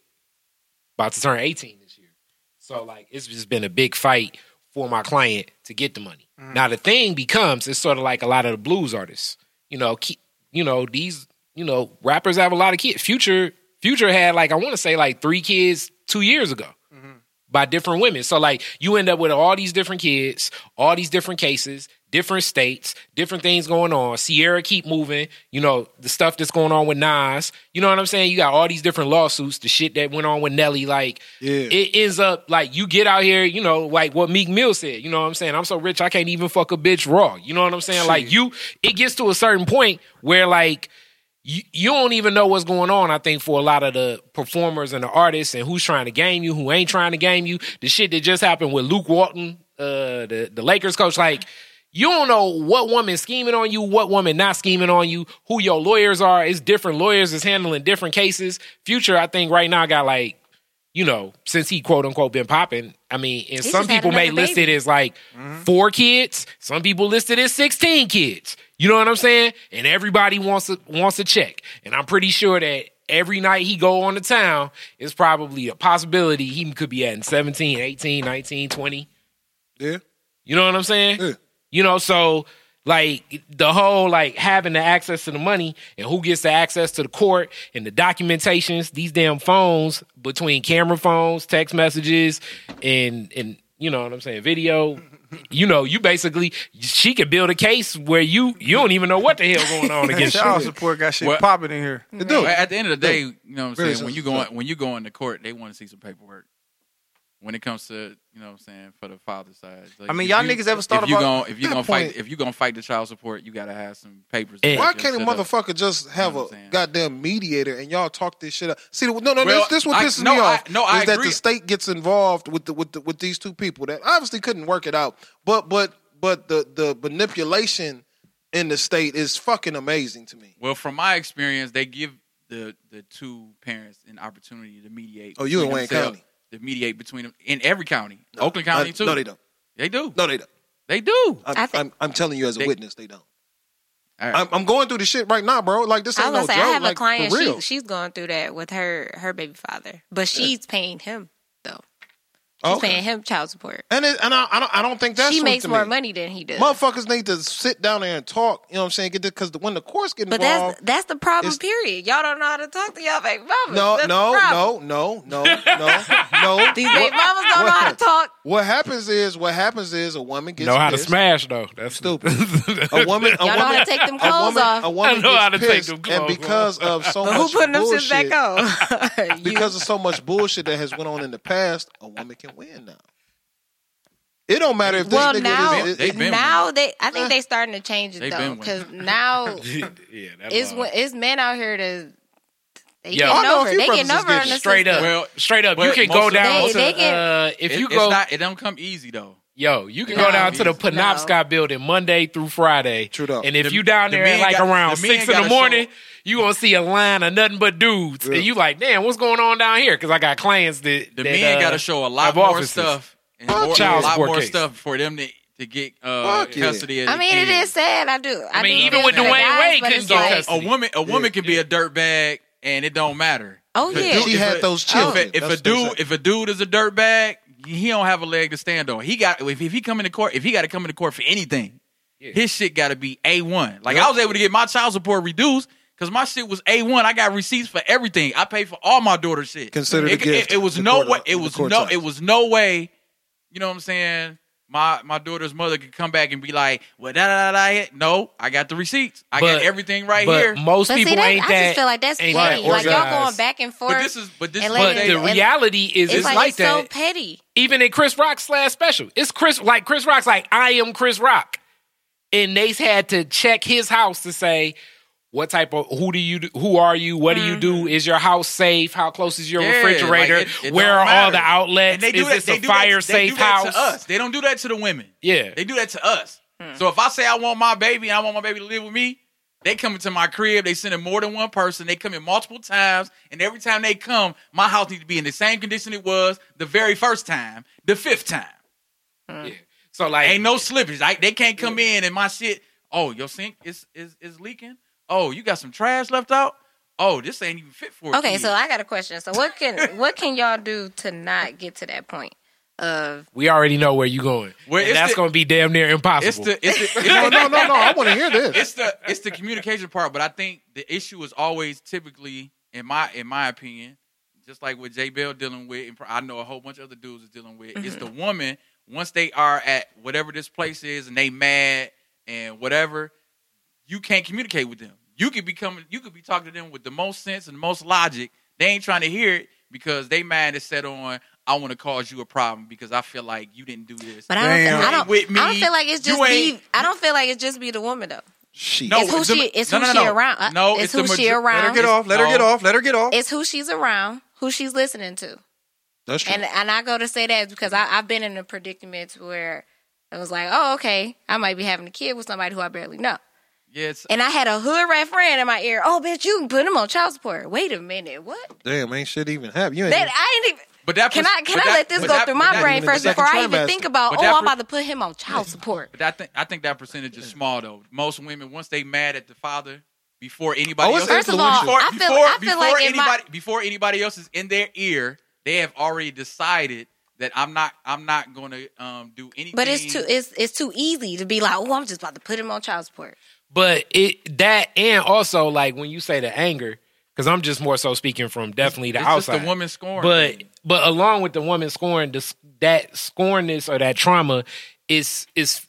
[SPEAKER 4] about to turn eighteen this year, so like it's just been a big fight for my client to get the money. Now the thing becomes it's sort of like a lot of the blues artists. You know, ki- you know these you know rappers have a lot of kids. Future Future had like I want to say like three kids two years ago by different women. So like you end up with all these different kids, all these different cases, different states, different things going on. Sierra keep moving, you know, the stuff that's going on with Nas. You know what I'm saying? You got all these different lawsuits, the shit that went on with Nelly, like
[SPEAKER 5] Yeah.
[SPEAKER 4] it ends up like you get out here, you know, like what Meek Mill said, you know what I'm saying? I'm so rich I can't even fuck a bitch raw. You know what I'm saying? Like you it gets to a certain point where like you, you don't even know what's going on. I think for a lot of the performers and the artists and who's trying to game you, who ain't trying to game you, the shit that just happened with Luke Walton, uh, the the Lakers coach, like you don't know what woman scheming on you, what woman not scheming on you, who your lawyers are. It's different lawyers is handling different cases. Future, I think right now got like you know, since he quote unquote been popping, I mean, and
[SPEAKER 7] He
[SPEAKER 4] some
[SPEAKER 7] just had
[SPEAKER 4] people may
[SPEAKER 7] another
[SPEAKER 4] list it
[SPEAKER 7] baby.
[SPEAKER 4] as like four kids, some people list it as 16 kids. You know what I'm saying? And everybody wants a wants a check. And I'm pretty sure that every night he go on the town, it's probably a possibility he could be adding 17, 18, 19, 20.
[SPEAKER 5] Yeah.
[SPEAKER 4] You know what I'm saying?
[SPEAKER 5] Yeah.
[SPEAKER 4] You know, so like the whole like having the access to the money and who gets the access to the court and the documentations, these damn phones between camera phones, text messages, and and you know what I'm saying, video. You know, you basically she could build a case where you you don't even know what the hell going on against you.
[SPEAKER 9] Child support got shit
[SPEAKER 6] Well-
[SPEAKER 9] popping in here.
[SPEAKER 5] It do.
[SPEAKER 6] *laughs* Well, at the end of the day, you know what I'm
[SPEAKER 5] Really,
[SPEAKER 6] saying. When
[SPEAKER 5] so-
[SPEAKER 6] you go when you go into court, they want to see some paperwork. when it comes to you know what I'm saying for the father side. Like,
[SPEAKER 3] I mean,
[SPEAKER 6] if
[SPEAKER 3] y'all
[SPEAKER 6] you-
[SPEAKER 3] niggas ever thought
[SPEAKER 6] if you
[SPEAKER 3] about-
[SPEAKER 6] gonna, if you
[SPEAKER 5] Good
[SPEAKER 6] gonna fight
[SPEAKER 5] point.
[SPEAKER 6] if you gonna fight the child support, you gotta have some papers.
[SPEAKER 4] Yeah.
[SPEAKER 5] Why
[SPEAKER 6] to
[SPEAKER 5] can't a
[SPEAKER 6] set up.
[SPEAKER 5] motherfucker just have
[SPEAKER 6] know
[SPEAKER 5] a
[SPEAKER 6] what I'm saying?
[SPEAKER 5] goddamn mediator and y'all talk this shit up? See, no, no,
[SPEAKER 6] Well,
[SPEAKER 5] this, this what
[SPEAKER 6] I-
[SPEAKER 5] pisses
[SPEAKER 6] no,
[SPEAKER 5] me
[SPEAKER 6] I-
[SPEAKER 5] off.
[SPEAKER 6] no, I
[SPEAKER 5] is that
[SPEAKER 6] agree.
[SPEAKER 5] the state gets involved with the with the, with these two people that obviously couldn't work it out, but but but the the manipulation in the state is fucking amazing to me.
[SPEAKER 6] Well, from my experience, they give the the two parents an opportunity to mediate.
[SPEAKER 5] Oh, you in
[SPEAKER 6] between
[SPEAKER 5] Wayne
[SPEAKER 6] themselves,
[SPEAKER 5] County.
[SPEAKER 6] To mediate between them in every county, Oakland County
[SPEAKER 5] Uh,
[SPEAKER 6] too.
[SPEAKER 5] No, they don't.
[SPEAKER 6] They do.
[SPEAKER 5] No, they don't.
[SPEAKER 6] They do.
[SPEAKER 5] I'm,
[SPEAKER 10] I thi-
[SPEAKER 5] I'm, I'm telling you as a
[SPEAKER 6] They-
[SPEAKER 5] witness, they don't.
[SPEAKER 6] All right.
[SPEAKER 5] I'm, I'm going through the shit right now, bro. Like this
[SPEAKER 7] I
[SPEAKER 5] ain't
[SPEAKER 7] was gonna
[SPEAKER 5] no
[SPEAKER 7] say
[SPEAKER 5] joke.
[SPEAKER 7] I have
[SPEAKER 5] like,
[SPEAKER 7] a client.
[SPEAKER 5] for real. Uh,
[SPEAKER 7] She, she's going through that with her her baby father, but she's paying him though. She's
[SPEAKER 5] Okay.
[SPEAKER 7] paying him child support.
[SPEAKER 5] and it, and I, I don't I don't think that's
[SPEAKER 7] she
[SPEAKER 5] sweet
[SPEAKER 7] makes
[SPEAKER 5] to
[SPEAKER 7] more
[SPEAKER 5] me.
[SPEAKER 7] money than he does.
[SPEAKER 5] Motherfuckers need to sit down there and talk. You know what I'm saying? Get because the, when the courts get
[SPEAKER 7] But
[SPEAKER 5] involved,
[SPEAKER 7] that's that's the problem.
[SPEAKER 5] It's-
[SPEAKER 7] Period. Y'all don't know how to talk to y'all baby mamas.
[SPEAKER 5] No,
[SPEAKER 7] That's
[SPEAKER 5] no,
[SPEAKER 7] the problem.
[SPEAKER 5] no, no, no, no, no.
[SPEAKER 7] *laughs* These baby mamas don't know how to talk.
[SPEAKER 5] What happens is, what happens is, a woman gets
[SPEAKER 4] know how to
[SPEAKER 5] pissed.
[SPEAKER 4] smash though. That's *laughs*
[SPEAKER 5] Stupid. A woman, a
[SPEAKER 7] Y'all know
[SPEAKER 5] woman,
[SPEAKER 7] how to take them
[SPEAKER 5] a
[SPEAKER 7] clothes
[SPEAKER 5] woman,
[SPEAKER 7] off.
[SPEAKER 5] a woman
[SPEAKER 4] I know
[SPEAKER 5] gets
[SPEAKER 4] how to take
[SPEAKER 5] pissed,
[SPEAKER 4] them
[SPEAKER 5] and
[SPEAKER 4] clothes
[SPEAKER 5] because of so
[SPEAKER 7] But who
[SPEAKER 5] much
[SPEAKER 7] putting them
[SPEAKER 5] bullshit,
[SPEAKER 7] shit back on? *laughs* You-
[SPEAKER 5] because of so much bullshit that has went on in the past, a woman can win now. It don't matter if this
[SPEAKER 7] well
[SPEAKER 5] nigga
[SPEAKER 7] now
[SPEAKER 5] is.
[SPEAKER 6] they
[SPEAKER 5] It,
[SPEAKER 6] been
[SPEAKER 7] now they I
[SPEAKER 5] Eh.
[SPEAKER 7] think they starting to change
[SPEAKER 6] They
[SPEAKER 7] it though
[SPEAKER 6] been winning.
[SPEAKER 4] *laughs*
[SPEAKER 7] because now
[SPEAKER 4] yeah, that's
[SPEAKER 7] it's
[SPEAKER 4] wild.
[SPEAKER 7] when- it's men out here to they
[SPEAKER 4] Yo. I
[SPEAKER 7] getting
[SPEAKER 5] know a
[SPEAKER 7] over
[SPEAKER 5] few
[SPEAKER 7] they
[SPEAKER 5] brothers
[SPEAKER 7] getting
[SPEAKER 5] is
[SPEAKER 7] over on
[SPEAKER 5] getting
[SPEAKER 7] the
[SPEAKER 4] straight up.
[SPEAKER 7] system.
[SPEAKER 6] Well,
[SPEAKER 4] straight up,
[SPEAKER 6] Well,
[SPEAKER 4] you can
[SPEAKER 6] most
[SPEAKER 4] go
[SPEAKER 6] of-
[SPEAKER 4] down
[SPEAKER 7] They-
[SPEAKER 4] to
[SPEAKER 7] they can-
[SPEAKER 4] uh, if
[SPEAKER 6] It-
[SPEAKER 4] you
[SPEAKER 6] it's
[SPEAKER 4] go
[SPEAKER 6] not, it don't come easy though.
[SPEAKER 4] Yo, you can
[SPEAKER 7] No.
[SPEAKER 4] go down to the
[SPEAKER 6] No.
[SPEAKER 4] Penobscot building Monday through Friday.
[SPEAKER 5] True that.
[SPEAKER 4] And if
[SPEAKER 6] The-
[SPEAKER 4] you down
[SPEAKER 6] the
[SPEAKER 4] there at
[SPEAKER 6] men
[SPEAKER 4] like
[SPEAKER 6] got-
[SPEAKER 4] around
[SPEAKER 6] the men
[SPEAKER 4] six in
[SPEAKER 6] gotta
[SPEAKER 4] the morning,
[SPEAKER 6] show up.
[SPEAKER 4] you gonna see a line of nothing but dudes.
[SPEAKER 5] Yeah.
[SPEAKER 4] And you like, damn, what's going on down here? Because I got clients that
[SPEAKER 6] The
[SPEAKER 4] that,
[SPEAKER 6] men
[SPEAKER 4] uh,
[SPEAKER 6] got to show a lot
[SPEAKER 4] have
[SPEAKER 6] more
[SPEAKER 4] offices.
[SPEAKER 6] stuff and
[SPEAKER 5] Fuck
[SPEAKER 6] more, a
[SPEAKER 4] child
[SPEAKER 6] lot
[SPEAKER 4] support
[SPEAKER 6] more
[SPEAKER 4] case.
[SPEAKER 6] stuff for them to, to get uh,
[SPEAKER 5] Fuck yeah.
[SPEAKER 6] custody. Of
[SPEAKER 7] I
[SPEAKER 6] the
[SPEAKER 7] mean, it
[SPEAKER 6] kids.
[SPEAKER 7] is sad. I do. I
[SPEAKER 4] I mean,
[SPEAKER 7] do
[SPEAKER 4] even
[SPEAKER 7] feel
[SPEAKER 4] with
[SPEAKER 7] for the
[SPEAKER 4] Dwayne
[SPEAKER 7] guys,
[SPEAKER 4] Wade
[SPEAKER 7] but
[SPEAKER 4] couldn't
[SPEAKER 7] it's
[SPEAKER 4] go
[SPEAKER 7] like-
[SPEAKER 4] custody.
[SPEAKER 6] A woman, a woman can be a dirtbag and it don't matter.
[SPEAKER 7] Oh,
[SPEAKER 6] If a
[SPEAKER 7] yeah.
[SPEAKER 6] dude-
[SPEAKER 5] She
[SPEAKER 6] if
[SPEAKER 5] had
[SPEAKER 6] a-
[SPEAKER 5] those
[SPEAKER 6] if a-
[SPEAKER 5] children.
[SPEAKER 6] If,
[SPEAKER 5] That's
[SPEAKER 6] a
[SPEAKER 5] what they
[SPEAKER 6] dude,
[SPEAKER 5] say.
[SPEAKER 6] if a dude is a dirtbag, he don't have a leg to stand on. He got if, if he come into court, if he got to come into court for anything, his shit got to be a one. Like I was able to get my child support reduced. Cause my shit was a one. I got receipts for everything. I paid for all my daughter's shit.
[SPEAKER 5] Considered a
[SPEAKER 6] it,
[SPEAKER 5] gift
[SPEAKER 6] It, it was
[SPEAKER 5] to
[SPEAKER 6] no
[SPEAKER 5] court-
[SPEAKER 6] way. It
[SPEAKER 5] to
[SPEAKER 6] was
[SPEAKER 5] court
[SPEAKER 6] no.
[SPEAKER 5] side.
[SPEAKER 6] It was no way you know what I'm saying? My my daughter's mother could come back and be like, well, da da da da. No, I got the receipts. I
[SPEAKER 4] But-
[SPEAKER 6] got everything right
[SPEAKER 4] but
[SPEAKER 6] here.
[SPEAKER 4] Most
[SPEAKER 7] But
[SPEAKER 4] people
[SPEAKER 7] see, that,
[SPEAKER 4] ain't
[SPEAKER 7] I
[SPEAKER 4] that.
[SPEAKER 7] just feel like that's petty.
[SPEAKER 4] ain't
[SPEAKER 7] Like
[SPEAKER 4] that
[SPEAKER 7] y'all going
[SPEAKER 4] organized.
[SPEAKER 7] back and forth.
[SPEAKER 6] but this is but this
[SPEAKER 7] and
[SPEAKER 6] is
[SPEAKER 7] let
[SPEAKER 4] But
[SPEAKER 6] what
[SPEAKER 7] it-
[SPEAKER 6] they,
[SPEAKER 4] the
[SPEAKER 7] and-
[SPEAKER 4] reality is,
[SPEAKER 7] it's,
[SPEAKER 4] it's
[SPEAKER 7] like,
[SPEAKER 4] like
[SPEAKER 7] it's so
[SPEAKER 4] that.
[SPEAKER 7] petty.
[SPEAKER 4] even in Chris Rock's last special. It's Chris like Chris Rock's like I am Chris Rock, and they had to check his house to say what type of who do you do, who are you what do you do is your house safe how close is your
[SPEAKER 6] Mm-hmm. Yeah,
[SPEAKER 4] refrigerator
[SPEAKER 6] like, it- it
[SPEAKER 4] where
[SPEAKER 6] don't
[SPEAKER 4] are all
[SPEAKER 6] matter.
[SPEAKER 4] the outlets
[SPEAKER 6] and they do
[SPEAKER 4] is
[SPEAKER 6] that.
[SPEAKER 4] this
[SPEAKER 6] they
[SPEAKER 4] a
[SPEAKER 6] do
[SPEAKER 4] fire
[SPEAKER 6] that, they
[SPEAKER 4] safe
[SPEAKER 6] do that
[SPEAKER 4] house
[SPEAKER 6] to us. They don't do that to the women.
[SPEAKER 4] yeah
[SPEAKER 6] They do that to us.
[SPEAKER 7] Hmm.
[SPEAKER 6] So if I say I want my baby and I want my baby to live with me, they come into my crib. They send in more than one person. They come in multiple times, and every time they come, my house needs to be in the same condition it was the very first time, the fifth time.
[SPEAKER 4] yeah. so like
[SPEAKER 6] Ain't no slippage. Like they can't come in and my shit. Oh, your sink is is is leaking. Oh, you got some trash left out. Oh, this ain't even fit for. a
[SPEAKER 7] Okay,
[SPEAKER 6] kid.
[SPEAKER 7] so I got a question. So what
[SPEAKER 5] *laughs*
[SPEAKER 7] can what can y'all do to not get to that point of
[SPEAKER 4] we already know where you going
[SPEAKER 6] Well,
[SPEAKER 4] and
[SPEAKER 6] it's
[SPEAKER 4] that's
[SPEAKER 6] the-
[SPEAKER 4] gonna be damn near
[SPEAKER 6] it's
[SPEAKER 4] impossible
[SPEAKER 6] the it's
[SPEAKER 4] *laughs*
[SPEAKER 6] the, it's
[SPEAKER 5] no,
[SPEAKER 6] the,
[SPEAKER 5] no, no, no. I want to hear this.
[SPEAKER 6] it's the it's the communication part. But I think the issue is always typically in my in my opinion, just like what J Bell dealing with, and I know a whole bunch of other dudes is dealing with. It's
[SPEAKER 7] Mm-hmm.
[SPEAKER 6] the woman once they are at whatever this place is and they mad and whatever, you can't communicate with them. You could be coming, you could be talking to them with the most sense and the most logic. They ain't trying to hear it because they mind is set on. I want to cause you a problem because I feel like you didn't do this.
[SPEAKER 7] But I don't,
[SPEAKER 5] Damn.
[SPEAKER 7] I don't,
[SPEAKER 6] With me,
[SPEAKER 7] I don't feel like it's
[SPEAKER 6] you
[SPEAKER 7] just be.
[SPEAKER 6] ain't-
[SPEAKER 7] I don't feel like it's just be the woman though.
[SPEAKER 5] Shit.
[SPEAKER 6] No,
[SPEAKER 7] It's who
[SPEAKER 6] the-
[SPEAKER 7] she. It's
[SPEAKER 6] no,
[SPEAKER 7] who
[SPEAKER 6] no,
[SPEAKER 7] she
[SPEAKER 6] no.
[SPEAKER 7] around.
[SPEAKER 6] No,
[SPEAKER 7] it's,
[SPEAKER 6] it's the
[SPEAKER 7] who she
[SPEAKER 6] major-
[SPEAKER 7] around.
[SPEAKER 3] Let her get off. Let her
[SPEAKER 6] No.
[SPEAKER 3] get off. Let her get off.
[SPEAKER 7] It's who she's around. Who she's listening to.
[SPEAKER 5] That's true.
[SPEAKER 7] And and I go to say that because I, I've been in a predicament where it was like, oh okay, I might be having a kid with somebody who I barely know.
[SPEAKER 6] Yeah, it's,
[SPEAKER 7] And I had a hood rat friend in my ear. Oh, bitch, you can put him on child support. Wait a minute, what?
[SPEAKER 5] Damn, ain't shit even happen. You ain't.
[SPEAKER 7] That I ain't even.
[SPEAKER 6] but that
[SPEAKER 7] Can
[SPEAKER 6] pers-
[SPEAKER 7] I can
[SPEAKER 6] but
[SPEAKER 7] I
[SPEAKER 6] that-
[SPEAKER 7] let this
[SPEAKER 6] but
[SPEAKER 7] go
[SPEAKER 6] that-
[SPEAKER 7] through
[SPEAKER 6] but
[SPEAKER 7] my
[SPEAKER 6] that-
[SPEAKER 7] brain
[SPEAKER 5] even the
[SPEAKER 7] first
[SPEAKER 5] second
[SPEAKER 7] before I even
[SPEAKER 5] trimester.
[SPEAKER 7] think about?
[SPEAKER 6] But
[SPEAKER 7] Oh,
[SPEAKER 6] that
[SPEAKER 7] I'm
[SPEAKER 6] per-
[SPEAKER 7] about to put him on child support.
[SPEAKER 6] But I think I think that percentage is small though. Most women once they mad at the father before anybody
[SPEAKER 5] Oh,
[SPEAKER 6] else
[SPEAKER 5] it's
[SPEAKER 7] First of all,
[SPEAKER 5] influential.
[SPEAKER 7] I feel, I feel like in
[SPEAKER 6] anybody
[SPEAKER 7] my,
[SPEAKER 6] before anybody else is in their ear, they have already decided that I'm not I'm not going to um, do anything.
[SPEAKER 7] But it's too it's it's too easy to be like, oh, I'm just about to put him on child support.
[SPEAKER 4] but it that and also like when you say the anger because I'm just more so speaking from definitely the
[SPEAKER 6] it's just
[SPEAKER 4] outside
[SPEAKER 6] the woman scorn.
[SPEAKER 4] But but along with the woman scoring, this, that scornness or that trauma is is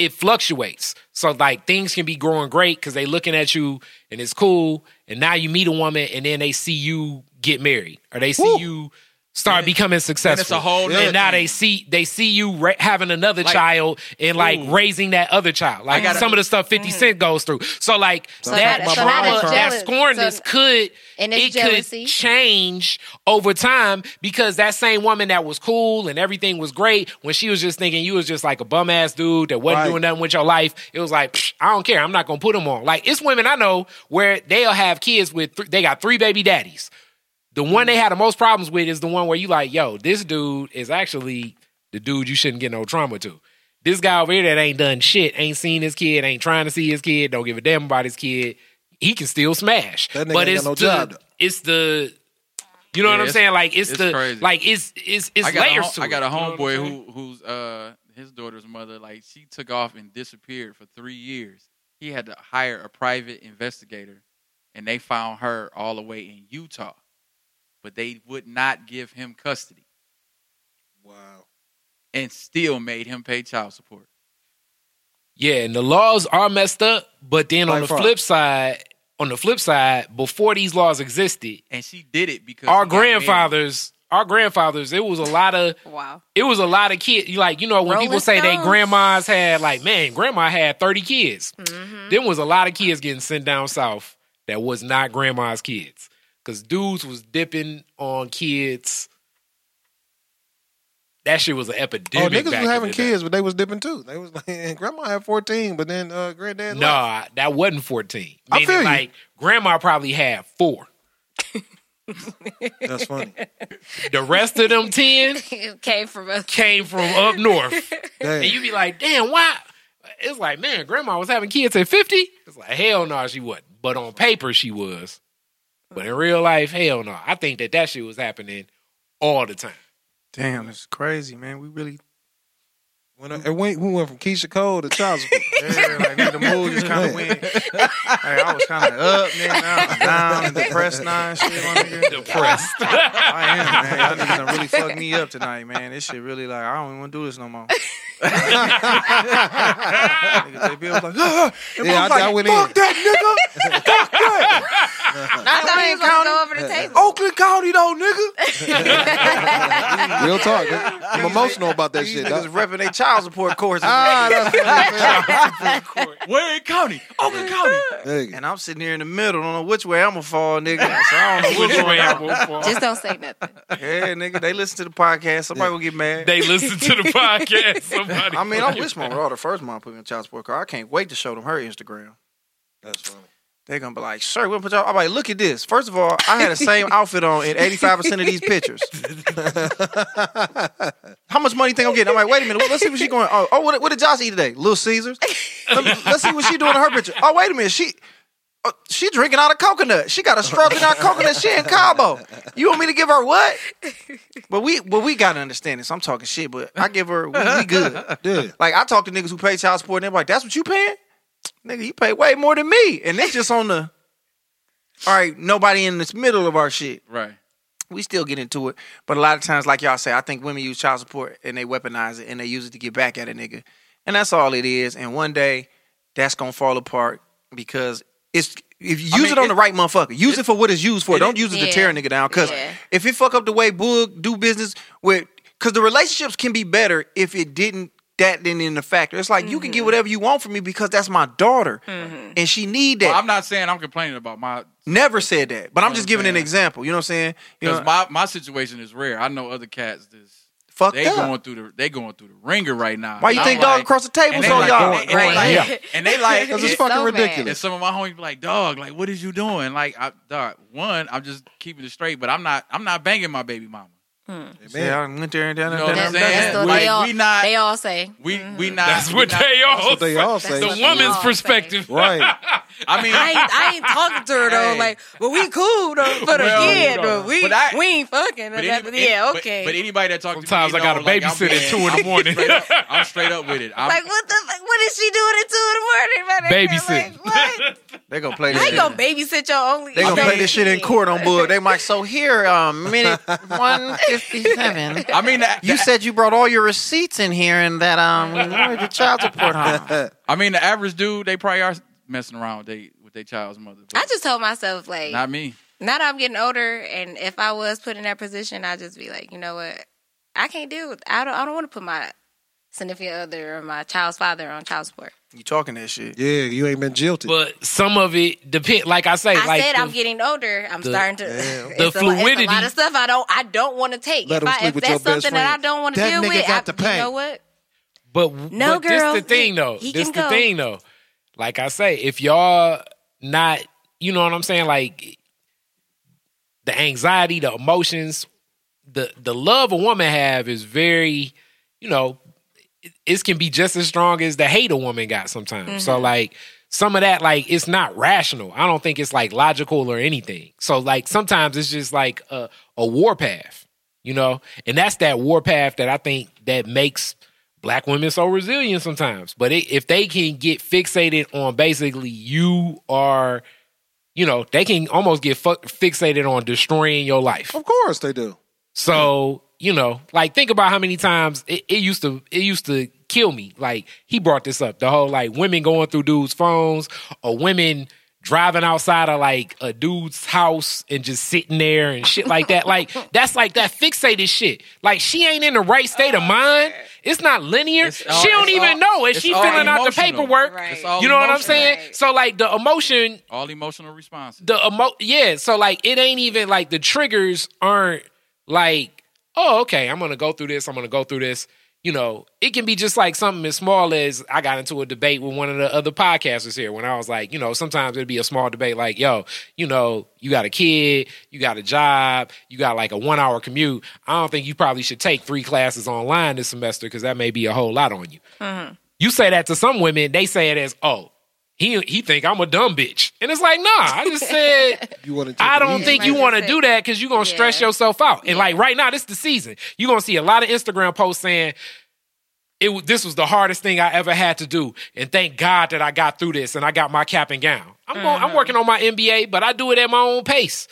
[SPEAKER 4] it fluctuates. So like things can be growing great because they looking at you and it's cool, and now you meet a woman and then they see you get married or they see you start becoming successful.
[SPEAKER 6] a whole nother
[SPEAKER 4] and now
[SPEAKER 6] thing.
[SPEAKER 4] they see they see you ra- having another
[SPEAKER 6] Like-
[SPEAKER 4] child and like raising that other child. Like
[SPEAKER 6] gotta-
[SPEAKER 4] some of the stuff Fifty Cent goes through. So like that
[SPEAKER 7] now- Mm. so now
[SPEAKER 4] trauma,
[SPEAKER 7] that's
[SPEAKER 4] that
[SPEAKER 7] jealous-
[SPEAKER 4] scornness
[SPEAKER 7] so-
[SPEAKER 4] could
[SPEAKER 7] And it's
[SPEAKER 4] it
[SPEAKER 7] jealousy.
[SPEAKER 4] could change over time because that same woman that was cool and everything was great when she was just thinking you was just like a bum ass dude that wasn't
[SPEAKER 5] Right.
[SPEAKER 4] doing nothing with your life. It was like "Psh, I don't care. I'm not gonna put them on. Like it's women I know where they'll have kids with th- they got three baby daddies. The one they had the most problems with is the one where you like, yo, this dude is actually the dude you shouldn't get no trauma to. This guy over here that ain't done shit, ain't seen his kid, ain't trying to see his kid, don't give a damn about his kid. He can still smash,
[SPEAKER 5] That nigga
[SPEAKER 4] but
[SPEAKER 5] ain't
[SPEAKER 4] it's
[SPEAKER 5] got no
[SPEAKER 4] the
[SPEAKER 5] job, though.
[SPEAKER 4] it's the you know
[SPEAKER 6] Yeah,
[SPEAKER 4] what I'm
[SPEAKER 6] it's-
[SPEAKER 4] saying? Like it's,
[SPEAKER 6] it's
[SPEAKER 4] the
[SPEAKER 6] crazy.
[SPEAKER 4] like it's it's it's
[SPEAKER 6] I got
[SPEAKER 4] layers
[SPEAKER 6] a, hom-
[SPEAKER 4] to
[SPEAKER 6] I got
[SPEAKER 4] it,
[SPEAKER 6] a
[SPEAKER 4] you know what I'm
[SPEAKER 6] homeboy
[SPEAKER 4] saying?
[SPEAKER 6] who who's uh his daughter's mother like she took off and disappeared for three years. He had to hire a private investigator, and they found her all the way in Utah, but they would not give him custody
[SPEAKER 5] Wow.
[SPEAKER 6] and still made him pay child support.
[SPEAKER 4] Yeah, and the laws are messed up, but then on
[SPEAKER 5] Like
[SPEAKER 4] the
[SPEAKER 5] fraud.
[SPEAKER 4] flip side, on the flip side, before these laws existed,
[SPEAKER 6] And she did it because
[SPEAKER 4] our
[SPEAKER 6] he got married.
[SPEAKER 4] grandfathers, our grandfathers, it was a lot of
[SPEAKER 7] Wow.
[SPEAKER 4] it was a lot of kids. Like you know, when
[SPEAKER 7] Rolling
[SPEAKER 4] people say they
[SPEAKER 7] Stones.
[SPEAKER 4] grandmas had like, man, grandma had thirty kids.
[SPEAKER 7] Mm-hmm.
[SPEAKER 4] There was a lot of kids getting sent down south that was not grandma's kids because dudes was dipping on kids. That shit was an
[SPEAKER 5] Oh,
[SPEAKER 4] epidemic.
[SPEAKER 5] niggas was
[SPEAKER 4] back in
[SPEAKER 5] having
[SPEAKER 4] the day.
[SPEAKER 5] kids, but they was dipping too. They was like, *laughs* and grandma had fourteen, but then uh, granddad.
[SPEAKER 4] No,
[SPEAKER 5] left.
[SPEAKER 4] I- that wasn't fourteen.
[SPEAKER 5] I feel you.
[SPEAKER 4] like grandma probably had four. *laughs*
[SPEAKER 5] that's funny.
[SPEAKER 4] The rest of them ten
[SPEAKER 7] *laughs* It came from us.
[SPEAKER 4] came from up north.
[SPEAKER 5] Damn.
[SPEAKER 4] And you be like, damn, why? It's like, man, grandma was having kids at 50. It's like, hell no, she wasn't. But on paper, she was. But in real life, hell no. I think that that shit was happening all the time.
[SPEAKER 3] Damn, it's crazy, man. We really
[SPEAKER 5] When I, and we, we went from Keisha Cole to child support.
[SPEAKER 3] Yeah, like man, the mood just kind of went. Like, I was kind of up, then now I'm down, and depressed now and shit. My nigga.
[SPEAKER 4] *laughs*
[SPEAKER 7] *laughs*
[SPEAKER 4] Depressed.
[SPEAKER 3] I am, man.
[SPEAKER 5] *laughs*
[SPEAKER 3] Y'all niggas done really fucked me up tonight, man. This shit really like I don't even want to do this no more. *laughs* nigga, J. Bill was like, "Ah," and
[SPEAKER 5] Yeah,
[SPEAKER 3] yeah,
[SPEAKER 5] I-
[SPEAKER 3] I, like,
[SPEAKER 5] I went
[SPEAKER 3] fuck
[SPEAKER 5] in.
[SPEAKER 3] that nigga.
[SPEAKER 7] I thought he was going to go over the table.
[SPEAKER 3] Oakland County though, nigga.
[SPEAKER 5] Mm-hmm. Real talk. nigga. I'm emotional about that
[SPEAKER 3] These
[SPEAKER 5] shit.
[SPEAKER 3] niggas
[SPEAKER 5] dog.
[SPEAKER 3] repping their child support courses.
[SPEAKER 5] Ah, that's
[SPEAKER 6] Wayne County, Oakland County.
[SPEAKER 5] nigga.
[SPEAKER 3] and I'm sitting here in the middle. Don't know which way I'm gonna fall, nigga. So I don't know
[SPEAKER 5] *laughs*
[SPEAKER 3] which
[SPEAKER 4] Which
[SPEAKER 3] way.
[SPEAKER 4] way I will fall.
[SPEAKER 7] Just don't say nothing.
[SPEAKER 3] Yeah, nigga. They listen to the podcast. Somebody will get mad.
[SPEAKER 4] They listen to the *laughs* podcast. Somebody.
[SPEAKER 3] I mean, I wish my daughter first mom put me in child support car. I can't wait to show them her Instagram.
[SPEAKER 5] That's funny.
[SPEAKER 3] They're gonna be like, "Sir, we put y'all." I'm like, "Look at this." First of all, I had the same outfit on in 85 percent of these pictures. How much money you think I'm getting? I'm like, "Wait a minute. Let's see what she going." Oh, oh what, what did Josh eat today? Little Caesars. Let us see what she doing in her picture. Oh, wait a minute. She. uh, She drinking out of coconut. She got a stroking out coconut. She in Cabo. You want me to give her what? But we, but we gotta understand this. I'm talking shit, but I give her. We, we good.
[SPEAKER 5] Dude,
[SPEAKER 3] Like I talk to niggas who pay child support, and they're like, "That's what you paying, nigga? You pay way more than me." And that's just on the. All right, nobody in this middle of our shit.
[SPEAKER 6] Right.
[SPEAKER 3] We still get into it, but a lot of times, like y'all say, I think women use child support and they weaponize it and they use it to get back at a nigga, and that's all it is. And one day, that's gonna fall apart because it's if you use
[SPEAKER 6] I mean,
[SPEAKER 3] it on
[SPEAKER 6] it-
[SPEAKER 3] the right motherfucker. Use it for what it's used for. Don't use it to
[SPEAKER 7] yeah.
[SPEAKER 3] tear a nigga down. Cause
[SPEAKER 7] Yeah.
[SPEAKER 3] if it fuck up the way Boog do business with, cause the relationships can be better if it didn't. That didn't in the factor. It's like you can
[SPEAKER 7] Mm-hmm.
[SPEAKER 3] get whatever you want from me because that's my daughter, and she need that.
[SPEAKER 6] Well, I'm not saying I'm complaining about my
[SPEAKER 3] Never said that, but I'm
[SPEAKER 6] know
[SPEAKER 3] just
[SPEAKER 6] what
[SPEAKER 3] giving
[SPEAKER 6] I'm
[SPEAKER 3] an
[SPEAKER 6] saying?
[SPEAKER 3] example. You know what I'm saying? You
[SPEAKER 6] because
[SPEAKER 3] know,
[SPEAKER 6] my, my situation is rare. I know other cats that's
[SPEAKER 3] fucked
[SPEAKER 6] they
[SPEAKER 3] up.
[SPEAKER 6] going through the they going through the ringer right now.
[SPEAKER 3] Why you
[SPEAKER 6] And
[SPEAKER 3] think
[SPEAKER 6] I'm
[SPEAKER 3] dog
[SPEAKER 6] like-
[SPEAKER 3] across the
[SPEAKER 6] and
[SPEAKER 3] table's
[SPEAKER 6] they
[SPEAKER 3] on
[SPEAKER 6] like,
[SPEAKER 3] y'all?
[SPEAKER 6] and they
[SPEAKER 7] Right.
[SPEAKER 6] like-
[SPEAKER 5] Yeah.
[SPEAKER 6] *laughs*
[SPEAKER 5] *laughs*
[SPEAKER 6] and
[SPEAKER 3] *laughs*
[SPEAKER 6] they like
[SPEAKER 5] because it's
[SPEAKER 7] It's
[SPEAKER 5] fucking
[SPEAKER 7] so bad.
[SPEAKER 6] And
[SPEAKER 5] ridiculous.
[SPEAKER 6] some of my homies be like, dog, like what is you doing? Like I dog, one, I'm just keeping it straight, but I'm not I'm not banging my baby mama.
[SPEAKER 3] Yeah, I went there and down and
[SPEAKER 6] You know what I'm
[SPEAKER 3] down.
[SPEAKER 7] That's, that's
[SPEAKER 6] saying?
[SPEAKER 7] what they, all,
[SPEAKER 6] Like we not
[SPEAKER 7] they all say.
[SPEAKER 6] we
[SPEAKER 3] Mm-hmm.
[SPEAKER 6] we not
[SPEAKER 4] That's
[SPEAKER 6] we
[SPEAKER 4] what
[SPEAKER 6] not-
[SPEAKER 4] they
[SPEAKER 5] That's
[SPEAKER 4] all
[SPEAKER 5] what they
[SPEAKER 4] say.
[SPEAKER 5] all say.
[SPEAKER 7] That's
[SPEAKER 4] The
[SPEAKER 7] what they
[SPEAKER 4] woman's
[SPEAKER 7] all say.
[SPEAKER 4] perspective.
[SPEAKER 5] Right.
[SPEAKER 6] I mean
[SPEAKER 7] *laughs* I ain't, I ain't talking to her though. Like, well, we cool though
[SPEAKER 6] *laughs*
[SPEAKER 7] for the
[SPEAKER 6] Well,
[SPEAKER 7] kid, but we
[SPEAKER 6] but I-
[SPEAKER 7] we ain't fucking.
[SPEAKER 6] but
[SPEAKER 7] That's-
[SPEAKER 6] any-
[SPEAKER 7] yeah,
[SPEAKER 6] but-
[SPEAKER 7] okay.
[SPEAKER 6] But, anybody that talks
[SPEAKER 4] Sometimes
[SPEAKER 6] to
[SPEAKER 4] I
[SPEAKER 6] me,
[SPEAKER 4] gotta
[SPEAKER 6] you know, like,
[SPEAKER 4] babysit at
[SPEAKER 6] I'm-
[SPEAKER 4] two in the
[SPEAKER 6] I'm *laughs*
[SPEAKER 4] morning.
[SPEAKER 6] straight up- I'm straight up with it. I'm,
[SPEAKER 7] like, what the fuck? What is she doing at two in the morning? Right there?
[SPEAKER 4] Babysitting.
[SPEAKER 7] Like,
[SPEAKER 6] *laughs*
[SPEAKER 7] what?
[SPEAKER 3] They gonna play this.
[SPEAKER 7] I ain't
[SPEAKER 3] shit.
[SPEAKER 7] gonna babysit your only.
[SPEAKER 3] They gonna
[SPEAKER 7] baby
[SPEAKER 3] play this shit in
[SPEAKER 7] kid.
[SPEAKER 3] court on Bull. They might. So here,
[SPEAKER 9] *laughs*
[SPEAKER 3] um, minute one fifty-seven.
[SPEAKER 6] I mean that,
[SPEAKER 3] You said you brought all your receipts in here, and that um, where'd your child support home?
[SPEAKER 9] *laughs*
[SPEAKER 6] I mean the average dude, they probably are messing around with they with their child's mother. but
[SPEAKER 7] I just told myself like,
[SPEAKER 6] not me.
[SPEAKER 7] now that I'm getting older, and if I was put in that position, I'd just be like, you know what, I can't deal with. I don't. I don't want to put my significant other or my child's father on child support.
[SPEAKER 9] You talking that shit.
[SPEAKER 5] Yeah, you ain't been jilted.
[SPEAKER 4] But some of it depend. Like I say,
[SPEAKER 7] I
[SPEAKER 4] like
[SPEAKER 7] said
[SPEAKER 4] the-
[SPEAKER 7] I'm getting older. I'm
[SPEAKER 4] the-
[SPEAKER 7] starting to. it's
[SPEAKER 4] The
[SPEAKER 7] a lo- it's
[SPEAKER 4] fluidity-
[SPEAKER 7] a lot of stuff I don't. I don't want to take.
[SPEAKER 5] Let
[SPEAKER 7] if
[SPEAKER 5] him
[SPEAKER 7] I,
[SPEAKER 5] sleep
[SPEAKER 7] if
[SPEAKER 5] with your
[SPEAKER 7] that's
[SPEAKER 5] best
[SPEAKER 7] something that I
[SPEAKER 5] friend.
[SPEAKER 7] don't want to
[SPEAKER 9] That
[SPEAKER 7] deal
[SPEAKER 9] nigga
[SPEAKER 7] with,
[SPEAKER 9] got
[SPEAKER 7] I,
[SPEAKER 9] the
[SPEAKER 7] you know
[SPEAKER 9] pain.
[SPEAKER 7] what?
[SPEAKER 4] But
[SPEAKER 7] No,
[SPEAKER 4] but this
[SPEAKER 7] girl,
[SPEAKER 4] the thing
[SPEAKER 7] he-
[SPEAKER 4] though.
[SPEAKER 7] he
[SPEAKER 4] this
[SPEAKER 7] can
[SPEAKER 4] the
[SPEAKER 7] go.
[SPEAKER 4] thing though. Like I say, if y'all not, you know what I'm saying, like the anxiety, the emotions, the the love a woman have is very, you know, it, it can be just as strong as the hate a woman got sometimes. So like some of that like it's not rational. I don't think it's like logical or anything. So like sometimes it's just like a a warpath, you know? And that's that warpath that I think that makes black women so resilient sometimes. But it, if they can get fixated on basically you are you know, they can almost get fu- fixated on destroying your life.
[SPEAKER 5] of course they do.
[SPEAKER 4] So you know, like think about how many times it, it used to it used to kill me. Like he brought this up the whole like women going through dudes' phones or women driving outside of like a dude's house and just sitting there and shit like that. Like
[SPEAKER 7] *laughs*
[SPEAKER 4] that's like that fixated shit. Like she ain't in the right state of mind. It's not linear.
[SPEAKER 6] It's all-
[SPEAKER 4] she don't
[SPEAKER 6] it's
[SPEAKER 4] even
[SPEAKER 6] all-
[SPEAKER 4] know. And
[SPEAKER 6] it's
[SPEAKER 4] she
[SPEAKER 6] all
[SPEAKER 4] filling out the
[SPEAKER 6] emotional.
[SPEAKER 4] paperwork.
[SPEAKER 7] Right.
[SPEAKER 6] It's all
[SPEAKER 4] You know what I'm
[SPEAKER 6] emotional.
[SPEAKER 4] saying?
[SPEAKER 7] Right.
[SPEAKER 4] So like the emotion
[SPEAKER 6] All emotional responses.
[SPEAKER 4] the emo yeah so like it ain't even like the triggers aren't like oh okay i'm gonna go through this i'm gonna go through this you know it can be just like something as small as i got into a debate with one of the other podcasters here when i was like you know sometimes it'd be a small debate like yo you know you got a kid you got a job you got like a one hour commute i don't think you probably should take three classes online this semester because that may be a whole lot on you you say that to some women they say it as oh he he think i'm a dumb bitch and it's like nah i just
[SPEAKER 7] *laughs*
[SPEAKER 4] said
[SPEAKER 5] You want to?
[SPEAKER 4] I don't think you
[SPEAKER 7] Right,
[SPEAKER 4] want to
[SPEAKER 7] that's
[SPEAKER 4] do
[SPEAKER 7] it.
[SPEAKER 4] that because you're gonna stress
[SPEAKER 7] Yeah.
[SPEAKER 4] yourself out. And like right now, this is the season. You're gonna see a lot of Instagram posts saying, "It w- this was the hardest thing I ever had to do, and thank God that I got through this and I got my cap and gown." I'm going,
[SPEAKER 7] Mm-hmm.
[SPEAKER 4] I'm working on my MBA, but I do it at my own pace.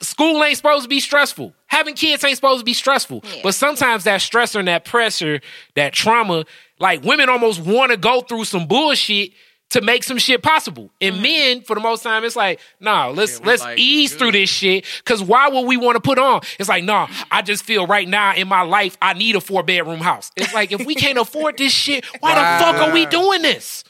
[SPEAKER 4] School ain't supposed to be stressful. Having kids ain't supposed to be stressful. But sometimes that stressor and that pressure, that trauma, like women almost want to go through some bullshit to make some shit possible. And men, for the most time, it's like, nah, let's
[SPEAKER 6] Yeah, we
[SPEAKER 4] let's
[SPEAKER 6] like,
[SPEAKER 4] ease
[SPEAKER 6] good.
[SPEAKER 4] through this shit. Cause why would we want to put on? It's like, nah, I just feel right now in my life, I need a four bedroom house. It's like if we can't afford this shit, why the fuck are we doing this?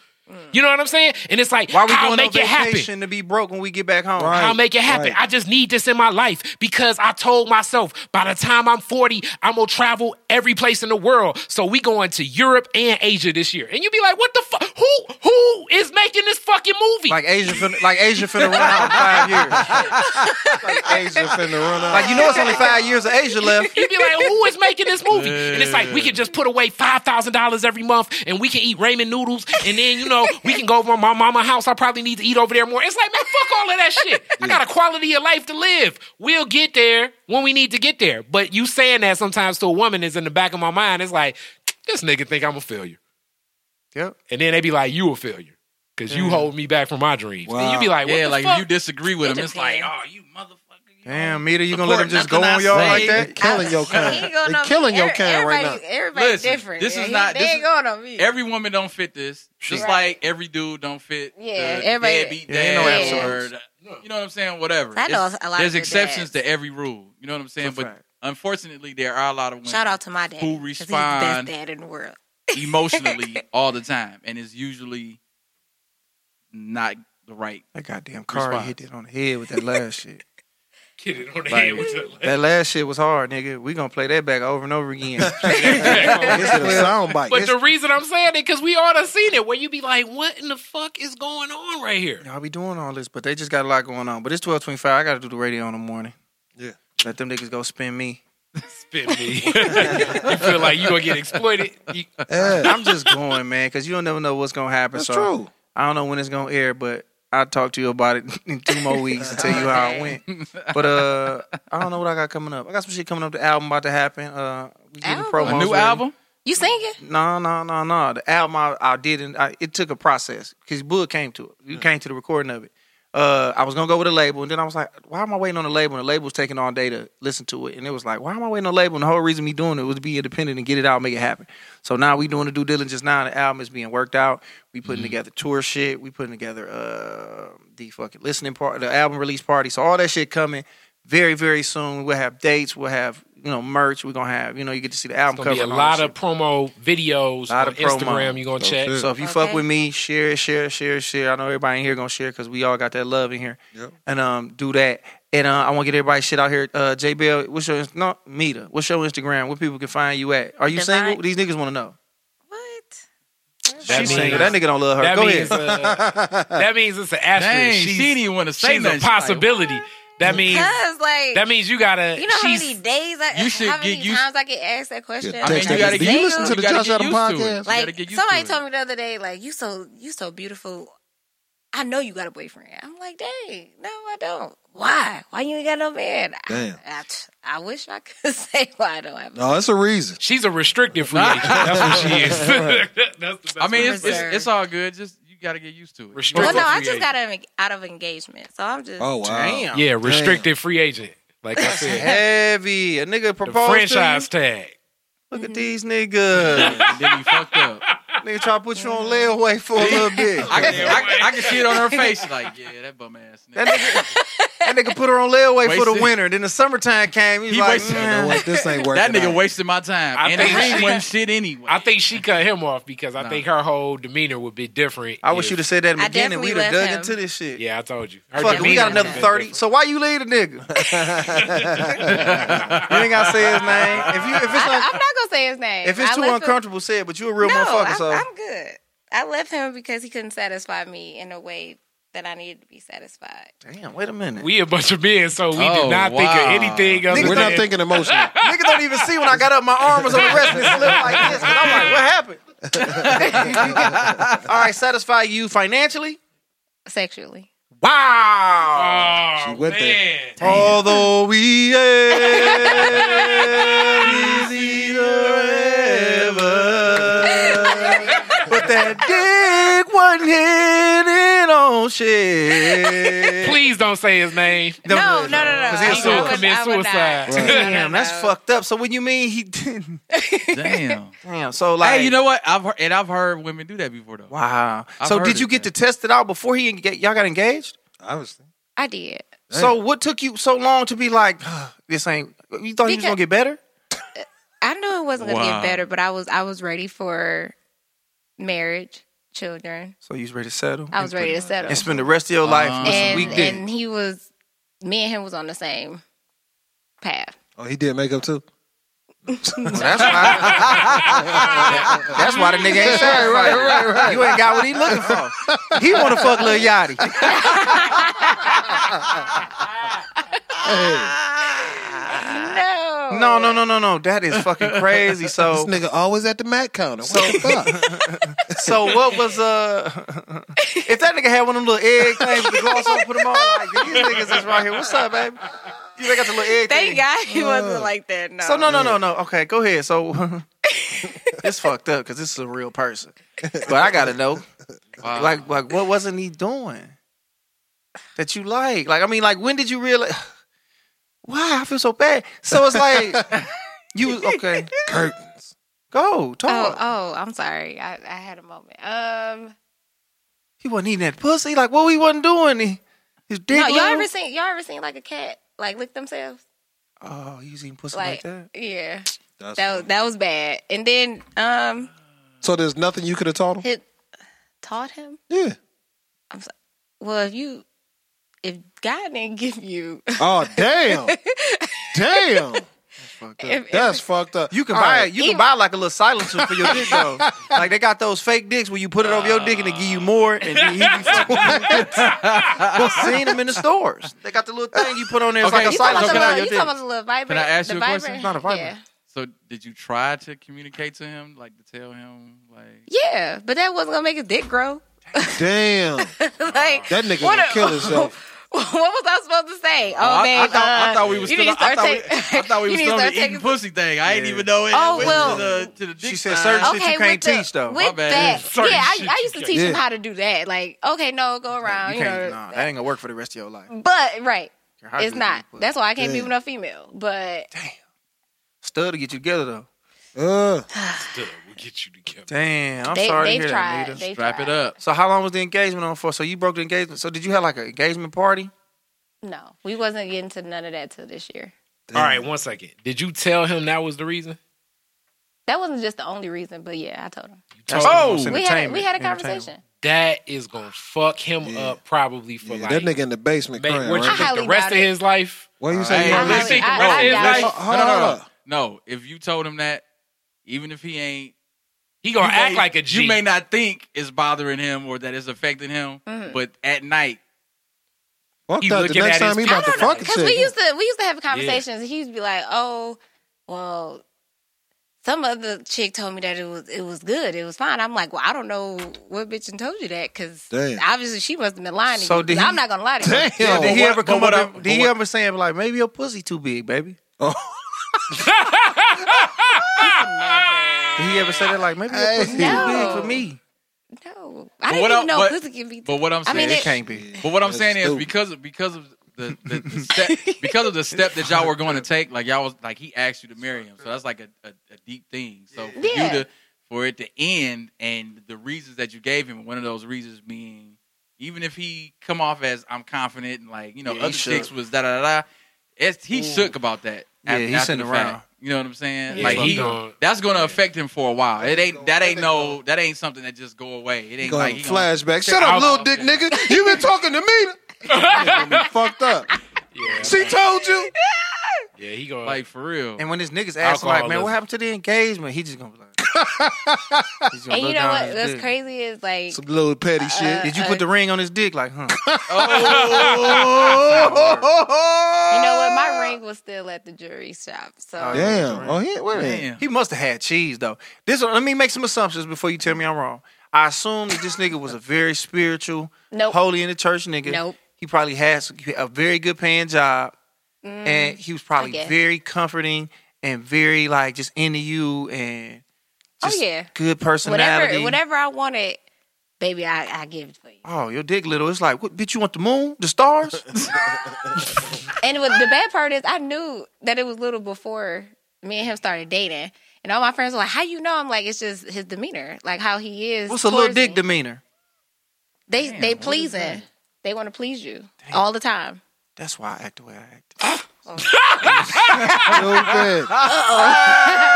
[SPEAKER 4] You know what I'm saying? And it's like,
[SPEAKER 9] Why we
[SPEAKER 4] I'll
[SPEAKER 9] going
[SPEAKER 4] make
[SPEAKER 9] on
[SPEAKER 4] it happen.
[SPEAKER 9] vacation to be broke when we get back home?
[SPEAKER 5] Right.
[SPEAKER 4] I'll make it happen.
[SPEAKER 5] right.
[SPEAKER 4] I just need this in my life because I told myself by the time I'm 40, I'm gonna travel every place in the world. So we going to Europe and Asia this year. And you be like, what the fuck? Who who is making this fucking movie?
[SPEAKER 9] Like Asia, finna, like Asia finna run out in five years.
[SPEAKER 5] Asia finna run out.
[SPEAKER 9] Like you know, it's only five years of Asia left.
[SPEAKER 4] You'd be like, who is making this movie? And it's like, we can just put away $5,000 every month and we can eat ramen noodles. And then, you know, we can go over to my mama's house. I probably need to eat over there more. It's like, man, fuck all of that shit. I got a quality of life to live. We'll get there when we need to get there. But you saying that sometimes to a woman is in the back of my mind. It's like, this nigga think I'm a failure.
[SPEAKER 9] Yep. Mm.
[SPEAKER 4] And then they be like, you a failure. Because you hold me back from my dreams. And you be like, what
[SPEAKER 6] yeah,
[SPEAKER 4] the
[SPEAKER 6] like
[SPEAKER 4] fuck?
[SPEAKER 6] if you disagree with him, it's like, oh, you motherfucker. You
[SPEAKER 9] Damn, Meter, you gonna let him just go on y'all
[SPEAKER 5] Right,
[SPEAKER 9] like
[SPEAKER 5] They
[SPEAKER 9] that?
[SPEAKER 5] killing your
[SPEAKER 7] *laughs* He
[SPEAKER 5] kind.
[SPEAKER 7] ain't going
[SPEAKER 5] They
[SPEAKER 7] on-
[SPEAKER 5] killing your
[SPEAKER 7] every-
[SPEAKER 5] kind right now.
[SPEAKER 7] everybody- Everybody's
[SPEAKER 6] Listen,
[SPEAKER 7] different.
[SPEAKER 6] this is
[SPEAKER 7] Yeah, he-
[SPEAKER 6] not-
[SPEAKER 7] They
[SPEAKER 6] this
[SPEAKER 7] ain't
[SPEAKER 6] is-
[SPEAKER 7] going on me.
[SPEAKER 6] Every woman don't fit this. Just
[SPEAKER 7] Right.
[SPEAKER 6] like every dude don't fit.
[SPEAKER 7] Yeah,
[SPEAKER 6] the
[SPEAKER 7] everybody-
[SPEAKER 6] deadbeat
[SPEAKER 9] Yeah, ain't no
[SPEAKER 6] dad
[SPEAKER 9] absolutes.
[SPEAKER 6] or the- you know what I'm saying? Whatever.
[SPEAKER 7] I know
[SPEAKER 6] It's-
[SPEAKER 7] a lot of
[SPEAKER 6] There's
[SPEAKER 7] good
[SPEAKER 6] exceptions
[SPEAKER 7] dads.
[SPEAKER 6] to every rule. You know what I'm saying?
[SPEAKER 9] For
[SPEAKER 6] but
[SPEAKER 9] fact.
[SPEAKER 6] unfortunately, there are a lot of women
[SPEAKER 7] Shout out *laughs* to my dad.
[SPEAKER 6] Who
[SPEAKER 7] 'cause He's the best
[SPEAKER 6] respond-
[SPEAKER 7] dad in the world.
[SPEAKER 6] emotionally all the time, and it's usually not the right.
[SPEAKER 9] That goddamn car hit it on the head with that last shit.
[SPEAKER 4] Get it on the
[SPEAKER 9] Like-
[SPEAKER 4] head with the-
[SPEAKER 9] That last shit was hard, nigga. We gonna play that back over and over
[SPEAKER 5] *laughs*
[SPEAKER 9] again.
[SPEAKER 5] This is a sound bite.
[SPEAKER 4] But the reason I'm saying it, because we all done seen it, where you be like, what in the fuck is going on right here?
[SPEAKER 9] Y'all be doing all this, but they just got a lot going on. But it's twelve twenty five. I gotta do the radio in the morning.
[SPEAKER 5] Yeah.
[SPEAKER 9] Let them niggas go spin me.
[SPEAKER 4] Spit me. *laughs* you feel like you gonna get exploited. You-
[SPEAKER 5] yeah,
[SPEAKER 9] I'm just going, man, because you don't never know what's gonna happen.
[SPEAKER 5] that's
[SPEAKER 9] so
[SPEAKER 5] true.
[SPEAKER 9] I don't know when it's gonna air, but I'll talk to you about it *laughs* in two more weeks and tell you how it went. But uh, I don't know what I got coming up. I got some shit coming up. The album about to happen. Uh, we getting
[SPEAKER 7] Album?
[SPEAKER 9] promos
[SPEAKER 6] A new
[SPEAKER 9] ready.
[SPEAKER 6] album?
[SPEAKER 7] You singing?
[SPEAKER 9] No, no, no, no. The album I, I didn't. I, it took a process because Bud came to it. You came to the recording of it.
[SPEAKER 3] Uh, I was gonna go with a label, and then I was like, "Why am I waiting on a label?" And the label was taking all day to listen to it, and it was like, "Why am I waiting on a label?" And the whole reason me doing it was to be independent and get it out, and make it happen. So now we doing the due diligence. Now the album is being worked out. We
[SPEAKER 4] Mm-hmm.
[SPEAKER 3] putting together tour shit. We putting together uh, the fucking listening part, the album release party. So all that shit coming very very soon. We'll have dates. We'll have you know merch. We're gonna have you know you get to see the album
[SPEAKER 4] Gonna
[SPEAKER 3] cover.
[SPEAKER 4] be a
[SPEAKER 3] and all
[SPEAKER 4] lot
[SPEAKER 3] that
[SPEAKER 4] of promo videos
[SPEAKER 3] Lot
[SPEAKER 4] on
[SPEAKER 3] of promo.
[SPEAKER 4] Instagram. You gonna
[SPEAKER 5] No
[SPEAKER 4] check?
[SPEAKER 5] shit.
[SPEAKER 3] So if you
[SPEAKER 7] Okay.
[SPEAKER 3] fuck with me, share, share, share, share. I know everybody in here gonna share because we all got that love in here.
[SPEAKER 5] Yep.
[SPEAKER 3] And um, do that. And uh, I want to get everybody shit out here. Uh, J Bell, what's your ins- no Mita? What's your Instagram? Where people can find you at? Are you
[SPEAKER 7] Divine-
[SPEAKER 3] single? These niggas want to know.
[SPEAKER 7] What?
[SPEAKER 4] That
[SPEAKER 3] She's
[SPEAKER 4] means-
[SPEAKER 3] single. That nigga don't love her.
[SPEAKER 4] That
[SPEAKER 3] Go
[SPEAKER 4] means,
[SPEAKER 3] ahead.
[SPEAKER 4] uh, that means it's an asterisk.
[SPEAKER 6] Dang,
[SPEAKER 4] she's
[SPEAKER 6] she didn't even want to say
[SPEAKER 4] she's a
[SPEAKER 6] nothing. She like,
[SPEAKER 4] possibility. that means
[SPEAKER 7] Because like
[SPEAKER 4] that means you gotta.
[SPEAKER 7] you know how
[SPEAKER 4] she's,
[SPEAKER 7] many days I,
[SPEAKER 6] You should
[SPEAKER 7] how many
[SPEAKER 6] get used-
[SPEAKER 7] times I get asked that question.
[SPEAKER 5] Yeah,
[SPEAKER 7] I'm
[SPEAKER 5] text
[SPEAKER 7] like,
[SPEAKER 6] gotta
[SPEAKER 5] niggas, Do
[SPEAKER 6] get
[SPEAKER 5] you
[SPEAKER 6] used
[SPEAKER 5] listen to the
[SPEAKER 6] to it. You gotta
[SPEAKER 5] Josh
[SPEAKER 6] get
[SPEAKER 5] Adam
[SPEAKER 6] used to it.
[SPEAKER 5] podcast?
[SPEAKER 6] You gotta
[SPEAKER 7] Like
[SPEAKER 6] get used
[SPEAKER 7] somebody
[SPEAKER 6] to it.
[SPEAKER 7] told me the other day, like you so you so beautiful. I know you got a boyfriend. I'm like, dang, no, I don't. Why? Why you ain't got no man? I-
[SPEAKER 5] Damn.
[SPEAKER 7] I, I wish I could *laughs* say why I don't have.
[SPEAKER 5] No, that's a reason.
[SPEAKER 4] She's a restricted free
[SPEAKER 6] *laughs*
[SPEAKER 4] agent. That's what she is. *laughs* That's the best
[SPEAKER 6] I mean,
[SPEAKER 4] way.
[SPEAKER 6] it's, it's,
[SPEAKER 7] reserved.
[SPEAKER 6] it's all good. Just you got to get used to it.
[SPEAKER 4] Restrict-
[SPEAKER 7] Well, no,
[SPEAKER 4] Struggle
[SPEAKER 7] I
[SPEAKER 4] free
[SPEAKER 7] just
[SPEAKER 4] agent.
[SPEAKER 7] got out of, out of engagement, so I'm just.
[SPEAKER 5] Oh wow.
[SPEAKER 3] Damn.
[SPEAKER 4] yeah, restricted free agent. Like I said,
[SPEAKER 3] *laughs* Heavy. A nigga
[SPEAKER 4] the
[SPEAKER 3] proposed.
[SPEAKER 4] franchise
[SPEAKER 3] To
[SPEAKER 4] tag.
[SPEAKER 3] you? Look at these
[SPEAKER 6] *laughs*
[SPEAKER 3] niggas.
[SPEAKER 6] and then you fucked up.
[SPEAKER 3] nigga try to put you on layaway for a little bit.
[SPEAKER 6] I can, I, can- I can see it on her face. She's Like, yeah, that bum ass nigga.
[SPEAKER 3] That nigga, that nigga put her on layaway for the
[SPEAKER 6] Wasted.
[SPEAKER 3] winter. Then the summertime came. He's
[SPEAKER 6] He
[SPEAKER 3] like, mm.
[SPEAKER 6] wasted-
[SPEAKER 5] You know
[SPEAKER 3] "Nah."
[SPEAKER 5] what? This ain't working.
[SPEAKER 6] That nigga
[SPEAKER 5] out.
[SPEAKER 6] wasted my time.
[SPEAKER 4] I
[SPEAKER 6] and the
[SPEAKER 4] think
[SPEAKER 6] ring
[SPEAKER 4] she-
[SPEAKER 6] wasn't shit anyway.
[SPEAKER 4] I think she cut him off because I
[SPEAKER 6] Nah.
[SPEAKER 4] think her whole demeanor would be different.
[SPEAKER 3] I wish
[SPEAKER 4] if-
[SPEAKER 3] you'd have said that in the
[SPEAKER 7] I
[SPEAKER 3] beginning.
[SPEAKER 7] definitely
[SPEAKER 3] We'd have
[SPEAKER 7] left
[SPEAKER 3] dug
[SPEAKER 7] him.
[SPEAKER 3] into this shit.
[SPEAKER 4] Yeah, I told you. Her
[SPEAKER 3] Fuck it, we got
[SPEAKER 4] demeanor would've
[SPEAKER 3] another
[SPEAKER 4] been
[SPEAKER 3] 30.
[SPEAKER 4] different.
[SPEAKER 3] So why you leave the
[SPEAKER 7] *laughs*
[SPEAKER 3] nigga? you ain't gotta say his name. If you if it's
[SPEAKER 7] I,
[SPEAKER 3] un-
[SPEAKER 7] I'm not gonna say his name.
[SPEAKER 3] if it's
[SPEAKER 7] I
[SPEAKER 3] too
[SPEAKER 7] left him-
[SPEAKER 3] uncomfortable, say it, but you a real
[SPEAKER 7] no,
[SPEAKER 3] motherfucker,
[SPEAKER 7] I'm,
[SPEAKER 3] so
[SPEAKER 7] I'm good. I left him because he couldn't satisfy me in a way that I needed to be satisfied.
[SPEAKER 3] damn, wait a minute.
[SPEAKER 4] We a bunch of men, so we do
[SPEAKER 6] Oh,
[SPEAKER 4] not
[SPEAKER 6] wow.
[SPEAKER 4] think of anything other
[SPEAKER 5] We're not
[SPEAKER 4] than-
[SPEAKER 5] thinking emotional.
[SPEAKER 3] Nigga don't even see when I got up, my arm was on the rest of his lip like this. And I'm like, what happened?
[SPEAKER 7] *laughs*
[SPEAKER 3] *laughs* All right, satisfy you financially?
[SPEAKER 7] Sexually.
[SPEAKER 4] Oh,
[SPEAKER 5] She went there.
[SPEAKER 4] man.
[SPEAKER 3] Although we
[SPEAKER 6] *laughs*
[SPEAKER 3] ain't easy forever, but that dick wasn't hitting on *laughs* shit.
[SPEAKER 4] Please don't say his name.
[SPEAKER 7] No, no, no, no.
[SPEAKER 3] Because he
[SPEAKER 7] I
[SPEAKER 3] was suicide.
[SPEAKER 7] would-
[SPEAKER 4] Commit
[SPEAKER 7] I would not.
[SPEAKER 4] suicide.
[SPEAKER 7] No, no,
[SPEAKER 3] *laughs*
[SPEAKER 7] no,
[SPEAKER 3] Damn, that's
[SPEAKER 7] no.
[SPEAKER 3] fucked up. So what you mean he *laughs* didn't?
[SPEAKER 6] *laughs* Damn.
[SPEAKER 3] Damn. So like,
[SPEAKER 6] hey, you know what? I've heard, and I've heard women do that before though.
[SPEAKER 3] wow.
[SPEAKER 6] I've
[SPEAKER 3] so
[SPEAKER 6] heard
[SPEAKER 3] did
[SPEAKER 6] it,
[SPEAKER 3] you get
[SPEAKER 6] man.
[SPEAKER 3] to test it out before he enga- y'all got engaged?
[SPEAKER 5] Obviously.
[SPEAKER 7] I did.
[SPEAKER 3] So what took you so long to be like, *sighs* this ain't? You thought he was
[SPEAKER 7] Because-
[SPEAKER 3] gonna get better?
[SPEAKER 7] I knew it wasn't gonna
[SPEAKER 6] Wow.
[SPEAKER 7] get better, but I was I was ready for marriage, children.
[SPEAKER 3] So you was ready to settle?
[SPEAKER 7] I was ready to settle.
[SPEAKER 3] and spend the rest of your life with some
[SPEAKER 7] And
[SPEAKER 3] weak dick.
[SPEAKER 7] and he was me and him was on the same path.
[SPEAKER 5] Oh, he did makeup too.
[SPEAKER 3] That's why. that's why the nigga ain't satisfied. Right, right, right. You ain't got what he looking for. He want to fuck Lil Yachty.
[SPEAKER 7] *laughs* No.
[SPEAKER 3] No, no, no, no, no. That is fucking crazy. *laughs* So,
[SPEAKER 5] This nigga always at the Mac counter. What the fuck?
[SPEAKER 3] so what was uh? *laughs* If that nigga had one of them little egg things with the gloss on, put them on. Like these niggas is right here. What's up, baby? You got the little egg.
[SPEAKER 7] Thank
[SPEAKER 3] thing.
[SPEAKER 7] God he wasn't like that. No.
[SPEAKER 3] So no, no, no, no. Okay, go ahead. So *laughs* it's fucked up because this is a real person. But I gotta know,
[SPEAKER 6] Wow.
[SPEAKER 3] like, like what wasn't he doing that you like? Like, I mean, like, when did you realize? *sighs* Why I feel so bad? So it's like you was- okay.
[SPEAKER 5] Curtains.
[SPEAKER 3] Go
[SPEAKER 7] Oh,
[SPEAKER 3] talk.
[SPEAKER 7] oh, I'm sorry. I, I had a moment. Um,
[SPEAKER 3] He wasn't eating that pussy. Like, what he wasn't doing? He, his dick.
[SPEAKER 7] no, y'all
[SPEAKER 3] little?
[SPEAKER 7] ever seen y'all ever seen like a cat like lick themselves?
[SPEAKER 3] oh, he was eating pussy like,
[SPEAKER 7] Like,
[SPEAKER 3] that.
[SPEAKER 7] yeah,
[SPEAKER 5] That's
[SPEAKER 7] that was, that was bad. And then um,
[SPEAKER 5] So there's nothing you could have
[SPEAKER 7] *laughs*
[SPEAKER 5] taught him.
[SPEAKER 7] it taught him.
[SPEAKER 5] Yeah.
[SPEAKER 7] Well, if you if God didn't give you, *laughs*
[SPEAKER 5] Oh damn. damn.
[SPEAKER 7] if, if-
[SPEAKER 5] That's fucked up.
[SPEAKER 3] You can
[SPEAKER 5] All
[SPEAKER 3] buy
[SPEAKER 5] right.
[SPEAKER 3] you can buy like a little silencer for your dick though. Like they got those fake dicks where you put it over your dick and they give you more and then he be fucking with it. Well, seen them in the stores. They got the little thing you put on there. It's
[SPEAKER 6] Okay,
[SPEAKER 3] like a
[SPEAKER 7] you talking
[SPEAKER 3] silencer
[SPEAKER 6] so
[SPEAKER 3] for
[SPEAKER 7] about the
[SPEAKER 6] can I-
[SPEAKER 3] your
[SPEAKER 7] little, you
[SPEAKER 3] dick.
[SPEAKER 7] talking about the little vibrant?
[SPEAKER 6] Can I ask
[SPEAKER 7] the
[SPEAKER 6] you a
[SPEAKER 7] vibrant?
[SPEAKER 6] question?
[SPEAKER 3] Not a vibrant.
[SPEAKER 7] Yeah.
[SPEAKER 6] So did you try to communicate to him, like to tell him, like
[SPEAKER 7] Yeah, but that wasn't gonna make his dick grow. *laughs*
[SPEAKER 5] Damn.
[SPEAKER 7] like *laughs*
[SPEAKER 5] That nigga
[SPEAKER 7] What
[SPEAKER 5] gonna
[SPEAKER 7] a-
[SPEAKER 5] kill himself.
[SPEAKER 7] what was I supposed to say? Oh,
[SPEAKER 6] I,
[SPEAKER 7] babe,
[SPEAKER 6] I, thought, I
[SPEAKER 7] uh,
[SPEAKER 6] thought we were
[SPEAKER 7] you
[SPEAKER 6] still.
[SPEAKER 7] need to
[SPEAKER 6] I
[SPEAKER 7] start
[SPEAKER 6] thought,
[SPEAKER 7] taking.
[SPEAKER 6] we, *laughs* I thought we
[SPEAKER 7] *laughs* you
[SPEAKER 6] were
[SPEAKER 7] need to
[SPEAKER 6] still on
[SPEAKER 7] start
[SPEAKER 6] the eating
[SPEAKER 7] taking.
[SPEAKER 6] pussy thing. I ain't even know it.
[SPEAKER 7] Oh,
[SPEAKER 6] It went
[SPEAKER 7] well.
[SPEAKER 6] to the, to the dick
[SPEAKER 3] She said certain
[SPEAKER 6] sign.
[SPEAKER 3] shit
[SPEAKER 7] Okay,
[SPEAKER 3] you
[SPEAKER 7] with
[SPEAKER 3] can't
[SPEAKER 7] the-
[SPEAKER 3] teach though.
[SPEAKER 7] With
[SPEAKER 6] bad. *laughs*
[SPEAKER 7] that,
[SPEAKER 4] Certain
[SPEAKER 7] yeah, I,
[SPEAKER 4] shit
[SPEAKER 7] I
[SPEAKER 4] you
[SPEAKER 7] used to
[SPEAKER 4] can't-
[SPEAKER 7] teach them
[SPEAKER 3] Yeah.
[SPEAKER 7] how to do that. Like, okay, no, go around.
[SPEAKER 3] you
[SPEAKER 7] You, know,
[SPEAKER 3] can't, nah, that ain't gonna work for the rest of your life.
[SPEAKER 7] but right,
[SPEAKER 3] Your heart
[SPEAKER 7] it's
[SPEAKER 3] beats
[SPEAKER 7] not.
[SPEAKER 3] really quick.
[SPEAKER 7] That's why I can't be
[SPEAKER 5] Yeah.
[SPEAKER 7] with no female. But
[SPEAKER 3] Stud to get you together though.
[SPEAKER 5] Uh,
[SPEAKER 4] Still, we'll get you together.
[SPEAKER 3] Damn, I'm
[SPEAKER 7] they,
[SPEAKER 3] sorry to
[SPEAKER 7] they've
[SPEAKER 3] hear
[SPEAKER 7] tried.
[SPEAKER 3] that, Anita.
[SPEAKER 7] They've
[SPEAKER 6] Strap
[SPEAKER 7] tried.
[SPEAKER 6] it up.
[SPEAKER 3] So how long was the engagement on for? So you broke the engagement. So did you have like an engagement party?
[SPEAKER 7] No, we wasn't getting to none of that till this year.
[SPEAKER 4] All right, one second. Did you tell him that was the reason?
[SPEAKER 7] That wasn't just the only reason, but yeah, I told him.
[SPEAKER 4] You
[SPEAKER 3] That's
[SPEAKER 4] told him
[SPEAKER 3] the most
[SPEAKER 7] We had a,
[SPEAKER 3] entertainment-
[SPEAKER 7] we had a
[SPEAKER 3] entertainment.
[SPEAKER 7] conversation.
[SPEAKER 4] that is gonna fuck him up probably for
[SPEAKER 5] yeah,
[SPEAKER 4] like
[SPEAKER 5] that nigga in the basement
[SPEAKER 4] Mate,
[SPEAKER 5] crying.
[SPEAKER 4] what you
[SPEAKER 5] Right?
[SPEAKER 4] think,
[SPEAKER 7] highly
[SPEAKER 4] the rest
[SPEAKER 7] doubt
[SPEAKER 4] of
[SPEAKER 7] it.
[SPEAKER 4] his life.
[SPEAKER 5] What you
[SPEAKER 6] Hey,
[SPEAKER 5] say?
[SPEAKER 7] I
[SPEAKER 5] you
[SPEAKER 7] highly-
[SPEAKER 5] listen-
[SPEAKER 4] think the
[SPEAKER 7] I-
[SPEAKER 4] rest
[SPEAKER 7] I
[SPEAKER 4] of his
[SPEAKER 7] doubt
[SPEAKER 4] life-
[SPEAKER 7] it.
[SPEAKER 5] Hold
[SPEAKER 6] No,
[SPEAKER 5] hold
[SPEAKER 6] no, no,
[SPEAKER 5] on.
[SPEAKER 6] no. No, if you told him that, even if he ain't
[SPEAKER 4] He gonna
[SPEAKER 6] you
[SPEAKER 4] act
[SPEAKER 6] may-
[SPEAKER 4] like a G.
[SPEAKER 6] You may not think it's bothering him or that it's affecting him,
[SPEAKER 7] Mm-hmm.
[SPEAKER 6] but at night,
[SPEAKER 5] Fuck
[SPEAKER 4] You
[SPEAKER 5] that. The
[SPEAKER 4] looking
[SPEAKER 5] next
[SPEAKER 4] at his
[SPEAKER 5] time he about to
[SPEAKER 4] I don't know,
[SPEAKER 5] fucking
[SPEAKER 7] Because we
[SPEAKER 5] shit.
[SPEAKER 7] used to we used to have conversations. He used to be like, "Oh, well, some other chick told me that it was it was good, it was fine." I'm like, "Well, I don't know what bitch and told you that because
[SPEAKER 5] Damn.
[SPEAKER 7] obviously she must have been lying to
[SPEAKER 3] So
[SPEAKER 7] you."
[SPEAKER 3] did
[SPEAKER 7] 'Cause
[SPEAKER 3] he-
[SPEAKER 7] I'm not gonna lie to you.
[SPEAKER 3] Yeah,
[SPEAKER 5] Damn.
[SPEAKER 3] did he
[SPEAKER 6] what-
[SPEAKER 3] ever
[SPEAKER 6] but
[SPEAKER 3] come
[SPEAKER 6] what
[SPEAKER 3] up?
[SPEAKER 6] I-
[SPEAKER 3] and-
[SPEAKER 6] but
[SPEAKER 3] Did he
[SPEAKER 6] what-
[SPEAKER 3] ever say him, like maybe your pussy too big, baby?
[SPEAKER 5] Oh,
[SPEAKER 3] *laughs* Did he ever say that like maybe your
[SPEAKER 5] Hey.
[SPEAKER 3] pussy too
[SPEAKER 7] No.
[SPEAKER 3] big for me?
[SPEAKER 7] No,
[SPEAKER 6] But
[SPEAKER 7] I didn't
[SPEAKER 6] what
[SPEAKER 7] even
[SPEAKER 6] I-
[SPEAKER 7] know
[SPEAKER 6] but-
[SPEAKER 7] pussy can be.
[SPEAKER 6] but what I'm
[SPEAKER 7] I
[SPEAKER 6] saying,
[SPEAKER 7] mean, it-
[SPEAKER 3] Can't be.
[SPEAKER 6] but what I'm saying is
[SPEAKER 5] stupid.
[SPEAKER 6] because of because of the,
[SPEAKER 3] *laughs*
[SPEAKER 6] the, the step because of the step that y'all were going to take, like y'all was like he asked you to marry him, so that's like a, a, a deep thing. So for
[SPEAKER 7] Yeah.
[SPEAKER 6] you to for it to end and the reasons that you gave him, one of those reasons being even if he come off as I'm confident and like you know
[SPEAKER 3] Yeah, he
[SPEAKER 6] other
[SPEAKER 3] shook.
[SPEAKER 6] chicks was da da da, da, it's, he shook about that.
[SPEAKER 3] Yeah,
[SPEAKER 6] after-
[SPEAKER 3] he
[SPEAKER 6] after
[SPEAKER 3] sitting
[SPEAKER 6] the
[SPEAKER 3] around.
[SPEAKER 6] fact. You know what I'm saying?
[SPEAKER 4] Yeah,
[SPEAKER 6] like
[SPEAKER 4] he
[SPEAKER 6] he,
[SPEAKER 4] gonna-
[SPEAKER 6] that's going to affect him for a while. It ain't that ain't no that ain't something that just go away. It ain't
[SPEAKER 5] going
[SPEAKER 6] like
[SPEAKER 5] to
[SPEAKER 6] he gonna-
[SPEAKER 5] flashback. Shut up,
[SPEAKER 4] I'll-
[SPEAKER 5] little dick nigga. You been talking to me. *laughs* Nigga been Fucked up.
[SPEAKER 4] yeah,
[SPEAKER 5] She told you.
[SPEAKER 4] yeah, he gonna
[SPEAKER 6] like for real.
[SPEAKER 3] And when this niggas ask him, like, man,
[SPEAKER 4] Alcoholism.
[SPEAKER 3] what happened to the engagement? He just gonna be *laughs* like, He's gonna
[SPEAKER 7] And you
[SPEAKER 3] look
[SPEAKER 7] know
[SPEAKER 3] down
[SPEAKER 7] what?
[SPEAKER 3] his
[SPEAKER 7] What's
[SPEAKER 3] dick.
[SPEAKER 7] crazy is like
[SPEAKER 5] Some little petty shit. *laughs*
[SPEAKER 3] Did you put the ring on his dick? Like, huh?
[SPEAKER 5] oh,
[SPEAKER 7] you know what? My ring was still at the jury shop, so
[SPEAKER 3] Oh, yeah.
[SPEAKER 5] Ah. Damn. Oh, yeah. Wait a minute.
[SPEAKER 6] Damn.
[SPEAKER 3] He must have had cheese though. This let me make some assumptions before you tell me I'm wrong. I assume that this nigga was a very spiritual,
[SPEAKER 7] Nope.
[SPEAKER 3] holy in the church nigga.
[SPEAKER 7] Nope.
[SPEAKER 3] He probably had some- a very good paying job, and he was probably
[SPEAKER 7] Mm, guess.
[SPEAKER 3] very comforting and very like just into you and
[SPEAKER 7] Oh,
[SPEAKER 3] just
[SPEAKER 7] yeah.
[SPEAKER 3] good personality.
[SPEAKER 7] whatever whatever I wanted, baby, I I give it for you.
[SPEAKER 3] Oh, your dick little. It's like, what bitch? You want the moon, the
[SPEAKER 7] *laughs*
[SPEAKER 3] stars?
[SPEAKER 7] And what the bad part is, I knew that it was little before me and him started dating. And all my friends were like, "How you know?" I'm like, "It's just his demeanor, like how he is."
[SPEAKER 3] What's a little
[SPEAKER 7] towards
[SPEAKER 3] dick
[SPEAKER 7] me.
[SPEAKER 3] demeanor?
[SPEAKER 7] They they pleasing. They want to please you all the time.
[SPEAKER 3] That's why I act the way I act.
[SPEAKER 5] Real *laughs* bad.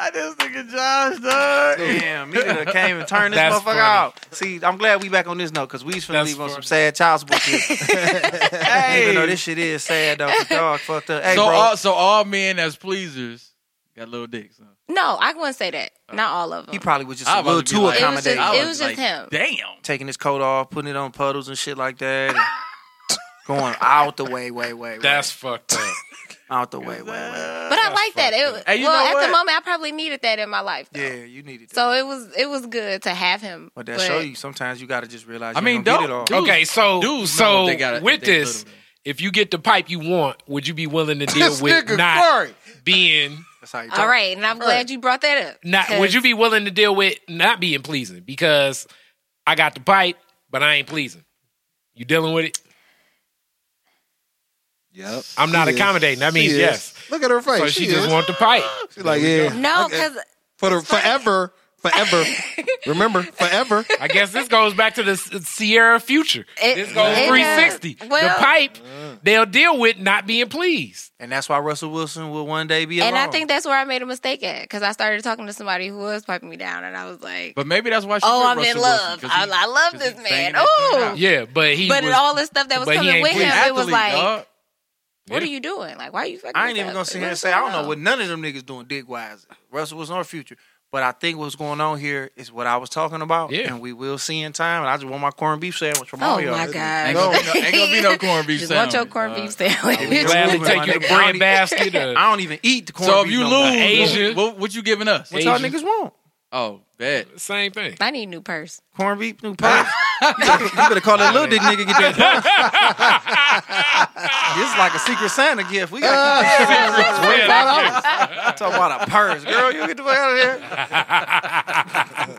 [SPEAKER 3] I just think of Josh, dog. Damn, he done came and turned this
[SPEAKER 4] That's
[SPEAKER 3] motherfucker
[SPEAKER 4] funny.
[SPEAKER 3] out. See, I'm glad we back on this note because we finna
[SPEAKER 4] That's
[SPEAKER 3] leave on some
[SPEAKER 4] funny.
[SPEAKER 3] sad child support.
[SPEAKER 4] *laughs*
[SPEAKER 3] hey. Even though this shit is sad though, 'cause dog fucked up. Hey,
[SPEAKER 6] so
[SPEAKER 3] bro.
[SPEAKER 6] all so all men as pleasers got little dicks. Huh?
[SPEAKER 7] No, I wouldn't say that. Not all of them.
[SPEAKER 3] he probably was just
[SPEAKER 6] I
[SPEAKER 3] a
[SPEAKER 6] about
[SPEAKER 3] little
[SPEAKER 6] to be
[SPEAKER 3] too
[SPEAKER 6] like- It
[SPEAKER 7] was just-
[SPEAKER 3] accommodating,
[SPEAKER 6] I
[SPEAKER 7] it was just him.
[SPEAKER 6] Damn.
[SPEAKER 3] taking his coat off, putting it on puddles and shit like that, and going out the way, way, way, way.
[SPEAKER 4] that's fucked up.
[SPEAKER 3] out the way, way,
[SPEAKER 6] *laughs*
[SPEAKER 3] way.
[SPEAKER 7] but I like that. It,
[SPEAKER 6] Hey, you
[SPEAKER 7] well,
[SPEAKER 6] know
[SPEAKER 7] at the
[SPEAKER 6] what?
[SPEAKER 7] moment, I probably needed that in my life. though.
[SPEAKER 3] Yeah, you needed that.
[SPEAKER 7] So it was it was good to have him.
[SPEAKER 3] but that show you sometimes you gotta just realize. You
[SPEAKER 6] I mean,
[SPEAKER 3] ain't gonna
[SPEAKER 6] don't.
[SPEAKER 3] get it all.
[SPEAKER 6] dudes-
[SPEAKER 4] okay, so
[SPEAKER 6] dudes know
[SPEAKER 4] so
[SPEAKER 6] if they got a-
[SPEAKER 4] with
[SPEAKER 6] if they
[SPEAKER 4] this,
[SPEAKER 6] little, though.
[SPEAKER 4] if you get the pipe you want, would you be willing to deal
[SPEAKER 5] This
[SPEAKER 4] with
[SPEAKER 5] nigga
[SPEAKER 4] not
[SPEAKER 5] crying.
[SPEAKER 4] being
[SPEAKER 3] That's how you talk.
[SPEAKER 7] All right, and I'm glad you brought that up.
[SPEAKER 4] not? Would you be willing to deal with not being pleasing because I got the pipe, but I ain't pleasing? You dealing with it?
[SPEAKER 5] Yep.
[SPEAKER 4] I'm not
[SPEAKER 5] She is.
[SPEAKER 4] accommodating. That
[SPEAKER 5] She
[SPEAKER 4] means
[SPEAKER 5] is.
[SPEAKER 4] yes.
[SPEAKER 5] Look at her face.
[SPEAKER 4] So she, just want the pipe.
[SPEAKER 5] She's like, yeah.
[SPEAKER 7] No,
[SPEAKER 5] Okay.
[SPEAKER 7] because
[SPEAKER 5] for the forever,
[SPEAKER 7] *laughs*
[SPEAKER 5] forever. Remember, *laughs* forever.
[SPEAKER 4] I guess this goes back to the S- Sierra future.
[SPEAKER 7] It-
[SPEAKER 4] this goes
[SPEAKER 7] it does.
[SPEAKER 4] 360. the
[SPEAKER 7] Well-
[SPEAKER 4] pipe, they'll deal with not being pleased.
[SPEAKER 3] And that's why Russell Wilson will one day be alone.
[SPEAKER 7] And I think that's where I made a mistake at because I started talking to somebody who was piping me down, and I was like,
[SPEAKER 6] But maybe that's why. She
[SPEAKER 7] "Oh,
[SPEAKER 6] with
[SPEAKER 7] I'm
[SPEAKER 6] Russell
[SPEAKER 7] in love.
[SPEAKER 6] Wilson, 'cause
[SPEAKER 7] I,
[SPEAKER 6] he-
[SPEAKER 7] I love
[SPEAKER 6] 'cause
[SPEAKER 7] this
[SPEAKER 6] he
[SPEAKER 7] man."
[SPEAKER 6] banging that thing
[SPEAKER 7] Oh,
[SPEAKER 6] out.
[SPEAKER 4] Yeah, but he
[SPEAKER 7] but
[SPEAKER 4] was,
[SPEAKER 7] all this stuff that was
[SPEAKER 4] but he
[SPEAKER 7] coming
[SPEAKER 4] ain't
[SPEAKER 7] with him,
[SPEAKER 4] pleased.
[SPEAKER 7] it was
[SPEAKER 6] Athlete,
[SPEAKER 7] like,
[SPEAKER 6] dog.
[SPEAKER 7] "What are you doing? Like, why are you fucking?"
[SPEAKER 3] I ain't
[SPEAKER 7] this
[SPEAKER 3] even
[SPEAKER 7] up?
[SPEAKER 3] gonna sit
[SPEAKER 7] Like,
[SPEAKER 3] here and
[SPEAKER 7] what's
[SPEAKER 3] say I
[SPEAKER 7] going
[SPEAKER 3] don't know
[SPEAKER 7] on?
[SPEAKER 3] what none of them niggas doing dick wise. Russell Wilson or future. But I think what's going on here is what I was talking about.
[SPEAKER 4] Yeah.
[SPEAKER 3] And we will see in time. And I just want my corned beef sandwich from all
[SPEAKER 7] Oh
[SPEAKER 3] y'all.
[SPEAKER 7] my
[SPEAKER 6] Ain't
[SPEAKER 7] god!
[SPEAKER 6] gonna, be no, ain't gonna be no
[SPEAKER 7] *laughs*
[SPEAKER 6] corned beef
[SPEAKER 7] Just
[SPEAKER 6] sandwich.
[SPEAKER 7] want your corned
[SPEAKER 6] dog.
[SPEAKER 7] beef sandwich.
[SPEAKER 3] we
[SPEAKER 4] glad
[SPEAKER 3] Moving
[SPEAKER 4] to take
[SPEAKER 3] on,
[SPEAKER 4] you to
[SPEAKER 3] nigga.
[SPEAKER 4] bread basket. or-
[SPEAKER 3] I don't even eat the corned
[SPEAKER 6] So if
[SPEAKER 3] beef.
[SPEAKER 6] you
[SPEAKER 3] no more.
[SPEAKER 6] lose,
[SPEAKER 4] Asian.
[SPEAKER 6] what, what you giving us?
[SPEAKER 3] What y'all
[SPEAKER 4] Asian.
[SPEAKER 3] niggas want?
[SPEAKER 6] Oh, Bet.
[SPEAKER 4] Same thing.
[SPEAKER 7] I need a new purse.
[SPEAKER 3] Corn beef,
[SPEAKER 6] *laughs*
[SPEAKER 3] new purse. you better call that little dick nigga get that
[SPEAKER 6] *laughs*
[SPEAKER 3] purse. this is like a Secret Santa gift. We got to keep this talking about a purse. Girl, you get the fuck out of
[SPEAKER 6] *laughs*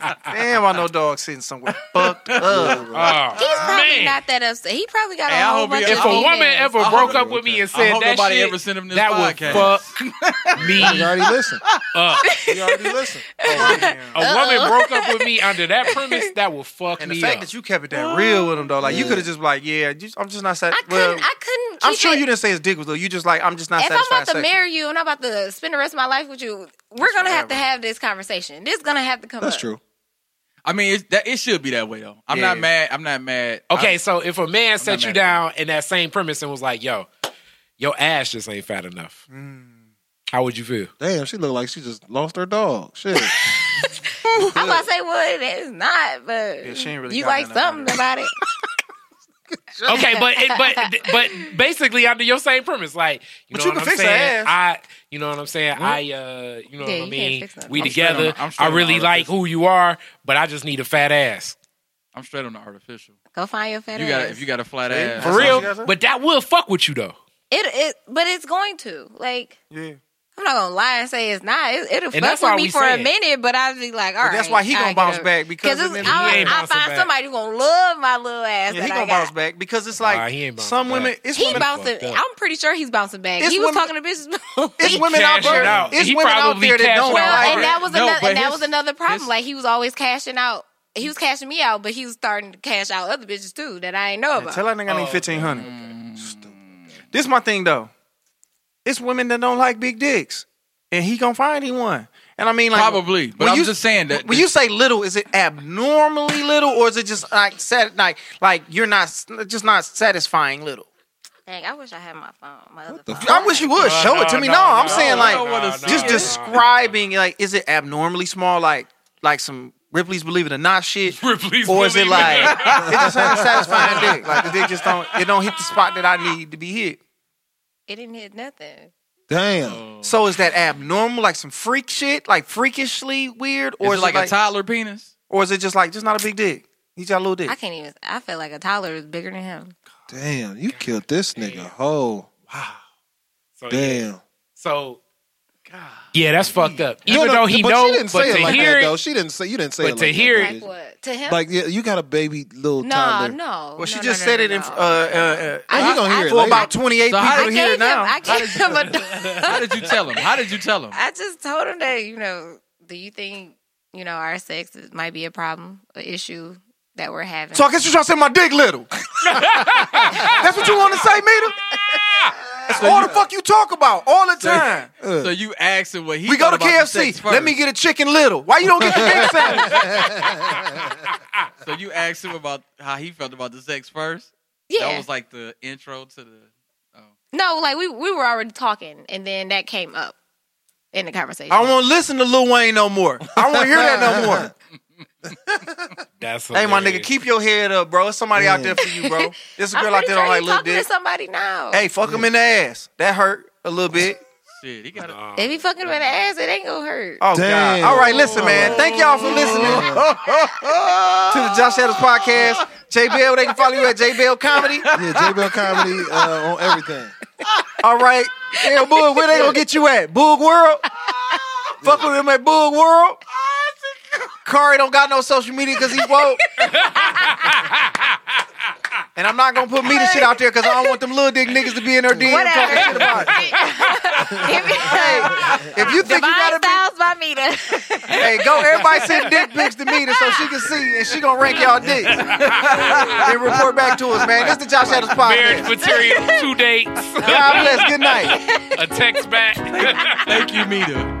[SPEAKER 3] here. Damn, I know dog sitting somewhere fucked up.
[SPEAKER 4] Oh,
[SPEAKER 7] He's probably
[SPEAKER 4] man.
[SPEAKER 7] not that upset. He probably got
[SPEAKER 6] Hey,
[SPEAKER 7] a
[SPEAKER 6] I
[SPEAKER 7] whole
[SPEAKER 6] hope he-
[SPEAKER 7] bunch of
[SPEAKER 6] if
[SPEAKER 4] if a woman
[SPEAKER 7] females.
[SPEAKER 4] ever
[SPEAKER 6] I
[SPEAKER 4] broke
[SPEAKER 6] hope-
[SPEAKER 4] up with me and
[SPEAKER 6] I
[SPEAKER 4] said
[SPEAKER 6] hope
[SPEAKER 4] that
[SPEAKER 6] nobody
[SPEAKER 4] shit,
[SPEAKER 6] ever sent him this
[SPEAKER 4] that
[SPEAKER 6] podcast.
[SPEAKER 4] would
[SPEAKER 6] *laughs*
[SPEAKER 4] fuck me
[SPEAKER 5] You already listened.
[SPEAKER 4] up.
[SPEAKER 5] You already
[SPEAKER 7] *laughs*
[SPEAKER 5] listened.
[SPEAKER 3] Oh,
[SPEAKER 4] A woman broke up with me under that premise, that will fuck
[SPEAKER 3] And the
[SPEAKER 4] me
[SPEAKER 3] fact
[SPEAKER 4] up.
[SPEAKER 3] that you kept it that real with him though, like you could have just like, yeah, just, I'm just not
[SPEAKER 7] I
[SPEAKER 3] satisfied.
[SPEAKER 7] couldn't. I couldn't. Keep
[SPEAKER 3] I'm sure
[SPEAKER 7] it.
[SPEAKER 3] you didn't say his dick was little. You just like, I'm just not
[SPEAKER 7] If I'm
[SPEAKER 3] satisfied.
[SPEAKER 7] about to
[SPEAKER 3] sexually.
[SPEAKER 7] marry you and I'm about to spend the rest of my life with you, we're gonna have to have this conversation. This is gonna have to come.
[SPEAKER 5] That's
[SPEAKER 7] up.
[SPEAKER 5] true.
[SPEAKER 6] I mean, it, that, it should be that way though. I'm not
[SPEAKER 3] Yeah.
[SPEAKER 6] mad. I'm not mad.
[SPEAKER 4] okay,
[SPEAKER 6] I-
[SPEAKER 4] so if a man
[SPEAKER 6] not
[SPEAKER 4] set you
[SPEAKER 6] mad at
[SPEAKER 4] down in that same premise and was like, "Yo, your ass just ain't fat enough,"
[SPEAKER 6] Mm.
[SPEAKER 4] how would you feel?
[SPEAKER 5] Damn, she looked like she just lost her dog. Shit.
[SPEAKER 7] *laughs* I'm about to say, well, it is not, but
[SPEAKER 3] Yeah, she ain't really
[SPEAKER 7] you
[SPEAKER 3] got
[SPEAKER 7] like
[SPEAKER 3] nothing about
[SPEAKER 7] something about it. *laughs*
[SPEAKER 4] Okay, but it, but but basically under your same premise, like you
[SPEAKER 3] But
[SPEAKER 4] know
[SPEAKER 3] you
[SPEAKER 4] what
[SPEAKER 3] can
[SPEAKER 4] I'm
[SPEAKER 3] fix her ass.
[SPEAKER 4] saying. I you know what I'm saying. I uh you know what I
[SPEAKER 7] Yeah, you can't
[SPEAKER 4] mean.
[SPEAKER 7] fix nothing.
[SPEAKER 4] We
[SPEAKER 6] I'm straight on
[SPEAKER 4] together.
[SPEAKER 6] the- I'm straight
[SPEAKER 4] I
[SPEAKER 6] on the
[SPEAKER 4] really
[SPEAKER 6] other
[SPEAKER 4] like
[SPEAKER 6] person.
[SPEAKER 4] who you are, but I just need a fat ass
[SPEAKER 6] I'm straight on the artificial.
[SPEAKER 7] Go find your fat
[SPEAKER 6] You got
[SPEAKER 7] ass.
[SPEAKER 6] if you got a flat
[SPEAKER 3] Hey, That's
[SPEAKER 6] ass.
[SPEAKER 4] for
[SPEAKER 3] all
[SPEAKER 4] real.
[SPEAKER 3] she gotta say?
[SPEAKER 4] But that will fuck with you though,
[SPEAKER 7] it, it, but it's going to like.
[SPEAKER 3] Yeah.
[SPEAKER 7] I'm not gonna lie and say it's not. It, it'll
[SPEAKER 4] And
[SPEAKER 7] fuck
[SPEAKER 4] that's
[SPEAKER 7] with
[SPEAKER 4] why
[SPEAKER 7] me
[SPEAKER 4] we
[SPEAKER 7] for
[SPEAKER 4] saying.
[SPEAKER 7] a minute, but I'll be like, all right.
[SPEAKER 3] that's why he gonna
[SPEAKER 7] I get
[SPEAKER 3] bounce
[SPEAKER 7] it.
[SPEAKER 3] back, because
[SPEAKER 7] it's-
[SPEAKER 3] remember,
[SPEAKER 4] he
[SPEAKER 7] I,
[SPEAKER 4] ain't
[SPEAKER 7] I
[SPEAKER 4] bouncing
[SPEAKER 7] find
[SPEAKER 4] back.
[SPEAKER 7] somebody who gonna love my little ass.
[SPEAKER 3] Yeah,
[SPEAKER 7] that
[SPEAKER 3] he
[SPEAKER 7] I
[SPEAKER 3] gonna
[SPEAKER 7] got.
[SPEAKER 3] bounce back because it's like
[SPEAKER 4] Nah, he ain't bouncing
[SPEAKER 3] some
[SPEAKER 4] back.
[SPEAKER 3] women. It's
[SPEAKER 7] He
[SPEAKER 3] women.
[SPEAKER 7] bouncing.
[SPEAKER 4] fucked up.
[SPEAKER 7] I'm pretty sure he's bouncing back.
[SPEAKER 3] It's
[SPEAKER 7] he was
[SPEAKER 3] women-
[SPEAKER 7] talking to bitches. before
[SPEAKER 3] It's
[SPEAKER 7] we-
[SPEAKER 3] women out
[SPEAKER 4] cashed it
[SPEAKER 3] there.
[SPEAKER 4] out.
[SPEAKER 3] It's
[SPEAKER 4] He
[SPEAKER 3] women out
[SPEAKER 4] probably
[SPEAKER 3] there that
[SPEAKER 4] cashed
[SPEAKER 3] don't
[SPEAKER 4] it out.
[SPEAKER 7] Well,
[SPEAKER 3] like
[SPEAKER 7] and that was
[SPEAKER 6] No,
[SPEAKER 7] another.
[SPEAKER 6] but
[SPEAKER 7] And that
[SPEAKER 6] his-
[SPEAKER 7] was another problem.
[SPEAKER 6] his-
[SPEAKER 7] like he was always cashing out. He was cashing me out, but he was starting to cash out other bitches too that I ain't know about.
[SPEAKER 3] Tell that
[SPEAKER 6] Oh,
[SPEAKER 3] nigga I need fifteen hundred. This my thing though. It's women that don't like big dicks, and he gonna find he one. And I mean, like
[SPEAKER 6] Probably, but
[SPEAKER 3] when
[SPEAKER 6] I'm just saying that-
[SPEAKER 3] When you say little, is it abnormally little, or is it just like sat like like you're not just not satisfying little?
[SPEAKER 7] Dang, I wish I had my phone. My other phone.
[SPEAKER 3] I wish you would show it to me. No, I'm saying like
[SPEAKER 6] no, no,
[SPEAKER 3] just
[SPEAKER 6] no,
[SPEAKER 3] describing like is it abnormally small like like some Ripley's Believe It or Not
[SPEAKER 6] *laughs*
[SPEAKER 3] shit,
[SPEAKER 4] Ripley's
[SPEAKER 3] or is it
[SPEAKER 4] Believe It
[SPEAKER 3] like it just ain't satisfying dick? Like the dick just don't it don't hit the spot that I need to be hit.
[SPEAKER 7] It didn't hit nothing.
[SPEAKER 5] Damn.
[SPEAKER 4] Oh.
[SPEAKER 3] So is that abnormal like some freak shit like freakishly weird, or
[SPEAKER 6] Or
[SPEAKER 3] is,
[SPEAKER 6] is it like, a toddler penis?
[SPEAKER 3] or is it just like just not a big dick? He got a little
[SPEAKER 7] I
[SPEAKER 3] dick.
[SPEAKER 7] can't even. I feel like a toddler is bigger than him.
[SPEAKER 5] Damn. You killed this nigga
[SPEAKER 4] So,
[SPEAKER 5] whole.
[SPEAKER 4] Oh, yeah.
[SPEAKER 5] Damn.
[SPEAKER 4] So, yeah, that's fucked up. Even
[SPEAKER 5] No, no,
[SPEAKER 4] though he
[SPEAKER 5] but she
[SPEAKER 4] knows,
[SPEAKER 5] didn't
[SPEAKER 4] but
[SPEAKER 5] say
[SPEAKER 4] to
[SPEAKER 5] it like
[SPEAKER 4] hear
[SPEAKER 5] that,
[SPEAKER 4] it,
[SPEAKER 5] though. She didn't say you didn't say
[SPEAKER 4] but
[SPEAKER 5] it like
[SPEAKER 4] to
[SPEAKER 5] that,
[SPEAKER 4] hear
[SPEAKER 5] though,
[SPEAKER 4] it-
[SPEAKER 5] did
[SPEAKER 7] Like
[SPEAKER 5] you?
[SPEAKER 7] what? To him?
[SPEAKER 5] Like yeah, you got a baby little
[SPEAKER 7] no,
[SPEAKER 5] toddler.
[SPEAKER 7] no.
[SPEAKER 3] Well, she
[SPEAKER 7] no,
[SPEAKER 3] just
[SPEAKER 7] no, no,
[SPEAKER 3] said
[SPEAKER 7] no,
[SPEAKER 3] it in
[SPEAKER 7] no.
[SPEAKER 3] uh, uh, uh,
[SPEAKER 5] He gonna hear it
[SPEAKER 3] for
[SPEAKER 5] later.
[SPEAKER 3] about twenty eight
[SPEAKER 6] So how
[SPEAKER 3] people to
[SPEAKER 7] I gave
[SPEAKER 3] hear it
[SPEAKER 7] him.
[SPEAKER 3] now.
[SPEAKER 7] I gave him a. *laughs*
[SPEAKER 6] How did you tell him? How did you tell
[SPEAKER 3] *laughs*
[SPEAKER 6] him?
[SPEAKER 7] I just told him that you know. Do you think you know our sex is- might be a problem, an issue that we're having?
[SPEAKER 3] So I guess you're trying to say my dick
[SPEAKER 6] *laughs*
[SPEAKER 3] little. That's what you want to say, Mita? That's all the fuck you talk about all the time.
[SPEAKER 6] So you asked him what he.
[SPEAKER 3] We go
[SPEAKER 6] thought
[SPEAKER 3] to
[SPEAKER 6] about the sex
[SPEAKER 3] KFC. Let me
[SPEAKER 6] first.
[SPEAKER 3] get a chicken little. Why you don't get the
[SPEAKER 6] *laughs*
[SPEAKER 3] big sandwich?
[SPEAKER 6] So you asked him about how he felt about the sex first.
[SPEAKER 7] yeah.
[SPEAKER 6] That was like the intro to the.
[SPEAKER 7] no, like we we were already talking, and then that came up in the conversation.
[SPEAKER 3] I won't listen to Lil Wayne no more. I won't hear that no
[SPEAKER 7] *laughs*
[SPEAKER 3] more.
[SPEAKER 4] that's
[SPEAKER 3] Hey, my nigga,
[SPEAKER 4] hilarious.
[SPEAKER 3] keep your head up, bro. There's somebody out there for you,
[SPEAKER 7] *laughs*
[SPEAKER 3] bro. There's a
[SPEAKER 7] I'm
[SPEAKER 3] girl out
[SPEAKER 7] pretty
[SPEAKER 3] there
[SPEAKER 7] sure
[SPEAKER 3] don't like
[SPEAKER 7] he's
[SPEAKER 3] little
[SPEAKER 7] talking
[SPEAKER 3] dick.
[SPEAKER 7] to somebody now.
[SPEAKER 3] Hey, fuck him in the ass. That hurt a little bit.
[SPEAKER 6] Shit, he got a
[SPEAKER 7] If he fucking with the ass, it ain't gonna hurt.
[SPEAKER 3] Oh
[SPEAKER 5] Damn.
[SPEAKER 3] God! All right, listen, man. Thank y'all for listening to the Josh Adams podcast. J Bell, they can follow you at J Bell Comedy.
[SPEAKER 5] Yeah, J Bell
[SPEAKER 4] *laughs*
[SPEAKER 5] comedy uh, on everything.
[SPEAKER 3] All right, Hell, Boog, where they gonna get you at? Boog World. Fuck with him at Boog World. Kari don't got no social media because he woke. and I'm not gonna put me the shit out there because I don't want them little dick niggas to be in their DM talking shit about *laughs* it.
[SPEAKER 7] *laughs* Divine
[SPEAKER 3] If you think you gotta be
[SPEAKER 7] styles by Mita.
[SPEAKER 3] Hey, go everybody send dick pics to Mita so she can see and she gonna rank y'all dicks. and report back to us, man. This the Josh Adams
[SPEAKER 4] marriage
[SPEAKER 3] podcast.
[SPEAKER 4] material, two dates,
[SPEAKER 3] *laughs*
[SPEAKER 4] *laughs*
[SPEAKER 3] God bless. Good night.
[SPEAKER 4] a text back. *laughs*
[SPEAKER 6] Thank you, Mita.